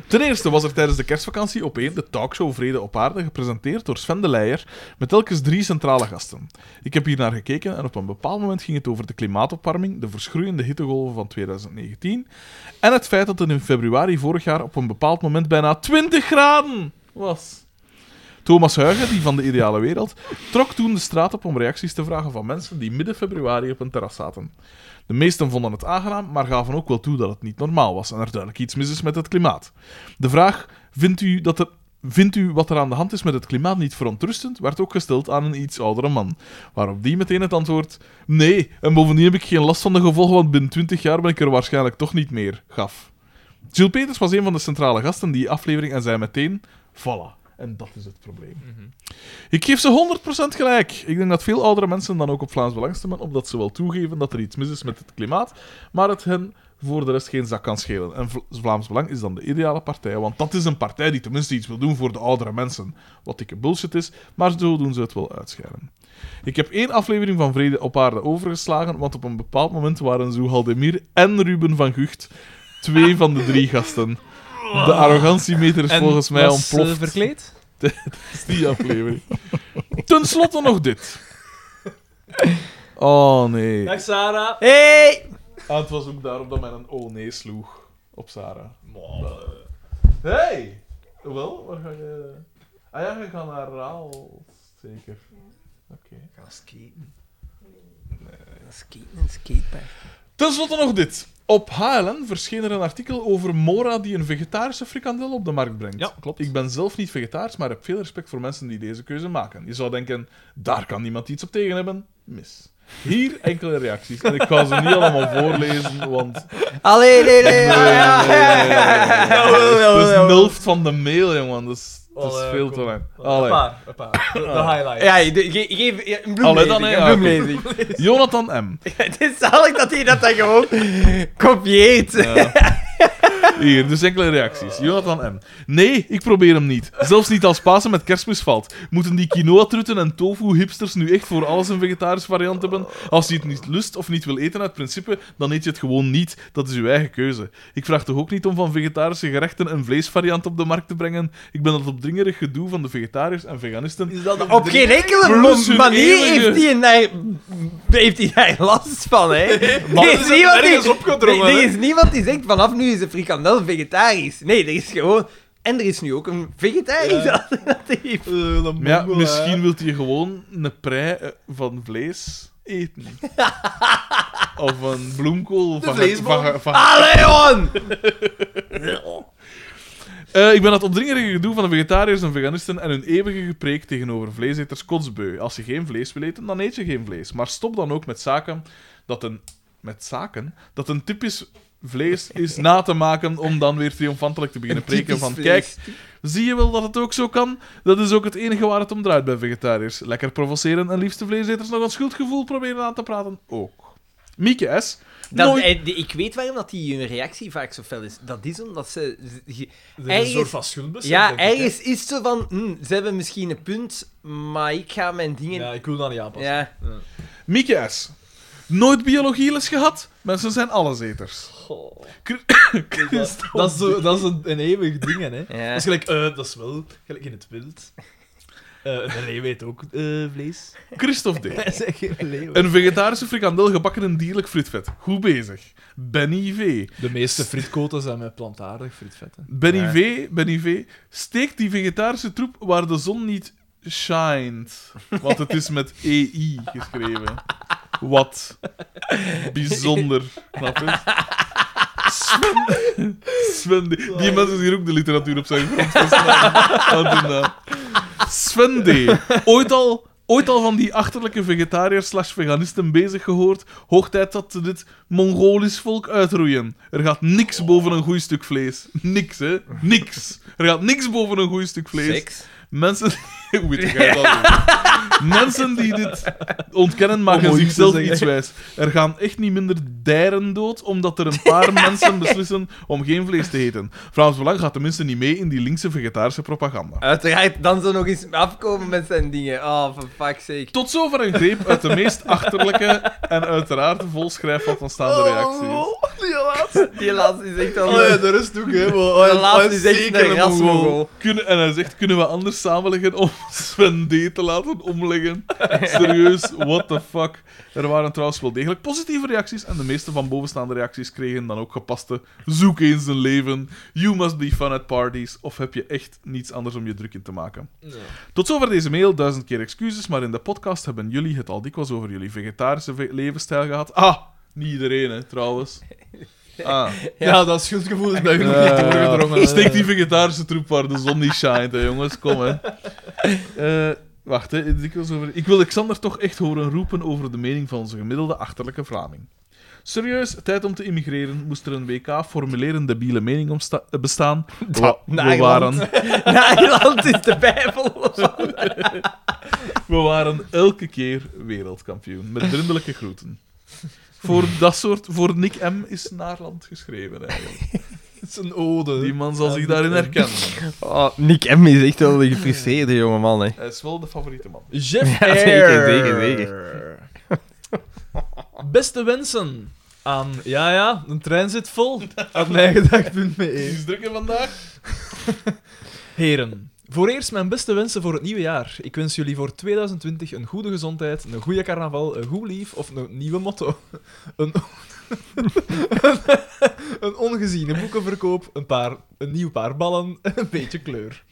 B: Ten eerste was er tijdens de kerstvakantie op één de talkshow Vrede op Aarde gepresenteerd door Sven de Leijer met telkens drie centrale gasten. Ik heb hier naar gekeken en op een bepaald moment ging het over de klimaatopwarming, de verschroeiende hittegolven van 2019 en het feit dat het in februari vorig jaar op een bepaald moment bijna 20 graden was. Thomas Huigen, die van de ideale wereld, trok toen de straat op om reacties te vragen van mensen die midden februari op een terras zaten. De meesten vonden het aangenaam, maar gaven ook wel toe dat het niet normaal was en er duidelijk iets mis is met het klimaat. De vraag: vindt u, dat er, vindt u wat er aan de hand is met het klimaat niet verontrustend? werd ook gesteld aan een iets oudere man. Waarop die meteen het antwoord: Nee, en bovendien heb ik geen last van de gevolgen, want binnen 20 jaar ben ik er waarschijnlijk toch niet meer, gaf. Jules Peters was een van de centrale gasten die aflevering en zei meteen: Voilà. En dat is het probleem. Ik geef ze 100% gelijk. Ik denk dat veel oudere mensen dan ook op Vlaams Belang stemmen, omdat ze wel toegeven dat er iets mis is met het klimaat, maar het hen voor de rest geen zak kan schelen. En Vla- Vlaams Belang is dan de ideale partij, want dat is een partij die tenminste iets wil doen voor de oudere mensen. Wat dikke bullshit is, maar zo doen ze het wel uitscheren. Ik heb één aflevering van Vrede op Aarde overgeslagen, want op een bepaald moment waren Zoehal Demir en Ruben van Gucht twee van de drie gasten. De arrogantiemeter is volgens mij
C: was, eh,
B: ontploft
C: verkleed?
B: [laughs] is die aflevering. Ten slotte nog dit. [laughs] Oh nee.
C: Dag Sarah.
A: Hey!
B: Ah, het was ook daarop dat men een oh nee sloeg op Sarah. Hey! Wel, waar ga je. Ah ja, je gaat naar Raal. Zeker. Oké.
A: Gaan skaten. Gaan skaten en skatepark.
B: Ten slotte nog dit. Op HLN verscheen er een artikel over Mora die een vegetarische frikandel op de markt brengt.
C: Ja, klopt.
B: Ik ben zelf niet vegetarisch, maar heb veel respect voor mensen die deze keuze maken. Je zou denken, daar kan niemand iets op tegen hebben. Mis. Hier enkele reacties. En ik ga ze niet allemaal voorlezen, want...
A: Allee, nee, nee.
B: Nee,
A: ja, ja,
B: nee,
A: ja,
B: nee, nee,
A: ja,
B: nee, nee.
A: Jawel, jawel,
B: Het is
A: jawel.
B: de helft van de mail, jongen. Dat is, dat is
C: Allee,
B: veel te
C: kom.
B: lang.
C: Een
B: Allee.
C: paar, een paar. De, de highlight.
A: Ja, de- ge- geef ja, een
B: Allee, dan,
A: bloemlezing.
B: hè,
A: Een
B: ja.
A: bloemlezing. [laughs]
B: Jonathan M.
A: Het is zalig dat hij dat dan gewoon kopieert.
B: Hier, dus enkele reacties. Jonathan M. Nee, ik probeer hem niet. Zelfs niet als Pasen met kerstmis valt. Moeten die quinoa-trutten en tofu-hipsters nu echt voor alles een vegetarische variant hebben? Als je het niet lust of niet wil eten uit principe, dan eet je het gewoon niet. Dat is uw eigen keuze. Ik vraag toch ook niet om van vegetarische gerechten een vleesvariant op de markt te brengen? Ik ben dat opdringerig gedoe van de vegetariërs en veganisten.
C: Is dat een
A: Op geen enkele
B: Plus hun
A: manier
B: eeuwige-
A: heeft hij daar, heeft hij daar last van,
C: [laughs]
A: hè.
C: Maar
A: Er
C: is het ergens opgedrongen,
A: Er, er
C: hè?
A: is niemand die zegt, vanaf nu is een frikandel vegetarisch. Nee, er is gewoon... En er is nu ook een vegetarisch
C: Ja. Eh,
A: alternatief.
B: Maar ja, misschien wilt hij gewoon een prei eh, van vlees
C: [laughs]
B: eten. of een bloemkool van,
C: vleesboom.
B: van, van,
A: [laughs] Allee, man!
B: Eh, ik ben het opdringerige gedoe van de vegetariërs en veganisten en hun eeuwige gepreek tegenover vleeseters kotsbeu. Als je geen vlees wil eten, dan eet je geen vlees. Maar stop dan ook met zaken dat een, met zaken, dat een typisch vlees is na te maken om dan weer triomfantelijk te beginnen preken
A: Typisch
B: van
A: vlees.
B: kijk, zie je wel dat het ook zo kan? Dat is ook het enige waar het om draait bij vegetariërs. Lekker provoceren en liefste vleeseters nog een schuldgevoel proberen aan te praten ook. Mieke S.
A: Dat,
B: nooit-
A: eh, die- ik weet waarom dat die hun reactie vaak zo fel is. Dat is omdat ze... ze- ge-
C: een
A: ergens-
C: soort van schuldbesef.
A: ja,
C: denk ik, hè.
A: ergens is het zo van... hm, ze hebben misschien een punt, maar ik ga mijn dingen...
C: Ja, ik wil dat niet aanpassen.
A: ja.
B: Mieke S. Nooit biologieles gehad? Mensen zijn alleseters.
C: Goh.
B: Christophe.
C: Dat is, zo, dat is een, een eeuwig ding, hè.
A: Ja.
C: Dat is gelijk, eh, dat is wel gelijk in het wild. Eh een leeuw eet ook eh, [laughs] vlees.
B: Christophe D.
C: Hij zegt geen leeuw.
B: Een vegetarische frikandel gebakken in dierlijk fritvet. Goed bezig. Benny V.
C: De meeste fritkoten zijn met plantaardig fritvet. hè.
B: Benny
A: Ja.
B: V. Benny V. Steek die vegetarische troep waar de zon niet shined. Want het is met EI geschreven. Wat bijzonder. Snap je? Sven. Sven D. Die mensen zien ook de literatuur op zijn grond. verstaan. Wat doen dat? Sven D. Ooit al, ooit al van die achterlijke vegetariërs slash veganisten bezig gehoord? Hoog tijd dat ze dit Mongolisch volk uitroeien. Er gaat niks boven een goed stuk vlees. Niks, hè? Niks. Er gaat niks boven een goed stuk vlees.
A: Seks.
B: Mensen... [laughs] Hoe weet jij dat
C: [laughs]
B: doen? Mensen die dit ontkennen maken
C: Om ooit te
B: zichzelf
C: zeggen.
B: iets wijs. Er gaan echt niet minder dieren dood, omdat er een
C: [laughs]
B: paar mensen beslissen om geen vlees te eten. Vlaams Belang gaat tenminste niet mee in die linkse vegetarische propaganda.
A: Uiteraard, dan zo nog eens afkomen met zijn dingen. Oh, for fuck's sake.
B: Tot
C: Oh,
B: Oh, zover een greep uit de meest achterlijke en uiteraard volschrijf wat ontstaande reacties.
A: Die laatste, die laatste is echt al...
B: Oh ja, de rest ook, hè. Maar, oh ja,
A: de laatste
B: oh,
A: is echt
B: zeker
A: een [laughs] rasmogel.
B: Kunnen, en hij zegt, kunnen we anders samenleggen om [laughs] Sven D te
A: [laughs]
B: laten omleggen? Serieus, what the fuck. Er waren trouwens wel degelijk positieve reacties en de meeste van bovenstaande reacties kregen dan ook gepaste zoek eens een leven, you must be fun at parties, of heb je echt niets anders om je druk in te maken. Tot zover deze mail, duizend keer excuses, maar in de podcast hebben jullie het al dikwijls over jullie vegetarische ve- levensstijl gehad. Ah, niet iedereen, hè, trouwens. Ah.
C: Ja, dat schuldgevoel is bij u nog
B: Ja,
C: niet
B: ja, ja.
C: doorgedrongen.
B: Eh, Steek die vegetarische troep waar de zon niet shine, hè, jongens. Kom, hè. Eh, wacht, hè. Dikwijls over... Ik wil Alexander toch echt horen roepen over de mening van onze gemiddelde achterlijke Vlaming. Serieus, tijd om te immigreren. Moest er een WK formulerende debiele mening om sta- eh, bestaan? Wa- we,
A: Nederland.
B: waren,
A: Nederland is de Bijbel.
B: we waren elke keer wereldkampioen. Met vriendelijke groeten. Voor dat soort... Voor Nick M. is Naarland geschreven, eigenlijk.
C: Het is een ode.
B: Die man zal zich daarin herkennen.
A: Oh, Nick M is echt wel een gefrustreerde jongeman, hè. [laughs]
B: Hij is wel de favoriete man.
C: Jeff
A: Ja, zeker, zeker,
C: Ayer.
A: zeker.
C: Beste wensen aan... Ja, ja, een trein zit vol. Op mijngedacht.be.
B: Is drukker vandaag?
C: Heren, voor eerst mijn beste wensen voor het nieuwe jaar. Ik wens jullie voor 2020 een goede gezondheid, een goede carnaval, een goed lief of een nieuwe motto. Een, [laughs] een ongeziene boekenverkoop, een, paar, een nieuw paar ballen, een beetje kleur.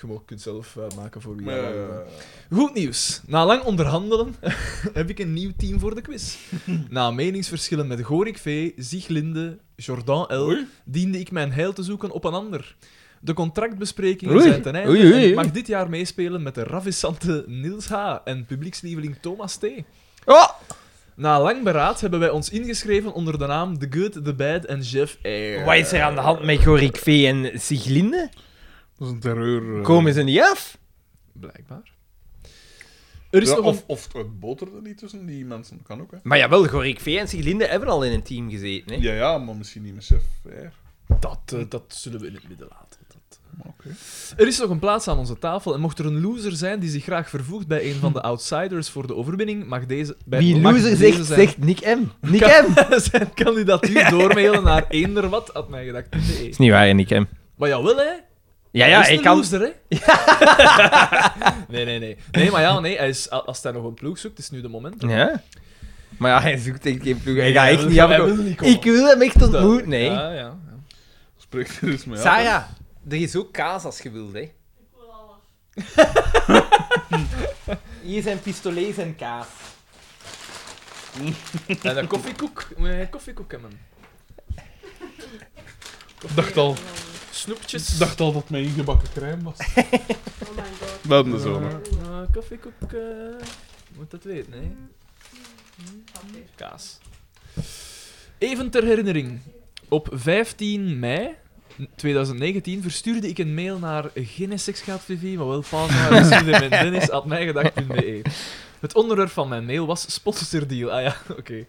C: Je mag- kunt zelf eh, maken voor wie. je wil.
B: eh,
C: Goed nieuws. Na lang onderhandelen [laughs] heb ik een nieuw team voor de
A: [laughs]
C: quiz. Na meningsverschillen met Gorik V, Zieglinde, Jordan L
B: Oei.
C: diende ik mijn heil te zoeken op een ander. De contractbesprekingen
A: Oei.
C: zijn ten einde
A: Oei, oei,
C: en ik
A: oei.
C: mag dit jaar meespelen met de ravissante Niels H. en publiekslieveling Thomas T.
A: Oh!
C: Na lang beraad hebben wij ons ingeschreven onder de naam The Good, The Bad en Jeff Air.
A: Wat is er aan de hand met Gorik V en Siglinde?
B: Dat is een terreur. eh.
A: Komen ze niet af?
C: Blijkbaar. Er is
B: Ja,
C: nog
B: of, of het botert er niet tussen die mensen. Kan ook, hè?
A: Maar jawel, Gorik V en Siglinde hebben al in een team gezeten, hè.
B: Ja, ja, maar misschien niet met chef. hè.
C: een... dat, eh, dat zullen we in het midden laten. Dat... eh.
B: Maar oké.
C: Er is nog een plaats aan onze tafel en mocht er een loser zijn die zich graag vervoegt bij een
A: [laughs]
C: van de outsiders voor de overwinning, mag deze... Bij,
A: Wie
C: mag
A: loser
C: deze
A: zegt,
C: zijn.
A: zegt Nick M. Nick
C: Kan-
A: M!
C: [laughs] zijn
A: [laughs]
C: kandidatuur doormailen naar eenderwat, had mij gedacht. Nee.
A: niet waar, Nick M.
C: Maar jawel, hè?
A: Ja,
C: hij
A: ja,
C: is
A: ik
C: een
A: kan...
C: loser,
A: [laughs]
C: hè? [laughs] nee, nee, nee. Nee, maar ja, nee, hij is, als hij nog een ploeg zoekt, is nu de moment.
A: Ja. Maar ja, hij zoekt echt geen ploeg. Hij gaat
C: hij
A: echt
C: wil-
A: niet
C: hij
A: afkomen.
C: wil niet komen.
A: Ik wil hem echt ontmoeten, nee.
C: Ja, ja, ja.
B: Spreek er eens mee af, hè.
A: Sarah, er is ook kaas als je wilt, hè. Hier zijn pistolets en kaas.
C: En een koffiekoek. Moet jij een koffiekoek hebben?
B: Ik dacht al,
C: Snoepjes.
B: ik dacht al dat mijn ingebakken crème
C: [laughs]
B: was.
D: Oh my god.
B: Dat is zo. hè.
C: Eh, eh, koffiekoek. eh, moet dat weten, hè? Kaas. Even ter herinnering. Op 15 mei 2019 verstuurde ik een mail naar GNSXGaatVV, maar wel pauze met Dennis at mijgedacht.be. E. Het onderwerp van mijn mail was sponsordeal. Ah ja, [laughs] oké.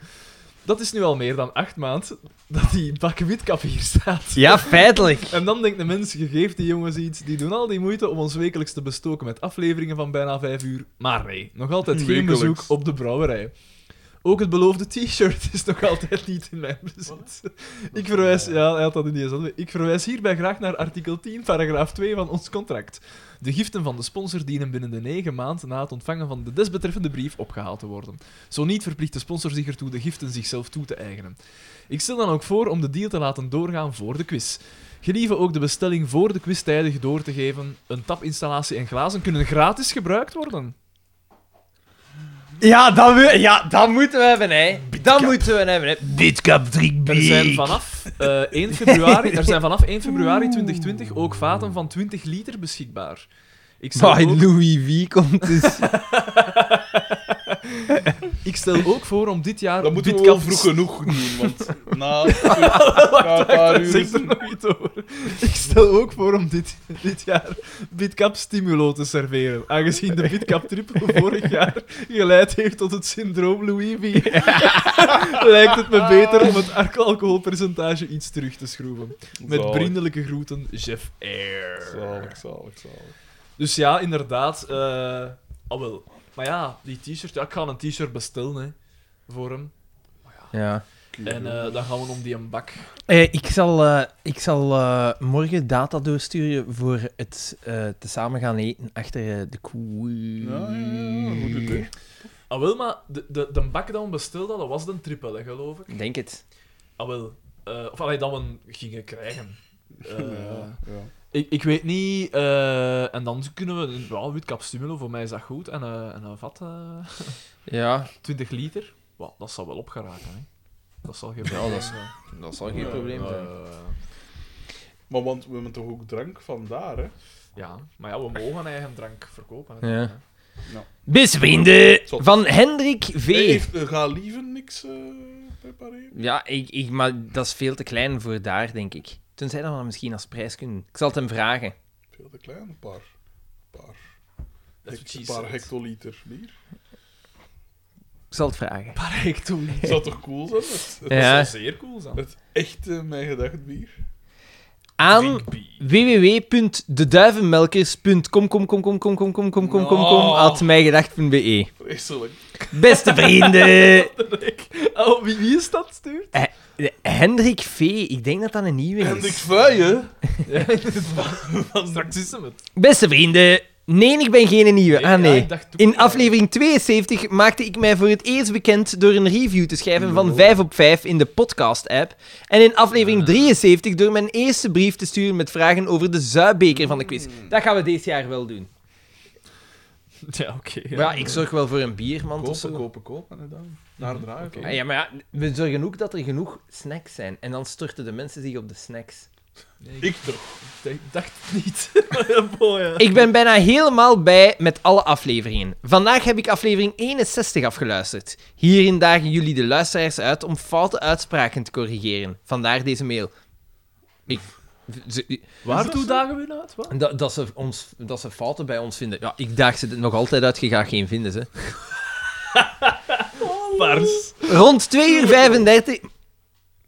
C: Dat is nu al meer dan acht maanden dat die bak witkap hier staat.
A: Ja, feitelijk.
C: En dan denkt de mens, je geeft die jongens iets, die doen al die moeite om ons wekelijks te bestoken met afleveringen van bijna vijf uur. Maar nee, nog altijd geen
B: Wekelijks.
C: bezoek op de brouwerij. Ook het beloofde t-shirt [laughs] is nog altijd niet in mijn bezit. Ik verwijs, ja, hij had dat in die zin. Ik verwijs hierbij graag naar artikel 10, paragraaf 2 van ons contract. De giften van de sponsor dienen binnen de negen maanden na het ontvangen van de desbetreffende brief opgehaald te worden. Zo niet verplicht de sponsor zich ertoe de giften zichzelf toe te eigenen. Ik stel dan ook voor om de deal te laten doorgaan voor de quiz. Gelieve ook de bestelling voor de quiz tijdig door te geven. Een tapinstallatie en glazen kunnen gratis gebruikt worden.
A: Ja, dat, we, ja, dat moeten we hebben, hè. Dat moeten we hebben, hè. Bitkap drink
C: Er zijn vanaf, eh, 1 februari, er zijn vanaf 1 februari 2020 ook vaten van 20 liter beschikbaar. Ik stel,
A: Bij
C: ook,
A: Louis V komt [laughs] dus...
C: ik stel ook voor om dit dus- jaar...
B: Dat moeten we
C: Bitkap-
B: wel vroeg genoeg doen,
C: [laughs]
B: want na na een paar
C: Daar zegt er
B: uur...
C: nog iets over. Ik stel ook voor om dit, dit jaar Bitcap Stimulo te serveren, aangezien de
B: [laughs]
C: Bitcap Triple vorig jaar geleid heeft tot het syndroom Louis V. [laughs] Lijkt het me beter om het alco- alcoholpercentage iets terug te schroeven. Met
B: Zalig.
C: vriendelijke groeten, Jeff Air.
B: Zalig, zalig, zalig.
C: Dus ja, inderdaad. eh ah wel. Maar ja, die t-shirt, ja, ik ga een t-shirt bestellen hè, voor hem.
A: Ja.
C: En eh, dan gaan we om die een bak.
A: Eh, ik zal, eh, ik zal eh, morgen data doorsturen voor het eh te samen gaan eten achter eh, de koe.
B: Ja, ja, ja, goed idee.
C: Ah, wel, maar de, de, de bak dat we besteld hadden, was de triple, hè, geloof ik.
A: Ik Denk het.
C: Ah, wel. Eh, of allee, dat we hem gingen
A: [laughs]
C: krijgen. Eh,
B: Ja, ja.
C: ik, ik weet niet. eh, en dan kunnen we. een- Ja, wit capsule, voor mij is dat goed. En, eh, en een vat, eh,
A: Ja,
C: 20 liter. Wel, dat zal wel opgeraken. Hè. Dat zal geen
A: Ja,
C: probleem
A: dat is-
C: zijn.
A: dat zal
B: geen probleem
A: zijn.
C: Eh,
B: Maar want we hebben toch ook drank vandaar, hè?
C: ja, maar ja, we mogen eigen drank verkopen. hè.
A: Ja. Biswinden
B: Zot.
A: van Hendrik V.
B: Hey, heeft eh, Ga Lieven niks eh, prepareren?
A: Ja, ik, ik, maar dat is veel te klein voor daar, denk ik. Tenzij dat we dat misschien als prijs kunnen. Ik zal het hem vragen.
B: Veel te klein, een paar, een paar,
C: Dat is
B: hect-
C: wat she
B: een paar
C: said.
B: hectoliter bier.
A: Ik zal het vragen.
C: Paar hectoliter.
B: Dat zou toch cool zijn? Het, het,
A: Ja.
C: Dat zou zeer cool zijn.
B: het echte mijn gedacht bier.
A: Aan
C: Drink [laughs] bier.
A: www.deduivenmelkers.com kom kom kom kom kom kom kom kom kom kom
B: No.
A: at mijgedacht.be.
B: Vreselijk.
A: Beste vrienden,
C: Oh, wie, wie is dat, stuurt?
A: Hendrik V. Ik denk dat dat een nieuwe is.
B: En ik vuien.
C: Ja, inderdaad. Straks is hem het.
A: Beste vrienden, nee, ik ben geen nieuwe.
C: Nee,
A: ah nee.
C: ja, ik dacht ook-
A: In aflevering 72 maakte ik mij voor het eerst bekend door een review te schrijven van
B: Oh.
A: 5 op 5 in de podcast-app. En in aflevering
C: Ah.
A: 73 door mijn eerste brief te sturen met vragen over de Zuibeker van de quiz.
C: Hmm.
A: Dat gaan we dit jaar wel doen.
C: Ja, oké. ja.
A: Ja, ik zorg wel voor een biermand of zo.
B: Kopen, kopen, kopen, inderdaad. Naar draaien.
C: Oké.
A: Ah, ja, maar ja, we zorgen ook dat er genoeg snacks zijn. En dan storten de mensen zich op de snacks.
C: Nee, ik
B: Ik toch.
C: dacht- dacht het niet. [laughs] Maar ja, boy, ja.
A: Ik ben bijna helemaal bij met alle afleveringen. Vandaag heb ik aflevering 61 afgeluisterd. Hierin dagen jullie de luisteraars uit om foute uitspraken te corrigeren. Vandaar deze mail. Ik, ze-
C: Waartoe dagen we nou uit? Wat?
A: dat, dat, ze ons, dat ze fouten bij ons vinden. Ja, ik daag ze nog altijd uit. Je gaat geen vinden, ze.
C: Pars.
A: Rond 2 uur 35...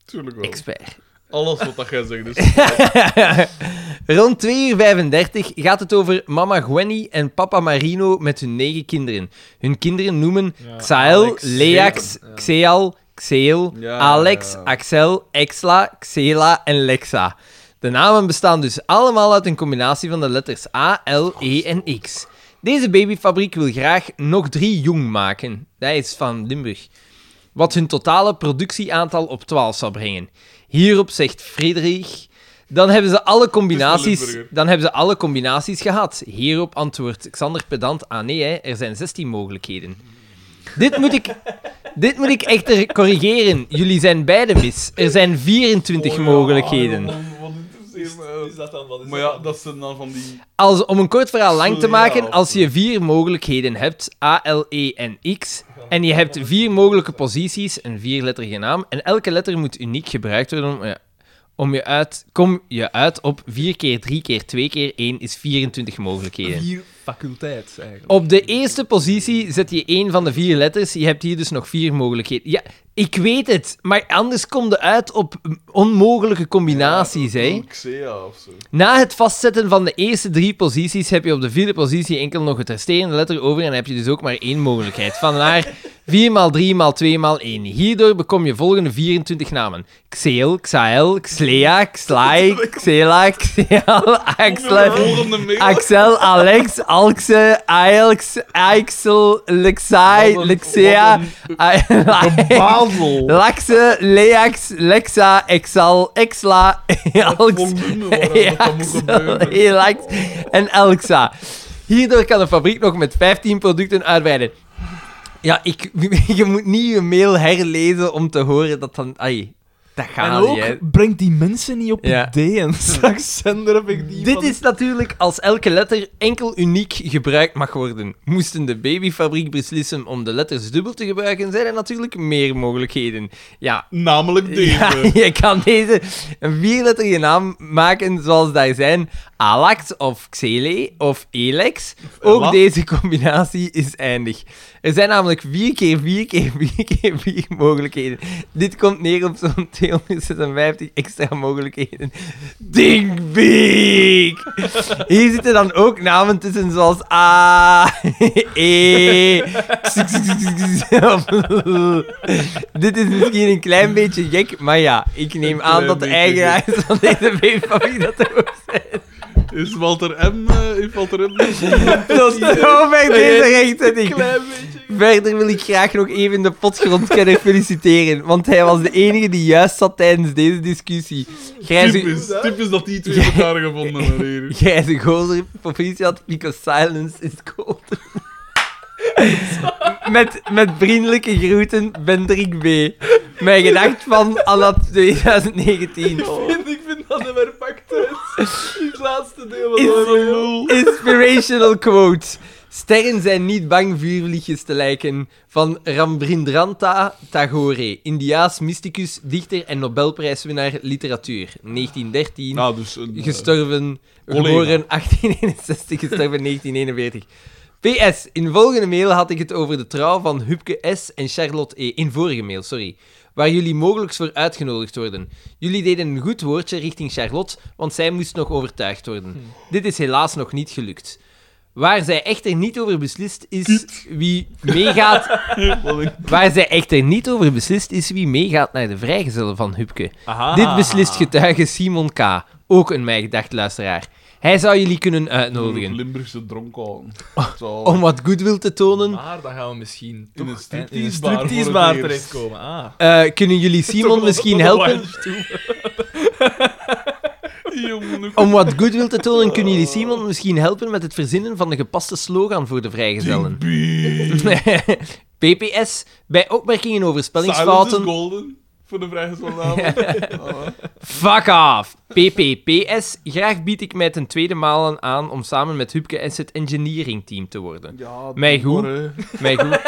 B: Tuurlijk wel.
A: Expert.
B: Alles wat dat jij zegt is...
A: Rond 2 uur 35 gaat het over mama Gwenny en papa Marino met hun negen kinderen. Hun kinderen noemen
C: Ja,
A: Xael,
C: Alex,
A: Leax,
C: Xeon, ja.
A: Xeal, Xeel,
B: Ja,
A: Alex,
B: ja, ja.
A: Axel, Exla, Xela en Lexa. De namen bestaan dus allemaal uit een combinatie van de letters A, L, E en X. Deze babyfabriek wil graag nog drie jong maken. Dat is van Limburg. Wat hun totale productieaantal op 12 zal brengen. Hierop zegt Frederik... Dan hebben, ze alle
B: Het is
A: combinaties,
B: de Limburger.
A: dan hebben ze alle combinaties gehad. Hierop antwoordt Xander Pedant: Ah nee, hè, er zijn 16 mogelijkheden. Dit moet, ik, [laughs] dit moet ik echter corrigeren. Jullie zijn beide mis. Er zijn 24
B: Oh ja,
A: mogelijkheden.
B: man, Wat interesseert me.
C: Is dat dan wat? Is
B: Maar
C: dat
B: ja,
C: dan?
B: dat zijn dan van die...
A: Als, om een kort verhaal lang te
B: Ja.
A: maken, als je vier mogelijkheden hebt, A, L, E en X, en je hebt vier mogelijke posities, een vierletterige naam, en elke letter moet uniek gebruikt worden om, ja, om je uit, kom je uit op 4 keer 3 keer 2 keer 1 is 24 mogelijkheden.
C: Vier faculteit, eigenlijk. [laughs]
A: Op de eerste positie zet je één van de vier letters. Je hebt hier dus nog vier mogelijkheden. Ja, ik weet het, maar anders kom je uit op onmogelijke combinaties, hè?
B: Een Xea eh, of zo.
A: Na het vastzetten van de eerste drie posities heb je op de vierde positie enkel nog het resterende letter over en heb je dus ook maar één mogelijkheid. Vandaar 4 x 3 x 2 x 1. Hierdoor bekom je volgende 24 namen. Xeel, Xael, Xlea,
B: [laughs]
A: Xlai, Xela, Xeal,
B: De
A: Axla,
B: volgende mail.
A: Axel, Alex, Alxe, Ailx, Aixel, Lexai,
B: Wat een-
A: Lexea,
B: wat een-
A: [laughs] Ai-
B: Bazel.
A: Laxe, Leax, Lexa, Exal, Exla, Alx,
B: volume
A: [laughs]
B: waarop dat moet gebeuren.
A: Elax en Elxa. Hierdoor kan de fabriek nog met 15 producten uitbreiden. Ja, ik, [laughs] je moet niet je mail herlezen om te horen dat dan... Ai, dat
C: En
A: gaat niet, hè.
C: ook brengt die mensen niet op
A: Ja.
C: [laughs] ideeën. Straks zender heb ik die
A: Dit
C: van-
A: is natuurlijk als elke letter enkel uniek gebruikt mag worden. Moesten de babyfabriek beslissen om de letters dubbel te gebruiken, zijn er natuurlijk meer mogelijkheden. Ja,
B: eh, Namelijk deze.
A: [laughs] Ja, je kan deze een vierletterige naam maken zoals daar zijn. Alax of Xele of Elex. Ook
C: wat?
A: deze combinatie is eindig. Er zijn namelijk 4 keer 4 keer [laughs] 4 keer 4 mogelijkheden. Dit komt neer op zo'n [laughs] 256 extra mogelijkheden. Ding big! Hier zitten dan ook namen tussen zoals A, E, X, X, X, X, X, of L. Dit is misschien een klein beetje gek, maar ja, ik neem
B: Een
A: aan
B: klein
A: dat de
B: beetje
A: eigenaars van deze B-familie dat ook
B: Is Walter M. eh, heeft
A: [laughs]
B: Walter M. nog-
A: Dat is zo ver deze rechtzetting.
C: Klein [laughs] beetje.
A: Verder wil ik graag nog even de potgrondkenner feliciteren, want hij was de enige die juist zat tijdens deze discussie. Grijze,
B: Typisch, typisch dat die twee elkaar gevonden
A: [laughs]
B: hebben hier.
A: grijze gozer, proficiat, because silence is gold. Met, met vriendelijke groeten, Bendrik B. Mijn gedacht van Anna 2019.
C: Ik vind dat hem er pakt [laughs] uit. Het laatste deel
A: Is-
C: was wel een lul.
A: Inspirational quote. Sterren zijn niet bang vuurvliegjes te lijken. Van Rambindranta Tagore, Indiaas mysticus, dichter en Nobelprijswinnaar literatuur. 1913,
B: Nou, dus een, eh,
A: gestorven,
B: collega.
A: geboren 1861,
B: [laughs]
A: gestorven 1941. PS, in volgende mail had ik het over de trouw van Hupke S. en Charlotte E. In vorige mail, sorry. Waar jullie mogelijk voor uitgenodigd worden. Jullie deden een goed woordje richting Charlotte, want zij moest nog overtuigd worden.
B: Hmm.
A: Dit is helaas nog niet gelukt. Waar zij echter niet over beslist is wie
B: [laughs]
A: meegaat.
B: wat een-
A: Waar zij echter niet over beslist is wie meegaat naar de vrijgezellen van Hupke.
C: Aha.
A: Dit beslist getuige Simon K., ook een mijgedacht luisteraar. Hij zou jullie kunnen uitnodigen
B: eh,
A: [laughs]
B: Limburgse dronkhalen. Zo.
A: om wat goodwill te tonen.
C: Maar dan gaan we misschien
B: In
C: toch
B: een
C: in een
B: striptease bar
C: striptease
B: voor het
C: bar
B: eerst.
C: terechtkomen. Ah.
A: Eh, kunnen jullie Simon misschien helpen?
B: Jongen,
A: [laughs]
B: hoe-
A: Om wat goodwill te tonen, kunnen jullie Simon misschien helpen met het verzinnen van de gepaste slogan voor de vrijgezellen? [laughs]
B: Bie.
A: PPS, bij opmerkingen over
B: Silence is
A: spellingsfouten.
B: golden. Voor de
A: [laughs]
B: Ah. vrijgezellen.
A: Fuck off! PPPS, graag bied ik mij ten tweede malen aan om samen met Hupke en het engineering team te worden.
B: Ja,
A: Mij goed. Mij goed.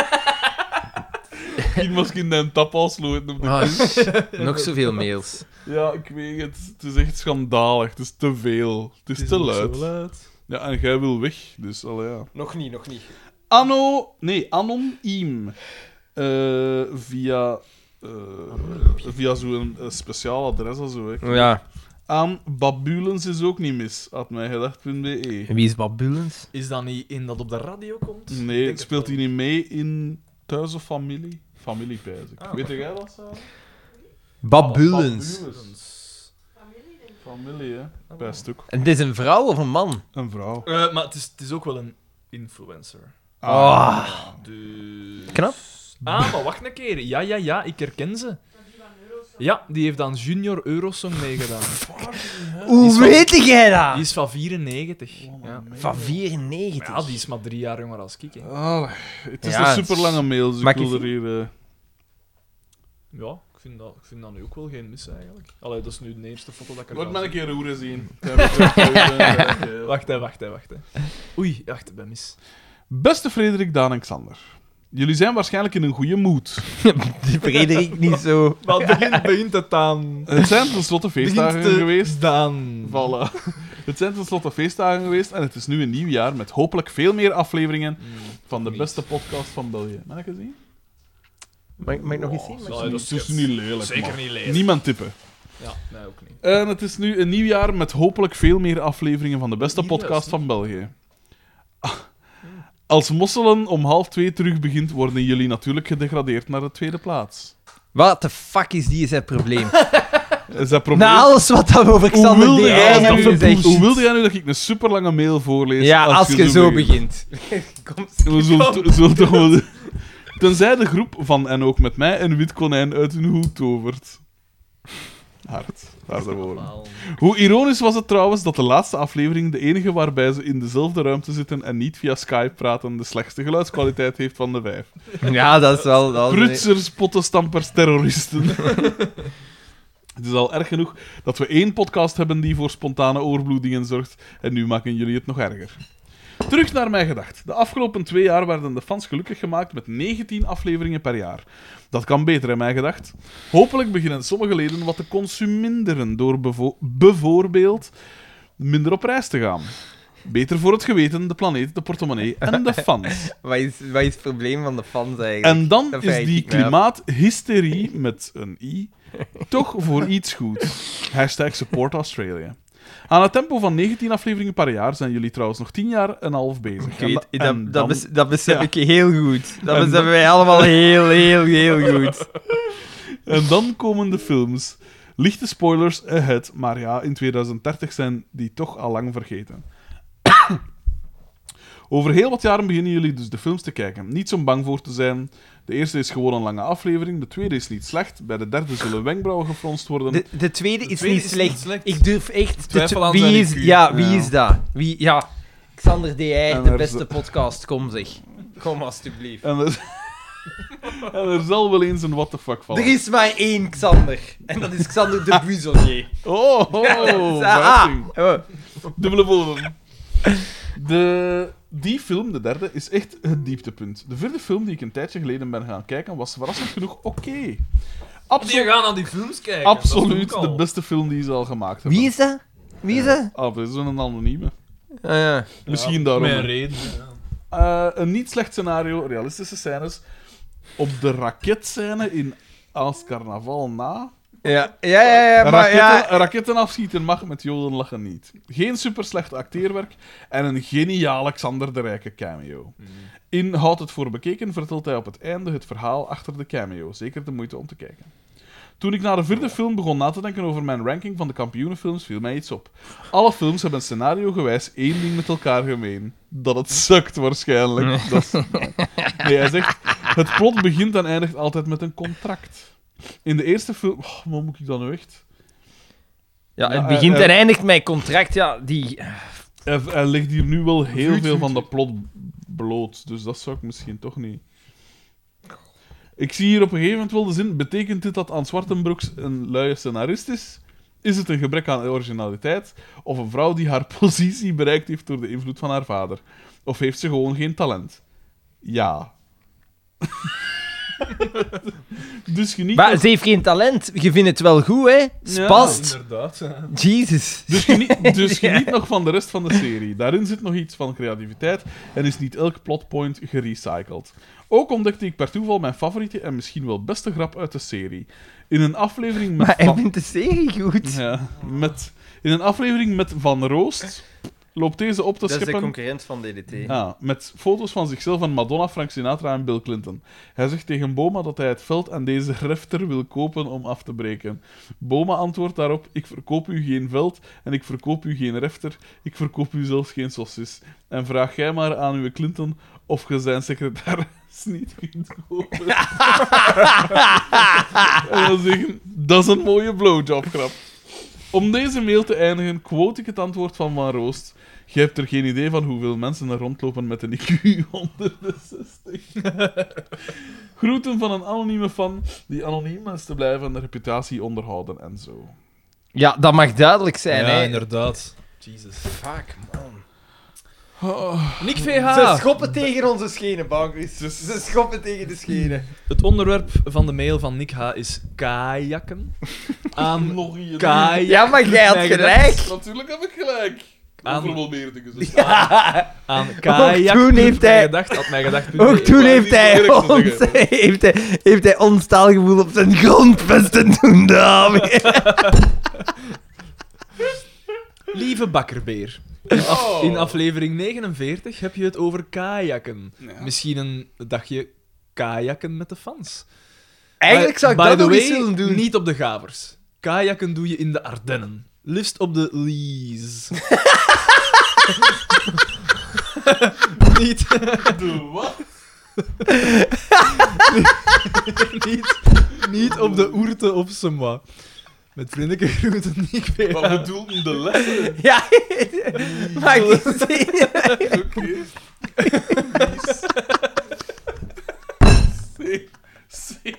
B: Misschien misschien een tap afsluiten op de
A: Ah, nog zoveel mails.
B: Ja, ik weet het. Het is echt schandalig. Het is te veel. Het is, te
C: nog
B: luid.
C: zo luid.
B: Ja, en jij wil weg. Dus, allee, ja.
A: Nog niet, nog niet.
B: Anno... Nee, anoniem. Eh, via... eh, via zo'n eh, speciaal adres of zo. Hè.
A: Ja,
B: Aan babulens is ook niet mis. Had mij gedacht.be.
A: wie is Babulens?
C: Is dat niet in dat op de radio komt? Ik
B: Nee,
C: denk
B: speelt
C: het
B: hij niet mee in Thuis of Familie? Familie, pijs ik.
C: Ah.
B: Weet jij dat, Sarah? Oh,
A: Babulens.
B: Familie, hè. Bij stuk.
A: En dit is een vrouw of een man?
B: Een vrouw.
C: wel. Eh, maar het is, het is ook wel een influencer.
A: Ah.
C: Dus...
A: Knap.
C: Ah, maar wacht een keer. Ja, ja, ja, ik herken ze. Ja, die heeft aan Junior Eurosong meegedaan. Die is
A: Hoe
C: van-
A: weet jij
C: Die
B: Ah.
A: dat?
C: is van 94. Ja,
A: Van 94.
C: ja die is maar drie jaar jonger als ik. hè.
B: Ah, het is
A: Ja, het
B: een
A: is-
B: super lange mail, dus
A: Maar
B: ik
A: ik-
B: wil er hier. eh,
C: Ja, ik vind, dat, ik vind dat nu ook wel geen mis eigenlijk. Allee, dat is nu de eerste foto dat ik er
B: Laat
C: ga
B: maar een
C: zien.
B: keer roeren zien. [laughs] Ja, dat is ook leuk, hè. Wacht.
C: Wacht, hè, wacht, hè, wacht. Hè. Oei, wacht, ik ben
B: [laughs]
C: mis.
B: Beste Frederik, Daan en Xander. Jullie zijn waarschijnlijk in een goede moed.
A: Die Frederik niet zo.
C: Maar het begint, begint het aan.
B: Het zijn tenslotte feestdagen
A: eh,
B: geweest.
C: Dan.
B: Voilà. [laughs] Het zijn tenslotte feestdagen geweest en het is nu een nieuw jaar met hopelijk veel meer afleveringen van de
C: Mm. niet.
B: beste podcast van België. Mag ik het zien?
A: Mag, ik- mag ik nog eens zien? Mag ik-
C: Ja, dat is
B: dus niet lelijk.
C: Zeker
B: man.
C: niet lezen.
B: Niemand tippen.
C: Ja, nee, ook niet.
B: En het is nu een nieuw jaar met hopelijk veel meer afleveringen van de beste
C: Hier juist
B: podcast
C: niet.
B: van België. [laughs] Als Mosselen om half twee terug begint, worden jullie natuurlijk gedegradeerd naar de tweede plaats.
A: Wat de fuck is die zijn probleem?
B: Is dat probleem?
A: Na alles wat we over
B: hoe
A: Xander
B: wilde,
A: de
B: jij,
A: Rijn hebben
B: dat we-
A: gezegd.
B: hoe wilde jij nu dat ik een super lange mail voorlees?
A: Ja, als je zo begint.
B: We zullen, we zullen toch wel... Tenzij de groep van en ook met mij een wit konijn uit hun hoed tovert. Hard. Harde woorden. Hoe ironisch was het trouwens dat de laatste aflevering de enige waarbij ze in dezelfde ruimte zitten en niet via Skype praten de slechtste geluidskwaliteit heeft van de vijf.
A: Ja, dat is wel... Dat is-
B: Prutsers, pottenstampers, terroristen. het is al erg genoeg dat we één podcast hebben die voor spontane oorbloedingen zorgt en nu maken jullie het nog erger. Terug naar mijn gedacht. De afgelopen twee jaar werden de fans gelukkig gemaakt met 19 afleveringen per jaar. Dat kan beter, in mijn gedacht. Hopelijk beginnen sommige leden wat te consuminderen door bevo- bijvoorbeeld minder op reis te gaan. Beter voor het geweten, de planeet, de portemonnee en de fans.
A: Wat is, wat is het probleem van de fans eigenlijk?
B: En dan
A: dat
B: is
A: vraag
B: die
A: ik me af.
B: klimaathysterie met een i toch voor
A: [laughs]
B: iets goed. Hashtag support Australia. Aan het tempo van 19 afleveringen per jaar zijn jullie trouwens nog 10 jaar en een half bezig.
A: Ik
B: En
A: weet,
B: da-
A: dat,
B: en
A: dat,
B: dan-
A: bes- dat besef
B: ja.
A: ik heel goed. Dat
B: En
A: beseffen
B: dan-
A: wij allemaal heel, heel, heel goed.
B: En dan komen de films. Lichte spoilers ahead, maar ja, in 2030 zijn die toch al lang vergeten. [coughs] Over heel wat jaren beginnen jullie dus de films te kijken. Niet zo bang voor te zijn. De eerste is gewoon een lange aflevering, de tweede is niet slecht. Bij de derde zullen wenkbrauwen gefronst worden.
A: De, de tweede is
C: tweede
A: niet
C: is
A: slecht.
C: niet slecht.
A: Ik durf echt... te
C: twijfel
A: tw-
C: aan zijn
A: wie is,
C: IQ.
A: ja, wie
B: Ja.
A: is dat? Wie, ja. Xander D.I.,
B: En
A: de
B: er
A: beste
B: is-
A: podcast. Kom zeg. Kom alstublieft.
B: En, er... [laughs] en er zal wel eens een what the fuck vallen.
A: Er is maar één Xander. En dat is Xander de Buissonnier.
B: Oh, oh
A: Ah,
B: verrassing. Dubbele bodem. De, die film, de derde, is echt het dieptepunt. De vierde film die ik een tijdje geleden ben gaan kijken, was verrassend genoeg oké. Absolu-
C: Die gaan aan die films kijken. dat is
B: absoluut
C: ook
B: de
C: al.
B: beste film die ze al gemaakt hebben.
A: Wie is dat? Wie is dat?
B: Ah, dat is een anonieme.
A: Ah, ja.
B: Misschien daarom.
C: Met reden. ja.
B: Eh, een niet slecht scenario, realistische scènes. Op de raketscène in Als Carnaval na.
A: Ja, ja, ja, ja, Eh, maar
B: raketten,
A: ja.
B: raketten afschieten mag, met joden lachen niet. Geen super slecht acteerwerk en een geniaal Alexander de Rijke cameo. In Houd het voor bekeken vertelt hij op het einde het verhaal achter de cameo. Zeker de moeite om te kijken. Toen ik na de vierde film begon na te denken over mijn ranking van de kampioenenfilms, viel mij iets op. Alle films hebben scenario-gewijs één ding met elkaar gemeen. Dat het sukt waarschijnlijk. Dat is- nee, hij zegt, het plot begint en eindigt altijd met een contract. In de eerste film... Oh, wat moet ik dan nu echt?
A: Ja, het
B: Ja,
A: begint
B: eh,
A: en eindigt met contract. Ja, die...
B: Er, er ligt hier nu wel heel
C: Vuut,
B: veel
C: vuut,
B: van de plot bloot, dus dat zou ik misschien toch niet. Ik zie hier op een gegeven moment wel de zin: betekent dit dat Anne Zwartenbroeks een luie scenarist is? Is het een gebrek aan originaliteit? Of een vrouw die haar [laughs] positie bereikt heeft door de invloed van haar vader? Of heeft ze gewoon geen talent? Ja. [laughs] dus geniet.
A: Maar
B: nog-
A: ze heeft geen talent. Je vindt het wel goed, hè? Ze
B: Ja,
A: past.
C: Inderdaad. ja.
A: Jezus.
B: Dus
A: [laughs]
B: geniet, dus geniet nog van de rest van de serie. Daarin zit nog iets van creativiteit en is niet elk plotpoint gerecycled. Ook ontdekte ik per toeval mijn favoriete en misschien wel beste grap uit de serie. In een aflevering met,
A: Maar hij
B: van,
A: vindt de serie goed.
B: ja, met, in een aflevering met van Roost loopt deze op te scheppen
A: concurrent van DDT.
B: ja, met foto's van zichzelf en Madonna, Frank Sinatra en Bill Clinton. Hij zegt tegen Boma dat hij het veld aan deze refter wil kopen om af te breken. Boma antwoordt daarop: Ik verkoop u geen veld en ik verkoop u geen refter, ik verkoop u zelfs geen sausis. En vraag jij maar aan uw Clinton of je zijn secretaris [laughs] niet kunt kopen. en dan zeggen: Dat is een mooie blowjobgrap. Om deze mail te eindigen, quote ik het antwoord van Van Roost. Je hebt er geen idee van hoeveel mensen er rondlopen met een IQ onder de 60. Groeten van een anonieme fan die anoniem is te blijven en de reputatie onderhouden en zo.
A: Ja, dat mag duidelijk zijn,
C: ja,
A: hè?
C: inderdaad. Jesus.
A: Fuck, man.
C: Nick VH.
A: schoppen tegen onze schenen, Bankers. Ze schoppen tegen de schenen.
C: Het onderwerp van de mail van Nick H. is [laughs] kajakken. Aan
B: Nog hier.
C: kajakken.
A: Ja, maar jij had
C: Nee, dat-
A: gelijk.
B: Natuurlijk heb ik gelijk.
C: Aan-
B: Over wel meer dingen. Dus
C: Aan kajakken.
A: toen heeft
C: Mijn
A: hij-
C: Gedacht, had mijn gedacht.
A: Ook toen
B: maar
A: heeft
B: niet
A: hij,
B: eerlijk te
A: ons,
B: zeggen.
A: heeft, hij, heeft hij ons taalgevoel op zijn grondvesten doen, dame.
C: Lieve bakkerbeer.
B: Oh.
C: In aflevering 49 heb je het over kajakken.
B: Ja.
C: Misschien een dagje kajakken met de fans.
A: Eigenlijk zou ik
C: By
A: dat
C: the
A: nog eens
C: way,
A: willen doen.
C: Niet op de gavers. Kajakken doe je in de Ardennen. Liefst op de Lies. [laughs] niet,
B: Doe wat?
C: niet, niet op de Oerte of Semois. Met vriendelijke groeten, niet
B: Wat
C: meer.
B: bedoelt de lessen?
A: Ja, maar ik zie-
B: Oké. Lies. Zeer, zeer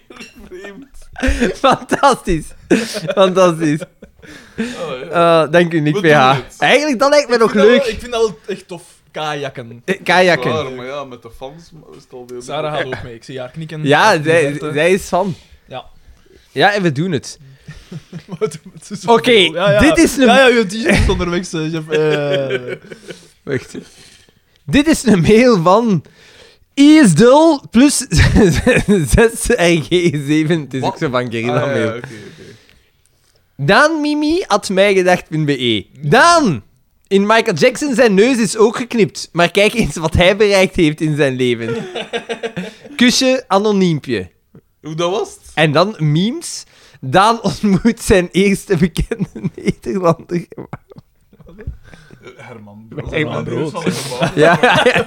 B: vreemd.
A: Fantastisch. Fantastisch.
B: Oh, ja.
A: Eh, dank u, Nick
B: We doen
A: PH.
B: het.
A: Eigenlijk, dat lijkt me nog
C: Ik vind dat wel-
A: leuk.
C: ik vind dat wel echt tof. Kajakken.
A: Eh, Kajakken.
B: Zwaar, maar ja, met de fans is het alweer...
C: Sarah gaat ook mee. Ik zie haar knikken.
A: Ja,
C: Op de
A: zij,
C: verte.
A: zij is van.
C: Ja.
A: Ja, en we doen het.
C: Maar het- het is-
A: Oké, dit is een-
C: Ja, ja, je t-shirt is onderweg, zeg. Jeff. Eh,
A: Wacht. Dit is een mail van ISDL plus 6RG7. Het is ook
B: Wat?
A: zo van
B: Ah,
A: Guerrilla
B: ja,
A: Mail.
B: ja, oké, oké.
A: DaanMimi.mijgedacht.be Daan! E. In Michael Jackson zijn neus is ook geknipt, maar kijk eens wat hij bereikt heeft in zijn leven. Kusje, anoniempje.
B: Hoe dat was het?
A: En dan memes. Daan ontmoet zijn eerste bekende Nederlander.
B: Herman.
A: Herman
C: Brood.
A: [laughs] Ja, ja, ja.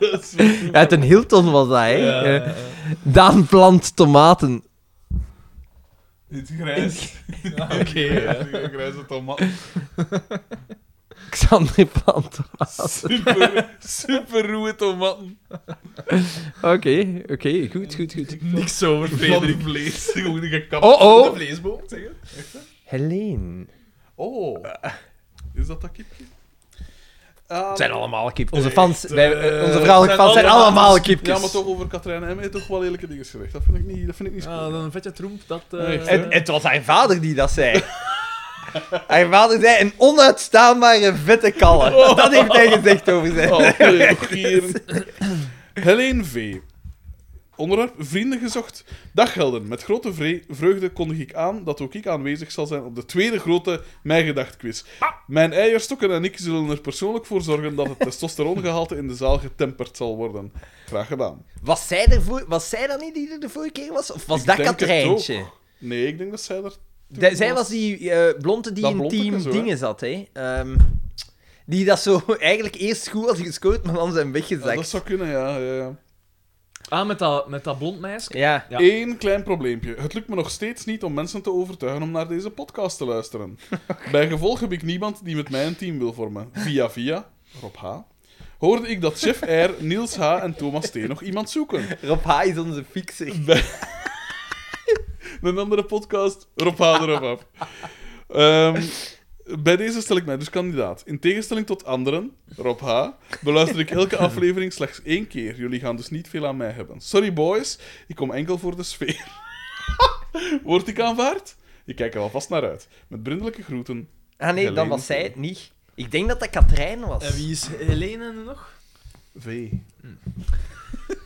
B: Dat is wel-
A: Uit een Hilton was dat, hè?
C: ja,
A: Ja.
C: ja.
A: Daan plant tomaten.
B: Dit grijs. [laughs]
C: Ah, oké, ja.
B: Dit Grijze
A: [laughs]
B: tomaten.
A: Xander plant tomaten.
B: Super, super ruwe tomaten.
A: Oké, oké, goed, goed, [laughs] goed.
C: eh, Niks over
B: Van
C: Frederik.
B: vlees. [laughs] Gewoon gekapt.
A: Oh,
C: De
A: oh.
C: vleesboom, zeg je?
A: Helene.
B: Oh. Is dat dat kipje?
A: Het
B: Ah,
A: zijn allemaal kip. Onze fans,
B: Echt,
A: wij,
B: eh,
A: eh, onze vrouwelijke fans zijn allemaal kiepjes.
B: Ja, maar toch over Katrijn en mij toch wel lelijke dingen gezegd. Dat vind ik niet, dat vind ik niet
C: Ja,
B: spannend.
C: Ah, dan een vetje troemp, dat... eh,
B: Nee, echt,
A: Het, het was haar vader die dat zei. [laughs] haar vader zei een onuitstaanbare vette kallen. Dat heeft hij gezegd over zijn. [laughs]
B: Oh, nee, hier. Helene V. Onderwerp Vrienden gezocht. Dag Helden. Met grote vre- vreugde kondig ik aan dat ook ik aanwezig zal zijn op de tweede grote Mijn Gedacht quiz. Mijn eierstokken en ik zullen er persoonlijk voor zorgen dat het testosterongehalte in de zaal getemperd zal worden. Graag gedaan.
A: Was zij, ervoor, was zij dan niet die er de vorige keer was? Of was
B: Ik
A: dat
B: denk het
A: Katrijntje?
B: ook. Nee, ik denk dat zij er.
A: Da- zij was die eh, blonde die
B: Dat
A: in
B: blondeke
A: team
B: zo, hè?
A: dingen zat, hè? Ehm, die dat zo [laughs] eigenlijk eerst goed had gescoord, maar dan zijn
B: Ja, dat
A: weggezakt.
B: zou kunnen, ja. ja, ja.
C: Ah, met dat, met dat blond meisje.
A: Ja.
C: Ja.
B: Eén klein probleempje. Het lukt me nog steeds niet om mensen te overtuigen om naar deze podcast te luisteren. Bij gevolg heb ik niemand die met mij een team wil vormen. Via via, Rob H., hoorde ik dat Chef R, Niels H. en Thomas T. nog iemand zoeken.
A: Rob H. is onze fixer.
B: Bij een andere podcast, Rob H. erop af. Ehm, bij deze stel ik mij dus kandidaat. In tegenstelling tot anderen, Rob H., beluister ik elke aflevering slechts één keer. Jullie gaan dus niet veel aan mij hebben. Sorry boys, ik kom enkel voor de sfeer. [laughs] Word ik aanvaard? Ik kijk er alvast naar uit. Met brindelijke groeten.
A: Ah nee, dan
B: Helene.
A: was zij het niet. Ik denk dat dat Katrijn was.
C: En wie is Helene nog?
B: V.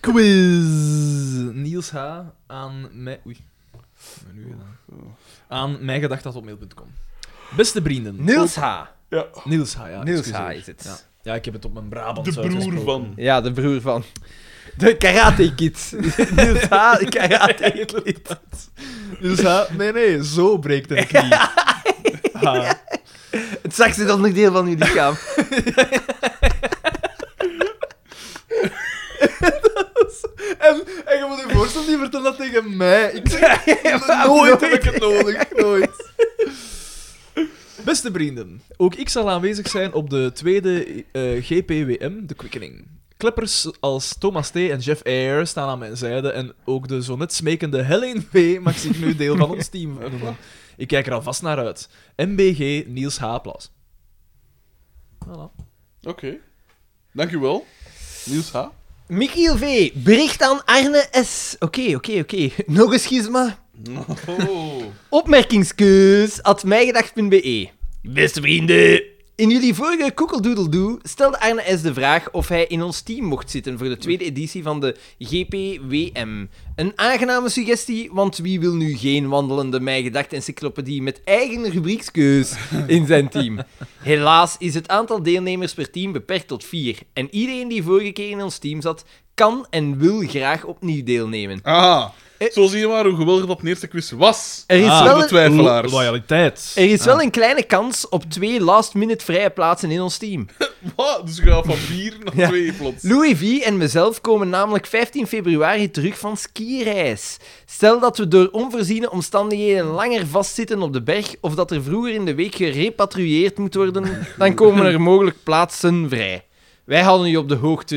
C: Quiz. Niels H. aan mij... Oei. Wat heb ik nu gedaan? Aan mijgedacht.opmail.com. Beste vrienden.
A: Niels H.
B: Ja.
C: Niels H, ja.
A: Niels
C: excuseer.
A: H. is het.
C: Ja. ja, ik heb het op mijn Brabant
B: De broer van.
A: Ja, de broer van. De Karate
C: [laughs]
A: Kid. Niels H. de Karate Kid.
C: Niels H. Nee, nee, zo breekt het [laughs] knie. Ha.
A: Het zachtste onderdeel van uw lichaam.
C: En, en je moet je voorstellen, die vertelt dat tegen mij. Ik [laughs] zeg, nooit heb ik het nodig, nooit. Beste vrienden, ook ik zal aanwezig zijn op de tweede eh, GPWM, de quickening. Kleppers als Thomas T. en Jeff Ayer staan aan mijn zijde en ook de zo net smekende Helene V. mag zich nu deel van ons team noemen. Ik kijk er alvast naar uit. MBG Niels H. Applaus. Voilà.
B: Oké. Dankjewel. Niels H.
A: [laughs] Michiel V. Bericht aan Arne S. Oké, oké, oké. Nog een schisma.
B: Oh.
A: Opmerkingskeus at mijgedacht.be. Beste vrienden. In jullie vorige koekeldoedeldoe stelde Arne S. de vraag of hij in ons team mocht zitten voor de tweede editie van de GPWM. Een aangename suggestie, want wie wil nu geen wandelende mijgedacht-encyclopedie met eigen rubriekskeus in zijn team? Helaas is het aantal deelnemers per team beperkt tot vier. En iedereen die vorige keer in ons team zat, kan en wil graag opnieuw deelnemen.
B: Ah.
A: Eh.
B: Zo zie je maar hoe geweldig dat de eerste quiz was.
A: Er is
C: Ah,
A: wel
B: de
A: een-
B: twijfelaars.
C: Loyaliteit.
A: Er is wel een kleine kans op twee last-minute vrije plaatsen in ons team.
B: Wat? Dus je gaat van vier
A: [laughs]
B: naar
A: Ja.
B: twee plots.
A: Louis V en mezelf komen namelijk 15 februari terug van skireis. Stel dat we door onvoorziene omstandigheden langer vastzitten op de berg of dat er vroeger in de week gerepatrueerd moet worden, dan komen er mogelijk plaatsen vrij. Wij houden u op de hoogte.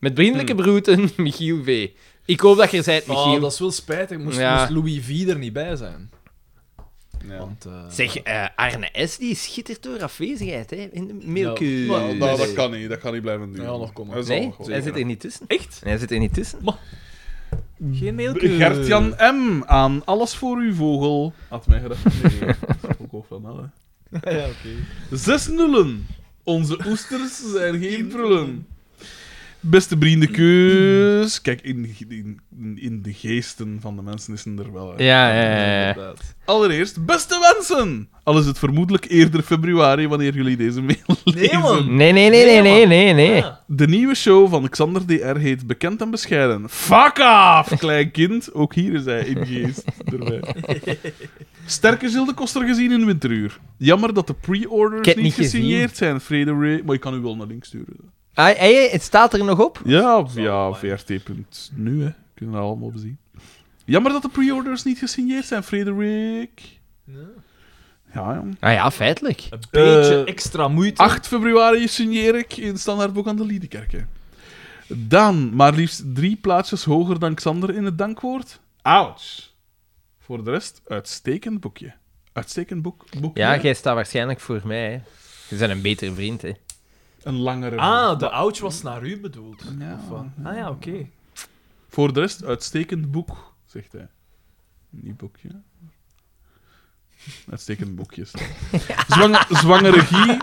A: Met
B: Hmm.
A: vriendelijke groeten, Michiel V. Ik hoop dat je er bent,
B: Ah,
A: Michiel.
C: Oh, dat is wel spijtig. Moest,
A: Ja.
C: moest Louis V er niet bij zijn.
B: Ja.
C: Want, eh,
A: Zeg, eh, Arne S. die schittert door afwezigheid hè, in de
C: Ja.
A: mailkeuze.
B: Nou,
C: Nee,
B: dat,
C: nee.
B: dat kan niet, dat kan niet blijven duren.
C: Ja, nog komen.
B: Dat zal
A: Nee,
B: nog wel.
A: hij zit er niet tussen.
C: Echt?
A: Hij zit er niet tussen.
C: Geen mailkeur.
B: Gertjan M. aan alles voor uw vogel. Had mij gedacht. Nee,
A: [laughs]
B: nee, dat is ook van alle.
C: [laughs] ja, oké.
B: Zes nullen. Onze oesters zijn geen prullen. Beste vriendenkeus. Kijk, in, in, in de geesten van de mensen is het er wel. hè.
A: Ja, ja, ja, ja.
C: Inderdaad.
B: Allereerst, beste wensen! Al is het vermoedelijk eerder februari wanneer jullie deze mail lezen.
C: man.
A: Nee, nee, nee, nee, nee, nee, nee.
C: Ah.
B: De nieuwe show van Xander DR heet Bekend en Bescheiden. Fuck off, klein kind. Ook hier is hij in geest erbij. Sterke Zilde Koster gezien in Winteruur. Jammer dat de
A: Ik
B: pre-orders
A: heb
B: niet
A: niet gezien.
B: gesigneerd zijn, Frederik. Maar ik kan u wel naar link sturen.
A: Ah, hey, het staat er nog op.
B: Ja, via vrt.nu, hè. Kunnen we allemaal bezien. Jammer dat de pre-orders niet gesigneerd zijn, Frederik.
C: Ja.
B: Ja, ja.
A: Ah ja, feitelijk.
C: Een beetje
B: Eh,
C: extra moeite.
B: 8 februari signeer ik in Standaardboek aan de Liedekerken. Dan, maar liefst drie plaatsjes hoger dan Xander in het dankwoord. Ouch. Voor de rest, uitstekend boekje. Uitstekend boek, boekje.
A: Ja, jij staat waarschijnlijk voor mij. Hè. Je bent een betere vriend, hè.
B: Een langere.
C: Ah, de ouch was naar u bedoeld.
B: Ja.
C: Of wat? Ah ja, oké.
B: Voor de rest, uitstekend boek, zegt hij. Niet boekje. Uitstekend boekje. staat.
A: [laughs]
B: Zwang, zwangere Guy.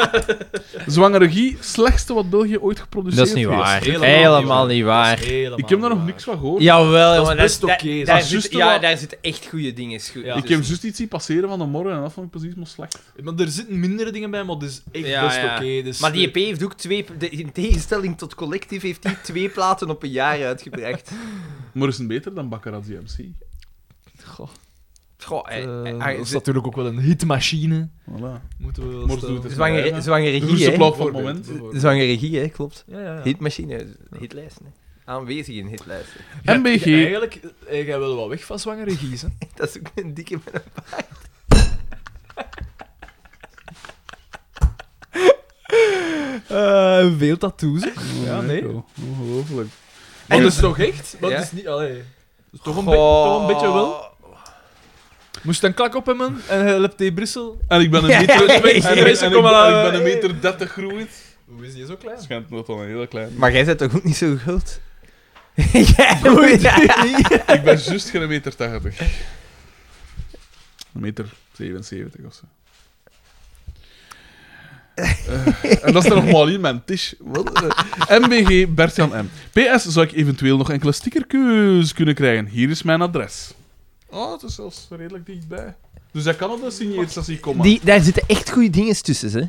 B: Zwangere Guy, slechtste wat België ooit geproduceerd
A: Dat is
B: heeft.
A: niet waar.
C: Helemaal
A: Helemaal,
C: niet
A: niet
C: Dat
A: waar.
C: is helemaal
B: Ik heb daar
C: niet
B: nog
C: waar.
B: niks van gehoord.
A: Jawel,
C: Dat is
A: maar
C: best
A: daar-
C: oké,
A: daar-
C: dat
A: daar
B: is
A: zit-
B: juist
A: Ja,
B: wat-
A: daar zitten echt goede dingen. schu-
C: Ja.
B: Ik heb juist iets zien passeren van de morgen en dat vond ik precies maar slecht.
C: Maar er zitten minder dingen bij, maar dat is echt
A: Ja,
C: best
A: ja.
C: oké. dus-
A: Maar die EP heeft ook twee... de- in tegenstelling tot Collectief heeft hij twee platen op een jaar uitgebracht.
B: Maar is het beter dan Baccarat MC?
C: Goh,
A: Goh, eh,
C: eh,
A: eh,
C: dat is
A: ah,
C: natuurlijk ook wel een hitmachine.
B: Voilà.
C: Moeten we wel
B: Mors
C: stellen.
B: doet het.
A: zwangere-
B: hè?
A: Zwangere
B: De
A: Guy,
B: grootste
A: hè.
B: plaat van het moment.
C: Bijvoorbeeld.
A: Zwangere Guy, hè, klopt.
C: Ja, ja, ja.
A: Hitmachine, hitlijsten. hè. Aanwezig in hitlijsten. [laughs]
B: MBG.
C: Ja, eigenlijk, eh, jij wil wel weg van zwangere gies, hè?
A: Dat is ook een dikke met een paard.
C: veel tattoos. Ja,
B: Oh,
C: nee.
B: joh. Ongelooflijk.
C: Maar
A: En-
C: dat is toch echt? Maar
A: Ja.
C: dat is niet... Allee. Dat is toch, een be- toch een beetje wel. Moest een klak op hem en hij hebt die Brussel.
B: En ik ben een
C: [laughs]
B: meter...
A: Ja,
B: en, ik- en ik-
C: mensen
B: en ik
C: komen
B: ben-
C: aan-
B: ik ben een meter 30 groeit.
C: Hoe is die zo klein?
B: Schijnt nog wel een hele klein.
A: Maar jij bent toch ook niet zo groot? [laughs] ja, moet
B: Ik ben juist geen meter 80. Een meter 77 of zo. Eh, en dat is er nog maar in mijn tisch. Wat, eh, MBG Bertjan M. PS, zou ik eventueel nog enkele stickerkeus kunnen krijgen? Hier is mijn adres. Oh, het is zelfs redelijk dichtbij. Dus hij kan op de signeersessie komen.
A: Die, daar zitten echt goede dingen tussen, hè?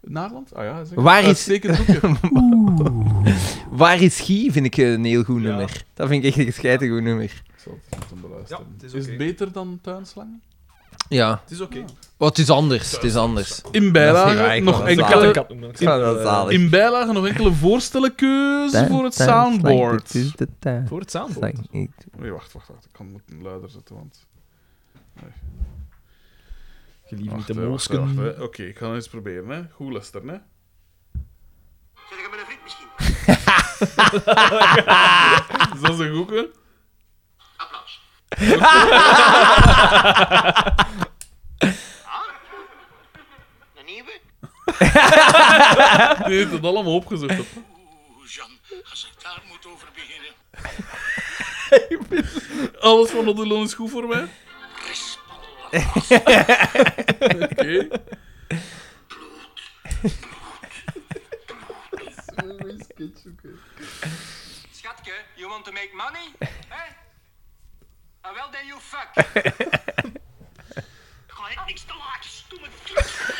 B: Naarland? Ah ja, zeker.
A: Waar is-
B: Uitstekend
A: [laughs]
B: boekje.
A: Waar is Guy? Vind ik een heel goed
C: Ja.
A: nummer. Dat vind ik echt een gescheiden goed nummer.
B: Ik zal het moeten beluisteren.
C: Ja, het is
B: is het
C: oké.
B: beter dan tuinslangen?
A: Ja.
C: Het is oké.
A: Wat is anders? Het is anders.
B: In
A: Dat is niet waar,
B: bijlage
A: ik
B: nog
A: wou dat
B: enkele...
C: kat noemen.
A: Ja, dat is zalig.
B: In bijlage nog enkele voorstellen keuze voor het soundboard.
C: Voor het samen.
B: Nee, wacht, wacht, wacht. Ik kan het luider zetten, want...
C: Geliefd
B: Wacht,
C: niet de
B: hè, wacht, hè, wacht, hè.
C: mosken.
B: Oké, ik ga het eens proberen, hè. Goed luisteren, hè.
D: Zit je met een vriend misschien?
B: [laughs] Is dat een goeke?
D: Applaus. ah? Een nieuwe?
B: Die heeft het allemaal opgezocht. hè.
D: Oeh, Jean, als ik daar moet over beginnen.
B: Alles van Odilon is goed voor mij.
D: Rispallah. [laughs]
B: Oké.
D: Schatke, you want to make money? [laughs] Hè? Ah, well then you [laughs] fuck. Ga ik niks te laat, stomme [laughs] kut.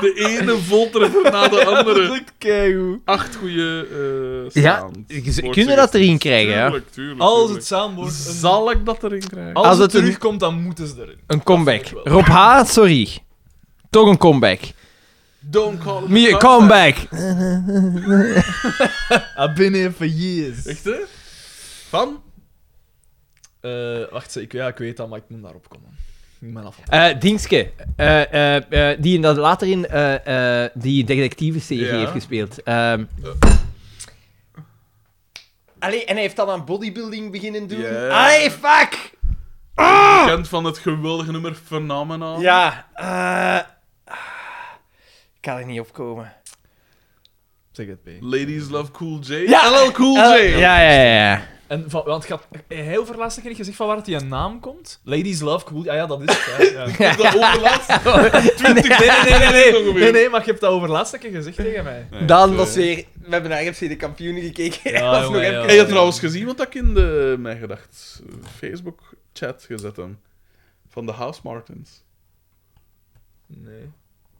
B: De ene voltreffer na de
C: [laughs]
B: andere.
C: lukt keigoed.
B: Acht goede eh
A: Ja, ze- kunnen dat erin krijgen, ja.
B: Tuurlijk, tuurlijk.
C: Als het
B: tuurlijk.
C: samen Als,
B: Zal ik dat erin krijgen?
A: Als
C: het
A: het een-
C: terugkomt, dan moeten ze erin.
A: Een comeback. Rob H, sorry. Toch een comeback.
B: Don't call it
A: Me
B: a
A: a comeback.
C: I've been here for years.
B: Echt, hè? Van?
C: Eh, wacht, ik, ja, ik weet dat, maar ik moet daarop komen. Ik ben af.
A: Eh Dingske, eh, eh, eh, die in dat later in eh, eh, die detective-serie
B: Ja.
A: heeft gespeeld. Ehm. Allee, en hij heeft dan aan bodybuilding beginnen doen.
B: Ja.
A: Allee, fuck!
B: Bekend van het geweldige nummer Phenomenon.
A: Ja, eh, ik kan er niet opkomen.
C: Zeg het, P.
B: Ladies Love Cool J.
A: Ja.
B: LL Cool J.
A: Eh, ja, ja, ja, ja.
C: En van, want gaat heel verlastig kreeg gezegd van waar die naam komt. Ladies Love Cool. Ja, ja, dat is het. [laughs] Ja, ja.
B: Is dat overlaatst?
C: Nee, nee, nee, [laughs] nee, nee,
B: Ongeveer.
C: nee, nee, maar je hebt dat over laatste keer gezegd tegen mij.
B: Nee,
A: Dan
B: eh,
A: was weer... We hebben naar FC de kampioenen gekeken. [laughs]
C: Ja,
A: was
C: jongen,
A: nog
C: ja.
A: even...
B: Heb je trouwens gezien wat ik in de, mijn gedacht, Facebook-chat gezet heb? Van de House Martins.
C: Nee,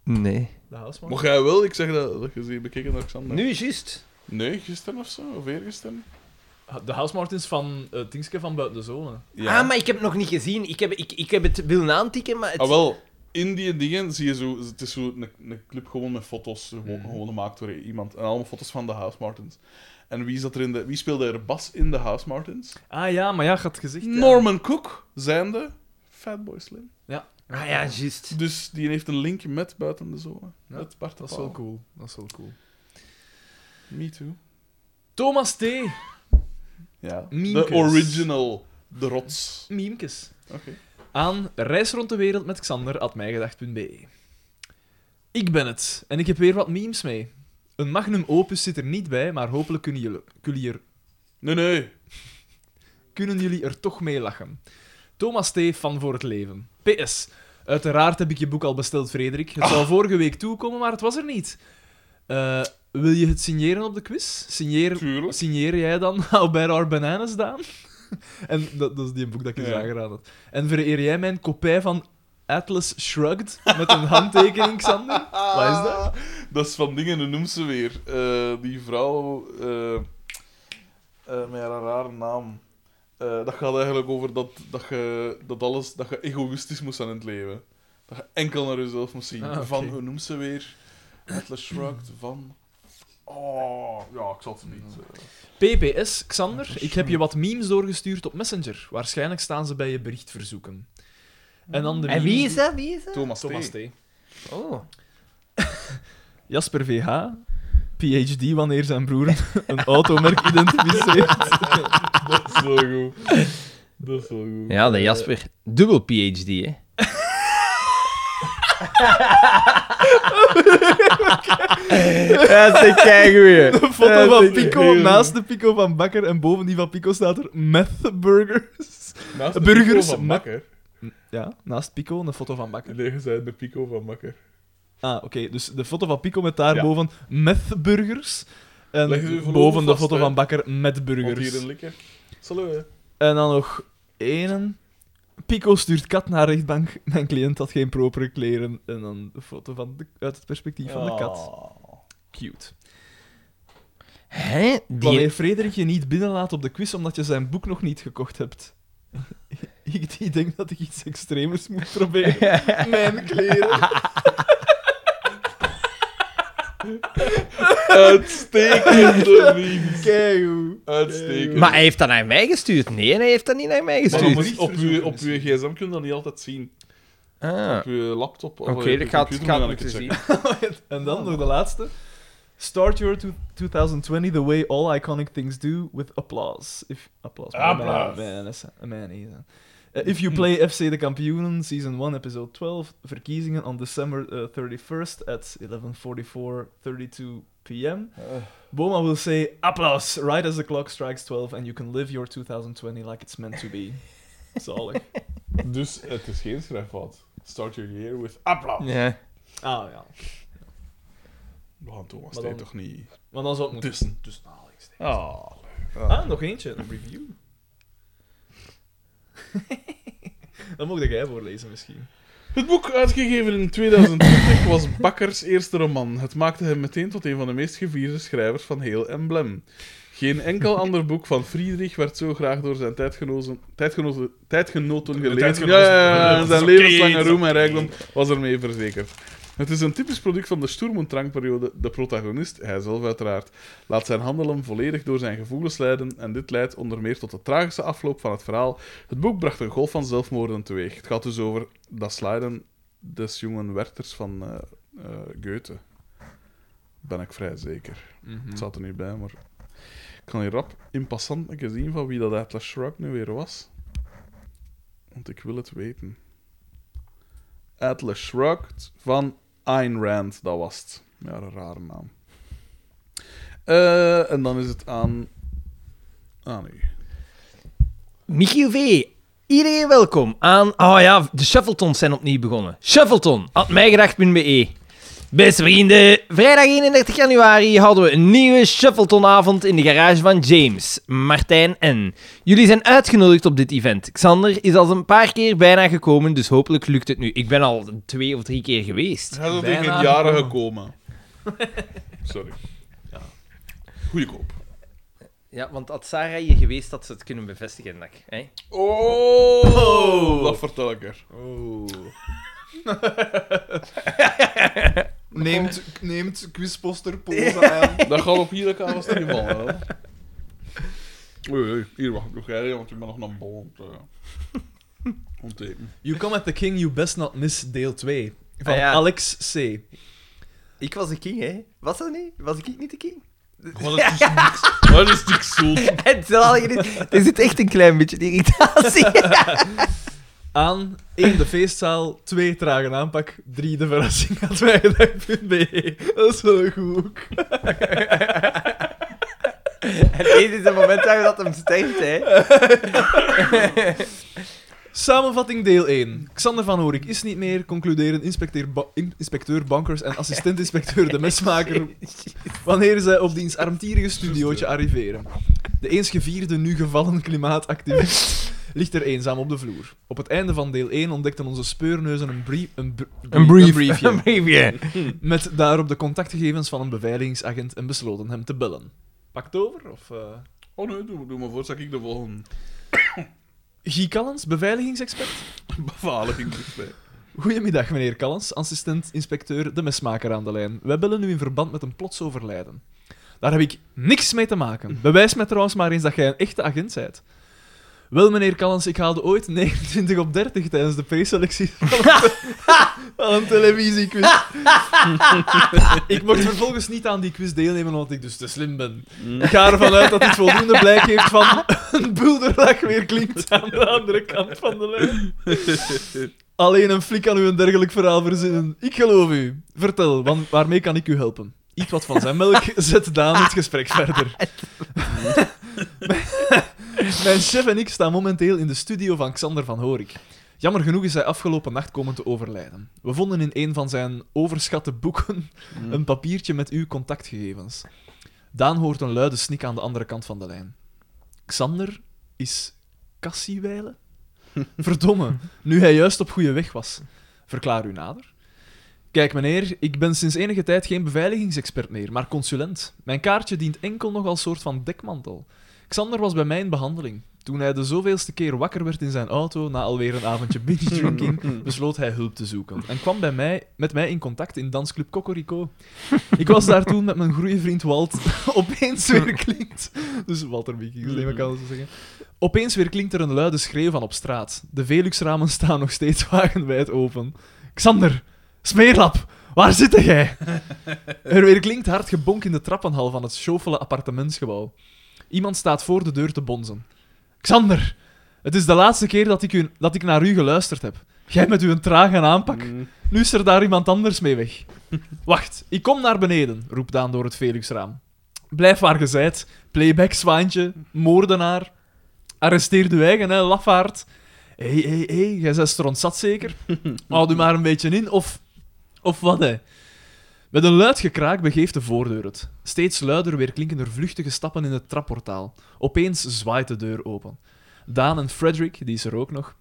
A: Nee.
C: de houseman.
B: Mocht jij wel? Ik zeg dat, dat je ze bekeken, Alexander.
A: Nu juist.
B: Nee, gisteren of zo? Of eergisteren?
C: Ah, De housemartins van eh Dingske van buiten de zone.
B: Ja.
A: Ah, maar ik heb het nog niet gezien. Ik heb, ik, ik heb het willen aantikken, maar het...
B: Ah, wel. In die dingen zie je zo... Het is zo een, een clip gewoon met foto's. Gewoon,
A: Mhm.
B: gewoon gemaakt door iemand. En allemaal foto's van de House Martins. En wie, zat er in de, wie speelde er bas in de House Martins?
C: Ah ja, maar ja, je had gezegd. ja.
B: Norman Cook, zijnde Fatboy Slim.
A: Ah ja, juist.
B: Dus die heeft een link met Buiten de Zone.
C: Ja,
B: met Bart de
C: Dat is
B: Pauw.
C: wel cool. Dat is wel cool.
B: Me too.
C: Thomas T.
B: Ja.
C: Miemkes.
B: De original. De rots.
C: Miemkes.
B: Oké.
C: Aan reis rond de wereld met Xander at mijgedacht.be. Ik ben het en ik heb weer wat memes mee. Een magnum opus zit er niet bij, maar hopelijk kunnen jullie, jullie er
B: Nee, nee.
C: kunnen jullie er toch mee lachen. Thomas T. van Voor het Leven. PS. Uiteraard heb ik je boek al besteld, Frederik.
B: Ah.
C: Het zou vorige week toekomen, maar het was er niet. Eh, wil je het signeren op de quiz? Signeer,
B: Tuurlijk.
C: signeer jij dan [laughs] How Bad Are Bananas, Daan? [laughs] en dat, dat is die boek dat ik je
B: Ja.
C: aangeraden had. En vereer jij mijn kopij van Atlas Shrugged met een handtekening, Xander? Wat is dat?
B: Dat is van dingen, hoe noem ze weer? Eh, die vrouw... eh, eh, met haar rare naam. Eh, dat gaat eigenlijk over dat, dat, je, dat, alles, dat je egoïstisch moest zijn in het leven. Dat je enkel naar jezelf moest zien.
C: Ah, oké.
B: Van, hoe noem ze weer? Atlas Shrugged, van... Oh, ja, ik zal het niet... eh,
C: PPS, Xander, ik heb je wat memes doorgestuurd op Messenger. Waarschijnlijk staan ze bij je berichtverzoeken. En, dan de
A: En wie
C: memes-
A: is dat? Wie is dat?
B: Thomas,
C: Thomas
B: T.
C: T.
A: Oh.
C: Jasper VH, PhD wanneer zijn broer [laughs] een automerk [laughs] identificeert.
B: Dat is wel goed. Dat is wel goed.
A: Ja, de Jasper. Dubbel PhD, hè. dat is een keigoeie.
C: Een foto
A: Dat is
C: van
A: echt
C: Pico
A: heel-
C: naast de Pico van Bakker en boven die van Pico staat er meth burgers.
B: Naast de
C: Burgers
B: Pico van
C: met-
B: Makker.
C: Ja, naast Pico een foto van Bakker.
B: Nee, je zei de Pico van Makker.
C: Ah, oké, dus de foto van Pico met
B: Ja.
C: daarboven meth burgers. En
B: Leg u voorlopig
C: boven de
B: vast,
C: foto
B: hè.
C: van Bakker met
B: Want
C: burgers.
B: hier een likker. Salut. hè.
C: En dan nog één. Pico stuurt kat naar rechtbank. Mijn cliënt had geen propere kleren. En dan de foto van de, uit het perspectief van de
B: Ah.
C: kat. Cute.
A: Hè?
C: Wanneer
A: Die...
C: Frederik je niet binnenlaat op de quiz omdat je zijn boek nog niet gekocht hebt. [laughs] ik, ik denk dat ik iets extremers moet proberen. Mijn kleren. [laughs]
B: Uitstekende memes.
C: Keigoed.
B: Uitstekend.
A: Mm. Maar hij heeft dat naar mij gestuurd. Nee, hij heeft dat niet naar mij
B: Maar dus dan moet
A: gestuurd.
B: je- op, je, op je gsm kun je dat niet altijd zien.
A: Ah.
B: Op je laptop. of
A: Oké,
B: op je
A: dat gaat,
B: computer
A: gaat
B: moet je
A: moeten
B: dat
A: zien.
B: checken.
C: En dan nog de laatste. Start your two- 2020 the way all iconic things do with applause. If, applause. maar
B: Applaus.
C: mijn- mijn- mijn- mijn- mijn- Eh, if you play FC De Kampioenen, Season 1, Episode 12, verkiezingen on December eh, 31st at 11.44.32 p.m. Boma will say, applaus, right as the clock strikes 12 and you can live your 2020 like it's meant to be. Zalig.
B: Dus het is geen schrijffout. Start your year with applaus.
A: Ja.
C: Ah, ja.
B: We gaan Thomas
C: Maar
B: T
C: dan-
B: toch niet...
C: Want dan zou het moeten...
B: Tussen.
C: tussen aanhalingstekens.
B: Ah.
C: Ah, nog eentje, een review. [laughs] dat mocht jij voorlezen misschien.
B: Het boek, uitgegeven in 2020, was Bakkers eerste roman. Het maakte hem meteen tot een van de meest gevierde schrijvers van heel Emblem. Geen enkel ander boek van Friedrich werd zo graag door zijn tijdgenozen, tijdgenozen, tijdgenoten gelezen.
C: tijdgenoten.
B: Ja, ja, ja, ja,
C: Dat is
B: zijn
C: oké,
B: levenslange
C: dat is
B: roem en rijkdom was ermee verzekerd. Het is een typisch product van de Sturm- en Drangperiode. De protagonist, hij zelf uiteraard, laat zijn handelen volledig door zijn gevoelens leiden en dit leidt onder meer tot de tragische afloop van het verhaal. Het boek bracht een golf van zelfmoorden teweeg. Het gaat dus over dat slijden des jongen Werthers van eh, eh, Goethe. Ben ik vrij zeker. Het staat er niet bij, maar... Ik kan hier rap in passant een keer zien van wie dat Atlas Shrugged nu weer was. Want ik wil het weten. Atlas Shrugged van Ayn Rand, dat was het. Ja, een rare naam. Eh, en dan is het aan... Ah, nee.
A: Michiel V. Iedereen welkom aan... Oh ja, de Shuffletons zijn opnieuw begonnen. Shuffleton, at mijgedacht.be. E. Beste vrienden, vrijdag 31 januari hadden we een nieuwe Shuffletonavond in de garage van James, Martijn en... Jullie zijn uitgenodigd op dit event. Xander is al een paar keer bijna gekomen, dus hopelijk lukt het nu. Ik ben al twee of drie keer geweest.
B: Hij is al
C: Bijna
B: tegen een jaren gekomen. [laughs] Sorry. Ja. Goeie koop.
A: Ja, want had Sarah hier geweest, had ze het kunnen bevestigen, Nak. Hè?
B: Oh, dat vertel ik er.
E: Oh. [laughs] Neemt, neemt quizposter
C: [laughs]
E: pose aan.
B: Dat gaat op hier, dat kan was het geval. Hè? Oei, oei, hier wacht ik nog jij, want ik ben nog naar bol om [laughs] te, om te eten.
C: You Come at the King, You Best Not Miss, deel 2. Van
A: Ah, ja.
C: Alex C.
A: Ik was de king, hè? Was dat niet? Was ik niet de king? [laughs]
B: Wat is [laughs] dus niks. Wat is niks zoet.
A: Het zal je niet- Er zit echt een klein beetje irritatie.
C: Aan 1 de feestzaal, 2 trage aanpak, 3 de verrassing [laughs] aan twijgedag.be. Dat is wel een goed. ook. [laughs]
A: en dit is het moment waar dat hem steekt, hè?
C: [laughs] Samenvatting deel 1. Xander van Horik is niet meer, concluderen inspecteur, ba- in- inspecteur Bankers en assistent-inspecteur de
A: [laughs]
C: mesmaker wanneer zij op diens armtierige studiootje arriveren. De eens gevierde, nu gevallen klimaatactivist ligt er eenzaam op de vloer. Op het einde van deel 1 ontdekten onze speurneuzen een, brief, een, br- briefje
A: Een briefje.
C: met daarop de contactgegevens van een beveiligingsagent en besloten hem te bellen. Pakt over? Of, eh
B: Oh nee, doe, doe maar voor, zak ik de volgende [laughs]
C: Guy Callens, beveiligingsexpert?
B: beveiliging bij.
C: Goedemiddag, meneer Callens, assistent-inspecteur de mesmaker aan de lijn. Wij bellen u in verband met een plots overlijden. Daar heb ik niks mee te maken. Bewijs mij trouwens maar eens dat jij een echte agent bent. Wel, meneer Callens, ik haalde ooit 29 op 30 tijdens de preselectie van een, [laughs] van een televisiequiz. ik mocht vervolgens niet aan die quiz deelnemen, omdat ik dus te slim ben. Ik ga ervan uit dat dit voldoende blijk heeft van een bulderdag weer klinkt aan de andere kant van de lijn. Alleen een flik kan u een dergelijk verhaal verzinnen. Ik geloof u. Vertel, wan- waarmee kan ik u helpen? Iets wat van zijn melk [laughs] zet Daan het gesprek verder. [laughs] Mijn chef en ik staan momenteel in de studio van Xander van Horik. Jammer genoeg is hij afgelopen nacht komen te overlijden. We vonden in een van zijn overschatte boeken een papiertje met uw contactgegevens. Daan hoort een luide snik aan de andere kant van de lijn. Xander is Cassiewijlen? Verdomme, nu hij juist op goede weg was. Verklaar u nader. Kijk, meneer, ik ben sinds enige tijd geen beveiligingsexpert meer, maar consulent. Mijn kaartje dient enkel nog als soort van dekmantel. Xander was bij mij in behandeling. Toen hij de zoveelste keer wakker werd in zijn auto na alweer een avondje binge-drinking, besloot hij hulp te zoeken en kwam bij mij, met mij in contact in dansclub Cocorico. Ik was daar toen met mijn groeivriend Walt [laughs] opeens weer klinkt. Dus Walter Wiekings, neem ik aan te zeggen. Opeens weer klinkt er een luide schreeuw van op straat. De Velux-ramen staan nog steeds [laughs] wagenwijd open. Xander, smeerlap, waar zit jij? Er weer klinkt hard gebonk in de trappenhal van het schofele appartementsgebouw. Iemand staat voor de deur te bonzen. Xander, het is de laatste keer dat ik, u, dat ik naar u geluisterd heb. Jij met uw trage aanpak. Nu is er daar iemand anders mee weg. [laughs] Wacht, ik kom naar beneden, roept Daan door het Velux-raam. Blijf waar je zijt. Playback zwaantje, moordenaar. Arresteer uw eigen, hè, lafaard. Hé, hé, hé, jij bent stront zat zeker? Houd u maar een beetje in, of... Of wat, hè? Met een luid gekraak begeeft de voordeur het. Steeds luider weer klinken er vluchtige stappen in het trapportaal. Opeens zwaait de deur open. Daan en Frederick, die is er ook nog,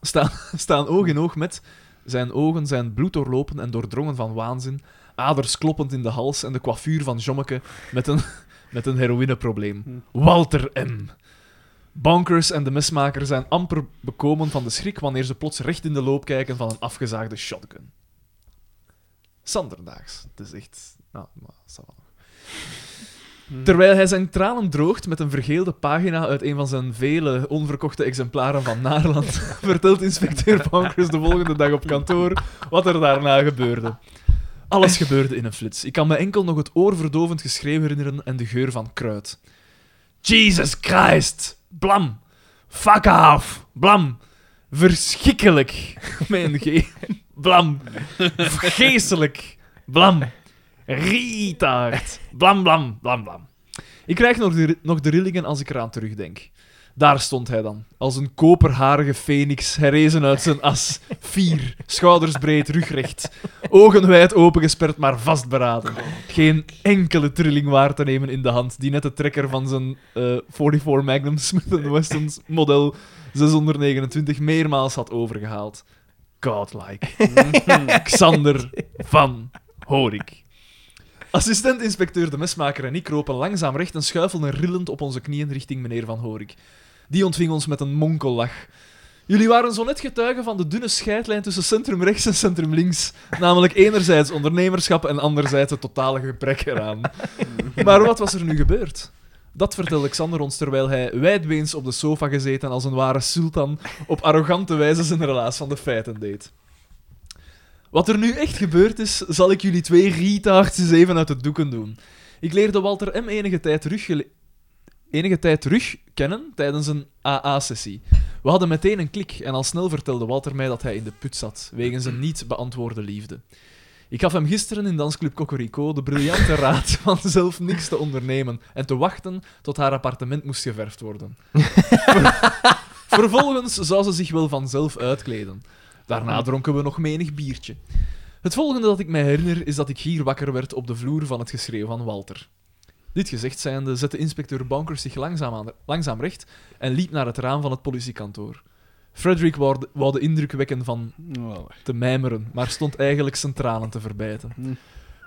C: staan, [laughs] staan oog in oog met... Zijn ogen zijn bloed doorlopen en doordrongen van waanzin, aders kloppend in de hals en de coiffuur van Jommeke met een, [laughs] met een heroïneprobleem. Walter M. Bankers en de mesmaker zijn amper bekomen van de schrik wanneer ze plots recht in de loop kijken van een afgezaagde shotgun. Sanderdaags. Het is echt... Nou, maar, ça va nog. Terwijl hij zijn tranen droogt met een vergeelde pagina uit een van zijn vele onverkochte exemplaren van Naarland, [laughs] vertelt inspecteur Bankers de volgende dag op kantoor wat er daarna gebeurde. Alles gebeurde in een flits. Ik kan me enkel nog het oorverdovend geschreeuw herinneren en de geur van kruid. Jesus Christ! Blam! Fuck off! Blam! [laughs] Verschrikkelijk! Mijn ge... Blam! Geestelijk! Blam! Rietaard! Blam, blam, blam, blam. Ik krijg nog de, nog de rillingen als ik eraan terugdenk. Daar stond hij dan, als een koperharige feniks, herrezen uit zijn as. Vier, schouders breed, rugrecht. Ogen wijd opengesperd, maar vastberaden. Geen enkele trilling waar te nemen in de hand, die net de trekker van zijn eh 44 Magnum Smith Wesson's model 629 meermaals had overgehaald. Godlike. Xander van Horik. Assistent-inspecteur de mesmaker en ik kropen langzaam recht en schuifelden rillend op onze knieën richting meneer van Horik. Die ontving ons met een monkellach. Jullie waren zo net getuigen van de dunne scheidlijn tussen centrum rechts en centrum links. Namelijk enerzijds ondernemerschap en anderzijds het totale gebrek eraan. Maar wat was er nu gebeurd? Dat vertelde Xander ons terwijl hij wijdbeens op de sofa gezeten als een ware sultan op arrogante wijze zijn relaas van de feiten deed. Wat er nu echt gebeurd is, zal ik jullie twee rietaards eens even uit de doeken doen. Ik leerde Walter M. enige tijd terug, gele- enige tijd terug kennen tijdens een AA-sessie. We hadden meteen een klik en al snel vertelde Walter mij dat hij in de put zat, wegens een niet beantwoorde liefde. Ik gaf hem gisteren in Dansclub Cocorico de briljante raad van zelf niks te ondernemen en te wachten tot haar appartement moest geverfd worden. Ver- Vervolgens zou ze zich wel vanzelf uitkleden. Daarna dronken we nog menig biertje. Het volgende dat ik mij herinner is dat ik hier wakker werd op de vloer van het geschreeuw van Walter. Dit gezegd zijnde zette inspecteur Bonkers zich langzaam, aan, langzaam recht en liep naar het raam van het politiekantoor. Frederick wou, de- wou de indruk wekken van te mijmeren, maar stond eigenlijk zijn tranen te verbijten.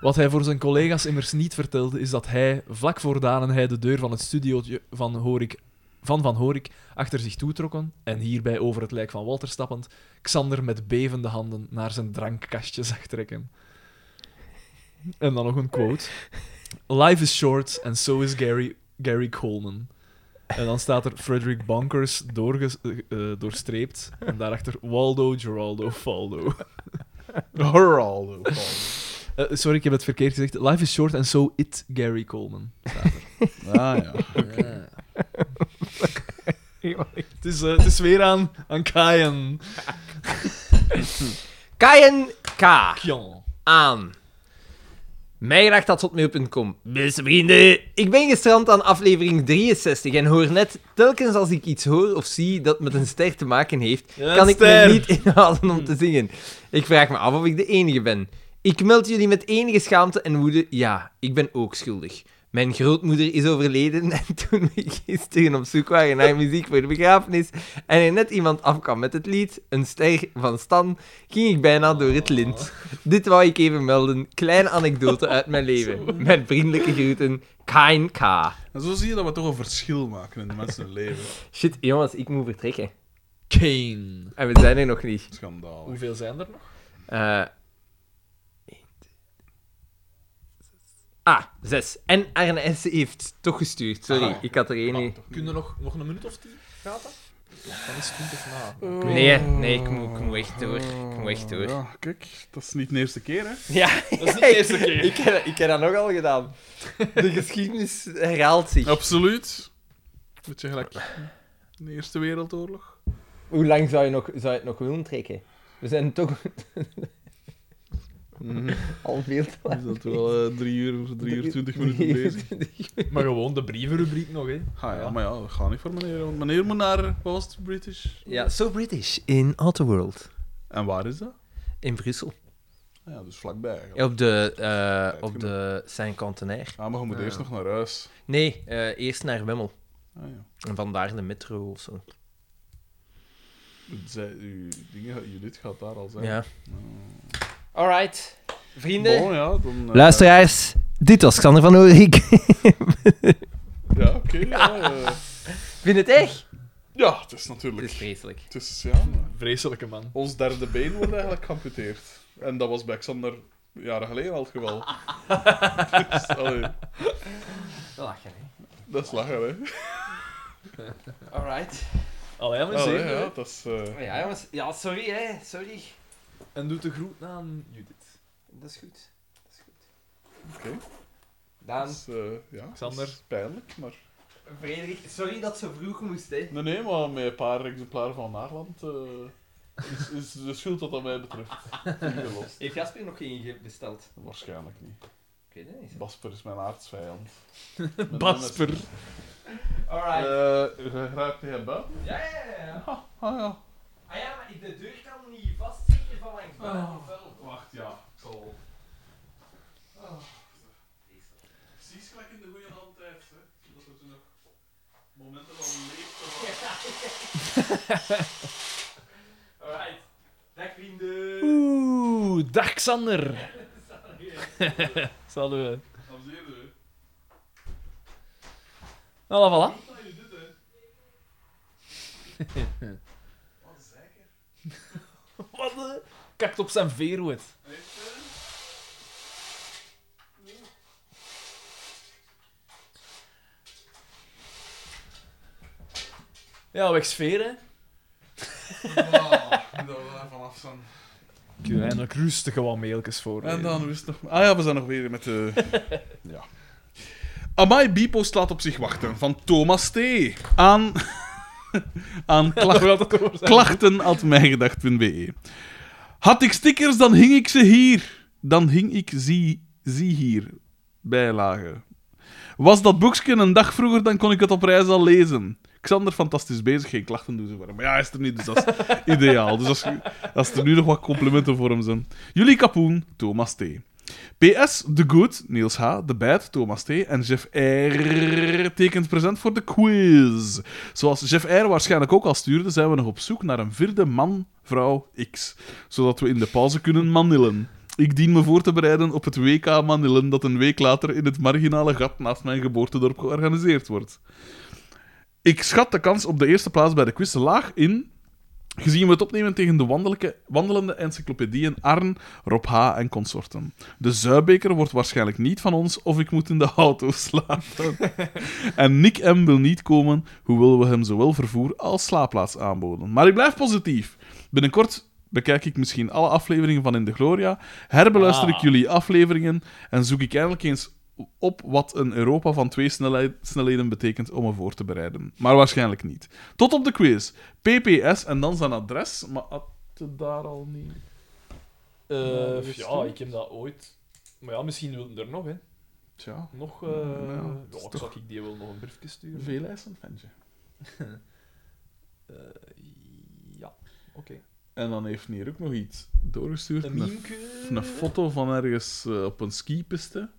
C: Wat hij voor zijn collega's immers niet vertelde, is dat hij, vlak voor Daan en hij de deur van het studiootje van Horik, van Van Horik achter zich toetrokken en hierbij over het lijk van Walter stappend, Xander met bevende handen naar zijn drankkastje zag trekken. En dan nog een quote. Life is short and so is Gary, Gary Coleman. En dan staat er Frederick Bunkers doorges- eh, eh, doorstreept. En daarachter Waldo, Geraldo, Faldo.
B: Geraldo.
C: Eh, sorry, ik heb het verkeerd gezegd. Life is short and so it Gary Coleman.
B: Ah ja.
C: Het, is, eh, het is weer aan, aan Kayan.
A: Kayen K.
C: Kjan.
A: aan. Mijgrachtdatshotmail.com Beste vrienden, ik ben gestrand aan aflevering 63 en hoor net, telkens als ik iets hoor of zie dat met een ster te maken heeft,
C: Ja,
A: kan ik
C: ster.
A: me [laughs] niet inhouden om te zingen. Ik vraag me af of ik de enige ben. Ik meld jullie met enige schaamte en woede, ja, ik ben ook schuldig. Mijn grootmoeder is overleden en [laughs] toen we gisteren op zoek waren naar muziek voor de begrafenis en er net iemand afkwam met het lied, een ster van Stan, ging ik bijna door het lint. Dit wou ik even melden. Kleine anekdote uit mijn leven. Met vriendelijke groeten, Kain K.
B: En zo zie je dat we toch een verschil maken in de mensen leven.
A: Shit, jongens, ik moet vertrekken.
C: Kane.
A: En we zijn er nog niet.
B: Schandalig.
C: Hoeveel zijn er nog?
A: Eh. één, twee, zes. Ah, zes. En Arne S. heeft toch gestuurd. Sorry, ik had er één niet.
C: Kunnen nog, nog een minuut of tien? Gaat dat? Dan is het twintig na.
A: Nee, nee, ik moet, ik moet echt door. Ik moet echt door.
B: Ja, kijk, dat is niet de eerste keer, hè?
A: Ja, Oh. [laughs] dat is niet de eerste keer. ik, heb, dat- ik heb dat nogal gedaan. [laughs] De geschiedenis herhaalt zich.
B: Absoluut. Beetje gelijk. De Eerste Wereldoorlog.
A: Hoe lang zou je, nog, zou je het nog willen trekken? We zijn toch [laughs] al veel te
B: Mhm. Is dat wel eh, drie uur, drie uur, twintig minuten [laughs] bezig?
C: Eh. Maar gewoon de brievenrubriek nog, hè.
B: Ah, ja, maar ja, dat gaat niet voor meneer. Want meneer moet naar, wat was het, British?
A: Ja, So British in Outer World.
B: En waar is dat?
A: In Brussel.
B: Ah, Ja, dus vlakbij eigenlijk.
A: op de, eh, op de Saint-Cantenaire.
B: Ah, maar je moet eerst nog naar huis.
A: Nee, eh, eerst naar Wemmel.
B: Ah ja.
A: En vandaar de metro of zo.
B: Zij, uw dingen, Judith gaat daar al zijn.
A: Ja. Alright. Vrienden.
B: Bon, ja, dan... eh,
A: Luisteraars, dit was Xander van Oorik.
B: Ja, oké. ja, eh,
A: Vind het echt?
B: ja, het is
A: Het
B: natuurlijk...
A: is vreselijk.
B: Het is, ja...
C: Vreselijke man.
B: Ons derde been wordt eigenlijk geamputeerd. En dat was bij Xander jaren geleden al het geval. dus, allee,
A: Lachen, hè.
B: dat is lachen, hè?
A: Alright. Oh
C: Allee, maar
B: Allee,
C: zeker.
B: ja,
C: hè.
B: dat is... eh,
A: Ja, jongens. Ja, sorry, hè. Sorry.
C: En doet de groet aan Judith.
A: Dat is goed. Dat is goed.
B: Oké. dat
A: Daan,
B: is, eh, ja,
C: Xander.
B: dat is pijnlijk, maar...
A: Frederik, sorry dat ze vroeg moest, hè.
B: Nee, nee, maar met een paar exemplaren van Naarland eh, is, is de schuld wat dat mij betreft ingelost.
A: Heeft Jasper nog geen ge- besteld?
B: Waarschijnlijk niet.
A: Ik weet het niet.
B: Basper is mijn aardsvijand.
C: Basper.
B: Oké,
A: Alright.
B: Eh, Raakt hij buiten?
A: Ja, ja, ja, ja.
B: Ah, ah ja.
A: Ah ja, maar de deur kan niet vast zeker van langs buiten. wel.
B: Wacht, ja. Ik zal... Precies gelijk in de goede hand tijd, hè. Dat er zo nog momenten van leeftijd...
A: Alright. Dag vrienden.
C: Oeh, dag Xander. [laughs] Salut.
B: Dames en heren, hè.
C: Voilà, voilà. [laughs]
B: Wat je dit, hè. Wat zeker.
C: Wat de... Kakt op zijn veerhoed.
B: Echt, hè?
C: Ja, weg sfeer, hè.
B: Ah, dat we daar vanaf zijn.
C: Ik doe eindelijk rustig wat mailtjes voor.
B: En
C: [laughs]
B: dan wist nog. Ah ja, we zijn nog weer met de. ja. Amai Bipo staat op zich wachten. Van Thomas T. Aan. [laughs] aan klacht- klachten at mijgedacht.be. E. Had ik stickers, dan hing ik ze hier. Dan hing ik zie, zie hier. Bijlage. Was dat boekje een dag vroeger, dan kon ik het op reis al lezen. Xander, fantastisch bezig. Geen klachten doen ze voor hem. Maar ja, hij is er niet, dus dat is [laughs] ideaal. Dus als, als er nu nog wat complimenten voor hem zijn. Jullie kapoen, Thomas T. PS, The Good, Niels H., The Bad, Thomas T. en Jeff R. tekent present voor de quiz. Zoals Jeff R. waarschijnlijk ook al stuurde, zijn we nog op zoek naar een vierde man, vrouw, X. Zodat we in de pauze kunnen manillen. Ik dien me voor te bereiden op het WK Manillen dat een week later in het marginale gat naast mijn geboortedorp georganiseerd wordt. Ik schat de kans op de eerste plaats bij de quiz laag in, Gezien we het opnemen tegen de wandelijke- wandelende encyclopedieën Arn, Rob H. en consorten. De Zuibeker wordt waarschijnlijk niet van ons of ik moet in de auto slapen. en Nick M. wil niet komen, hoewel we hem zowel vervoer als slaapplaats aanboden. Maar ik blijf positief. Binnenkort bekijk ik misschien alle afleveringen van In de Gloria, herbeluister ik
C: Ah.
B: jullie afleveringen en zoek ik eindelijk eens op wat een Europa van twee snelheid- snelheden betekent om me voor te bereiden. Maar waarschijnlijk niet. Tot op de quiz. PPS en dan zijn adres, maar had het daar al niet.
C: Eh, ja, ik heb dat ooit... Maar ja, misschien wil hij er nog, hè.
B: Tja,
C: Nog... eh
B: Nou,
C: ja,
B: dat is
C: ik
B: toch-
C: zou ik die wel nog een briefje sturen?
B: veel eisend ventje.
C: Ja, oké.
B: En dan heeft hij hier ook nog iets doorgestuurd.
C: Een
B: Een,
C: meme-ke?
B: f- een foto van ergens eh, op een skipiste.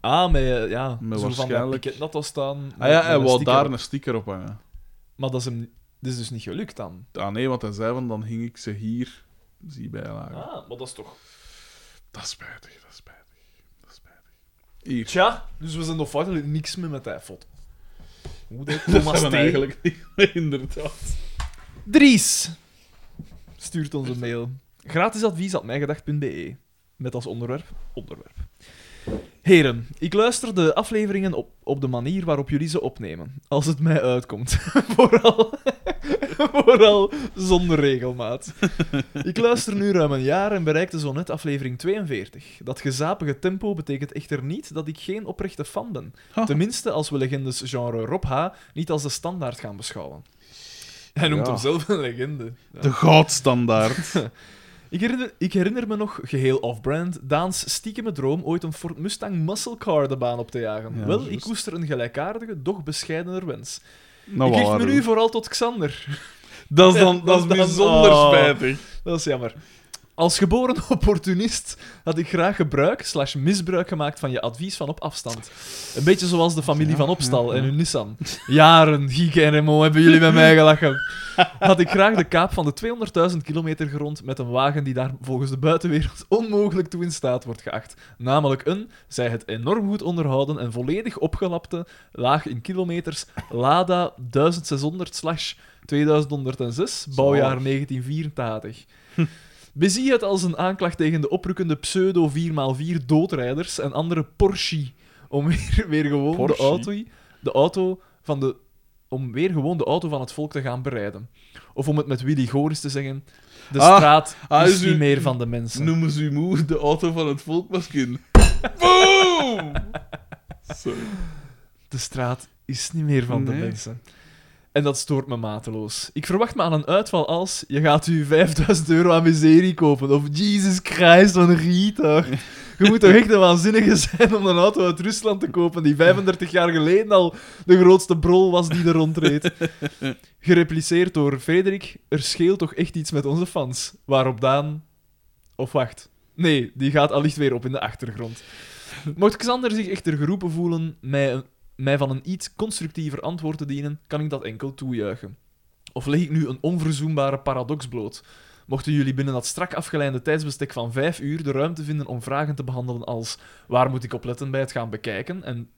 C: Ah, met, eh, ja,
B: Met
C: zo van dat
B: waarschijnlijk-
C: piket nat al staan. met-
B: Ah ja,
C: met
B: hij
C: een
B: wou
C: sticker
B: daar
C: op.
B: een sticker op hangen.
C: Maar dat is hem dat is dus niet gelukt dan.
B: Ah nee, want hij zei van dan hing ik ze hier. Zie bijlagen.
C: Ah, maar dat is toch...
B: Dat is spijtig, dat is spijtig. Dat is spijtig. Hier.
C: Tja, dus we zijn nog feitelijk niks meer met die foto. Hoe deed [laughs] Thomas
B: dat
C: T?
B: zijn we eigenlijk niet, [laughs] inderdaad.
C: Dries stuurt ons een mail. Gratisadvies at mijgedacht.be. Met als onderwerp onderwerp. Heren, ik luister de afleveringen op, op de manier waarop jullie ze opnemen. Als het mij uitkomt. [laughs] vooral, vooral zonder regelmaat. Ik luister nu ruim een jaar en bereikte zo net aflevering 42. Dat gezapige tempo betekent echter niet dat ik geen oprechte fan ben.
B: Ha.
C: Tenminste als we legendes genre Rob H. niet als de standaard gaan beschouwen. Hij noemt
B: Ja.
C: hem zelf een legende. Ja.
B: De goudstandaard.
C: Ik herinner, ik herinner me nog, geheel off-brand, Daans stiekeme droom ooit een Ford Mustang muscle car de baan op te jagen.
B: Ja,
C: Wel, ik
B: juist.
C: koester een gelijkaardige, doch bescheidener wens.
B: Nou,
C: ik richt
B: waar,
C: me nu
B: hoor.
C: vooral tot Xander.
B: Dat is, dan,
C: Ja,
B: dat is Ah.
C: dat-
B: bijzonder
C: oh.
B: spijtig.
C: Dat is jammer. Als geboren [laughs] opportunist had ik graag gebruik slash misbruik gemaakt van je advies van op afstand. Een beetje zoals de familie van Opstal en hun Nissan. Jaren, Giek en Remo, hebben jullie met mij gelachen. Had ik graag de kaap van de 200.000 kilometer gerond met een wagen die daar volgens de buitenwereld [laughs] onmogelijk toe in staat wordt geacht. Namelijk een, zij het enorm goed onderhouden en volledig opgelapte, laag in kilometers, Lada 1600 slash 2106, bouwjaar 1984. Bezie het als een aanklacht tegen de oprukkende pseudo 4x4 doodrijders en andere Porsche. Om weer, weer gewoon
B: Porsche?
C: De, auto, de auto van de. Om weer gewoon de auto van het volk te gaan bereiden. Of om het met Willy Goris te zeggen: de
B: Ah,
C: straat
B: ah,
C: is
B: is u-
C: niet meer van de mensen.
B: Noemen ze u moe de auto van het volk
C: [laughs]
B: misschien. Boom! Sorry.
C: De straat is niet meer van
B: Nee.
C: de mensen. En dat stoort me mateloos. Ik verwacht me aan een uitval als... Je gaat u 5000 euro aan miserie kopen. Of Jesus Christ, wat een retard. Je moet toch echt een waanzinnige zijn om een auto uit Rusland te kopen die 35 jaar geleden al de grootste brol was die er rondreed. Gerepliceerd door Frederik, er scheelt toch echt iets met onze fans. Waarop Daan... Of wacht. Nee, die gaat allicht weer op in de achtergrond. Mocht Xander zich echter geroepen voelen mij, mij van een iets constructiever antwoord te dienen, kan ik dat enkel toejuichen. Of leg ik nu een onverzoenbare paradox bloot? Mochten jullie binnen dat strak afgeleide tijdsbestek van vijf uur de ruimte vinden om vragen te behandelen als waar moet ik op letten bij het gaan bekijken en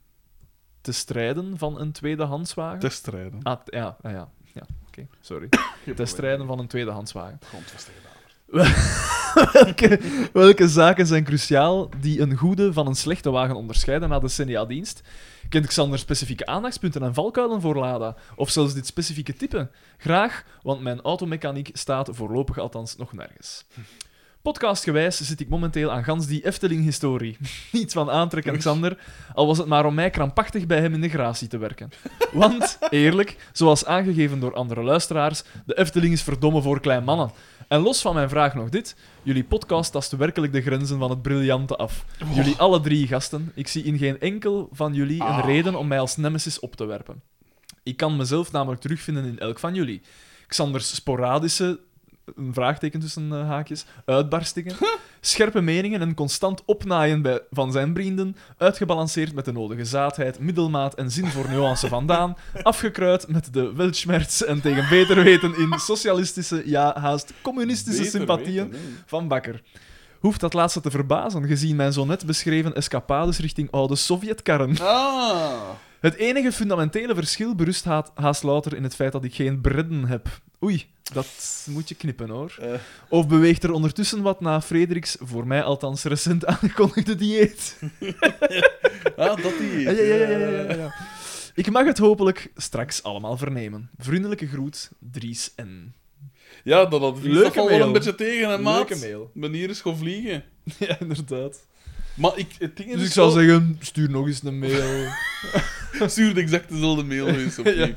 C: te strijden van een tweedehandswagen?
B: Te strijden.
C: Ah, t- ja, ah, ja, ja oké, [coughs] sorry. Te strijden van een tweedehandswagen.
B: Grondvestiging.
C: [laughs] welke, welke zaken zijn cruciaal die een goede van een slechte wagen onderscheiden na decennia dienst? Kent Xander specifieke aandachtspunten en valkuilen voor Lada? Of zelfs dit specifieke type? Graag, want mijn automechaniek staat voorlopig althans nog nergens. Podcastgewijs zit ik momenteel aan gans die Efteling-historie. [laughs] Niets van aantrekken, Xander, al was het maar om mij krampachtig bij hem in de gratie te werken. Want, eerlijk, zoals aangegeven door andere luisteraars, de Efteling is verdomme voor klein mannen. En los van mijn vraag nog dit. Jullie podcast tast werkelijk de grenzen van het briljante af. Jullie alle drie gasten. Ik zie in geen enkel van jullie een reden om mij als nemesis op te werpen. Ik kan mezelf namelijk terugvinden in elk van jullie. Xanders sporadische, een vraagteken tussen eh, haakjes, uitbarstingen, scherpe meningen en constant opnaaien bij, van zijn vrienden, uitgebalanceerd met de nodige zaadheid, middelmaat en zin voor nuance vandaan, afgekruid met de weltschmerz en tegen beter weten in socialistische, ja haast communistische sympathieën van Bakker. Hoeft dat laatste te verbazen, gezien mijn zo net beschreven escapades richting oude Sovjetkarren.
E: Ah.
C: Het enige fundamentele verschil berust haat- haast louter in het feit dat ik geen bredden heb. Oei, dat moet je knippen hoor.
B: Eh.
C: Of beweegt er ondertussen wat na Frederiks, voor mij althans recent aangekondigde dieet?
B: Ah, dat die.
C: Ja, ja, ja, ja, ja, ja. Ik mag het hopelijk straks allemaal vernemen. Vriendelijke groet, Dries N.
B: Ja, dat had
C: Leuke
B: Leuke wel
C: mail.
B: een beetje tegen, hè, maat?
C: Leuke mail.
B: Meneer is gaan vliegen.
C: Ja, inderdaad.
B: Maar ik, het ding is...
C: Dus ik
B: ik
C: zou
B: wel-
C: zeggen, stuur nog eens een mail.
B: stuurde exact dezelfde
C: [laughs]
B: mail eens opnieuw.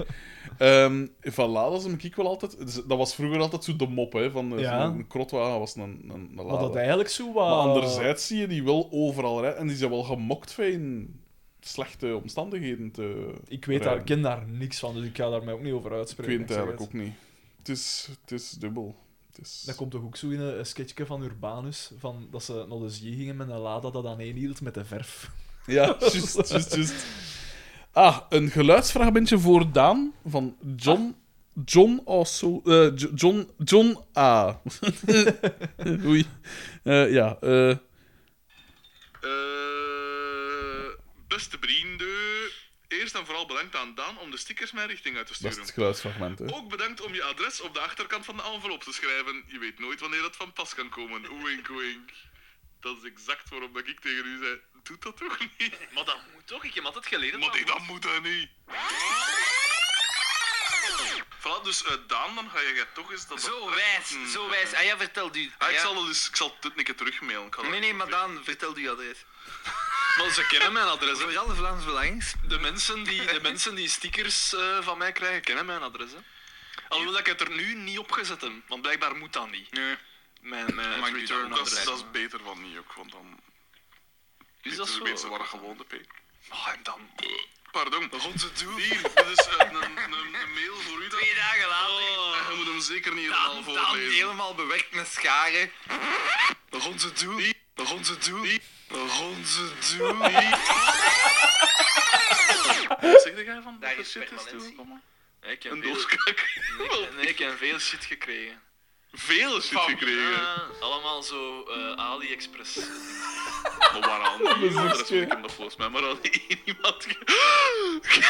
B: Ehm, van Lada's heb ik wel altijd... dus dat was vroeger altijd zo de mop, hè. Van, eh,
C: Ja.
B: Een krotwagen was een, een, een Lada.
C: Wat dat eigenlijk zo was.
B: Maar anderzijds zie je die wel overal rijden. En die zijn wel gemokt van slechte omstandigheden te...
C: Ik weet daar,
B: rijden.
C: ik ken daar niks van, dus ik ga daar mij ook niet over
B: Ik
C: uitspreken.
B: weet het
C: zeg
B: eigenlijk ook niet. Het is, het is dubbel. Het is...
C: Dat komt toch ook zo in eh, een een sketchje van Urbanus, van dat ze naar de zee gingen met een lada dat aan één hield met de verf.
B: Ja, juist, juist, juist. Ah, een geluidsfragmentje voor Daan van John... John also... eh, Jo- John... John A. [laughs] Oei. Eh, ja, eh,
F: Eh, beste vrienden, eerst en vooral bedankt aan Daan om de stickers mijn richting uit te
B: dat
F: sturen.
B: is het geluidsfragment, hè.
F: Ook bedankt om je adres op de achterkant van de envelop te schrijven. Je weet nooit wanneer dat van pas kan komen. Oink, oink. Dat is exact waarom dat ik tegen u zei. Doe dat toch niet? Maar dat moet toch? Ik heb altijd geleden Maar nee, dat moet dat niet. Voilà, dus eh, Daan, dan ga je toch eens dat... Hmm.
D: Zo wijs, zo wijs. Ah ja, vertel u.
F: Ah, ik
D: Ja.
F: zal het dus... Ik zal het een keer terugmailen. Ik ga dat
D: Nee, nee,
F: even
D: maar dan vertel u adres.
F: Maar ze kennen mijn adres. hè.
D: Vooral de Vlaams Belangs.
F: De mensen die, de mensen die stickers eh, van mij krijgen, kennen mijn adres. Hè. Alhoewel dat ik het er nu niet op gezet heb, want blijkbaar moet dat niet.
D: Nee.
F: Mijn, mijn
D: Maakt niet
F: return
D: uit, dat is-
F: adres.
D: dat
F: is beter van niet ook, want dan
D: Is dat zo? Oh,
F: gewoonte, P. Ah, en dan... Pardon. Onze doel. Hier, dit is eh, een, een, een mail voor u. Dan.
D: Twee dagen later.
F: Oh, je moet hem zeker niet helemaal
D: Dan, dan
F: voorlezen.
D: helemaal bewerkt met scharen.
F: Onze doel. Onze doel. Onze doel. Zeg jij van dat
D: Daar
F: er
D: is
F: shit is
D: permanentie.
F: toegekomen?
D: Ik heb
F: Een
D: veel,
F: dooskak.
D: nee, ik heb veel shit gekregen.
F: Veel shit gekregen.
D: Ja, allemaal zo eh, AliExpress.
F: Maar waaraan? Dat is ik hem dat volgens mij maar al één [laughs] iemand. Ja,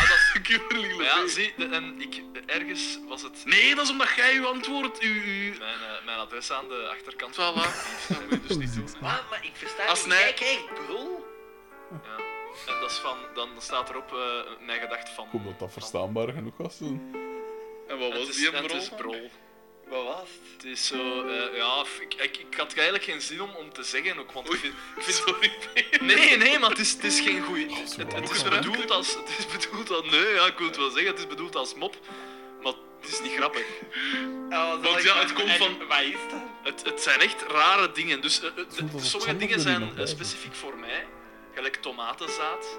F: dat is ik heb er niet
D: Maar ja,
F: mee.
D: zie, de- en ik, ergens was het
F: Nee, dat is omdat jij uw antwoord. U, u.
D: mijn, eh, mijn adres aan de achterkant.
F: Voilà. Dat moet je dus niet doen.
D: Ah, maar ik versta
F: Als niet. hij- Jij
D: krijgt brul. Ja. En dat is van, dan staat erop eh mijn gedacht van.
B: Ik hoop dat dat verstaanbaar genoeg was. toen.
F: En wat was
D: het is,
F: die
D: Het is
F: bro?
D: brol. Wat was het? Het is zo, eh, ja, f- ik, ik, ik had eigenlijk geen zin om, om te zeggen ook, want ik vind... ik vind-
F: Sorry, P.
D: Nee, nee, maar het is, het is geen goeie... Het, het,
F: Moet
D: is
F: je eruit
D: bedoeld als... Het is bedoeld als... Nee, ja, ik wil het wel zeggen, het is bedoeld als mop. Maar Het is niet grappig.
F: Want ja, het komt van...
D: Wat is dat? Het, het zijn echt rare dingen. Dus eh, eh,
B: alsof
D: sommige
B: Xander
D: dingen
B: er
D: zijn
B: iemand
D: eh,
B: bij is.
D: specifiek voor mij. Gelijk tomatenzaad.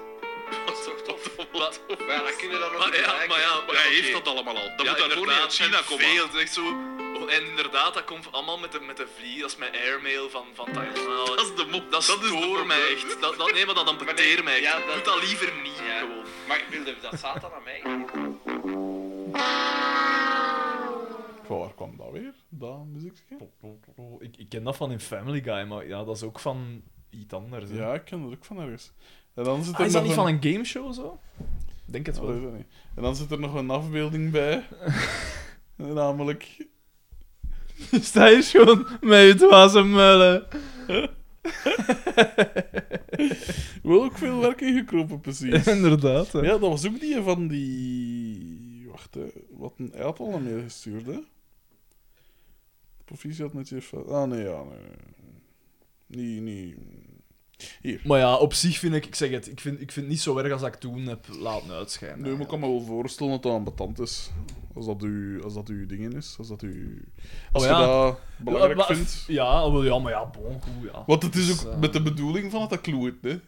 F: Wat is dat?
D: Wat?
G: Ja, dat kunnen we dan nog
D: Maar Ah, ja, maar ja, maar
F: Hij
D: oké.
F: heeft dat allemaal al. Dat
D: Ja,
F: moet daarvoor niet uit
D: inderdaad.
F: China
D: En
F: komen.
D: Veel, het is echt zo... oh, en inderdaad, dat komt allemaal met de, met de vlie. Dat is mijn airmail van, van Taiwan.
F: [laughs] Dat is de mop.
D: Dat
F: is de
D: stoor
F: mop,
D: mij
F: hè.
D: echt. Dat, dat, nee, maar dat amputeer
G: Maar nee,
D: mij echt.
G: ja, dat-
D: Doe dat liever niet,
G: Ja.
D: gewoon.
G: Maar ik wilde dat Satan aan mij.
B: Van waar kwam dat weer? Dat muziekje?
C: Oh, Ik, ik ken dat van in Family Guy, maar ja, dat is ook van iets anders. hè.
B: Ja, ik ken dat ook van ergens. En dan zit er
C: Ah, is dat
B: nog
C: niet van een gameshow zo? Ik Denk het
B: Dat weet
C: wel.
B: ik niet. En dan zit er nog een afbeelding
C: [laughs]
B: bij. Namelijk...
C: [laughs] Sta je gewoon met je dwaze muilen.
B: Wel ook veel werk ingekropen, precies.
C: Inderdaad. hè.
B: Ja, dat was ook die van die... Wacht, hè. Wat een... Hij had al naar mij gestuurd, hè. Proficiat met je... fa- Ah, nee, ja, nee. Nee, nee.
C: Maar ja, op zich vind ik, ik zeg het, ik vind, ik vind het niet zo erg als dat ik toen heb laten uitschijnen.
B: Nee, maar ik kan me wel voorstellen dat dat ambetant is. Als dat, u, als dat uw dingen is. Als dat u... Als
C: ja.
B: je dat belangrijk
C: Ja, maar-
B: vindt.
C: Ja, wel, ja, maar ja, bon, goed, ja.
B: Want het is
C: Dus,
B: ook
C: eh,
B: met de bedoeling van dat dat kloeit, hè.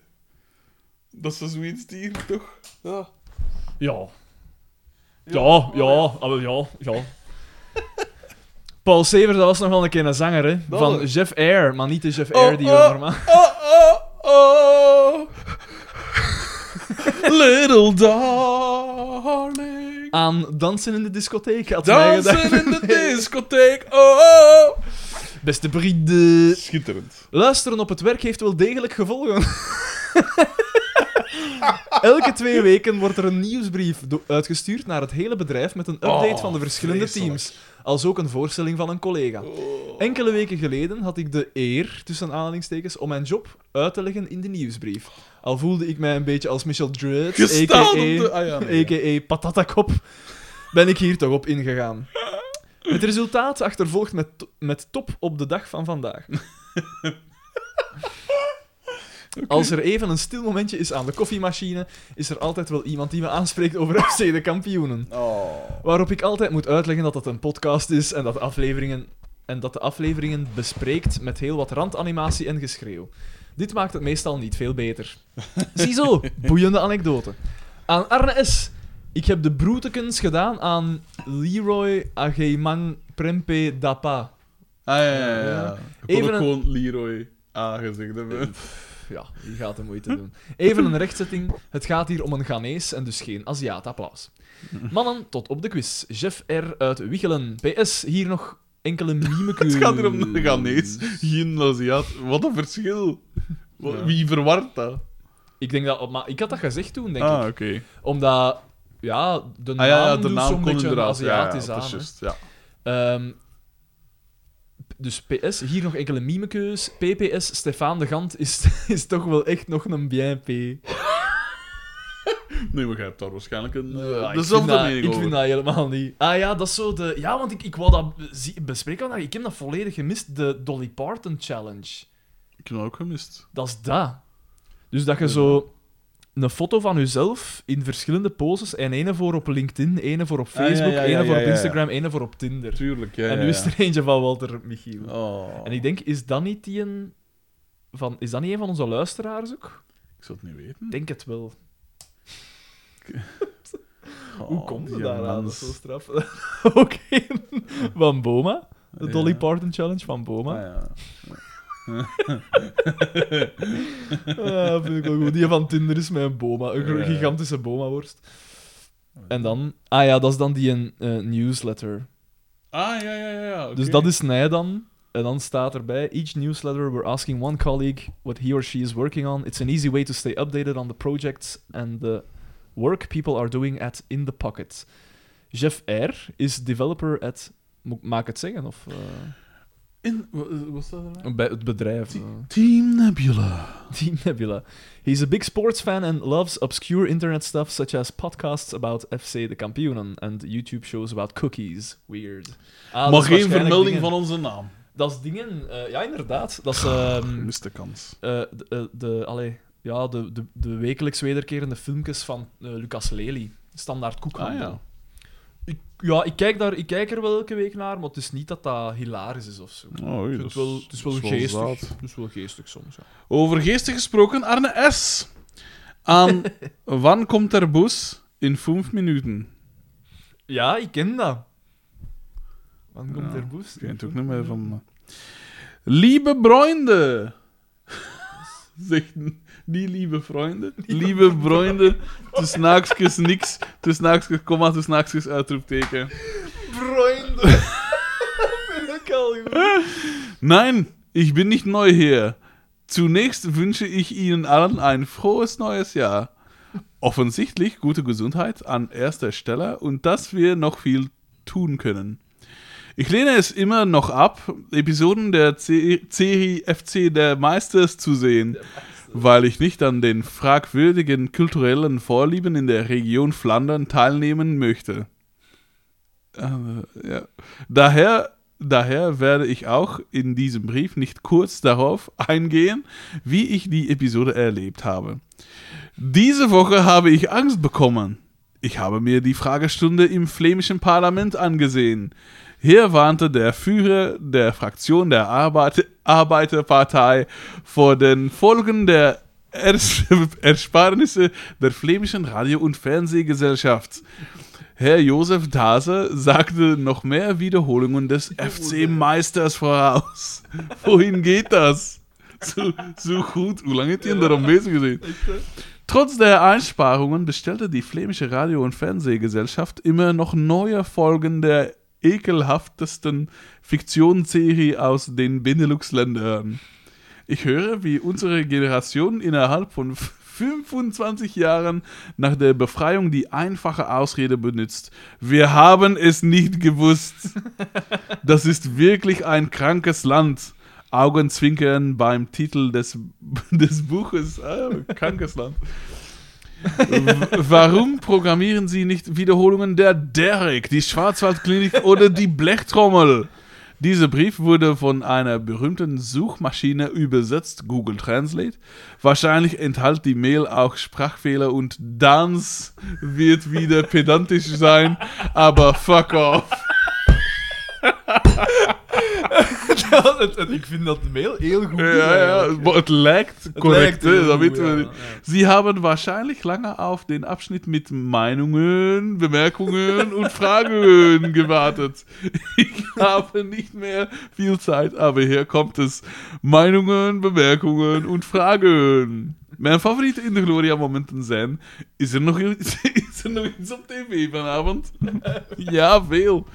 B: Dat is zoiets hier, toch? Ja.
C: Ja. Ja, ja, ah, wel, ja, ja. [laughs] Paul Sever, dat was nog wel een keer een zanger, hè.
B: Dat
C: Van
B: was-
C: Jeff Air, maar niet de Jeff
B: Oh,
C: Air die we
B: oh.
C: normaal... [laughs]
B: Oh, oh, oh. Little darling.
C: Aan Dansen in de discotheek had mij gedacht.
B: Dansen in de discotheek. Oh, oh.
C: [laughs] Beste vrienden.
B: Schitterend.
C: Luisteren op het werk heeft wel degelijk gevolgen. [laughs] Elke twee weken wordt er een nieuwsbrief do- uitgestuurd naar het hele bedrijf met een update
B: Oh,
C: van de verschillende
B: vreselijk.
C: teams, als ook een voorstelling van een collega. Enkele weken geleden had ik de eer, tussen aanhalingstekens, om mijn job uit te leggen in de nieuwsbrief. Al voelde ik mij een beetje als Michel Druids,
B: Gestaan
C: a.k.a.
B: op de... Ah, ja, nee, ja.
C: a.k.a. patatakop, E ben ik hier toch op ingegaan. Het resultaat achtervolgt met, met top op de dag van
B: [laughs]
C: vandaag. Als er even een stil momentje is aan de koffiemachine, is er altijd wel iemand die me aanspreekt over [laughs] FC de kampioenen.
B: Oh.
C: Waarop ik altijd moet uitleggen dat het een podcast is en dat, de afleveringen, en dat de afleveringen bespreekt met heel wat randanimatie en geschreeuw. Dit maakt het meestal niet veel
B: [laughs]
C: beter. Ziezo, boeiende anekdote. Aan Arne S. Ik heb de broetekens gedaan aan Leroy Agemang Prempe Dapa.
B: Ah, ja, ja, ja. Ik kon
C: Even
B: ook
C: een-
B: gewoon Leroy aangezegd hebben.
C: Ja, die gaat de moeite doen. Even een rechtzetting. Het gaat hier om een Ghanese en dus geen Aziat applaus. Mannen, tot op de quiz. Jeff R. uit Wichelen. PS, hier nog
B: [laughs]
C: enkele mimekuus.
B: Het gaat hier om de Ghanese, geen Aziat. Wat een verschil. Wat- Wie verwart dat?
C: Ik denk dat... Maar ik had dat gezegd toen, denk
B: ah,
C: ik.
B: oké.
C: Omdat... Ja, de naam,
B: Ah ja, ja, de
C: doet zo'n
B: naam kon
C: beetje een
B: inderdaad. Ja, ja,
C: Aziatisch
B: dat is
C: aan. hè.
B: juist. Ja.
C: Ehm, p- dus PS, hier nog enkele mimekeus. PPS, Stefaan de Gant is, [laughs] is toch wel echt nog een bien P.
B: Ah, Nee, maar jij hebt daar waarschijnlijk een, eh,
C: Ja, ik vind
B: dezelfde
C: dat-
B: mening
C: Ik
B: over.
C: vind dat helemaal niet. Ah ja, dat is zo de... Ja, want ik, ik wou dat be- zie- bespreken, maar ik heb dat volledig gemist. De Dolly Parton Challenge.
B: Ik heb dat ook gemist.
C: Dat is dat. Dus dat je zo een foto van jezelf in verschillende poses en ene voor op LinkedIn, ene voor op
B: Ah, ja, ja,
C: Facebook,
B: ja,
C: ene
B: ja,
C: voor
B: ja,
C: op
B: ja.
C: Instagram, ene voor op Tinder.
B: Tuurlijk, ja.
C: en nu
B: ja,
C: is
B: ja.
C: er eentje van Walter Michiel.
B: Oh.
C: En ik denk, is dat niet die een... Van, is dat niet een van onze luisteraars ook?
B: Ik zou het niet weten.
C: Ik denk het wel.
B: Oh,
C: Hoe komt het
B: die
C: daaraan? Dat is
B: mens. Ah,
C: zo straf. [laughs] Ook in van Boma. De Dolly
B: Ja.
C: Parton Challenge van Boma.
B: Ah, ja.
C: [laughs] Ah, vind ik wel goed. Die van Tinder is mijn Boma. Een gro-
B: Ja.
C: gigantische Boma-worst. En dan... Ah ja, dat is dan die een, eh, newsletter.
B: Ah, ja, ja, ja. ja. oké.
C: Dus dat is Nij dan. En dan staat erbij: Each newsletter we're asking one colleague what he or she is working on. It's an easy way to stay updated on the projects and the work people are doing at In the Pocket. Jeff R. is developer at. mo- Maak het zeggen? Of eh,
B: In, wa- eh, wat staat Ah, erbij?
C: bij het bedrijf. eh. [laughs]
B: Team Nebula.
C: Team Nebula. He's a big sports fan and loves obscure internet stuff such as podcasts about FC de Kampioenen and YouTube shows about cookies. Weird.
B: maar
C: Ah, dat is
B: geen
C: waarschijnlijk
B: vermelding
C: dingen-
B: van onze naam.
C: Dat is dingen... eh, ja, inderdaad. Dat is...
B: Ah,
C: ehm,
B: Mist de kans.
C: eh, de, eh, de, allee, ja, de, de, de wekelijks wederkerende filmpjes van eh, Lucas Lely. Standaard koekhandel.
B: Ah, ja.
C: ik, ja, ik kijk, daar, ik kijk er wel elke week naar, maar het is niet dat dat hilarisch is of zo.
B: Oh, oei,
C: Ik
B: dat
C: vind het, wel, het is wel
B: dat
C: geestig.
B: zaad.
C: Het is wel geestig soms, ja.
B: Over geestig gesproken, Arne S. [laughs] Aan Wan komt er boes in 5 minuten?
C: Ja, ik ken dat. Wanneer komt
B: Ja,
C: er boost?
B: Dus Ik weet ook niet meer van. eh. Lieve [laughs] Freunde. Zegt n- niet lieve vrienden. Lieve vrienden. Tussen haakjes niks. Tussen haakjes komma. Tussen haakjes uitroepteken.
C: [laughs]
B: Nein, ich bin nicht neu hier. Zunächst wünsche ich Ihnen allen ein frohes neues Jahr. Offensichtlich gute Gesundheit an erster Stelle und dass wir noch viel tun können. Ich lehne es immer noch ab, Episoden der C- Serie FC der Meisters zu sehen, weil ich nicht an den fragwürdigen kulturellen Vorlieben in der Region Flandern teilnehmen möchte. Äh, ja. Daher, daher werde ich auch in diesem Brief nicht kurz darauf eingehen, wie ich die Episode erlebt habe. Diese Woche habe ich Angst bekommen. Ich habe mir die Fragestunde im flämischen Parlament angesehen. Hier warnte der Führer der Fraktion der Arbeit Arbeiterpartei vor den Folgen der Ers [laughs] Ersparnisse der flämischen Radio- und Fernsehgesellschaft. Herr Josef Dase sagte noch mehr Wiederholungen des FC-Meisters voraus. [laughs] Wohin geht das? So, so gut, wie lange hat ihr denn darum bezig gesehen? Trotz der Einsparungen bestellte die flämische Radio- und Fernsehgesellschaft immer noch neue Folgen der ekelhaftesten Fiktionsserie aus den Benelux-Ländern. Ich höre, wie unsere Generation innerhalb von 25 Jahren nach der Befreiung die einfache Ausrede benutzt. Wir haben es nicht gewusst. Das ist wirklich ein krankes Land. Augenzwinkern beim Titel des, [laughs] des Buches. Ah, krankes Land. W- Warum programmieren Sie nicht Wiederholungen der Derek, die Schwarzwaldklinik oder die Blechtrommel? Dieser Brief wurde von einer berühmten Suchmaschine übersetzt, Google Translate. Wahrscheinlich enthält die Mail auch Sprachfehler und Dance wird wieder pedantisch sein, aber fuck off.
C: Het- het- ik vind dat mail heel goed.
B: Ja, ja,
C: eigenlijk.
B: maar het lijkt correct,
C: lijkt heel
B: hè, dat
C: goed,
B: weten we
C: ja,
B: niet.
C: ja.
B: Sie haben wahrscheinlich lange auf den Abschnitt mit Meinungen, Bemerkungen und
C: [laughs]
B: Fragen gewartet. Ich habe nicht mehr viel Zeit, aber hier kommt es. Meinungen, Bemerkungen und Fragen. Mijn favoriete in de Gloria momenten zijn... Is er nog [laughs] iets, is er nog iets op tv
C: [laughs]
B: vanavond? ja, veel.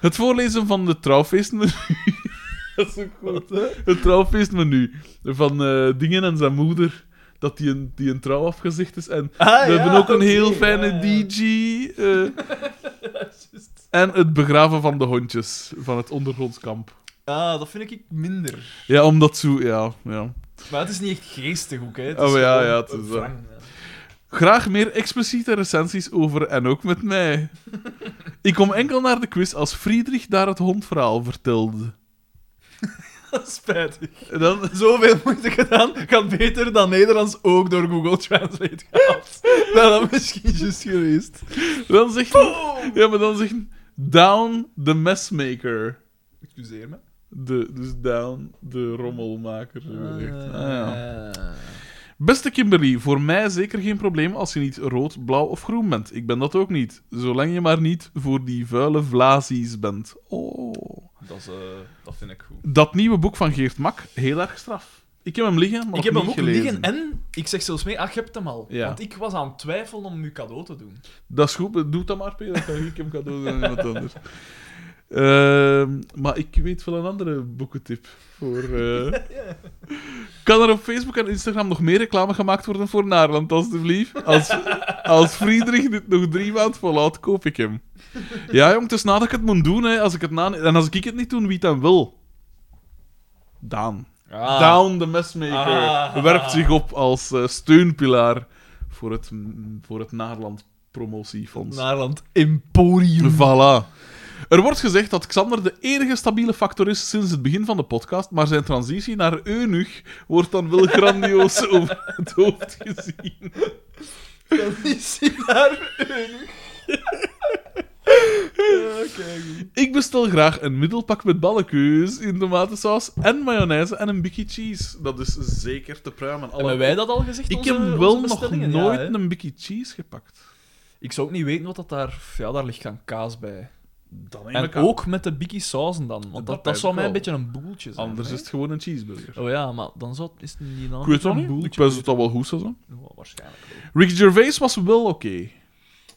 B: Het voorlezen van de trouwfeestmenu. [laughs] Dat is ook goed, hè? Het trouwfeestmenu van eh, Dingen en zijn moeder. Dat die een, die een trouw afgezegd is. En we hebben ook een heel fijne DJ. eh. [laughs] en het begraven van de hondjes van het ondergrondskamp.
C: Ah, dat vind ik minder.
B: Ja, omdat zo... Ja, ja.
C: Maar het is niet echt geestig ook, hè. Het
B: Oh,
C: is
B: ja,
C: gewoon
B: ja, het is,
C: een wrang, ja.
B: Graag meer expliciete recensies over en ook met [laughs] mij. Ik kom enkel naar de quiz als Friedrich daar het hondverhaal vertelde.
C: Spijtig.
B: [laughs] En Dan,
C: Zoveel moeite gedaan, gaat beter dan Nederlands ook door Google Translate [laughs] gehaald. Nou, dat misschien juist geweest.
B: dan zegt... Ja, maar dan zegt... Down the messmaker.
C: Excuseer me.
B: De, dus down de rommelmaker. zo gezegd. Ah, ja.
C: Eh,
B: Beste Kimberly, voor mij zeker geen probleem als je niet rood, blauw of groen bent. Ik ben dat ook niet. Zolang je maar niet voor die vuile vlazies bent. Oh.
C: dat, is, eh, dat vind ik goed.
B: Dat nieuwe boek van Geert Mak, heel erg straf. Ik heb hem liggen, maar
C: ik heb
B: nog
C: hem ook
B: niet gelezen.
C: liggen en ik zeg zelfs mee, ah, je hebt hem al.
B: Ja.
C: Want ik was aan het twijfelen om nu cadeau te doen.
B: Dat is goed, doe dat maar, P. Dan kan ik hem cadeau doen aan iemand anders. Ehm, maar ik weet wel een andere boekentip. Voor, eh. Kan er op Facebook en Instagram nog meer reclame gemaakt worden voor Naarland, alstublieft? Als, als Friedrich dit nog drie maanden volhoudt, koop ik hem. Ja, jong, het is nadat ik het moet doen. Hè. Als ik het na... En als ik het niet doe, wie dan wil? Daan. Down the Messmaker
C: Ah.
B: werpt zich op als eh, steunpilaar voor het, voor het Naarland Promotiefonds.
C: [laughs] Naarland Emporium.
B: Voilà. Er wordt gezegd dat Xander de enige stabiele factor is sinds het begin van de podcast, maar zijn transitie naar eunuch wordt dan wel
C: [laughs]
B: grandioos over het hoofd gezien.
C: Is hij daar?
B: Ik bestel graag een middelpak met ballenkeus in tomatensaus en mayonaise en een bikkie cheese. Dat is zeker te pruimen. Alle...
C: Hebben wij dat al gezegd?
B: Ik
C: onze-
B: heb
C: onze
B: wel nog
C: bestellingen? Ja,
B: nooit
C: hè.
B: een bikkie cheese gepakt.
C: Ik zou ook niet weten wat dat daar... Ja, daar ligt gaan kaas bij.
B: Dan neem
C: En
B: ik aan.
C: ook met de biggie sauzen dan.
B: Dat
C: Want dat, dat
B: blijft
C: zou mij een
B: wel.
C: beetje een boeltje zijn.
B: Anders
C: hè?
B: is het gewoon een cheeseburger.
C: Oh ja, maar dan zou het, is het niet een
B: Ik weet het
C: een
B: niet. Ik
C: boeltje
B: wens
C: meer.
B: het al wel goed zou zijn.
C: Ja, waarschijnlijk.
B: Ricky Gervais was wel oké.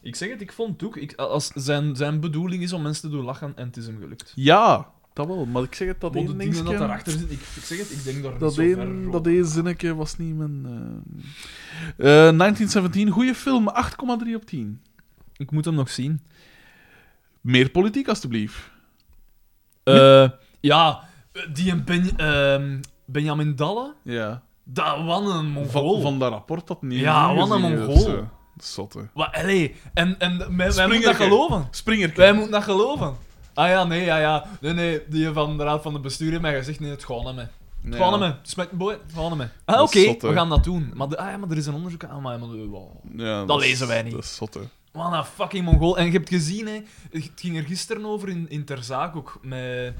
C: Ik zeg het, ik vond het ook. Ik, als zijn, zijn bedoeling is om mensen te doen lachen en het is hem gelukt.
B: Ja, dat wel. Maar ik zeg het, dat
C: Want
B: één
C: de dingen dat
B: dingetje...
C: daarachter zit, ik, ik zeg het, ik denk daar
B: Dat
C: niet zo ver
B: één,
C: over.
B: dat één zinnetje was niet mijn... eh. Eh, 1917, goede film, 8,3 op 10.
C: Ik moet hem nog zien.
B: Meer politiek, alstublieft.
C: Eh, ja, die en ben, ehm, Benjamin Dalle,
B: Ja.
C: dat wat een
B: Van,
C: Mongool.
B: van dat rapport dat niet.
C: Ja, wat een
B: gezien heeft,
C: Mongool.
B: zo. Zotte.
C: Wat, allee, en, en wij- wij, moeten dat
B: Springerke.
C: geloven.
B: Springer.
C: Wij moeten dat geloven. Ah ja, nee, ja, ja. Nee, nee, die van de raad van de bestuur heeft mij gezegd, nee, het gaat niet mee. Het gaat niet mee. Smack boy, het gaat niet mee. Ah,
B: Dat
C: oké,
B: is zot, hè.
C: we gaan dat doen. Maar, de- ah, ja, maar er is een onderzoek aan, maar... eh, maar de- wow.
B: Ja,
C: Dat
B: is-
C: lezen wij niet.
B: Dat is zotte.
C: Wat een fucking Mongool. En je hebt gezien, hè, het ging er gisteren over in, in Ter Zaak ook. Met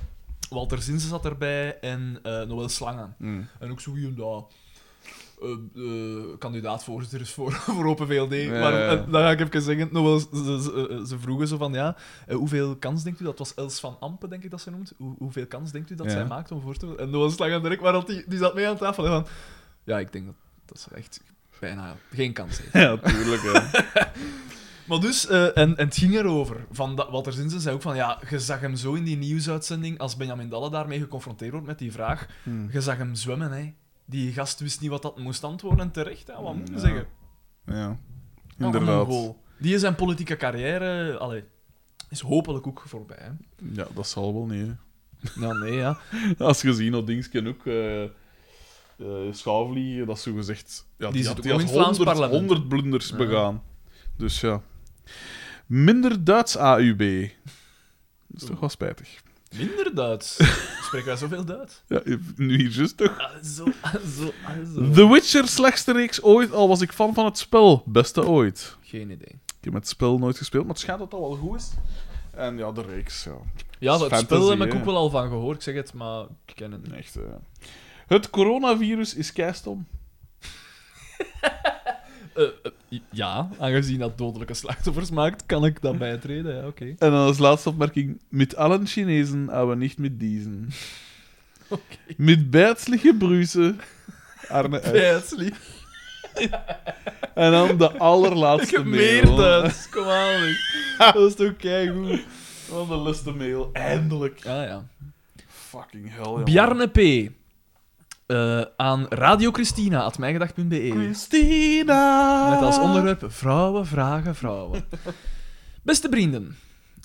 C: Walter Zinsen zat erbij en eh Noël Slangen.
B: Mm.
C: En ook zo wie dat. kandidaat-voorzitter is eh, voor, [laughs] voor Open VLD.
B: Ja,
C: maar
B: ja.
C: eh, dan ga ik even zeggen, Noël, ze, ze- eh, ze vroegen zo van ja, eh, hoeveel kans denkt u, dat was Els van Ampen, denk ik dat ze noemt, Hoe- hoeveel kans denkt u dat
B: Ja.
C: zij maakt om voor te En Noël Slangen direct, maar die, die zat mee aan tafel. hè, Van, ja, ik denk dat, dat ze echt bijna geen kans heeft.
B: Ja, tuurlijk. hè.
C: Maar dus, eh, en, en het ging erover. Van dat, Walter Zinsen zei ook van, ja, je zag hem zo in die nieuwsuitzending, als Benjamin Dalle daarmee geconfronteerd wordt met die vraag,
B: Hmm.
C: je zag hem zwemmen, hè. Die gast wist niet wat dat moest antwoorden en terecht, hè. Wat moet je zeggen?
B: ja,
C: Ah, wat een
B: inderdaad.
C: goal. Die zijn politieke carrière, allee, is hopelijk ook voorbij, hè.
B: Ja, dat zal wel niet. hè.
C: Ja, nee, ja.
B: Als je ziet dat Dingsken ook. eh eh, Schouwvliegen, dat is zo gezegd. Ja, die,
C: zit
B: had,
C: ook
B: die
C: al
B: had
C: in het Vlaams
B: 100,
C: parlement.
B: 100 blunders begaan. Dus ja. Minder Duits AUB. Dat is toch wel spijtig.
C: Minder [laughs] Duits. Spreken wij zoveel Duits?
B: Ja, nu hier juist toch.
C: Ah, zo, ah, zo, ah, zo.
B: The Witcher, slechtste reeks ooit, al was ik fan van het spel. Beste ooit.
C: Geen idee.
B: Ik heb het spel nooit gespeeld, maar het schijnt dat dat wel goed is. En ja, de reeks, ja.
C: Ja,
B: Dat
C: dat
B: is
C: spel
B: fantasy,
C: heb ik
B: hè.
C: ook wel al van gehoord, ik zeg het, maar ik ken het niet.
B: Echt, eh. Het coronavirus is keistom.
C: Eh, eh, ja, aangezien dat dodelijke slachtoffers maakt, kan ik dat bijtreden. Ja, oké.
B: En dan als laatste opmerking. Met allen Chinezen, maar niet met
C: [laughs]
B: diesen. Met bijtslige bruisen. Arne
C: Eh,
B: uit.
C: [laughs] Bijtsli.
B: En dan de
C: [laughs]
B: allerlaatste
C: Meer
B: mail.
C: Duits, kom aan. [laughs] zeg. Dat is toch keigoed.
B: Dan de laatste mail. Eindelijk.
C: Ah ja.
B: Fucking hell, ja.
C: Bjarne P. Eh, aan Radio Christina, at mijngedacht.be.
B: Christina.
C: Met als onderwerp vrouwen vragen vrouwen. Beste vrienden,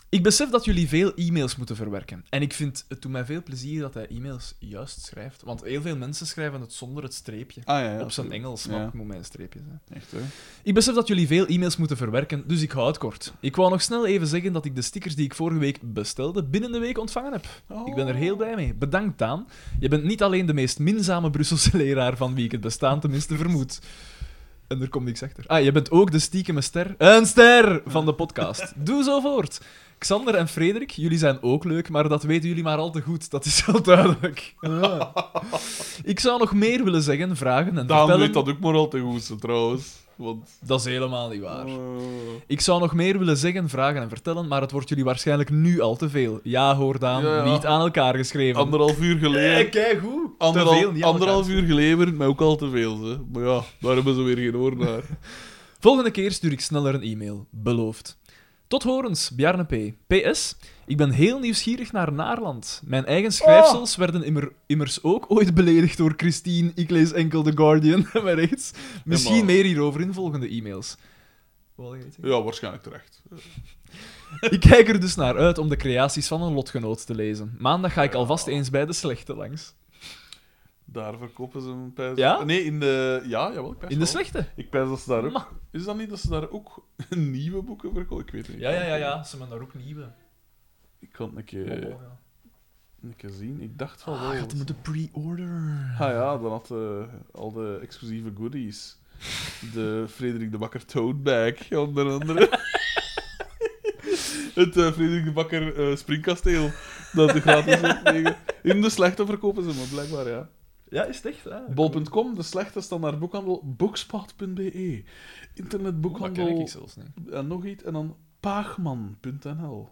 C: ik besef dat jullie veel e-mails moeten verwerken. En ik vind het doet mij veel plezier dat hij e-mails juist schrijft. Want heel veel mensen schrijven het zonder het streepje.
B: Ah, ja, ja,
C: Op zijn
B: tuurlijk.
C: Engels, maar
B: Ja.
C: het moet mijn streepje zijn.
B: Echt, hè.
C: Ik besef dat jullie veel e-mails moeten verwerken, dus ik hou het kort. Ik wou nog snel even zeggen dat ik de stickers die ik vorige week bestelde, binnen de week ontvangen heb. Ik ben er heel blij mee. Bedankt, Daan. Je bent niet alleen de meest minzame Brusselse leraar van wie ik het bestaan tenminste vermoed. En er komt niks achter. Ah, je bent ook de stiekeme ster. Een ster van de podcast.
B: [laughs]
C: Doe zo voort. Xander en Frederik, jullie zijn ook leuk, maar dat weten jullie maar al te goed. Dat is wel duidelijk. Ja. Ik zou nog meer willen zeggen, vragen en
B: Daan
C: vertellen.
B: weet dat ook maar al te goed, trouwens. Want...
C: Dat is helemaal niet waar. Ik zou nog meer willen zeggen, vragen en vertellen, maar het wordt jullie waarschijnlijk nu al te veel. Ja, hoor Daan,
B: Ja, ja.
C: niet aan elkaar geschreven.
B: Anderhalf uur geleden.
C: Eh, kijk hoe.
B: Anderhal-
C: Te veel, niet aan
B: anderhalf
C: elkaar.
B: uur geleden werd mij ook al te veel. Hè. Maar ja, daar hebben ze weer geen oor naar.
C: Volgende keer stuur ik sneller een e-mail. Beloofd. Tot horens, Bjarne P. PS. Ik ben heel nieuwsgierig naar Naarland. Mijn eigen
B: Oh.
C: schrijfsels werden immer, immers ook ooit beledigd door Christine. Ik lees enkel The Guardian [laughs] en rechts. Misschien
B: Helemaal.
C: meer hierover in volgende e-mails. Wou je iets zeggen?
B: Ja, waarschijnlijk terecht.
C: Ik kijk er dus naar uit om de creaties van een lotgenoot te lezen. Maandag ga ik alvast eens bij de slechte langs.
B: Daar verkopen ze een pijs.
C: Ja?
B: Nee, in de... Ja, jawel, ik pijs
C: In de
B: wel.
C: slechte?
B: Ik pijs dat ze daar ook...
C: Ma.
B: Is dat niet dat ze daar ook [laughs] nieuwe boeken verkopen? Ik weet het niet.
C: Ja, ja, ja, ja. Ze hebben daar ook nieuwe.
B: Ik kan het een
C: Eh,
B: keer, een keer zien. Ik dacht van wel.
C: Oh, Ah, je had hem moeten pre-order.
B: Ah ja, dan had eh, al de exclusieve goodies.
C: [laughs]
B: De Frederik de Bakker tote bag, onder andere. het eh, Frederik de Bakker eh, springkasteel. Dat de
C: [laughs]
B: gratis opleggen. In de slechte verkopen ze maar, blijkbaar, ja.
C: Ja, is het echt? Ja.
B: Bol.com, de slechte standaard boekhandel, boekspot.be,
C: Oh, Dat ken
B: internetboekhandel,
C: ik zelfs niet.
B: en nog iets, en dan paagman.nl.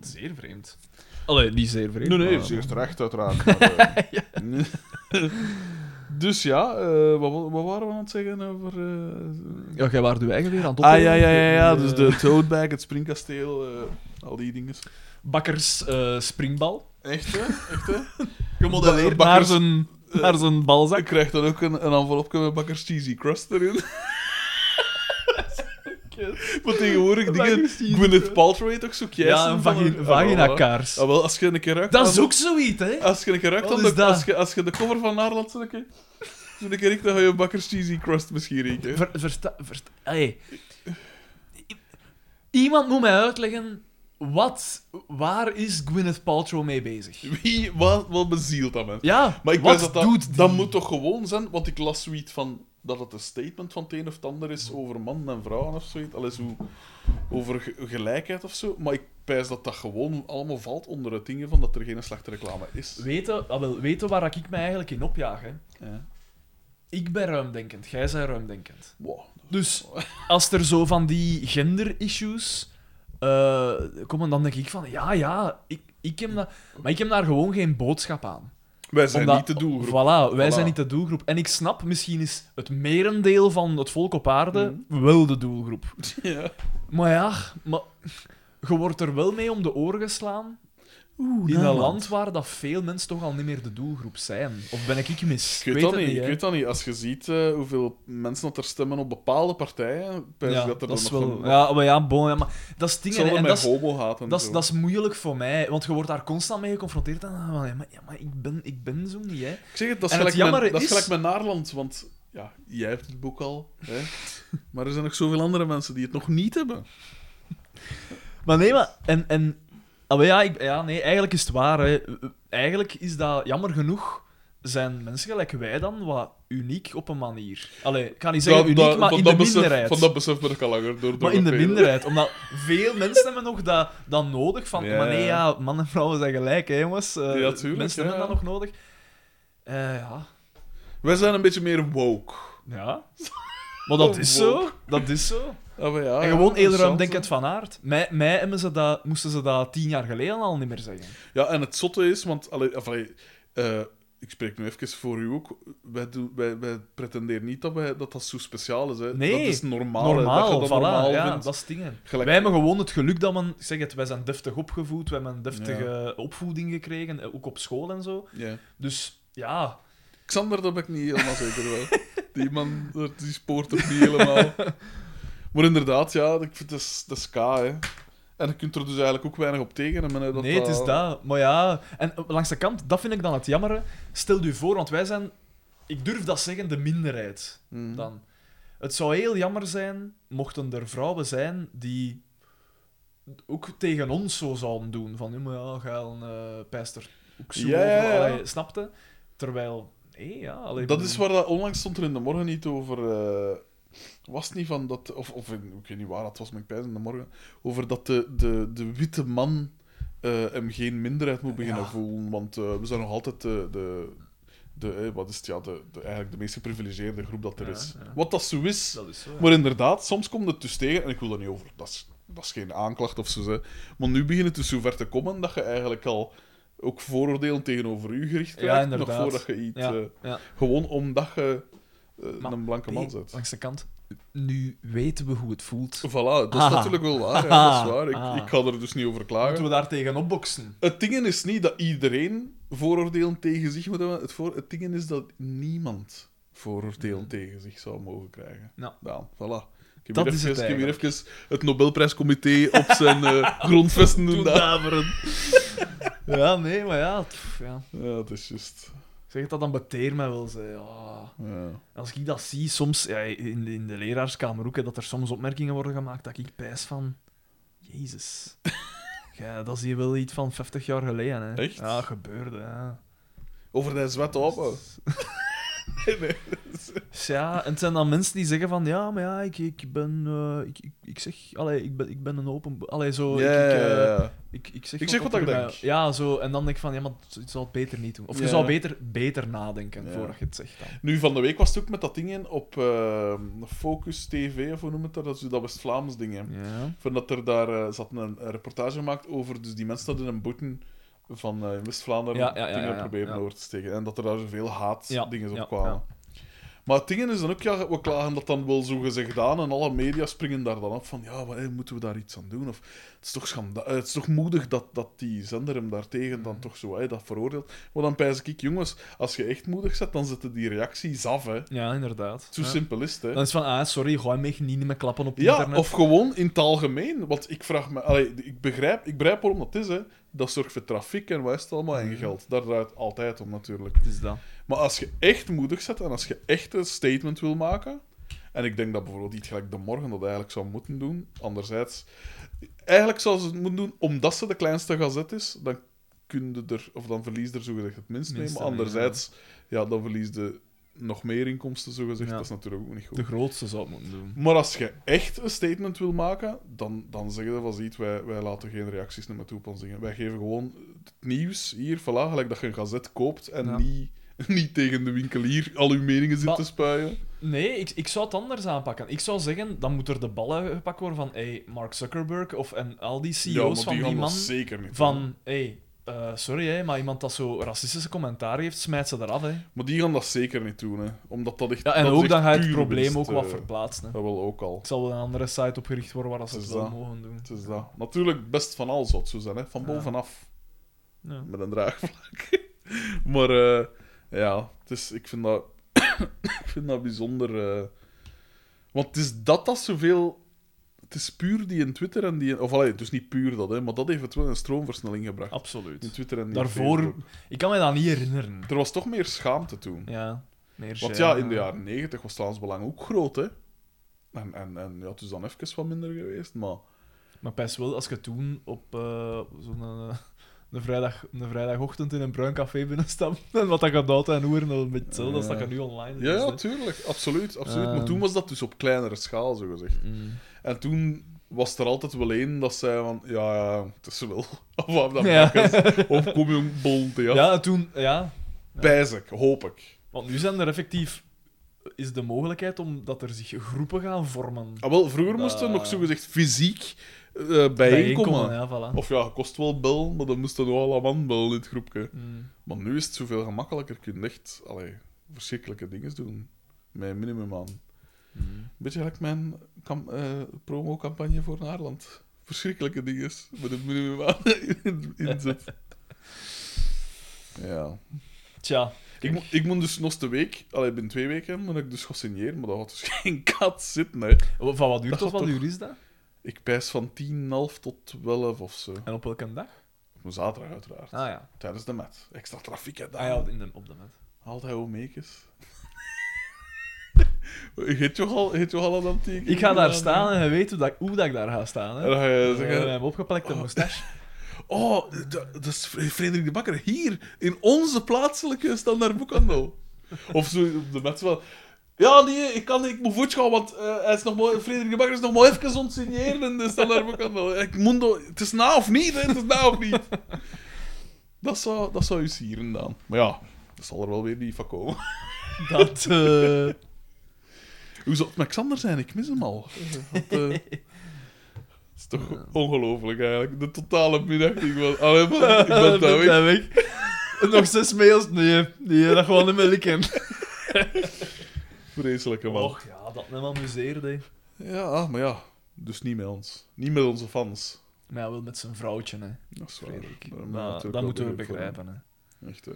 C: Zeer vreemd. Allee, niet zeer vreemd.
B: Nee, nee,
C: maar-
B: zeer
E: Zeer terecht, uiteraard. maar, eh,
C: [laughs]
B: [laughs] Dus ja, eh, wat, wa- wat waren we aan het zeggen over... eh,
C: Ja, jij waart uw eigen weer aan het
B: ah,
C: opnemen.
B: ja, ja, ja, ja,
C: Eh,
B: dus de toadbag, [laughs] het springkasteel, eh, al die dingen.
C: Bakkers eh, springbal.
B: Echt, hè? Echt, [laughs] hè?
C: Gemodelleerd naar
B: Bakkers-
C: zijn, naar zijn balzak.
B: Ik krijg dan ook een, een envelopje met Bakkers Cheesy Crust
C: [laughs]
B: erin. Maar tegenwoordig dingen...
C: Bakkers Cheesy
B: Gwyneth Paltrow heet ook zo kiezen.
C: Ja, een vagi- vaginakaars.
B: Ah, wel, als je een keer ruikt...
C: Oh, Dat is
B: aan-
C: ook zoiets, hè?
B: Als je een keer ruikt
C: Wat
B: aan
C: is
B: de,
C: dat?
B: als, je, als je de cover van Naarland zo een keer... Zo een keer ruikt, dan ga je Bakkers Cheesy Crust misschien rekenen.
C: Ver, versta, versta, allee. I- Iemand moet mij uitleggen wat, waar is Gwyneth Paltrow mee bezig?
B: Wie, wat, wat bezielt dat mensen?
C: Ja,
B: Maar ik
C: wat
B: weet dat dat,
C: doet die?
B: dat moet toch gewoon zijn, want ik las zoiets van dat het een statement van het een of het ander is over mannen en vrouwen of zoiets. Alles hoe over ge- gelijkheid of zo. Maar ik pijs dat dat gewoon allemaal valt onder het dingen van dat er geen slechte reclame is.
C: Weten, ah, wel, weten waar ik mij eigenlijk in opjaag, hè?
B: Ja.
C: Ik ben ruimdenkend, jij bent ruimdenkend.
B: Wow.
C: Dus [laughs] als er zo van die gender-issues eh, komen, dan denk ik van ja, ja, ik, ik heb dat, maar ik heb daar gewoon geen boodschap aan.
B: Wij zijn
C: Omdat-
B: niet de doelgroep.
C: Voilà, wij
B: Voilà.
C: zijn niet de doelgroep. En ik snap, misschien is het merendeel van het volk op aarde wel de doelgroep.
B: Ja.
C: Maar ja, maar, je wordt er wel mee om de oren geslaan. in een land waar dat veel mensen toch al niet meer de doelgroep zijn. Of ben ik ik mis?
B: Ik weet, dat
C: het
B: niet,
C: hè.
B: ik weet dat niet. Als je ziet eh, hoeveel mensen dat er stemmen op bepaalde partijen, pijs
C: ja,
B: ik dat er
C: dat is
B: dan
C: wel,
B: nog van...
C: ja, maar ja, bon, ja, maar dat is dingen.
B: Zal
C: hè,
B: er
C: En dat
B: met
C: is,
B: homo haat en
C: dat, is,
B: zo.
C: dat is moeilijk voor mij, want je wordt daar constant mee geconfronteerd. En dan van, ja, maar, ja, maar ik, ben, ik ben zo niet, hè.
B: Ik zeg het, dat is,
C: En het
B: gelijk,
C: jammere
B: met, dat is
C: is-
B: gelijk met Naarland, want ja, jij hebt het boek al. Hè? maar er zijn nog zoveel andere mensen die het nog niet hebben.
C: Maar nee, maar... En, en, ah, maar ja, ik, ja, nee, eigenlijk is het waar. Hè. Eigenlijk is dat, jammer genoeg, zijn mensen gelijk wij dan wat uniek op een manier. Allee, ik ga niet zeggen uniek, maar in de
B: besef,
C: minderheid.
B: Van dat besef ben ik al langer door. door
C: maar in de
B: velen.
C: minderheid, omdat veel mensen hebben nog dat, dat nodig. Van,
B: Ja.
C: Maar nee, ja, man en vrouwen zijn gelijk, hè, jongens. Eh,
B: Ja, tuurlijk,
C: mensen
B: ja.
C: hebben dat nog nodig. Eh, ja.
B: Wij zijn een beetje meer woke.
C: ja.
B: [laughs]
C: Maar dat is zo. Dat is zo.
B: Oh, Ah, maar ja,
C: En
B: ja,
C: gewoon heel
B: interessant,
C: ruim denkend van aard. Mij, mij hebben ze dat, moesten ze dat tien jaar geleden al niet meer zeggen.
B: hè. Ja, en het zotte is, want... Allee, of, allee, eh, ik spreek nu even voor u ook. Wij, doen, wij, wij pretenderen niet dat, wij, dat dat zo speciaal is. Hè.
C: Nee,
B: dat is normaal. hè,
C: Normaal,
B: dat je dat
C: voilà,
B: normaal
C: ja,
B: vindt.
C: dat is dingen.
B: Gelijk-
C: Wij hebben gewoon het geluk dat men, ik zeg het, wij zijn deftig opgevoed, wij hebben een deftige opvoeding gekregen, eh, ook op school en zo.
B: Ja.
C: Dus ja,
B: Xander, dat ben ik niet helemaal zeker wel. Die man, die spoort het niet helemaal. Maar inderdaad, ja, ik vind, dat is, dat is K, hè. En je kunt er dus eigenlijk ook weinig op tegen. hebben, hè, dat eh,
C: nee, het is dat. Maar ja, en eh, langs de kant, dat vind ik dan het jammere. Stel u voor, want wij zijn, ik durf dat zeggen, de minderheid
B: Mhm.
C: dan. Het zou heel jammer zijn mochten er vrouwen zijn die ook tegen ons zo zouden doen. Van, ja, maar ja, geil, eh pijster. Ook zo
B: Ja, ja,
C: overal."
B: ja.
C: Allee, snapte? Terwijl, hé, ja... allee,
B: Dat
C: ik
B: is
C: bedoel-
B: waar dat onlangs stond er in de morgen niet over... eh, was het niet van dat... Of, of in- ik weet niet waar, dat was mijn pijs in de morgen. Over dat de, de, de witte man eh, hem geen minderheid moet beginnen
C: Ja.
B: voelen. Want eh, we zijn nog altijd de... de de, eh, wat is het, ja, de, de- eigenlijk de meest geprivilegeerde groep dat er
C: Ja,
B: is.
C: ja.
B: Wat dat zo is,
C: Dat is zo, ja.
B: Maar inderdaad, soms komt het dus tegen, en ik wil dat niet over, dat is, dat is geen aanklacht of zo. Hè. Maar nu begint het dus zover te komen dat je eigenlijk al ook vooroordelen tegenover u gericht
C: Ja,
B: krijgt. nog
C: inderdaad.
B: voordat je iets.
C: Ja,
B: eh,
C: ja.
B: gewoon omdat je eh,
C: Maar-
B: een blanke man
C: Nee,
B: zet.
C: Langs de kant, nu weten we hoe het voelt.
B: Voilà, dat is
C: Haha.
B: natuurlijk wel waar. hè, dat is waar. Ik,
C: Ah.
B: ik ga er dus niet over klagen.
C: Moeten we daar tegen opboksen?
B: Het ding is niet dat iedereen vooroordelen tegen zich moet hebben. Het, voor... het ding is dat niemand vooroordelen tegen zich zou mogen krijgen.
C: Ja.
B: Daan, voilà. Ik heb,
C: Mm. Dat
B: hier
C: is
B: even,
C: het
B: ik heb hier even het Nobelprijscomité op zijn
C: [laughs]
B: eh, grondvesten doen. daar.
C: ja, nee, maar ja, pff, ja.
B: Ja, dat is juist.
C: Ik Zeg dat dan beteer mij wel, ze. Ja.
B: Ja.
C: Als ik dat zie, soms ja, in, de, in de leraarskamer ook, hè, dat er soms opmerkingen worden gemaakt dat ik pijs van... [laughs] Jezus. Ja, dat is hier wel iets van 50 jaar geleden. Hè.
B: Echt?
C: Ja, gebeurde. Ja.
B: Over de zwette open.
C: zoiets, Dus ja. En het zijn dan mensen die zeggen van, ja, maar ja, ik, ik ben... eh, ik, ik, ik zeg, allee, ik ben, ik ben een open... bo- Allee, zo... ik- ik, eh, ik, ik zeg,
B: Ik zeg wat ik
C: er-
B: denk.
C: Ja, zo. En dan denk ik van, ja, maar je zou het beter niet doen. Of je
B: Ja.
C: zou beter, beter nadenken
B: Ja.
C: voordat je het zegt dan.
B: Nu, van de week was het ook met dat ding in op eh, Focus TV, of hoe noem het dat? Dat is dat West-Vlaams ding. hè.
C: Ja.
B: Van dat er daar eh, ze hadden een een reportage gemaakt over dus die mensen dat in een boete van eh, West-Vlaanderen
C: Ja, ja, ja,
B: dingen
C: ja, ja.
B: proberen
C: Ja.
B: over te steken. En dat er daar zoveel haatdingen dingen
C: Ja,
B: op
C: ja,
B: kwamen. Maar het ding is dan ook, ja, we klagen dat dan wel zo gezegd gedaan en alle media springen daar dan op van, ja, wat, eh, moeten we daar iets aan doen? Of, het is toch, schanda- eh, het is toch moedig dat, dat die zender hem daartegen
C: Mhm.
B: dan toch zo eh, dat veroordeelt. Want dan pijs ik, jongens, als je echt moedig zet, dan zetten die reacties af, hè.
C: Ja, inderdaad.
B: Zo
C: Ja.
B: simpel is het, hè.
C: Dan is het van, ah, sorry, gooi me echt niet meer klappen op het
B: Ja,
C: internet.
B: of gewoon in het algemeen. Want ik vraag me... Allee, ik, begrijp, ik begrijp waarom dat is, hè. Dat zorgt voor trafiek en wat is het allemaal
C: Mhm.
B: en geld. Daar draait het altijd om, natuurlijk.
C: Het is dat.
B: Maar als je echt moedig zet en als je echt een statement wil maken... En ik denk dat bijvoorbeeld iets gelijk De Morgen dat eigenlijk zou moeten doen. Anderzijds... Eigenlijk zou ze het moeten doen, omdat ze de kleinste gazet is, dan kun je er... Of dan verlies je er zogezegd het minst mee.
C: Minste
B: Maar
C: mee, ja.
B: anderzijds, ja, dan verlies je nog meer inkomsten, zogezegd.
C: Ja.
B: Dat is natuurlijk ook niet goed.
C: De grootste zou het moeten doen.
B: Maar als je echt een statement wil maken, dan, dan zeg je van ziet, wij, wij laten geen reacties naar toe op ons dingen. Wij geven gewoon het nieuws hier, voilà, gelijk dat je een gazet koopt en
C: Ja.
B: niet, [laughs] niet tegen de winkelier al uw meningen zit
C: Maar-
B: te spuien.
C: Nee, ik, ik zou het anders aanpakken. Ik zou zeggen, dan moet er de ballen gepakt worden van, hey, Mark Zuckerberg of en al die
B: maar
C: CEO's van
B: gaan
C: die
B: dat
C: man.
B: zeker niet doen.
C: Van, hey, eh, sorry, hè, maar iemand dat zo racistische commentaar heeft, smijt ze eraf, hè.
B: Maar die gaan dat zeker niet doen, hè. Omdat dat echt...
C: Ja, en
B: dat is
C: ook
B: echt
C: dan ga je het
B: puur
C: probleem
B: winst,
C: ook wat
B: eh,
C: verplaatsen. hè.
B: Dat wil ook al.
C: Ik zal wel een andere site opgericht worden waar dat ze
B: Het
C: het
B: is
C: wel
B: dat.
C: mogen doen.
B: Het is dat. Natuurlijk best van alles wat zo zijn, hè. Van
C: Ja.
B: bovenaf.
C: Ja.
B: Met een draagvlak. [laughs] maar eh, ja, het is, ik, vind dat, [coughs] ik vind dat bijzonder. eh, want het is dat dat zoveel... Het is puur die in Twitter en die... Of allee, dus niet puur dat, hè, maar dat heeft het wel een stroomversnelling gebracht. In
C: Absoluut.
B: Twitter en die in
C: Daarvoor,
B: Facebook.
C: ik kan me dat niet herinneren.
B: Er was toch meer schaamte toen.
C: Ja, meer
B: Want
C: shame,
B: ja, in de jaren negentig was Vlaams Belang ook groot, hè. En, en, en ja, het is dan even wat minder geweest, maar...
C: Maar best wel, als je toen op eh, zo'n eh, een, vrijdag, een vrijdagochtend in een bruin café binnenstapt en [laughs] wat dat gaat altijd en hoeren, dat is een beetje hetzelfde als Dus dat je nu online
B: Ja, ja,
C: doet, hè.
B: tuurlijk. Absoluut, absoluut. Maar
C: Ehm.
B: toen was dat dus op kleinere schaal, zo gezegd.
C: Mm.
B: En toen was er altijd wel één dat zei van... Ja, ja, het is wel... [laughs] Of wat dat
C: Ja.
B: bak is. Of kom je een bond, ja.
C: ja, toen, ja.
B: Pijs ik, hoop ik.
C: Want nu zijn er effectief is de mogelijkheid om dat er zich groepen gaan vormen.
B: Ah, wel, vroeger moesten we
C: Ah.
B: nog zogezegd fysiek eh bijeenkomen.
C: Bijeenkomen, ja, voilà.
B: Of ja, kost wel bel, maar dan moesten we wel een man bellen in het groepje.
C: Mm.
B: Maar nu is het zoveel gemakkelijker. Je kunt echt allee, verschrikkelijke dingen doen. Met een minimum aan. Beetje gelijk mijn kam- eh, promo-campagne voor Naarland. Verschrikkelijke dingen met een minimum aan [laughs] in- inzet. Ja.
C: Tja,
B: Ik, mo- ik moet dus nog de week, allee, binnen twee weken, moet ik dus gaan signeren, maar dat gaat dus [laughs] geen kat zitten. Hè.
C: van wat uur
B: Dat
C: tot
B: gaat
C: wat
B: toch-
C: uur is dat?
B: Ik pijs van tien, half tot 12 of zo.
C: En op welke dag?
B: Op een zaterdag, uiteraard.
C: Ah ja,
B: Tijdens de mat. Extra trafiek, hè, daar.
C: ah, ja in de, op de met.
B: Haalt hij ook [laughs] meekjes? Heet je al, heet je al een antiek?
C: Ik ga daar staan en je weet hoe, dat, hoe dat ik daar ga staan.
B: En
C: Hè.
B: dan ga je
C: We
B: zeggen...
C: hebben opgeplakt een
B: Oh.
C: moustache.
B: [laughs] Oh, dat, dat is Fre- Frederik de Bakker. Hier, in onze plaatselijke standaard boekhandel. Of zo op de match wel. Ja, nee, ik kan ik moet voortgaan, want eh, hij is nog maar, Frederik de Bakker is nog maar even ontsigneren in de standaard boekhandel. Ik moet nog- het is na of niet, hè, het is na of niet. Dat zou, dat zou u sieren dan. Maar ja, dat zal er wel weer niet van komen.
C: Dat... eh,
B: Hoe zou het met Xander zijn? Ik mis hem al. Dat eh, is toch ongelooflijk eigenlijk. De totale minachting van... Allee,
C: [laughs]
B: man, ik ben daar weg.
C: Nog zes mails? Nee, nee dat gewoon niet meer likken.
B: [laughs] Vreselijke man.
C: Och ja, dat me amuseerde. hè.
B: Ja, maar ja. Dus niet met ons. Niet met onze fans.
C: Maar ja, wel met zijn vrouwtje, hè.
B: Dat is waar.
C: Frederik.
B: Daar hebben we
C: Dat,
B: natuurlijk
C: Nou, dat
B: wel
C: moeten we
B: begrip voor.
C: begrijpen, hè.
B: Echt, hè.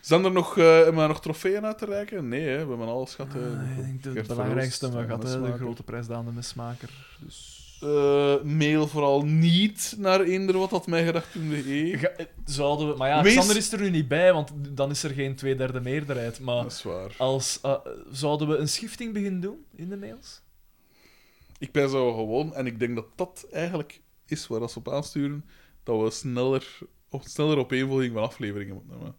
B: Zijn er nog, eh hebben we nog trofeeën uit te reiken? Nee, hè. we hebben alles gehad. hè.
C: Ah, ik denk dat
B: Gert eh,
C: het
B: van
C: belangrijkste
B: Oost,
C: we gehad, hè. De
B: mesmaker.
C: grote prijsdaande mesmaker. Dus...
B: Eh, mail vooral niet naar eender wat had mij gedacht in de E.
C: Ga- eh, Zouden we... Maar ja,
B: Wees-
C: Xander is er nu niet bij, want dan is er geen tweederde meerderheid. Maar
B: Dat is waar.
C: als... eh, zouden we een schifting beginnen doen in de mails?
B: Ik ben zo gewoon, en ik denk dat dat eigenlijk is waar dat ze op aansturen, dat we sneller, op, sneller opeenvolging van afleveringen moeten nemen.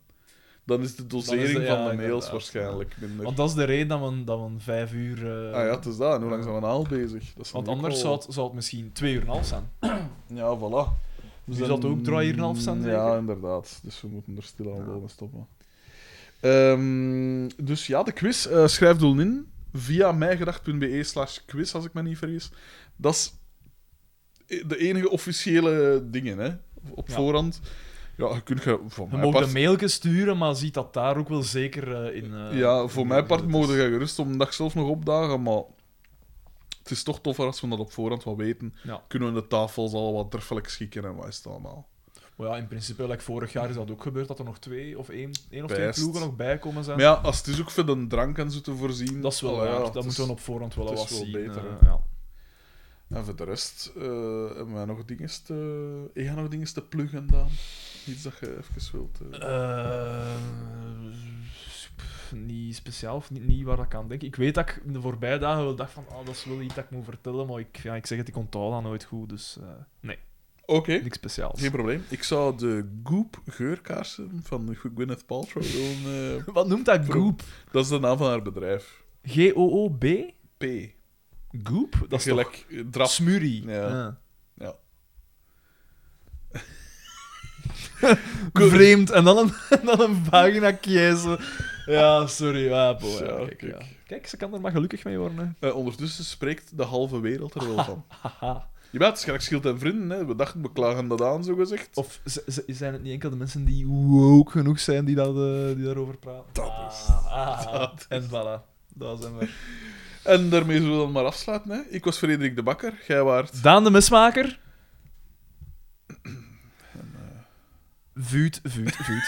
B: dan is de dosering
C: Dan is de-
B: van
C: ja,
B: de mails
C: inderdaad.
B: waarschijnlijk minder.
C: Want dat is de reden dat we, dat we vijf uur... eh,
B: ah ja, het is dat. En hoe lang zijn we nou al bezig? Dat is
C: Want
B: nu ook
C: anders
B: al-
C: zou het, zou het misschien twee uur en een half zijn.
B: Ja, voilà. We
C: zal het ook drie uur en een half zijn,
B: Ja,
C: zeker?
B: inderdaad. Dus we moeten er stilaan wel mee stoppen. Ehm, dus ja, de quiz. eh schrijf doel in via mijgedacht.be slash quiz, als ik me niet vergis. Dat is de enige officiële dingen, hè. Op
C: Ja.
B: voorhand. Ja, je kunt je van
C: Je
B: mij
C: mag
B: part-
C: een mailje sturen, maar ziet dat daar ook wel zeker eh, in... eh,
B: ja, voor
C: in
B: mijn part
C: het
B: mogen
C: is.
B: je gerust om de dag zelf nog opdagen, maar het is toch toffer als we dat op voorhand wat weten.
C: Ja.
B: Kunnen we de tafels al wat derfelijk schikken en wat is het allemaal.
C: Maar ja, in principe, like vorig jaar is dat ook gebeurd, dat er nog twee of één, één of
B: Best.
C: twee ploegen nog bij komen zijn.
B: Maar ja, als het is ook voor de drank en zo te voorzien.
C: Dat is wel
B: allee, ja,
C: waar,
B: het is-
C: dat moeten we op voorhand wel
B: het is
C: wat
B: wel
C: zien.
B: beter,
C: eh,
B: hè.
C: ja.
B: En voor de rest, eh, hebben wij nog dingen te... Heb jij nog dingen te pluggen, Daan? Iets dat je even wilt... eh,
C: Eh, pff, niet speciaal of niet, niet waar ik aan denk. Ik weet dat ik in de voorbije dagen wel dacht van ah, dat is wel iets dat ik moet vertellen, maar ik, ja, ik zeg het, ik onthoud dat nooit goed, dus eh, nee,
B: Oké,
C: niks speciaals.
B: geen probleem. Ik zou de Goop geurkaarsen van Gwyneth Paltrow willen... eh,
C: Wat noemt dat Goop?
B: dat is de naam van haar bedrijf.
C: G-O-O-B?
B: P.
C: Goop? Dat is gelijk.
B: gelijk eh, draf.
C: Smurrie.
B: Ja.
C: Vreemd, en dan een, [laughs] dan een vagina kiezen. Ja, sorry. Ja, boy,
B: Zo,
C: ja, kijk,
B: kijk.
C: ja. kijk, ze kan er maar gelukkig mee worden. hè.
B: Eh, ondertussen spreekt de halve wereld er
C: [laughs]
B: wel van.
C: Haha.
B: Je bent scherp schild en vrienden, hè. We dachten, we klagen dat aan, zo gezegd.
C: Of z- z- zijn het niet enkel de mensen die woke genoeg zijn die, dat, eh, die daarover praten? Dat is.
B: dat
C: en voilà, daar zijn we.
B: En daarmee zullen we dan maar afsluiten. Hè? Ik was Frederik de Bakker, jij waart.
C: Daan de Mesmaker. eh, Vuut, vuut, vuut.